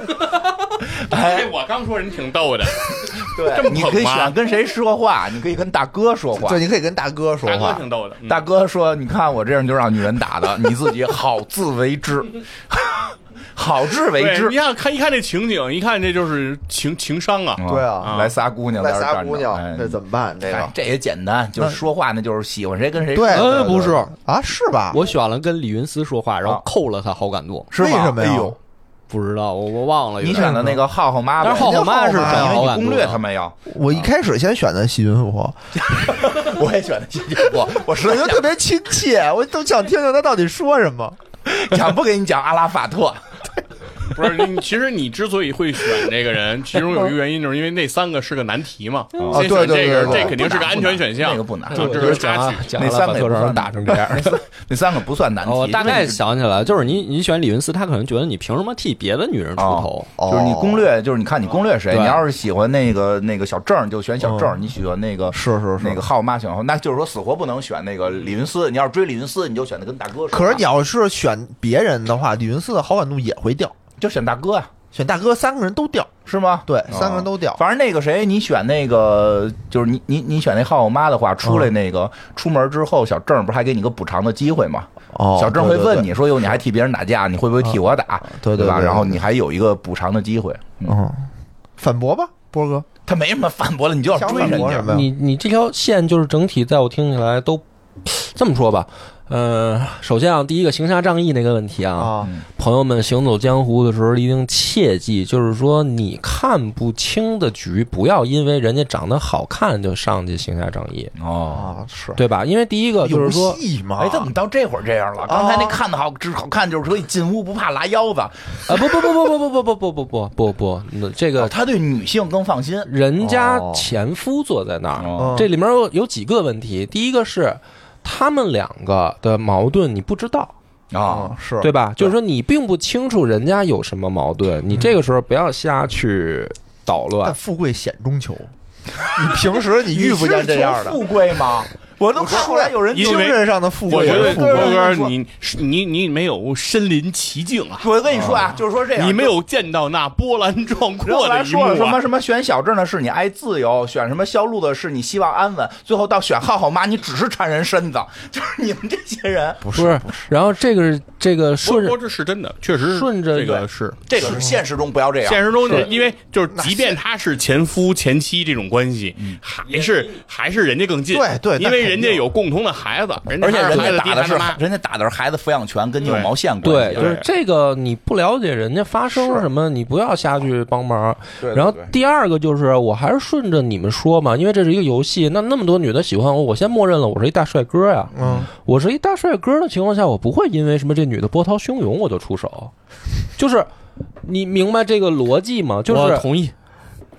Speaker 5: 哎，我刚说人挺逗的，这
Speaker 2: 对，
Speaker 5: 么
Speaker 2: 你
Speaker 5: 捧
Speaker 2: 可以
Speaker 5: 吗
Speaker 2: 选跟谁说 话，你可以跟大哥说话
Speaker 4: 对，。你可以跟大哥说
Speaker 5: 大哥
Speaker 4: 话
Speaker 5: 挺，逗的，嗯
Speaker 2: 大哥说：“你看我这样就让女人打 的，你自己好自为之， 好自为
Speaker 5: 对，
Speaker 2: 之
Speaker 5: 你。看看一看这情景，一看这就是情情商啊，
Speaker 2: 嗯”
Speaker 4: 对啊
Speaker 2: 来仨姑娘在
Speaker 4: 那
Speaker 2: 这儿站着，
Speaker 4: 仨姑
Speaker 2: 哎
Speaker 4: 娘，这怎么办？这
Speaker 2: 哎
Speaker 4: 个
Speaker 2: 这也简单，就是说话那就是喜欢谁跟谁
Speaker 4: 对
Speaker 2: 说
Speaker 1: 呃，不是，
Speaker 4: 啊，是吧？
Speaker 1: 我选了跟李云思说话，然后
Speaker 2: 啊
Speaker 1: 扣了他好感度，
Speaker 2: 是
Speaker 4: 为
Speaker 2: 吗
Speaker 4: 什么呀
Speaker 2: 哎呦，
Speaker 1: 不知道我我忘了有
Speaker 2: 你
Speaker 1: 点。
Speaker 2: 选的那个浩浩妈呗，
Speaker 1: 但是浩浩妈是
Speaker 2: 因
Speaker 1: 啥
Speaker 2: 为
Speaker 1: 好
Speaker 2: 你
Speaker 1: 感度
Speaker 2: 攻略
Speaker 1: 的
Speaker 2: 他们要，
Speaker 4: 我一开始先选的细 菌佛，
Speaker 2: 我也选的新加坡，我实
Speaker 4: 我
Speaker 2: 在
Speaker 4: 觉得特别亲切，我都想听听他到底说 什么。
Speaker 2: 想不给你 讲阿拉法特，
Speaker 5: 不是，你其实你之所以会选这个人，其中有一个原因就是因为那三个是个难题嘛。
Speaker 4: 哦
Speaker 5: 先
Speaker 4: 对
Speaker 5: 选
Speaker 4: 对
Speaker 5: 这个，
Speaker 4: 对对
Speaker 5: 这肯定是个安全选项。
Speaker 2: 那个不难，
Speaker 5: 就
Speaker 6: 我
Speaker 5: 这
Speaker 6: 觉
Speaker 5: 是
Speaker 6: 得
Speaker 5: 插
Speaker 6: 讲啊
Speaker 5: 曲。
Speaker 6: 讲
Speaker 2: 那
Speaker 6: 阿
Speaker 2: 三个
Speaker 6: 拉法
Speaker 2: 也不
Speaker 6: 特让
Speaker 2: 算
Speaker 6: 人打成这样，
Speaker 2: 那三个不算难题，
Speaker 1: 哦，大
Speaker 2: 因为
Speaker 1: 概
Speaker 2: 你
Speaker 1: 想起来了，就是你你选李云思，他可能觉得你凭什么替别的女人出头？
Speaker 4: 哦
Speaker 2: 就是你攻略，就是你看你攻略谁，
Speaker 1: 对
Speaker 2: 你要是喜欢那个那个小郑，就选小郑；
Speaker 4: 嗯
Speaker 2: 你喜欢那个
Speaker 4: 是是是
Speaker 2: 那个浩妈选浩，那就是说死活不能选那个李云思。你要是追李云思，你就选的跟大哥似的。
Speaker 4: 可是你要是选别人的话，李云四的好感度也会掉，
Speaker 2: 就选大哥啊，
Speaker 4: 选大哥三个人都掉，
Speaker 2: 是吗？
Speaker 4: 对，
Speaker 2: 嗯
Speaker 4: 三个人都掉。
Speaker 2: 反正那个谁，你选那个就是你你你选那浩浩妈的话，出来那
Speaker 4: 嗯
Speaker 2: 个出门之后，小郑不是还给你个补偿的机会吗？
Speaker 4: 哦，
Speaker 2: 小郑会
Speaker 4: 对对嗯
Speaker 2: 问你说：“哟，你还替别人打架，你会不会替我打？”
Speaker 4: 对对
Speaker 2: 对吧？
Speaker 4: 对对
Speaker 2: 然后你还有一个补偿的机会。
Speaker 4: 对，嗯，反驳吧，波哥，
Speaker 2: 他没什么反驳了，你就要
Speaker 4: 想
Speaker 2: 追
Speaker 4: 反
Speaker 2: 人
Speaker 4: 驳
Speaker 2: 家
Speaker 4: 什。么呀？
Speaker 6: 你你这条线就是整体，在我听起来都这么说吧。呃，首先啊，第一个行侠仗义那个问题啊，
Speaker 4: 啊，
Speaker 6: 朋友们行走江湖的时候一定切记，就是说你看不清的局，不要因为人家长得好看就上去行侠仗义，
Speaker 2: 哦，
Speaker 4: 啊是，
Speaker 6: 对吧？因为第一个呃就是说
Speaker 4: 游，戏嘛，
Speaker 2: 哎，怎么到这会儿这样了？刚才那看的好，只好看就是可以进屋不怕拉腰子。
Speaker 6: 啊，不不不不不不不不不不不不，那这
Speaker 2: 哦
Speaker 6: 个
Speaker 2: 他对女性更放心。
Speaker 6: 人家前夫坐在那儿，
Speaker 2: 哦
Speaker 4: 嗯
Speaker 6: 这里面有有几个问题，第一个是他们两个的矛盾你不知道。
Speaker 2: 啊
Speaker 4: 啊，是
Speaker 6: 对嗯吧？就是说你并不清楚人家有什么矛盾，你这个时候不要瞎去捣
Speaker 4: 但
Speaker 6: 乱。
Speaker 4: 富贵险中求，你平时你遇不见这样
Speaker 2: 你是求。
Speaker 4: 的
Speaker 2: 富贵吗？我都看出来有人
Speaker 5: 因
Speaker 4: 精
Speaker 5: 为
Speaker 4: 神上的富
Speaker 5: 我
Speaker 4: 贵，
Speaker 5: 觉得
Speaker 4: 富
Speaker 5: 郭
Speaker 4: 贵
Speaker 5: 哥，你你你没有身临其境啊，
Speaker 2: 我跟你说啊，就是说这样，
Speaker 5: 你没有见到那波澜壮
Speaker 2: 然后
Speaker 5: 阔的
Speaker 2: 来
Speaker 5: 一
Speaker 2: 说
Speaker 5: 幕
Speaker 2: 了什么
Speaker 5: 啊。
Speaker 2: 什么选小郑的是你爱自由，选什么肖路的是你希望安稳，最后到选浩浩妈，你只是缠人身子， 就是你们这些人，
Speaker 6: 不是，然后这个是这个
Speaker 5: 波
Speaker 6: 顺着
Speaker 5: 波这是真的，确实是
Speaker 6: 顺着
Speaker 5: 这
Speaker 6: 对
Speaker 5: 个是
Speaker 2: 这个是现实中不要这样。
Speaker 5: 现实中，因为就是即便他是前夫前妻这种关系，
Speaker 2: 嗯
Speaker 5: 还是还是人家更近，
Speaker 4: 对对
Speaker 5: 因为人家有共同的孩子，人家
Speaker 2: 而且
Speaker 5: 还
Speaker 2: 人
Speaker 5: 是孩
Speaker 2: 家
Speaker 5: 子
Speaker 2: 打
Speaker 5: 爹
Speaker 2: 的
Speaker 5: 还
Speaker 2: 是
Speaker 5: 是妈，
Speaker 2: 人家打的是孩子抚养权，跟你有毛线关
Speaker 6: 对，
Speaker 2: 系。
Speaker 6: 就是这个你不了解人家发生什么，你不要瞎去帮忙。
Speaker 2: 对对
Speaker 6: 然后
Speaker 2: 对
Speaker 6: 第二个就是，我还是顺着你们说嘛，因为这是一个游戏，那那么多女的喜欢我，我先默认了我是一大帅哥呀。
Speaker 4: 嗯，
Speaker 6: 我是一大帅哥的情况下，我不会因为什么这女的波涛汹涌我就出手，就是你明白这个逻辑吗？就
Speaker 1: 我
Speaker 6: 是
Speaker 1: 同意，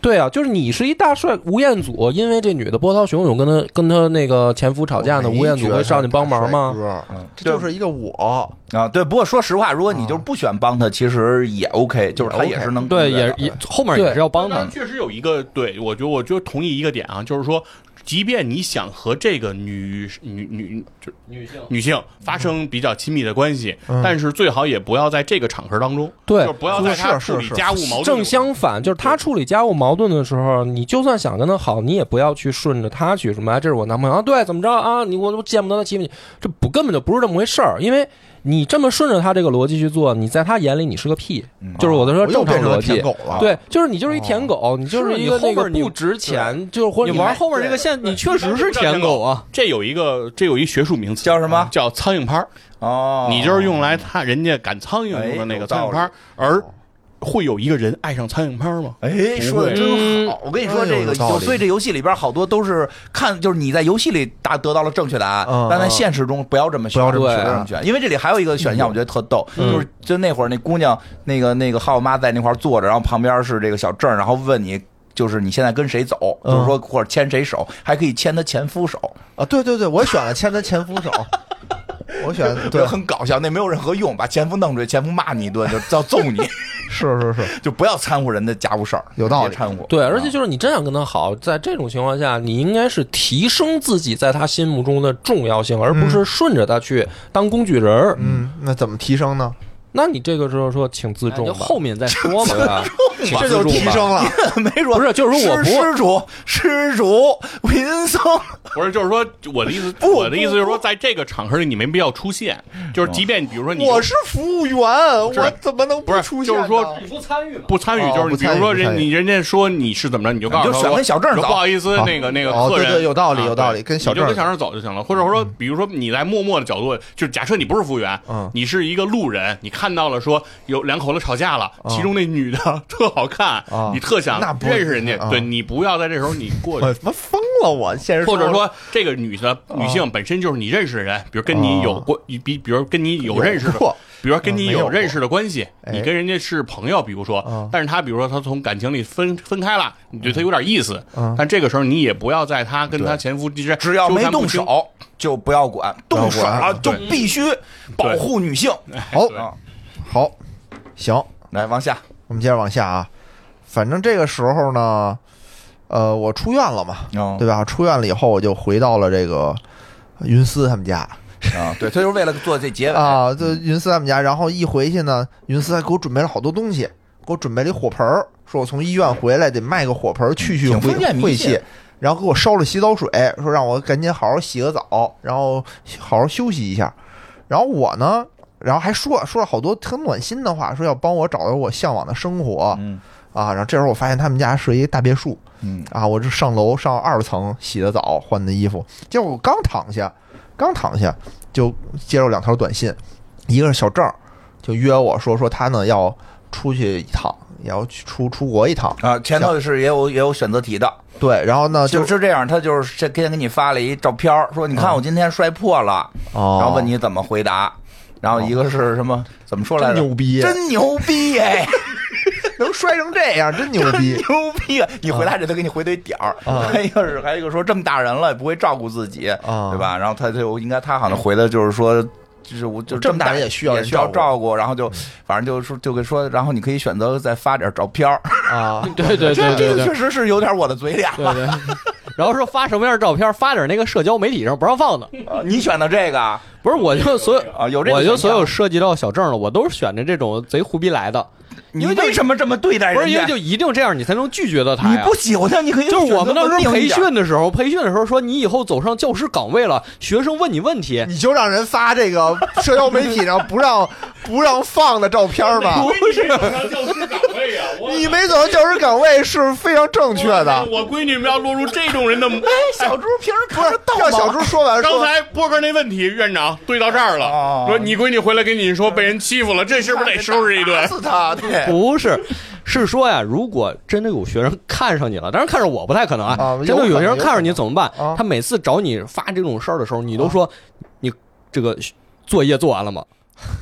Speaker 6: 对啊，就是你是一大帅吴彦祖，因为这女的波涛汹涌跟他跟他那个前夫吵架呢，吴彦祖会上去帮忙吗？
Speaker 4: 吗？这就是一个我，
Speaker 2: 啊，对。不过说实话，如果你
Speaker 4: 啊
Speaker 2: 就是不选帮他，其实也 OK，就是他也是能
Speaker 1: 对，
Speaker 2: 自觉的
Speaker 4: 啊
Speaker 1: 也也后面也
Speaker 6: 对
Speaker 1: 是要帮他
Speaker 5: 当然
Speaker 1: 的。
Speaker 5: 确实有一个，对我觉得我就同意一个点啊，就是说，即便你想和这个女女女就
Speaker 6: 女性
Speaker 5: 女性发生比较亲密的关系，
Speaker 4: 嗯
Speaker 5: 但是最好也不要在这个场合当中，
Speaker 6: 对
Speaker 5: 就是不要在她
Speaker 4: 是是
Speaker 5: 处理
Speaker 4: 是
Speaker 5: 家务矛盾。
Speaker 6: 正相反，就是他处理家务矛盾的时候，你就算想跟他好，你也不要去顺着他去什么，哎这是我男朋友啊，对，怎么着啊？你我我见不得他欺负你，这不根本就不是这么回事儿，因为你这么顺着他这个逻辑去做，你在他眼里你是个屁，就是我在
Speaker 4: 嗯
Speaker 6: 说
Speaker 4: 啊我又
Speaker 6: 正常
Speaker 4: 变成了哦
Speaker 6: 逻
Speaker 4: 舔
Speaker 6: 辑
Speaker 4: 狗。了。
Speaker 6: 对，就是你就是一舔狗，你就是是一
Speaker 1: 你
Speaker 6: 个
Speaker 1: 后
Speaker 6: 那个
Speaker 1: 边你
Speaker 6: 不值钱，就是或者
Speaker 1: 你
Speaker 6: 玩
Speaker 1: 玩后面这个线，你确实是舔狗啊。
Speaker 5: 这有一个，这有一学术名词啊
Speaker 2: 叫什么
Speaker 5: 叫苍蝇拍儿，
Speaker 2: 哦，
Speaker 5: 你就是用来他人家赶苍蝇用的那个苍蝇拍儿，而会有一个人爱上苍蝇拍儿吗？
Speaker 2: 哎，说的真好！我跟你说，这个
Speaker 4: 嗯有道
Speaker 2: 就
Speaker 4: 理
Speaker 2: 所以这游戏里边好多都是看，就是你在游戏里答得到了正确答案
Speaker 4: 嗯，
Speaker 2: 但在现实中不要这么选，
Speaker 4: 不要这么嗯
Speaker 6: 选
Speaker 2: 不要这么选，因为这里还有一个选项，我觉得特逗，
Speaker 1: 嗯
Speaker 2: 就是就那会儿那姑娘，那个那个浩妈在那块儿坐着，然后旁边是这个小郑，然后问你。就是你现在跟谁走，
Speaker 4: 嗯
Speaker 2: 就是说或者牵谁手，还可以牵她前夫手，
Speaker 4: 啊，对对对，我选了牵他前夫手，我选
Speaker 2: 就
Speaker 4: 对，
Speaker 2: 很搞笑，那没有任何用，把前夫弄出去，前夫骂你一顿，就要揍你，
Speaker 4: 是是是，
Speaker 2: 就不要掺和人的家务事儿，
Speaker 4: 有道理
Speaker 2: 别掺和。啊
Speaker 6: 对，而且就是你真想跟他好，在这种情况下，你应该是提升自己在他心嗯目中的重要性，而不是顺着他去当工具人儿。
Speaker 4: 嗯，那怎么提升呢？
Speaker 6: 那你这个时候说请自
Speaker 1: 那
Speaker 6: 重
Speaker 1: 就
Speaker 6: 吧，
Speaker 1: 后面再 说嘛
Speaker 6: 对。吧？请
Speaker 4: 这
Speaker 6: 自
Speaker 4: 就
Speaker 6: 重
Speaker 4: 提
Speaker 6: 吧
Speaker 4: 升了。
Speaker 2: 没说
Speaker 6: 不是就是我不
Speaker 2: 施施主施主贫僧，
Speaker 5: 不是，就是说我的意思，我的意思就是说，在这个场合里你没必要出现，就是即便比如说你
Speaker 4: 我是服务员，
Speaker 5: 是
Speaker 4: 我怎么能
Speaker 5: 不是
Speaker 4: 出
Speaker 5: 就
Speaker 4: 现呢？
Speaker 5: 是说
Speaker 1: 不参与嘛？
Speaker 5: 不参与，
Speaker 4: 哦
Speaker 5: 就是你
Speaker 4: 不
Speaker 5: 比
Speaker 4: 参与
Speaker 5: 如说
Speaker 4: 不
Speaker 5: 人
Speaker 4: 参与
Speaker 5: 你人家说你是怎么着，你就告诉
Speaker 2: 你就
Speaker 5: 他
Speaker 2: 选
Speaker 5: 说
Speaker 2: 跟小郑
Speaker 5: 说
Speaker 2: 走
Speaker 5: 不好意思
Speaker 4: 好，
Speaker 5: 那个那个
Speaker 4: 哦
Speaker 5: 客人，
Speaker 4: 对对有道理
Speaker 5: 啊
Speaker 4: 有道
Speaker 5: 对
Speaker 4: 理跟小
Speaker 5: 你就
Speaker 4: 郑
Speaker 5: 跟小郑走就行了，或者说比如说你在默默的角度，就是假设你不是服务员
Speaker 4: 嗯，
Speaker 5: 你是一个路人，你看到了说有两口子吵架了，其中那女的 特好看
Speaker 4: 嗯啊，
Speaker 5: 你特想
Speaker 4: 那不
Speaker 5: 认识人家
Speaker 4: 啊，
Speaker 5: 对你不要在这时候你 过去
Speaker 4: 哎我。他妈疯了我！现实
Speaker 5: 或者
Speaker 4: 生活
Speaker 5: 说，这个女的女性本身就是你认识的人，比如跟你有过，比比如跟你有认识的
Speaker 4: 过
Speaker 5: 比如说跟
Speaker 4: 嗯
Speaker 5: 你
Speaker 4: 没有
Speaker 5: 有
Speaker 4: 过
Speaker 5: 认识的关系，
Speaker 4: 哎
Speaker 5: 你跟人家是朋友，比如说，
Speaker 4: 嗯
Speaker 5: 但是他比如说他从感情里分分开了，你对他有点意思，
Speaker 4: 嗯
Speaker 5: 但这个时候你也不要在他跟他前夫之间
Speaker 2: 只要没
Speaker 5: 纠缠不
Speaker 2: 动
Speaker 5: 清，
Speaker 2: 手就不要管，动手
Speaker 4: 不要
Speaker 2: 啊
Speaker 4: 管
Speaker 2: 就必须保护女性。 啊
Speaker 4: 好好行，
Speaker 2: 来往下，
Speaker 4: 我们接着往下啊。反正这个时候呢，呃，我出院了嘛，
Speaker 2: 哦
Speaker 4: 对吧？出院了以后，我就回到了这个呃云思他们家
Speaker 2: 啊，对，他就是为了做这 结尾。
Speaker 4: 啊，就云思他们家。然后一回去呢，云思还给我准备了好多东西，给我准备了一火盆儿，说我从医院回来得卖个火盆儿去去
Speaker 2: 挺
Speaker 4: 晦
Speaker 2: 封建迷
Speaker 4: 晦
Speaker 2: 信
Speaker 4: 气。然后给我烧了洗澡水，说让我赶紧好好洗个澡，然后好好休息一下。然后我呢，然后还说说了好多很暖心的话，说要帮我找到我向往的生活。
Speaker 2: 嗯
Speaker 4: 啊，然后这时候我发现他们家是一大别墅
Speaker 2: 嗯，
Speaker 4: 啊，我就上楼上二层洗的澡，换的衣服，结果我刚躺下，刚躺下就接到两条短信，一个是小郑儿就约我说说他呢要出去一趟，也要去出出国一趟，
Speaker 2: 啊，前头是也有也有选择题的，
Speaker 4: 对，然后呢啊就
Speaker 2: 就是是这样，他就是先先给你发了一照片儿，说你看我今天摔破了，
Speaker 4: 哦，
Speaker 2: 然后问你怎么回答，然后一个是什么怎么说来着？
Speaker 4: 真牛逼
Speaker 2: 真牛 逼哎，
Speaker 4: 能摔成这 样，真牛
Speaker 2: 真
Speaker 4: 逼。
Speaker 2: 牛逼啊！你回答这他给你回堆点儿，
Speaker 4: 啊
Speaker 2: 还有一个是还有一个说这么大人了也不会照顾自己，
Speaker 4: 啊
Speaker 2: 对吧？然后他就应该他好像回的就是说。就是我就
Speaker 4: 这么大
Speaker 2: 大
Speaker 4: 人也需要人
Speaker 2: 需要
Speaker 4: 照顾嗯
Speaker 2: 照顾，然后就反正就说就跟说，然后你可以选择再发点照片儿。
Speaker 4: 啊，
Speaker 1: 对对对
Speaker 2: 这这
Speaker 1: 对对
Speaker 2: 个 确实是有点我的嘴脸
Speaker 1: 对对。然后说发什么样的照片，发点那个社交媒体上不让放的。
Speaker 2: 啊！你选的这个啊，
Speaker 1: 不是，我就所有
Speaker 2: 有啊这个
Speaker 1: 我
Speaker 2: 选
Speaker 1: 就
Speaker 2: 项
Speaker 1: 所有涉及到小郑的，我都是选的这种贼胡逼来的。
Speaker 2: 你
Speaker 1: 因为就
Speaker 2: 为什么这么对哎待人
Speaker 1: 不
Speaker 2: 家？
Speaker 1: 是因为就一定这样，你才能拒绝到他
Speaker 2: 你
Speaker 1: 呀。
Speaker 2: 不喜欢他，你可以
Speaker 1: 就是我们当
Speaker 2: 选
Speaker 1: 时培
Speaker 2: 择文明一点
Speaker 1: 训的时候，培训的时候说你以后走上教师岗位了，学生问你问题，
Speaker 2: 嗯
Speaker 4: 你就让人发这个社交媒体上不让不让放的照片儿吧？
Speaker 5: 不是教师岗位啊，
Speaker 4: 你啊没走到教师岗位是非常正确的。
Speaker 5: 我闺女们要落入这种人的。
Speaker 2: 小猪平时
Speaker 4: 不
Speaker 2: 看
Speaker 4: 是
Speaker 2: 着逗
Speaker 4: 让
Speaker 2: 吗
Speaker 4: 小猪说完
Speaker 5: 刚
Speaker 4: 说，
Speaker 5: 才波哥那问题，院长对到这儿
Speaker 2: 哦
Speaker 5: 了，说你闺女回来跟你说被人欺负了， 这是不是得收拾
Speaker 2: 打
Speaker 5: 一顿？
Speaker 2: 死他，对，
Speaker 1: 不是，是说呀，如果真的有学生看上你了，当然看上我不太可能啊，
Speaker 4: 啊
Speaker 1: 真的
Speaker 4: 有可
Speaker 1: 学
Speaker 4: 能
Speaker 1: 生看上你怎么办？
Speaker 4: 啊
Speaker 1: 他每次找你发这种事儿的时候，你
Speaker 2: 啊
Speaker 1: 都说、你这个作业做完了吗？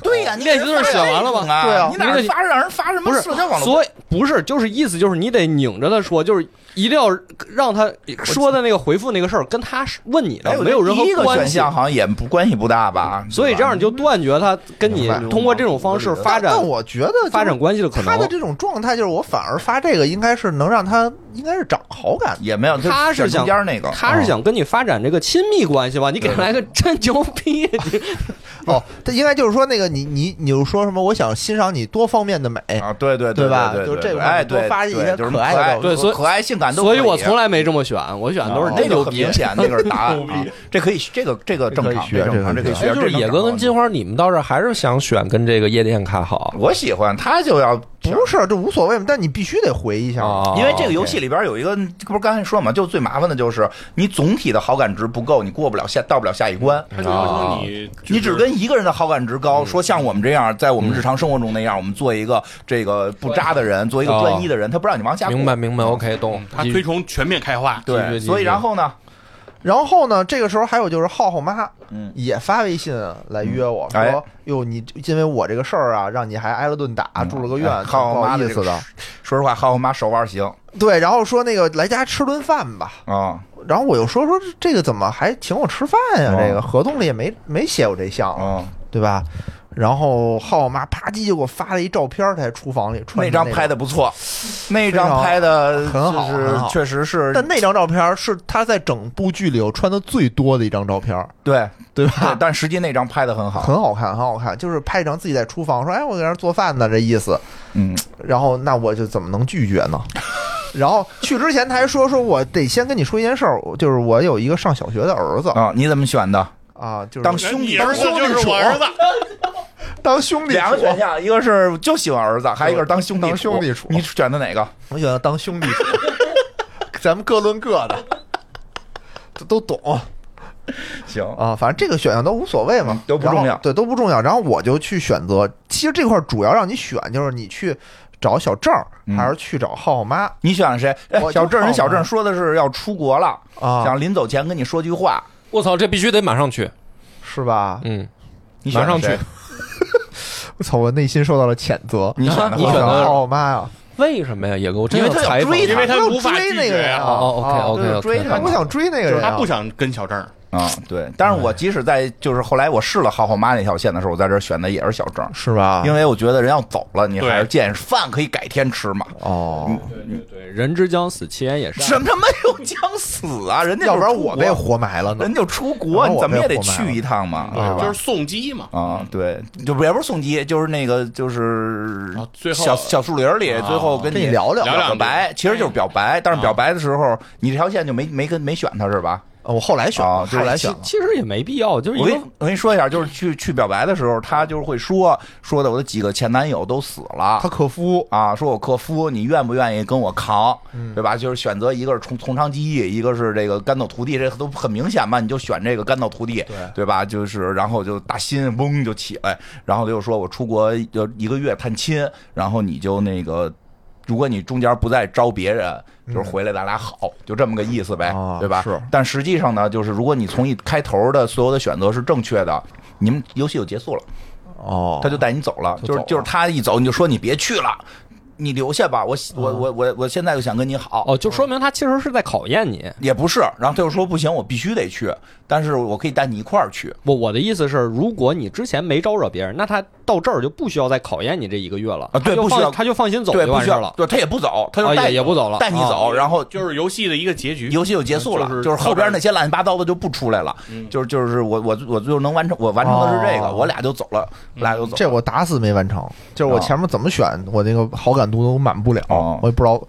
Speaker 2: 对呀，
Speaker 1: 哦
Speaker 2: 你
Speaker 1: 练习字儿写完了吗
Speaker 2: 啊
Speaker 4: 对啊
Speaker 2: 你哪
Speaker 1: 那个
Speaker 2: 发让人发什
Speaker 1: 不
Speaker 2: 么
Speaker 1: 是
Speaker 2: 社交网络？
Speaker 1: 所以不是，就是意思就是你得拧着他说，就是一定要让他说的那个回复那个事儿跟他是问你
Speaker 2: 哎
Speaker 1: 的
Speaker 2: 我
Speaker 1: 没有
Speaker 2: 觉得
Speaker 1: 任何
Speaker 2: 第一个
Speaker 1: 关
Speaker 2: 选
Speaker 1: 系。嗯
Speaker 2: 项好像也不关系不大吧？
Speaker 1: 所以这样你就断绝他跟你
Speaker 4: 明白
Speaker 1: 通过这种方式发展
Speaker 4: 但我觉得就是
Speaker 1: 发展关系的可
Speaker 4: 他
Speaker 2: 哦
Speaker 4: 的
Speaker 1: 能。
Speaker 4: 这种状态，就是我反而发这个应该是能让他应该是长好感的。
Speaker 2: 也没有，就
Speaker 1: 他是
Speaker 2: 选
Speaker 1: 想
Speaker 2: 中间那个，
Speaker 1: 他是想跟你发展这个亲密关系吧？你给他来个真牛逼，
Speaker 4: 哦，
Speaker 2: 嗯
Speaker 4: 他应该就是说那个你你你就说什么，我想欣赏你多方面的美。
Speaker 2: 啊，对对
Speaker 4: 对吧
Speaker 2: 对，
Speaker 4: 就是这
Speaker 2: 对
Speaker 4: 个
Speaker 2: 哎，
Speaker 4: 多
Speaker 2: 对
Speaker 4: 发一些
Speaker 2: 对就是
Speaker 4: 可爱的照片
Speaker 1: 对所以
Speaker 2: 可爱性感都可
Speaker 1: 所以我从
Speaker 2: 来
Speaker 1: 来没这么选，我选都是
Speaker 2: 哦那
Speaker 1: 真
Speaker 2: 就
Speaker 1: 牛
Speaker 2: 很
Speaker 1: 逼
Speaker 2: 明。显，那个是答案啊
Speaker 5: 牛逼，
Speaker 2: 这可以，这个这个正
Speaker 4: 这
Speaker 2: 常，
Speaker 4: 可以学
Speaker 2: 正常，
Speaker 4: 这
Speaker 2: 这
Speaker 4: 可
Speaker 2: 可以
Speaker 4: 以
Speaker 6: 哎
Speaker 2: 学，
Speaker 6: 就是野哥跟金
Speaker 2: 花，
Speaker 6: 花，你们到这儿还是想选跟这个夜店卡好
Speaker 2: 我喜欢他就要
Speaker 4: 不是，这无所谓嘛，但你必须得回一下。
Speaker 6: 啊？
Speaker 2: 因为这个游戏里边有一个，不是刚才说嘛，就最麻烦的就是你总体的好感值不够，你过不了下，到不了下一关。
Speaker 5: 他
Speaker 4: 嗯啊
Speaker 5: 就要求你，
Speaker 2: 你只跟一个人的好感值高，说像我们这样，在我
Speaker 4: 嗯
Speaker 2: 们日常生活中那样，我们做一个这个不渣的人，做一个
Speaker 6: 哦
Speaker 2: 专一的人，他不让你往下过
Speaker 6: 明白。明白，OK，懂
Speaker 5: 嗯。他推崇全面开花，
Speaker 6: 继续
Speaker 2: 对，
Speaker 6: 继续
Speaker 2: 所以然后呢，
Speaker 4: 然后呢，这个时候还有就是浩浩妈
Speaker 2: 嗯
Speaker 4: 也发微信来约我
Speaker 2: 嗯哎
Speaker 4: 说：“哟，你因为我这个事儿啊，让你还挨了顿打，啊住了个院，
Speaker 2: 哎浩
Speaker 4: 挺
Speaker 2: 浩
Speaker 4: 不
Speaker 2: 妈
Speaker 4: 好
Speaker 2: 的
Speaker 4: 意
Speaker 2: 这
Speaker 4: 思
Speaker 2: 个
Speaker 4: 的。
Speaker 2: 说实话，浩浩妈手腕行啊、”
Speaker 4: 对，然后说那个来家吃顿饭吧。然后我又说说这个怎么还请我吃饭呀？
Speaker 2: 哦
Speaker 4: 这个合同里也没没写我这项啊，
Speaker 2: 嗯
Speaker 4: 对吧？然后浩我妈啪叽就给我发了一照片，她在厨房里穿
Speaker 2: 那
Speaker 4: 着
Speaker 2: 张拍
Speaker 4: 的，
Speaker 2: 的不错，那
Speaker 4: 非
Speaker 2: 张
Speaker 4: 常
Speaker 2: 拍的
Speaker 4: 很好
Speaker 2: 就是
Speaker 4: 很好
Speaker 2: 确实是，
Speaker 4: 但那张照片是她在整部剧里头穿的最多的一张照片，
Speaker 2: 对
Speaker 4: 对
Speaker 2: 对
Speaker 4: 吧，？
Speaker 2: 但实际那张拍的很好，
Speaker 4: 很好看，很好看，就是拍一张自己在厨房说：“哎，我在那儿做饭呢。”这意思。
Speaker 2: 嗯，
Speaker 4: 然后那我就怎么能拒绝 呢？然后去之前他还说说我得先跟你说一件事儿，就是我有一个上小学的儿子
Speaker 2: 啊，你怎么选的？
Speaker 4: 啊，就是
Speaker 2: 当兄弟
Speaker 5: 你儿子就是我儿子，
Speaker 4: 当兄弟
Speaker 2: 两个
Speaker 4: 处
Speaker 2: 选项，一个是就喜欢儿子，还有一个是当兄弟
Speaker 4: 当兄弟处
Speaker 2: 你选的哪个？
Speaker 4: 我选择当兄弟处， 咱们各论各的，都都懂
Speaker 2: 行，
Speaker 4: 啊，反正这个选项都无所谓嘛
Speaker 2: 嗯，都不重要
Speaker 4: 然后对，都不重要。然后我就去选择，其实这块儿主要让你选就是你去找小郑儿，
Speaker 2: 嗯
Speaker 4: 还是去找浩浩妈
Speaker 2: 你选了谁？哎
Speaker 4: 我
Speaker 2: 小郑，人小
Speaker 4: 我
Speaker 2: 郑说的是要出国了，
Speaker 4: 啊，
Speaker 2: 想临走前跟你说句话。
Speaker 6: 我操，这必须得马上去，
Speaker 4: 是吧？
Speaker 6: 嗯，
Speaker 2: 你选了
Speaker 6: 马上去
Speaker 2: 谁，
Speaker 4: 我操，我内心受到了谴责。
Speaker 2: 你选的
Speaker 6: 你
Speaker 4: 我
Speaker 6: 选
Speaker 4: 想
Speaker 6: 的
Speaker 4: 浩浩妈啊呀，
Speaker 6: 为什么呀？野哥，这
Speaker 2: 因为
Speaker 6: 要
Speaker 2: 他
Speaker 6: 采
Speaker 2: 有
Speaker 6: 访
Speaker 2: 追
Speaker 5: 因
Speaker 2: 他
Speaker 5: 为他无法
Speaker 4: 追
Speaker 5: 拒
Speaker 4: 那个
Speaker 5: 绝
Speaker 4: 人啊，
Speaker 5: 啊，
Speaker 6: 哦，OK，OK，OK
Speaker 4: 对追他，我想追那个
Speaker 5: 就是
Speaker 4: 人啊，
Speaker 5: 他不想跟小郑儿。
Speaker 2: 啊，对。但是我即使在就是后来我试了浩浩妈那条线的时候，我在这儿选的也是小郑，
Speaker 6: 啊
Speaker 4: 是吧？
Speaker 2: 因为我觉得人要走了，你
Speaker 5: 对
Speaker 2: 还是见识饭可以改天吃嘛。
Speaker 4: 哦，
Speaker 1: 对，人之将死，其言也善。
Speaker 2: 什么没有将死啊？人家就
Speaker 4: 要不然
Speaker 2: 出国
Speaker 4: 我被活埋了呢
Speaker 2: 人。就出国，
Speaker 4: 然后
Speaker 2: 你
Speaker 4: 我
Speaker 2: 怎么
Speaker 4: 被
Speaker 2: 也得
Speaker 4: 活埋
Speaker 2: 去
Speaker 4: 了
Speaker 2: 一趟嘛，对
Speaker 4: 啊
Speaker 2: 吧？
Speaker 5: 就是送机嘛，
Speaker 2: 啊，对，就也不是送机，就是那个就是
Speaker 5: 啊最后啊
Speaker 2: 小小树林里，最后跟
Speaker 4: 跟你
Speaker 2: 你
Speaker 4: 聊聊
Speaker 5: 聊
Speaker 2: 表
Speaker 5: 两句嗯啊
Speaker 2: 白，其实就是表白，但是表白的时候，你这条线就没没跟没选他是吧？
Speaker 4: 啊我后来选
Speaker 2: 啊
Speaker 4: 了，
Speaker 2: 就是
Speaker 4: 后来
Speaker 2: 其
Speaker 4: 选了。
Speaker 1: 其实也没必要，就是一
Speaker 2: 我
Speaker 1: 个
Speaker 2: 跟你我跟你说一下，就是去去表白的时候，他就是会说说的我的几个前男友都死了
Speaker 4: 他。可夫
Speaker 2: 啊，说我克夫，你愿不愿意跟我扛，
Speaker 4: 嗯
Speaker 2: 对吧？就是选择一个是从从长计议，一个是这个干豆徒弟，这都很明显嘛，你就选这个干豆徒弟，对吧？就是然后就大心嗡就起来，然后他就说我出国就一个月探亲，然后你就那个。如果你中间不再招别人，就是回来咱俩好，就这么个意思呗，
Speaker 4: 嗯啊
Speaker 2: 对吧？
Speaker 4: 是
Speaker 2: 但实际上呢，就是如果你从一开头的所有的选择是正确的，你们游戏就结束了。
Speaker 4: 哦，
Speaker 2: 他就带你走了，
Speaker 4: 就
Speaker 2: 就是
Speaker 4: 走
Speaker 2: 就是
Speaker 4: 了
Speaker 2: 他一走，你就说你别去了，你留下吧，我喜我我我我现在就想跟你好，
Speaker 1: 哦，就说明他其实是在考验你。
Speaker 2: 也不是，然后他又说不行，我必须得去，但是我可以带你一块儿去，
Speaker 1: 我我的意思是，如果你之前没招惹别人，那他到这儿就不需要再考验你这一个月了
Speaker 2: 啊
Speaker 1: 他
Speaker 2: 对
Speaker 1: 就
Speaker 2: 不需
Speaker 1: 放
Speaker 2: 要
Speaker 1: 他就放心走
Speaker 2: 对，
Speaker 1: 就
Speaker 2: 不
Speaker 1: 完
Speaker 2: 需
Speaker 1: 事儿
Speaker 2: 要
Speaker 1: 了，，
Speaker 2: 对他也不走，他就
Speaker 1: 啊
Speaker 2: 带
Speaker 1: 也也不走了
Speaker 2: 带你
Speaker 1: 啊
Speaker 2: 走，然后
Speaker 5: 就是游戏的一个结局。
Speaker 2: 游戏就结束了，
Speaker 5: 就是
Speaker 2: 就是
Speaker 5: 到
Speaker 2: 后边
Speaker 5: 这儿
Speaker 2: 那些乱七八糟的就不出来了，就是就是我我我最后能完成，我完成的是这个，
Speaker 4: 哦
Speaker 2: 我俩就走了，我俩就走了，
Speaker 4: 这我打死没完成，就是我
Speaker 2: 啊
Speaker 4: 前面怎么选，我那个好感度都满不了，
Speaker 2: 哦
Speaker 4: 我也不知道不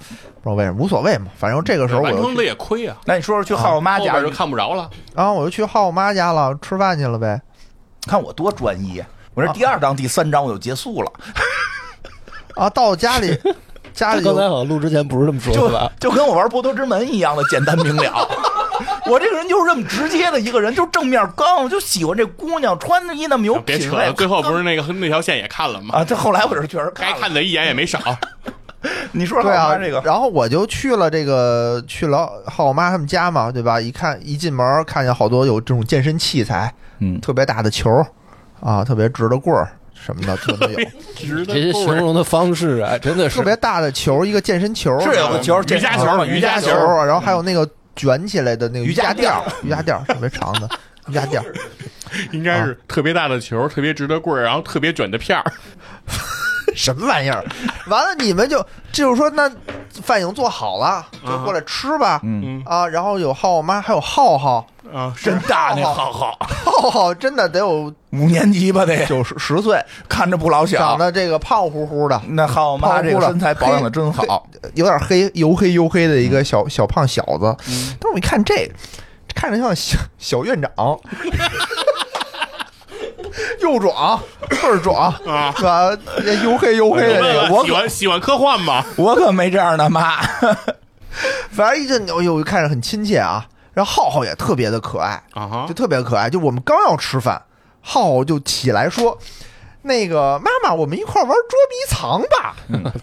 Speaker 4: 知道为什么，无所谓嘛，反正这个时候我
Speaker 5: 完
Speaker 4: 就
Speaker 5: 成了
Speaker 4: 去
Speaker 5: 也亏啊，
Speaker 2: 那你说说去浩我妈
Speaker 5: 后
Speaker 2: 家
Speaker 5: 边就看不着了。
Speaker 4: 啊，我就去浩我妈家了，吃饭去了呗。
Speaker 2: 看我多专一，我这第二章第三章我就结束了，
Speaker 4: 啊，到 家里家里就
Speaker 1: 好像录之前不是这么说
Speaker 2: 哎 就？就跟我玩《波多之门》一样的简单明了。 我这个人就是这么直接的一个人，就是正面刚，我就喜欢这姑娘穿的衣那么有
Speaker 5: 啊 别
Speaker 2: 品
Speaker 5: 扯
Speaker 2: 位
Speaker 5: 了，。最后不是那个那条线也看了吗？
Speaker 2: 啊，这后来我是确实
Speaker 5: 该
Speaker 2: 看了。
Speaker 5: 看的一眼也没少。
Speaker 2: 你说说
Speaker 4: 对啊，
Speaker 2: 看这个
Speaker 4: 然后我就去了这个去了浩我妈他们家嘛，对吧？一看一进门看见好多有这种健身器材，
Speaker 2: 嗯
Speaker 4: 特别大的球啊，特别直的棍儿什么的，特别有
Speaker 5: 值
Speaker 6: 这些
Speaker 5: 得
Speaker 6: 形容的方式 啊，真的是
Speaker 4: 特别大的球，一个健身球，
Speaker 2: 是有个球，
Speaker 5: 啊瑜伽
Speaker 2: 这
Speaker 5: 球嘛
Speaker 2: 瑜
Speaker 5: 瑜
Speaker 2: 伽
Speaker 5: 伽球
Speaker 4: 啊球，然后还有那个卷起来的那个
Speaker 2: 瑜伽
Speaker 4: 伽
Speaker 2: 垫儿
Speaker 4: 垫，瑜伽垫儿特别长的瑜伽垫儿，
Speaker 5: 应该是特别大的球，特别直的棍儿，然后特别卷的片儿。
Speaker 4: 什么玩 意儿？完了你们就就是说那饭已经做好了，就过来吃吧。
Speaker 2: 嗯
Speaker 4: 啊，然后有浩我妈，还有浩浩，
Speaker 5: 啊， 是
Speaker 2: 真大那浩浩，
Speaker 4: 浩浩真的得有
Speaker 2: 五年级吧得，
Speaker 4: 九十十岁，
Speaker 2: 看着不老小
Speaker 4: 长。得这个胖乎乎的，
Speaker 2: 那浩妈这个身材保养的真好，嗯
Speaker 4: 有点黑，黝黑黝黑的一个小小胖小子。但我一看这，看着像小小院长，又壮，倍儿壮，
Speaker 5: 啊哎
Speaker 4: 是吧？这黝黑黝黑的这个，我
Speaker 5: 喜欢喜欢科幻吗？
Speaker 2: 我可没这样的妈。
Speaker 4: 反正一阵哎呦，看着很亲切啊。然后浩浩也特别的可爱，
Speaker 5: 啊哈
Speaker 4: 就特别可爱。就我们刚要吃饭，浩浩就起来说：“那个妈妈，我们一块儿玩捉迷藏吧。”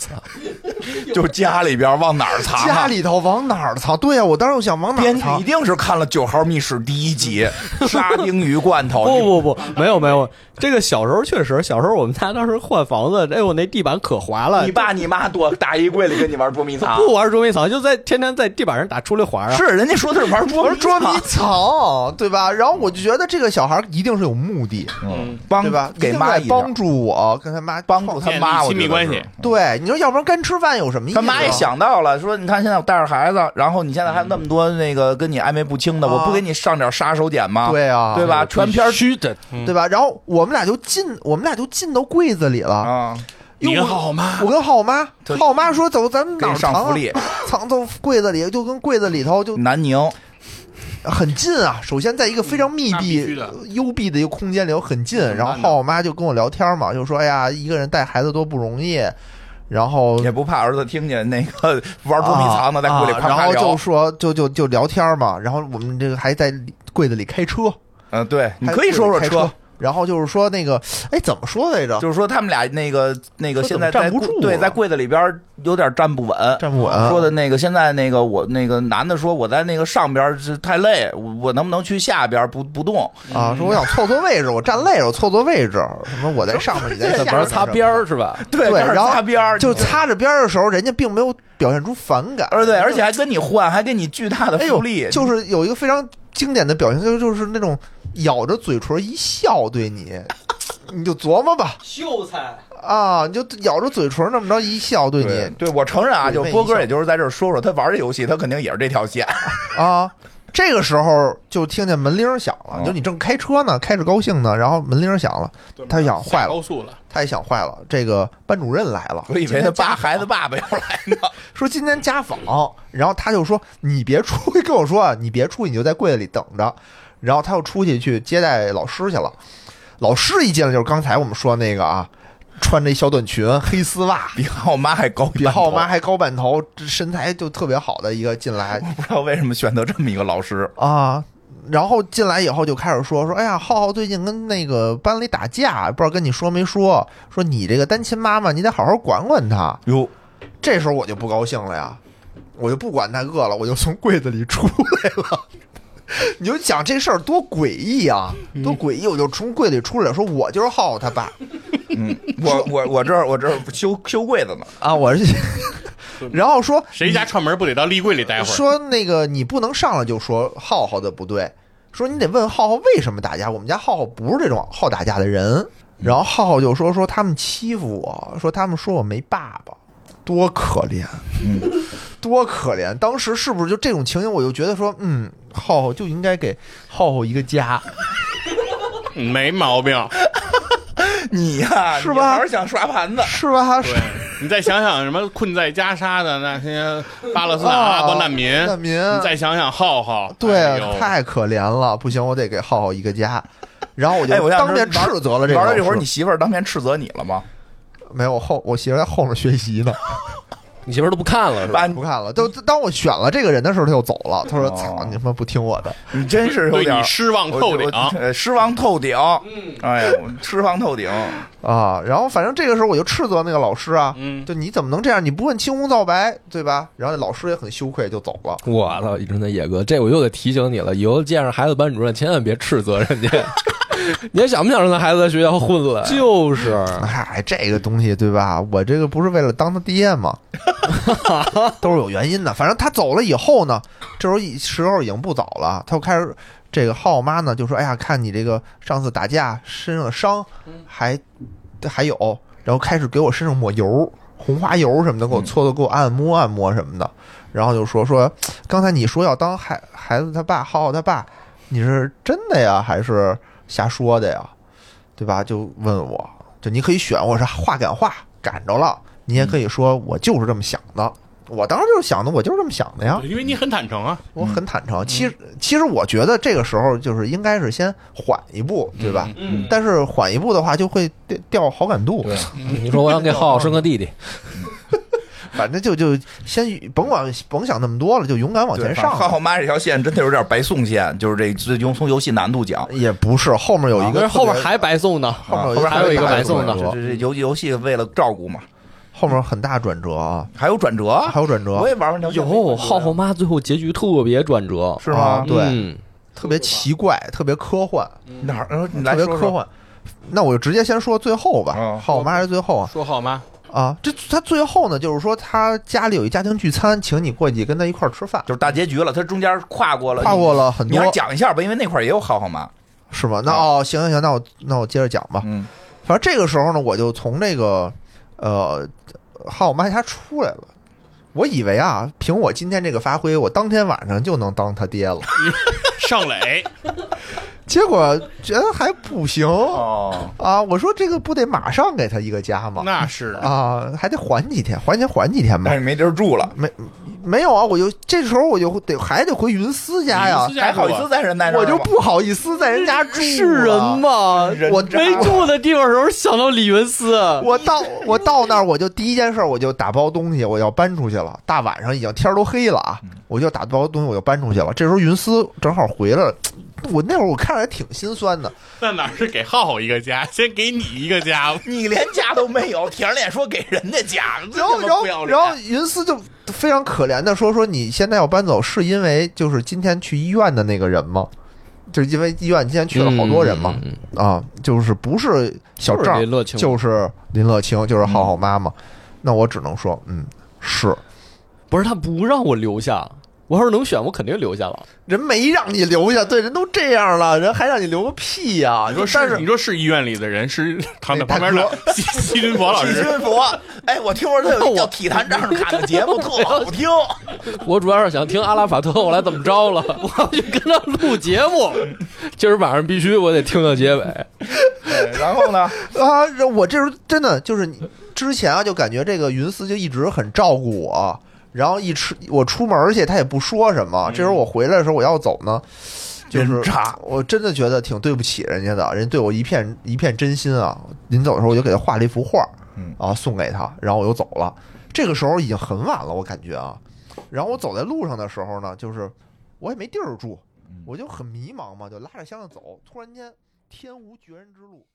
Speaker 2: 就家里边往哪儿藏啊？
Speaker 4: 家里头往哪儿藏？对呀、啊我当时就想往哪
Speaker 2: 编
Speaker 4: 儿
Speaker 2: 剧
Speaker 4: 藏
Speaker 2: 一。定是看了《九号密室》第一集，沙丁鱼罐头。
Speaker 1: 不不不，没有没有，这个小时候确实，小时候我们家当时换房子，哎呦那地板可滑了
Speaker 2: 你，爸你妈躲大衣柜里跟你玩捉迷藏，
Speaker 1: 不玩捉迷藏就在天天在地板上打出溜滑啊。
Speaker 2: 是人家说的是玩捉
Speaker 4: 我说捉迷
Speaker 2: 迷
Speaker 4: 藏，对吧？然后我就觉得这个小孩一定是有目的，
Speaker 2: 藏，帮
Speaker 4: 对吧？
Speaker 2: 给
Speaker 4: 一定
Speaker 2: 妈
Speaker 4: 在
Speaker 2: 一
Speaker 4: 帮帮助我跟他妈
Speaker 2: 帮助他
Speaker 5: 建
Speaker 2: 妈，
Speaker 5: 立
Speaker 2: 我
Speaker 5: 亲密
Speaker 2: 觉得
Speaker 5: 关
Speaker 2: 是
Speaker 5: 系。
Speaker 4: 对，你说要不然干吃饭有什么意思？啊
Speaker 2: 他妈也，想到了，说你看现在我带着孩子，然后你现在还有那么多那个跟你暧昧不清的，
Speaker 4: 嗯啊
Speaker 2: 我不给你上点杀手锏吗？
Speaker 4: 对啊，
Speaker 2: 对吧？全篇
Speaker 6: 必须的，
Speaker 4: 对吧？然后我们俩就进，我们俩就进到柜子里了。
Speaker 2: 啊，
Speaker 4: 因
Speaker 5: 你
Speaker 4: 为
Speaker 5: 跟
Speaker 4: 我
Speaker 5: 浩浩妈
Speaker 4: 我跟浩妈，浩妈说走，咱们
Speaker 2: 给
Speaker 4: 哪
Speaker 2: 你
Speaker 4: 儿
Speaker 2: 上
Speaker 4: 藏
Speaker 2: 福
Speaker 4: 啊？
Speaker 2: 利，
Speaker 4: 藏到柜子里，就跟柜子里头 就
Speaker 2: 南宁
Speaker 4: 很近啊。首先，在一个非常密
Speaker 5: 那必须
Speaker 4: 闭
Speaker 5: 的、
Speaker 4: 幽闭的一个空间里头很近。然后浩妈就跟我聊天嘛，就说：“哎呀，一个人带孩子多不容易。”然后
Speaker 2: 也不怕儿子听见那个 玩捉迷藏的在
Speaker 4: 啊
Speaker 2: 屋里
Speaker 4: 啊
Speaker 2: 啪
Speaker 4: 然
Speaker 2: 啪
Speaker 4: 后就
Speaker 2: 聊。
Speaker 4: 说就就就聊天嘛。然后我们这个还在柜子里开车，
Speaker 2: 嗯，对，你
Speaker 4: 还
Speaker 2: 可以说说
Speaker 4: 开
Speaker 2: 车
Speaker 4: 车。。然后就是说那个，哎，怎么说来着？
Speaker 2: 就是说他们俩那个那个
Speaker 4: 说
Speaker 2: 现
Speaker 4: 怎
Speaker 2: 在在
Speaker 4: 么站不
Speaker 2: 柜
Speaker 4: 住
Speaker 2: 对
Speaker 4: 啊
Speaker 2: 在柜子里边有点站不稳。
Speaker 4: 站不稳，啊
Speaker 2: 说的那个现在那个我那个男的说我在那个上边是太累，我我能不能去下边不不动？
Speaker 4: 啊，说我想错错位置，我站累了，我错错位置，什么我在上面，你在下
Speaker 6: 怎
Speaker 4: 面，
Speaker 6: 么擦边儿是吧？
Speaker 2: 对
Speaker 4: 对
Speaker 2: 这儿
Speaker 4: 然后
Speaker 2: 擦边儿
Speaker 4: 就
Speaker 2: 你
Speaker 4: 擦着边儿的时候，人家并没有表现出反感，
Speaker 2: 呃而对，而且还跟你换，还给你巨大的
Speaker 4: 哎
Speaker 2: 福
Speaker 4: 呦
Speaker 2: 利，，
Speaker 4: 就是有一个非常经典的表情，就就是那种咬着嘴唇一笑，对你，你就琢磨吧，
Speaker 1: 秀才，
Speaker 4: 啊，你就咬着嘴唇那么着一笑，对
Speaker 2: 对
Speaker 4: 你
Speaker 2: 对，我承认啊，
Speaker 4: 对
Speaker 2: 就是
Speaker 4: 那
Speaker 2: 波
Speaker 4: 一
Speaker 2: 哥，
Speaker 4: 下
Speaker 2: 也就是在这儿说说，他玩这游戏，他肯定也是这条线，
Speaker 4: 啊。这个时候就听见门铃儿响了
Speaker 2: 嗯，
Speaker 4: 就你正开车呢，开着高兴呢，然后门铃儿响了，他想坏
Speaker 5: 下
Speaker 4: 了，
Speaker 5: 高速了，
Speaker 4: 他也想坏了，这个班主任来了，
Speaker 2: 我以为他爸孩
Speaker 4: 啊
Speaker 2: 子爸爸要来呢。
Speaker 4: 说今天家访，然后他就说你别出去，跟我说啊，你别出去，你就在柜子里等着。然后他又出去去接待老师去了。老师一进来就是刚才我们说那个啊，穿着一小短裙、黑丝袜，
Speaker 2: 比浩妈还高，
Speaker 4: 比浩妈，还高半头，这身材就特别好的一个进来
Speaker 2: 不知道为什么选择这么一个老师，
Speaker 4: 啊。然后进来以后就开始说说，哎呀，浩浩最近跟那个班里打架，不知道跟你说没说？说你这个单亲妈妈，你得好好管管他。
Speaker 2: 哟，
Speaker 4: 这时候我就不高兴了呀，我就不管他饿了，我就从柜子里出来了。 你就想这事儿多诡异啊，多诡异！我就从柜里出来，说我就是浩浩他爸
Speaker 2: 嗯，我我我这儿我这儿修修柜子呢，
Speaker 4: 啊，我 是。 然后说
Speaker 5: 谁家串门不得到立柜里待会儿？
Speaker 4: 说那个你不能上来就说浩浩的不对，说你得问浩浩为什么打架。我们家浩浩不是这种好打架的人。然后浩浩就说说他们欺负我，说他们说我没爸爸，多可怜，
Speaker 2: 嗯
Speaker 4: 多可怜。当时是不是就这种情形？我就觉得说，嗯，浩浩就应该给浩浩一个家。
Speaker 5: 没毛病。
Speaker 2: 你呀，
Speaker 4: 是
Speaker 2: 你
Speaker 4: 吧
Speaker 2: 还是想刷盘子？
Speaker 4: 是吧？
Speaker 5: 对，你再想想什么困在加沙的那些巴勒斯坦阿拉伯难民，
Speaker 4: 啊难民
Speaker 5: 你再想想浩浩，
Speaker 4: 对啊
Speaker 5: 哎呦，
Speaker 4: 太可怜了，不行，我得给浩浩一个家。然后我
Speaker 2: 哎，
Speaker 4: 就
Speaker 2: 我想
Speaker 4: 当
Speaker 2: 知
Speaker 4: 面
Speaker 2: 玩
Speaker 4: 斥责了这个
Speaker 2: 玩到这
Speaker 4: 老
Speaker 2: 会儿，
Speaker 4: 师
Speaker 2: 你媳妇儿当面斥责你了吗？
Speaker 4: 没有我后，我媳妇儿在后面学习呢。
Speaker 6: 你媳妇儿都不看了是吧？
Speaker 2: 爸，
Speaker 4: 不
Speaker 2: 你
Speaker 4: 看了。就当我选了这个人的时候，他就走了。他说
Speaker 2: 哎哦：“
Speaker 4: 操，你他妈不听我的。
Speaker 2: 你真是有
Speaker 5: 对
Speaker 2: 点
Speaker 5: 你失望
Speaker 2: 我
Speaker 5: 透顶
Speaker 2: 我。呃失望透顶。嗯，哎呀，我失望透顶。”
Speaker 4: 啊，然后反正这个时候我就斥责那个老师啊，
Speaker 5: 嗯
Speaker 4: 就你怎么能这样？你不问青红皂白，对吧？然后那老师也很羞愧，就走了。
Speaker 6: 我操！真的野哥，这我又得提醒你了，以后见着孩子班主任，千万别斥责人家。 你还想不想让他孩子在学校混了？
Speaker 1: 就是
Speaker 4: 哎，这个东西对吧？我这个不是为了当他爹吗？ 都是有原因的。反正他走了以后呢，这时候已时候已经不早了，他又开始这个浩妈呢就说：“哎呀，看你这个上次打架身上的伤还还有，然后开始给我身上抹油，红花油什么的，给我搓搓，给我按摩按摩什么的。”然后就说说，刚才你说要当孩孩子他爸，浩浩他爸，你是真的呀，还是瞎说的呀？对吧？就问我，就你可以选，我是话赶话赶着了，你也可以说我就是这么想的，我当时就是想的，我就是这么想的呀，
Speaker 5: 因为你很坦诚 啊，
Speaker 4: 我
Speaker 2: 嗯
Speaker 4: 很坦诚。其实，其实我觉得这个时候就是应该是先缓一步，对吧？
Speaker 1: 嗯
Speaker 4: 但是缓一步的话，就会掉掉好感度。
Speaker 6: 对，你说我 想给浩
Speaker 1: 啊
Speaker 2: 哦
Speaker 6: 浩生个弟弟，
Speaker 4: 反正就就先甭管甭想那么多了，就勇敢往
Speaker 2: 对，
Speaker 4: 前
Speaker 2: 反正
Speaker 4: 上
Speaker 2: 浩浩
Speaker 4: 吧。
Speaker 2: 妈这条线真的有点白送线，就是这这用从游戏难度讲，
Speaker 4: 也不是，后面有一
Speaker 2: 啊
Speaker 1: 可
Speaker 4: 个
Speaker 1: 是后边
Speaker 4: 特别
Speaker 1: 还白送呢，
Speaker 4: 后
Speaker 2: 后
Speaker 4: 面
Speaker 2: 边
Speaker 4: 特别
Speaker 1: 还有一个
Speaker 4: 大
Speaker 1: 白送的
Speaker 4: 转
Speaker 2: 这
Speaker 4: 折
Speaker 2: 这游游戏为了照顾嘛，
Speaker 4: 后面很大转折啊，
Speaker 2: 还有转折啊，
Speaker 4: 还有转折
Speaker 2: 我，也玩完条线没转折
Speaker 1: 有
Speaker 2: 呀
Speaker 1: 浩浩妈最后结局特别转折，
Speaker 2: 是吗
Speaker 4: 啊？对
Speaker 1: 嗯
Speaker 4: 特别奇怪，特别科幻，
Speaker 2: 哪儿？呃你来
Speaker 4: 特别
Speaker 2: 说
Speaker 4: 科
Speaker 2: 说。
Speaker 4: 幻。那我就直接先说最后吧
Speaker 2: 嗯，
Speaker 4: 浩妈还是最后啊
Speaker 5: 说浩妈，
Speaker 4: 啊，这他最后呢，就是说他家里有一家庭聚餐，请你过去跟他一块儿吃饭，
Speaker 2: 就是大结局了，他中间跨过了，
Speaker 4: 跨过了很
Speaker 2: 你
Speaker 4: 多啊
Speaker 2: 还，讲一下吧，因为那块儿也有浩浩妈。
Speaker 5: 啊
Speaker 4: 是吗？那哦，行行行，那我那我接着讲吧。
Speaker 2: 嗯，
Speaker 4: 反正这个时候呢，我就从这个呃浩麦他出来了。我以为啊，凭我今天这个发挥，我当天晚上就能当他爹了。
Speaker 5: 上垒，
Speaker 4: 结果觉得还不行
Speaker 2: 哦，
Speaker 4: 啊！我说这个不得马上给他一个家吗？
Speaker 5: 那哎是的，
Speaker 4: 啊，还得缓几天，缓几天缓几天
Speaker 2: 但
Speaker 4: 呗。
Speaker 2: 是哎没地儿住了，
Speaker 4: 没没有啊，我就这时候我就得还得回云思家呀
Speaker 5: 云思，家
Speaker 2: 还好意思在人那
Speaker 4: 我就不好意思在人家啊住
Speaker 1: 是人
Speaker 4: 吗？
Speaker 1: 吗？
Speaker 2: 人
Speaker 4: 我
Speaker 2: 渣
Speaker 1: 没住的地方的时候想到李云思，
Speaker 4: 我到我到那儿，我就第一件事我就打包东西，我要搬出去了。大晚上已经天儿都黑了
Speaker 1: 嗯
Speaker 4: 啊，我就打包东西，我就搬出去了。这时候云思正好回来了，我那会儿我看着还挺心酸的。
Speaker 5: 那哪是给浩浩一个家，先给你一个家吧。
Speaker 2: 你连家都没有，舔着脸说给人家家，
Speaker 4: 然后，
Speaker 2: 这他
Speaker 4: 然
Speaker 2: 妈不要
Speaker 4: 后，
Speaker 2: 脸
Speaker 4: 然后云思就非常可怜的说：“说你现在要搬走，是因为就是今天去医院的那个人吗？就是因为医院今天去了好多人嘛，
Speaker 1: 嗯，嗯
Speaker 4: 啊，就是不是小
Speaker 1: 就是
Speaker 4: 郑
Speaker 1: 林，乐清嗯
Speaker 4: 就是林乐清，就是浩浩妈妈。那我只能说，嗯，是
Speaker 1: 不是他不让我留下，我要是能选，我肯定留下了。
Speaker 4: 人没让你留下，对，人都这样了，人还让你留个屁呀、
Speaker 5: 你说
Speaker 4: 但
Speaker 5: 哎是？
Speaker 4: 是哎
Speaker 5: 你说是医院里的人是躺在旁边
Speaker 4: 大
Speaker 5: 的西西林佛老
Speaker 2: 体
Speaker 5: 师，
Speaker 2: 军服，哎，我听说他有一叫体坛丈卡的节目，特好 听。
Speaker 6: 我主要是想听阿拉法特后来怎么着了，
Speaker 1: 我要去跟他录节目，
Speaker 6: 今儿晚上必须我得听到结尾。
Speaker 2: 对然后呢？
Speaker 4: 啊，这我这时候真的就是你之前啊，就感觉这个云思就一直很照顾我，然后一吃我出门去，他也不说什么。这时候我回来的时候，我要走呢，就是
Speaker 2: 人渣
Speaker 4: 我真的觉得挺对不起人家的，人对我一片一片真心啊。临走的时候，我就给他画了一幅画，
Speaker 2: 嗯
Speaker 4: 啊，送给他，然后我就走了。这个时候已经很晚了，我感觉啊。然后我走在路上的时候呢，就是我也没
Speaker 2: 嗯
Speaker 4: 地儿住，我就很迷茫嘛，就拉着箱子走。突然间，天无绝人之路。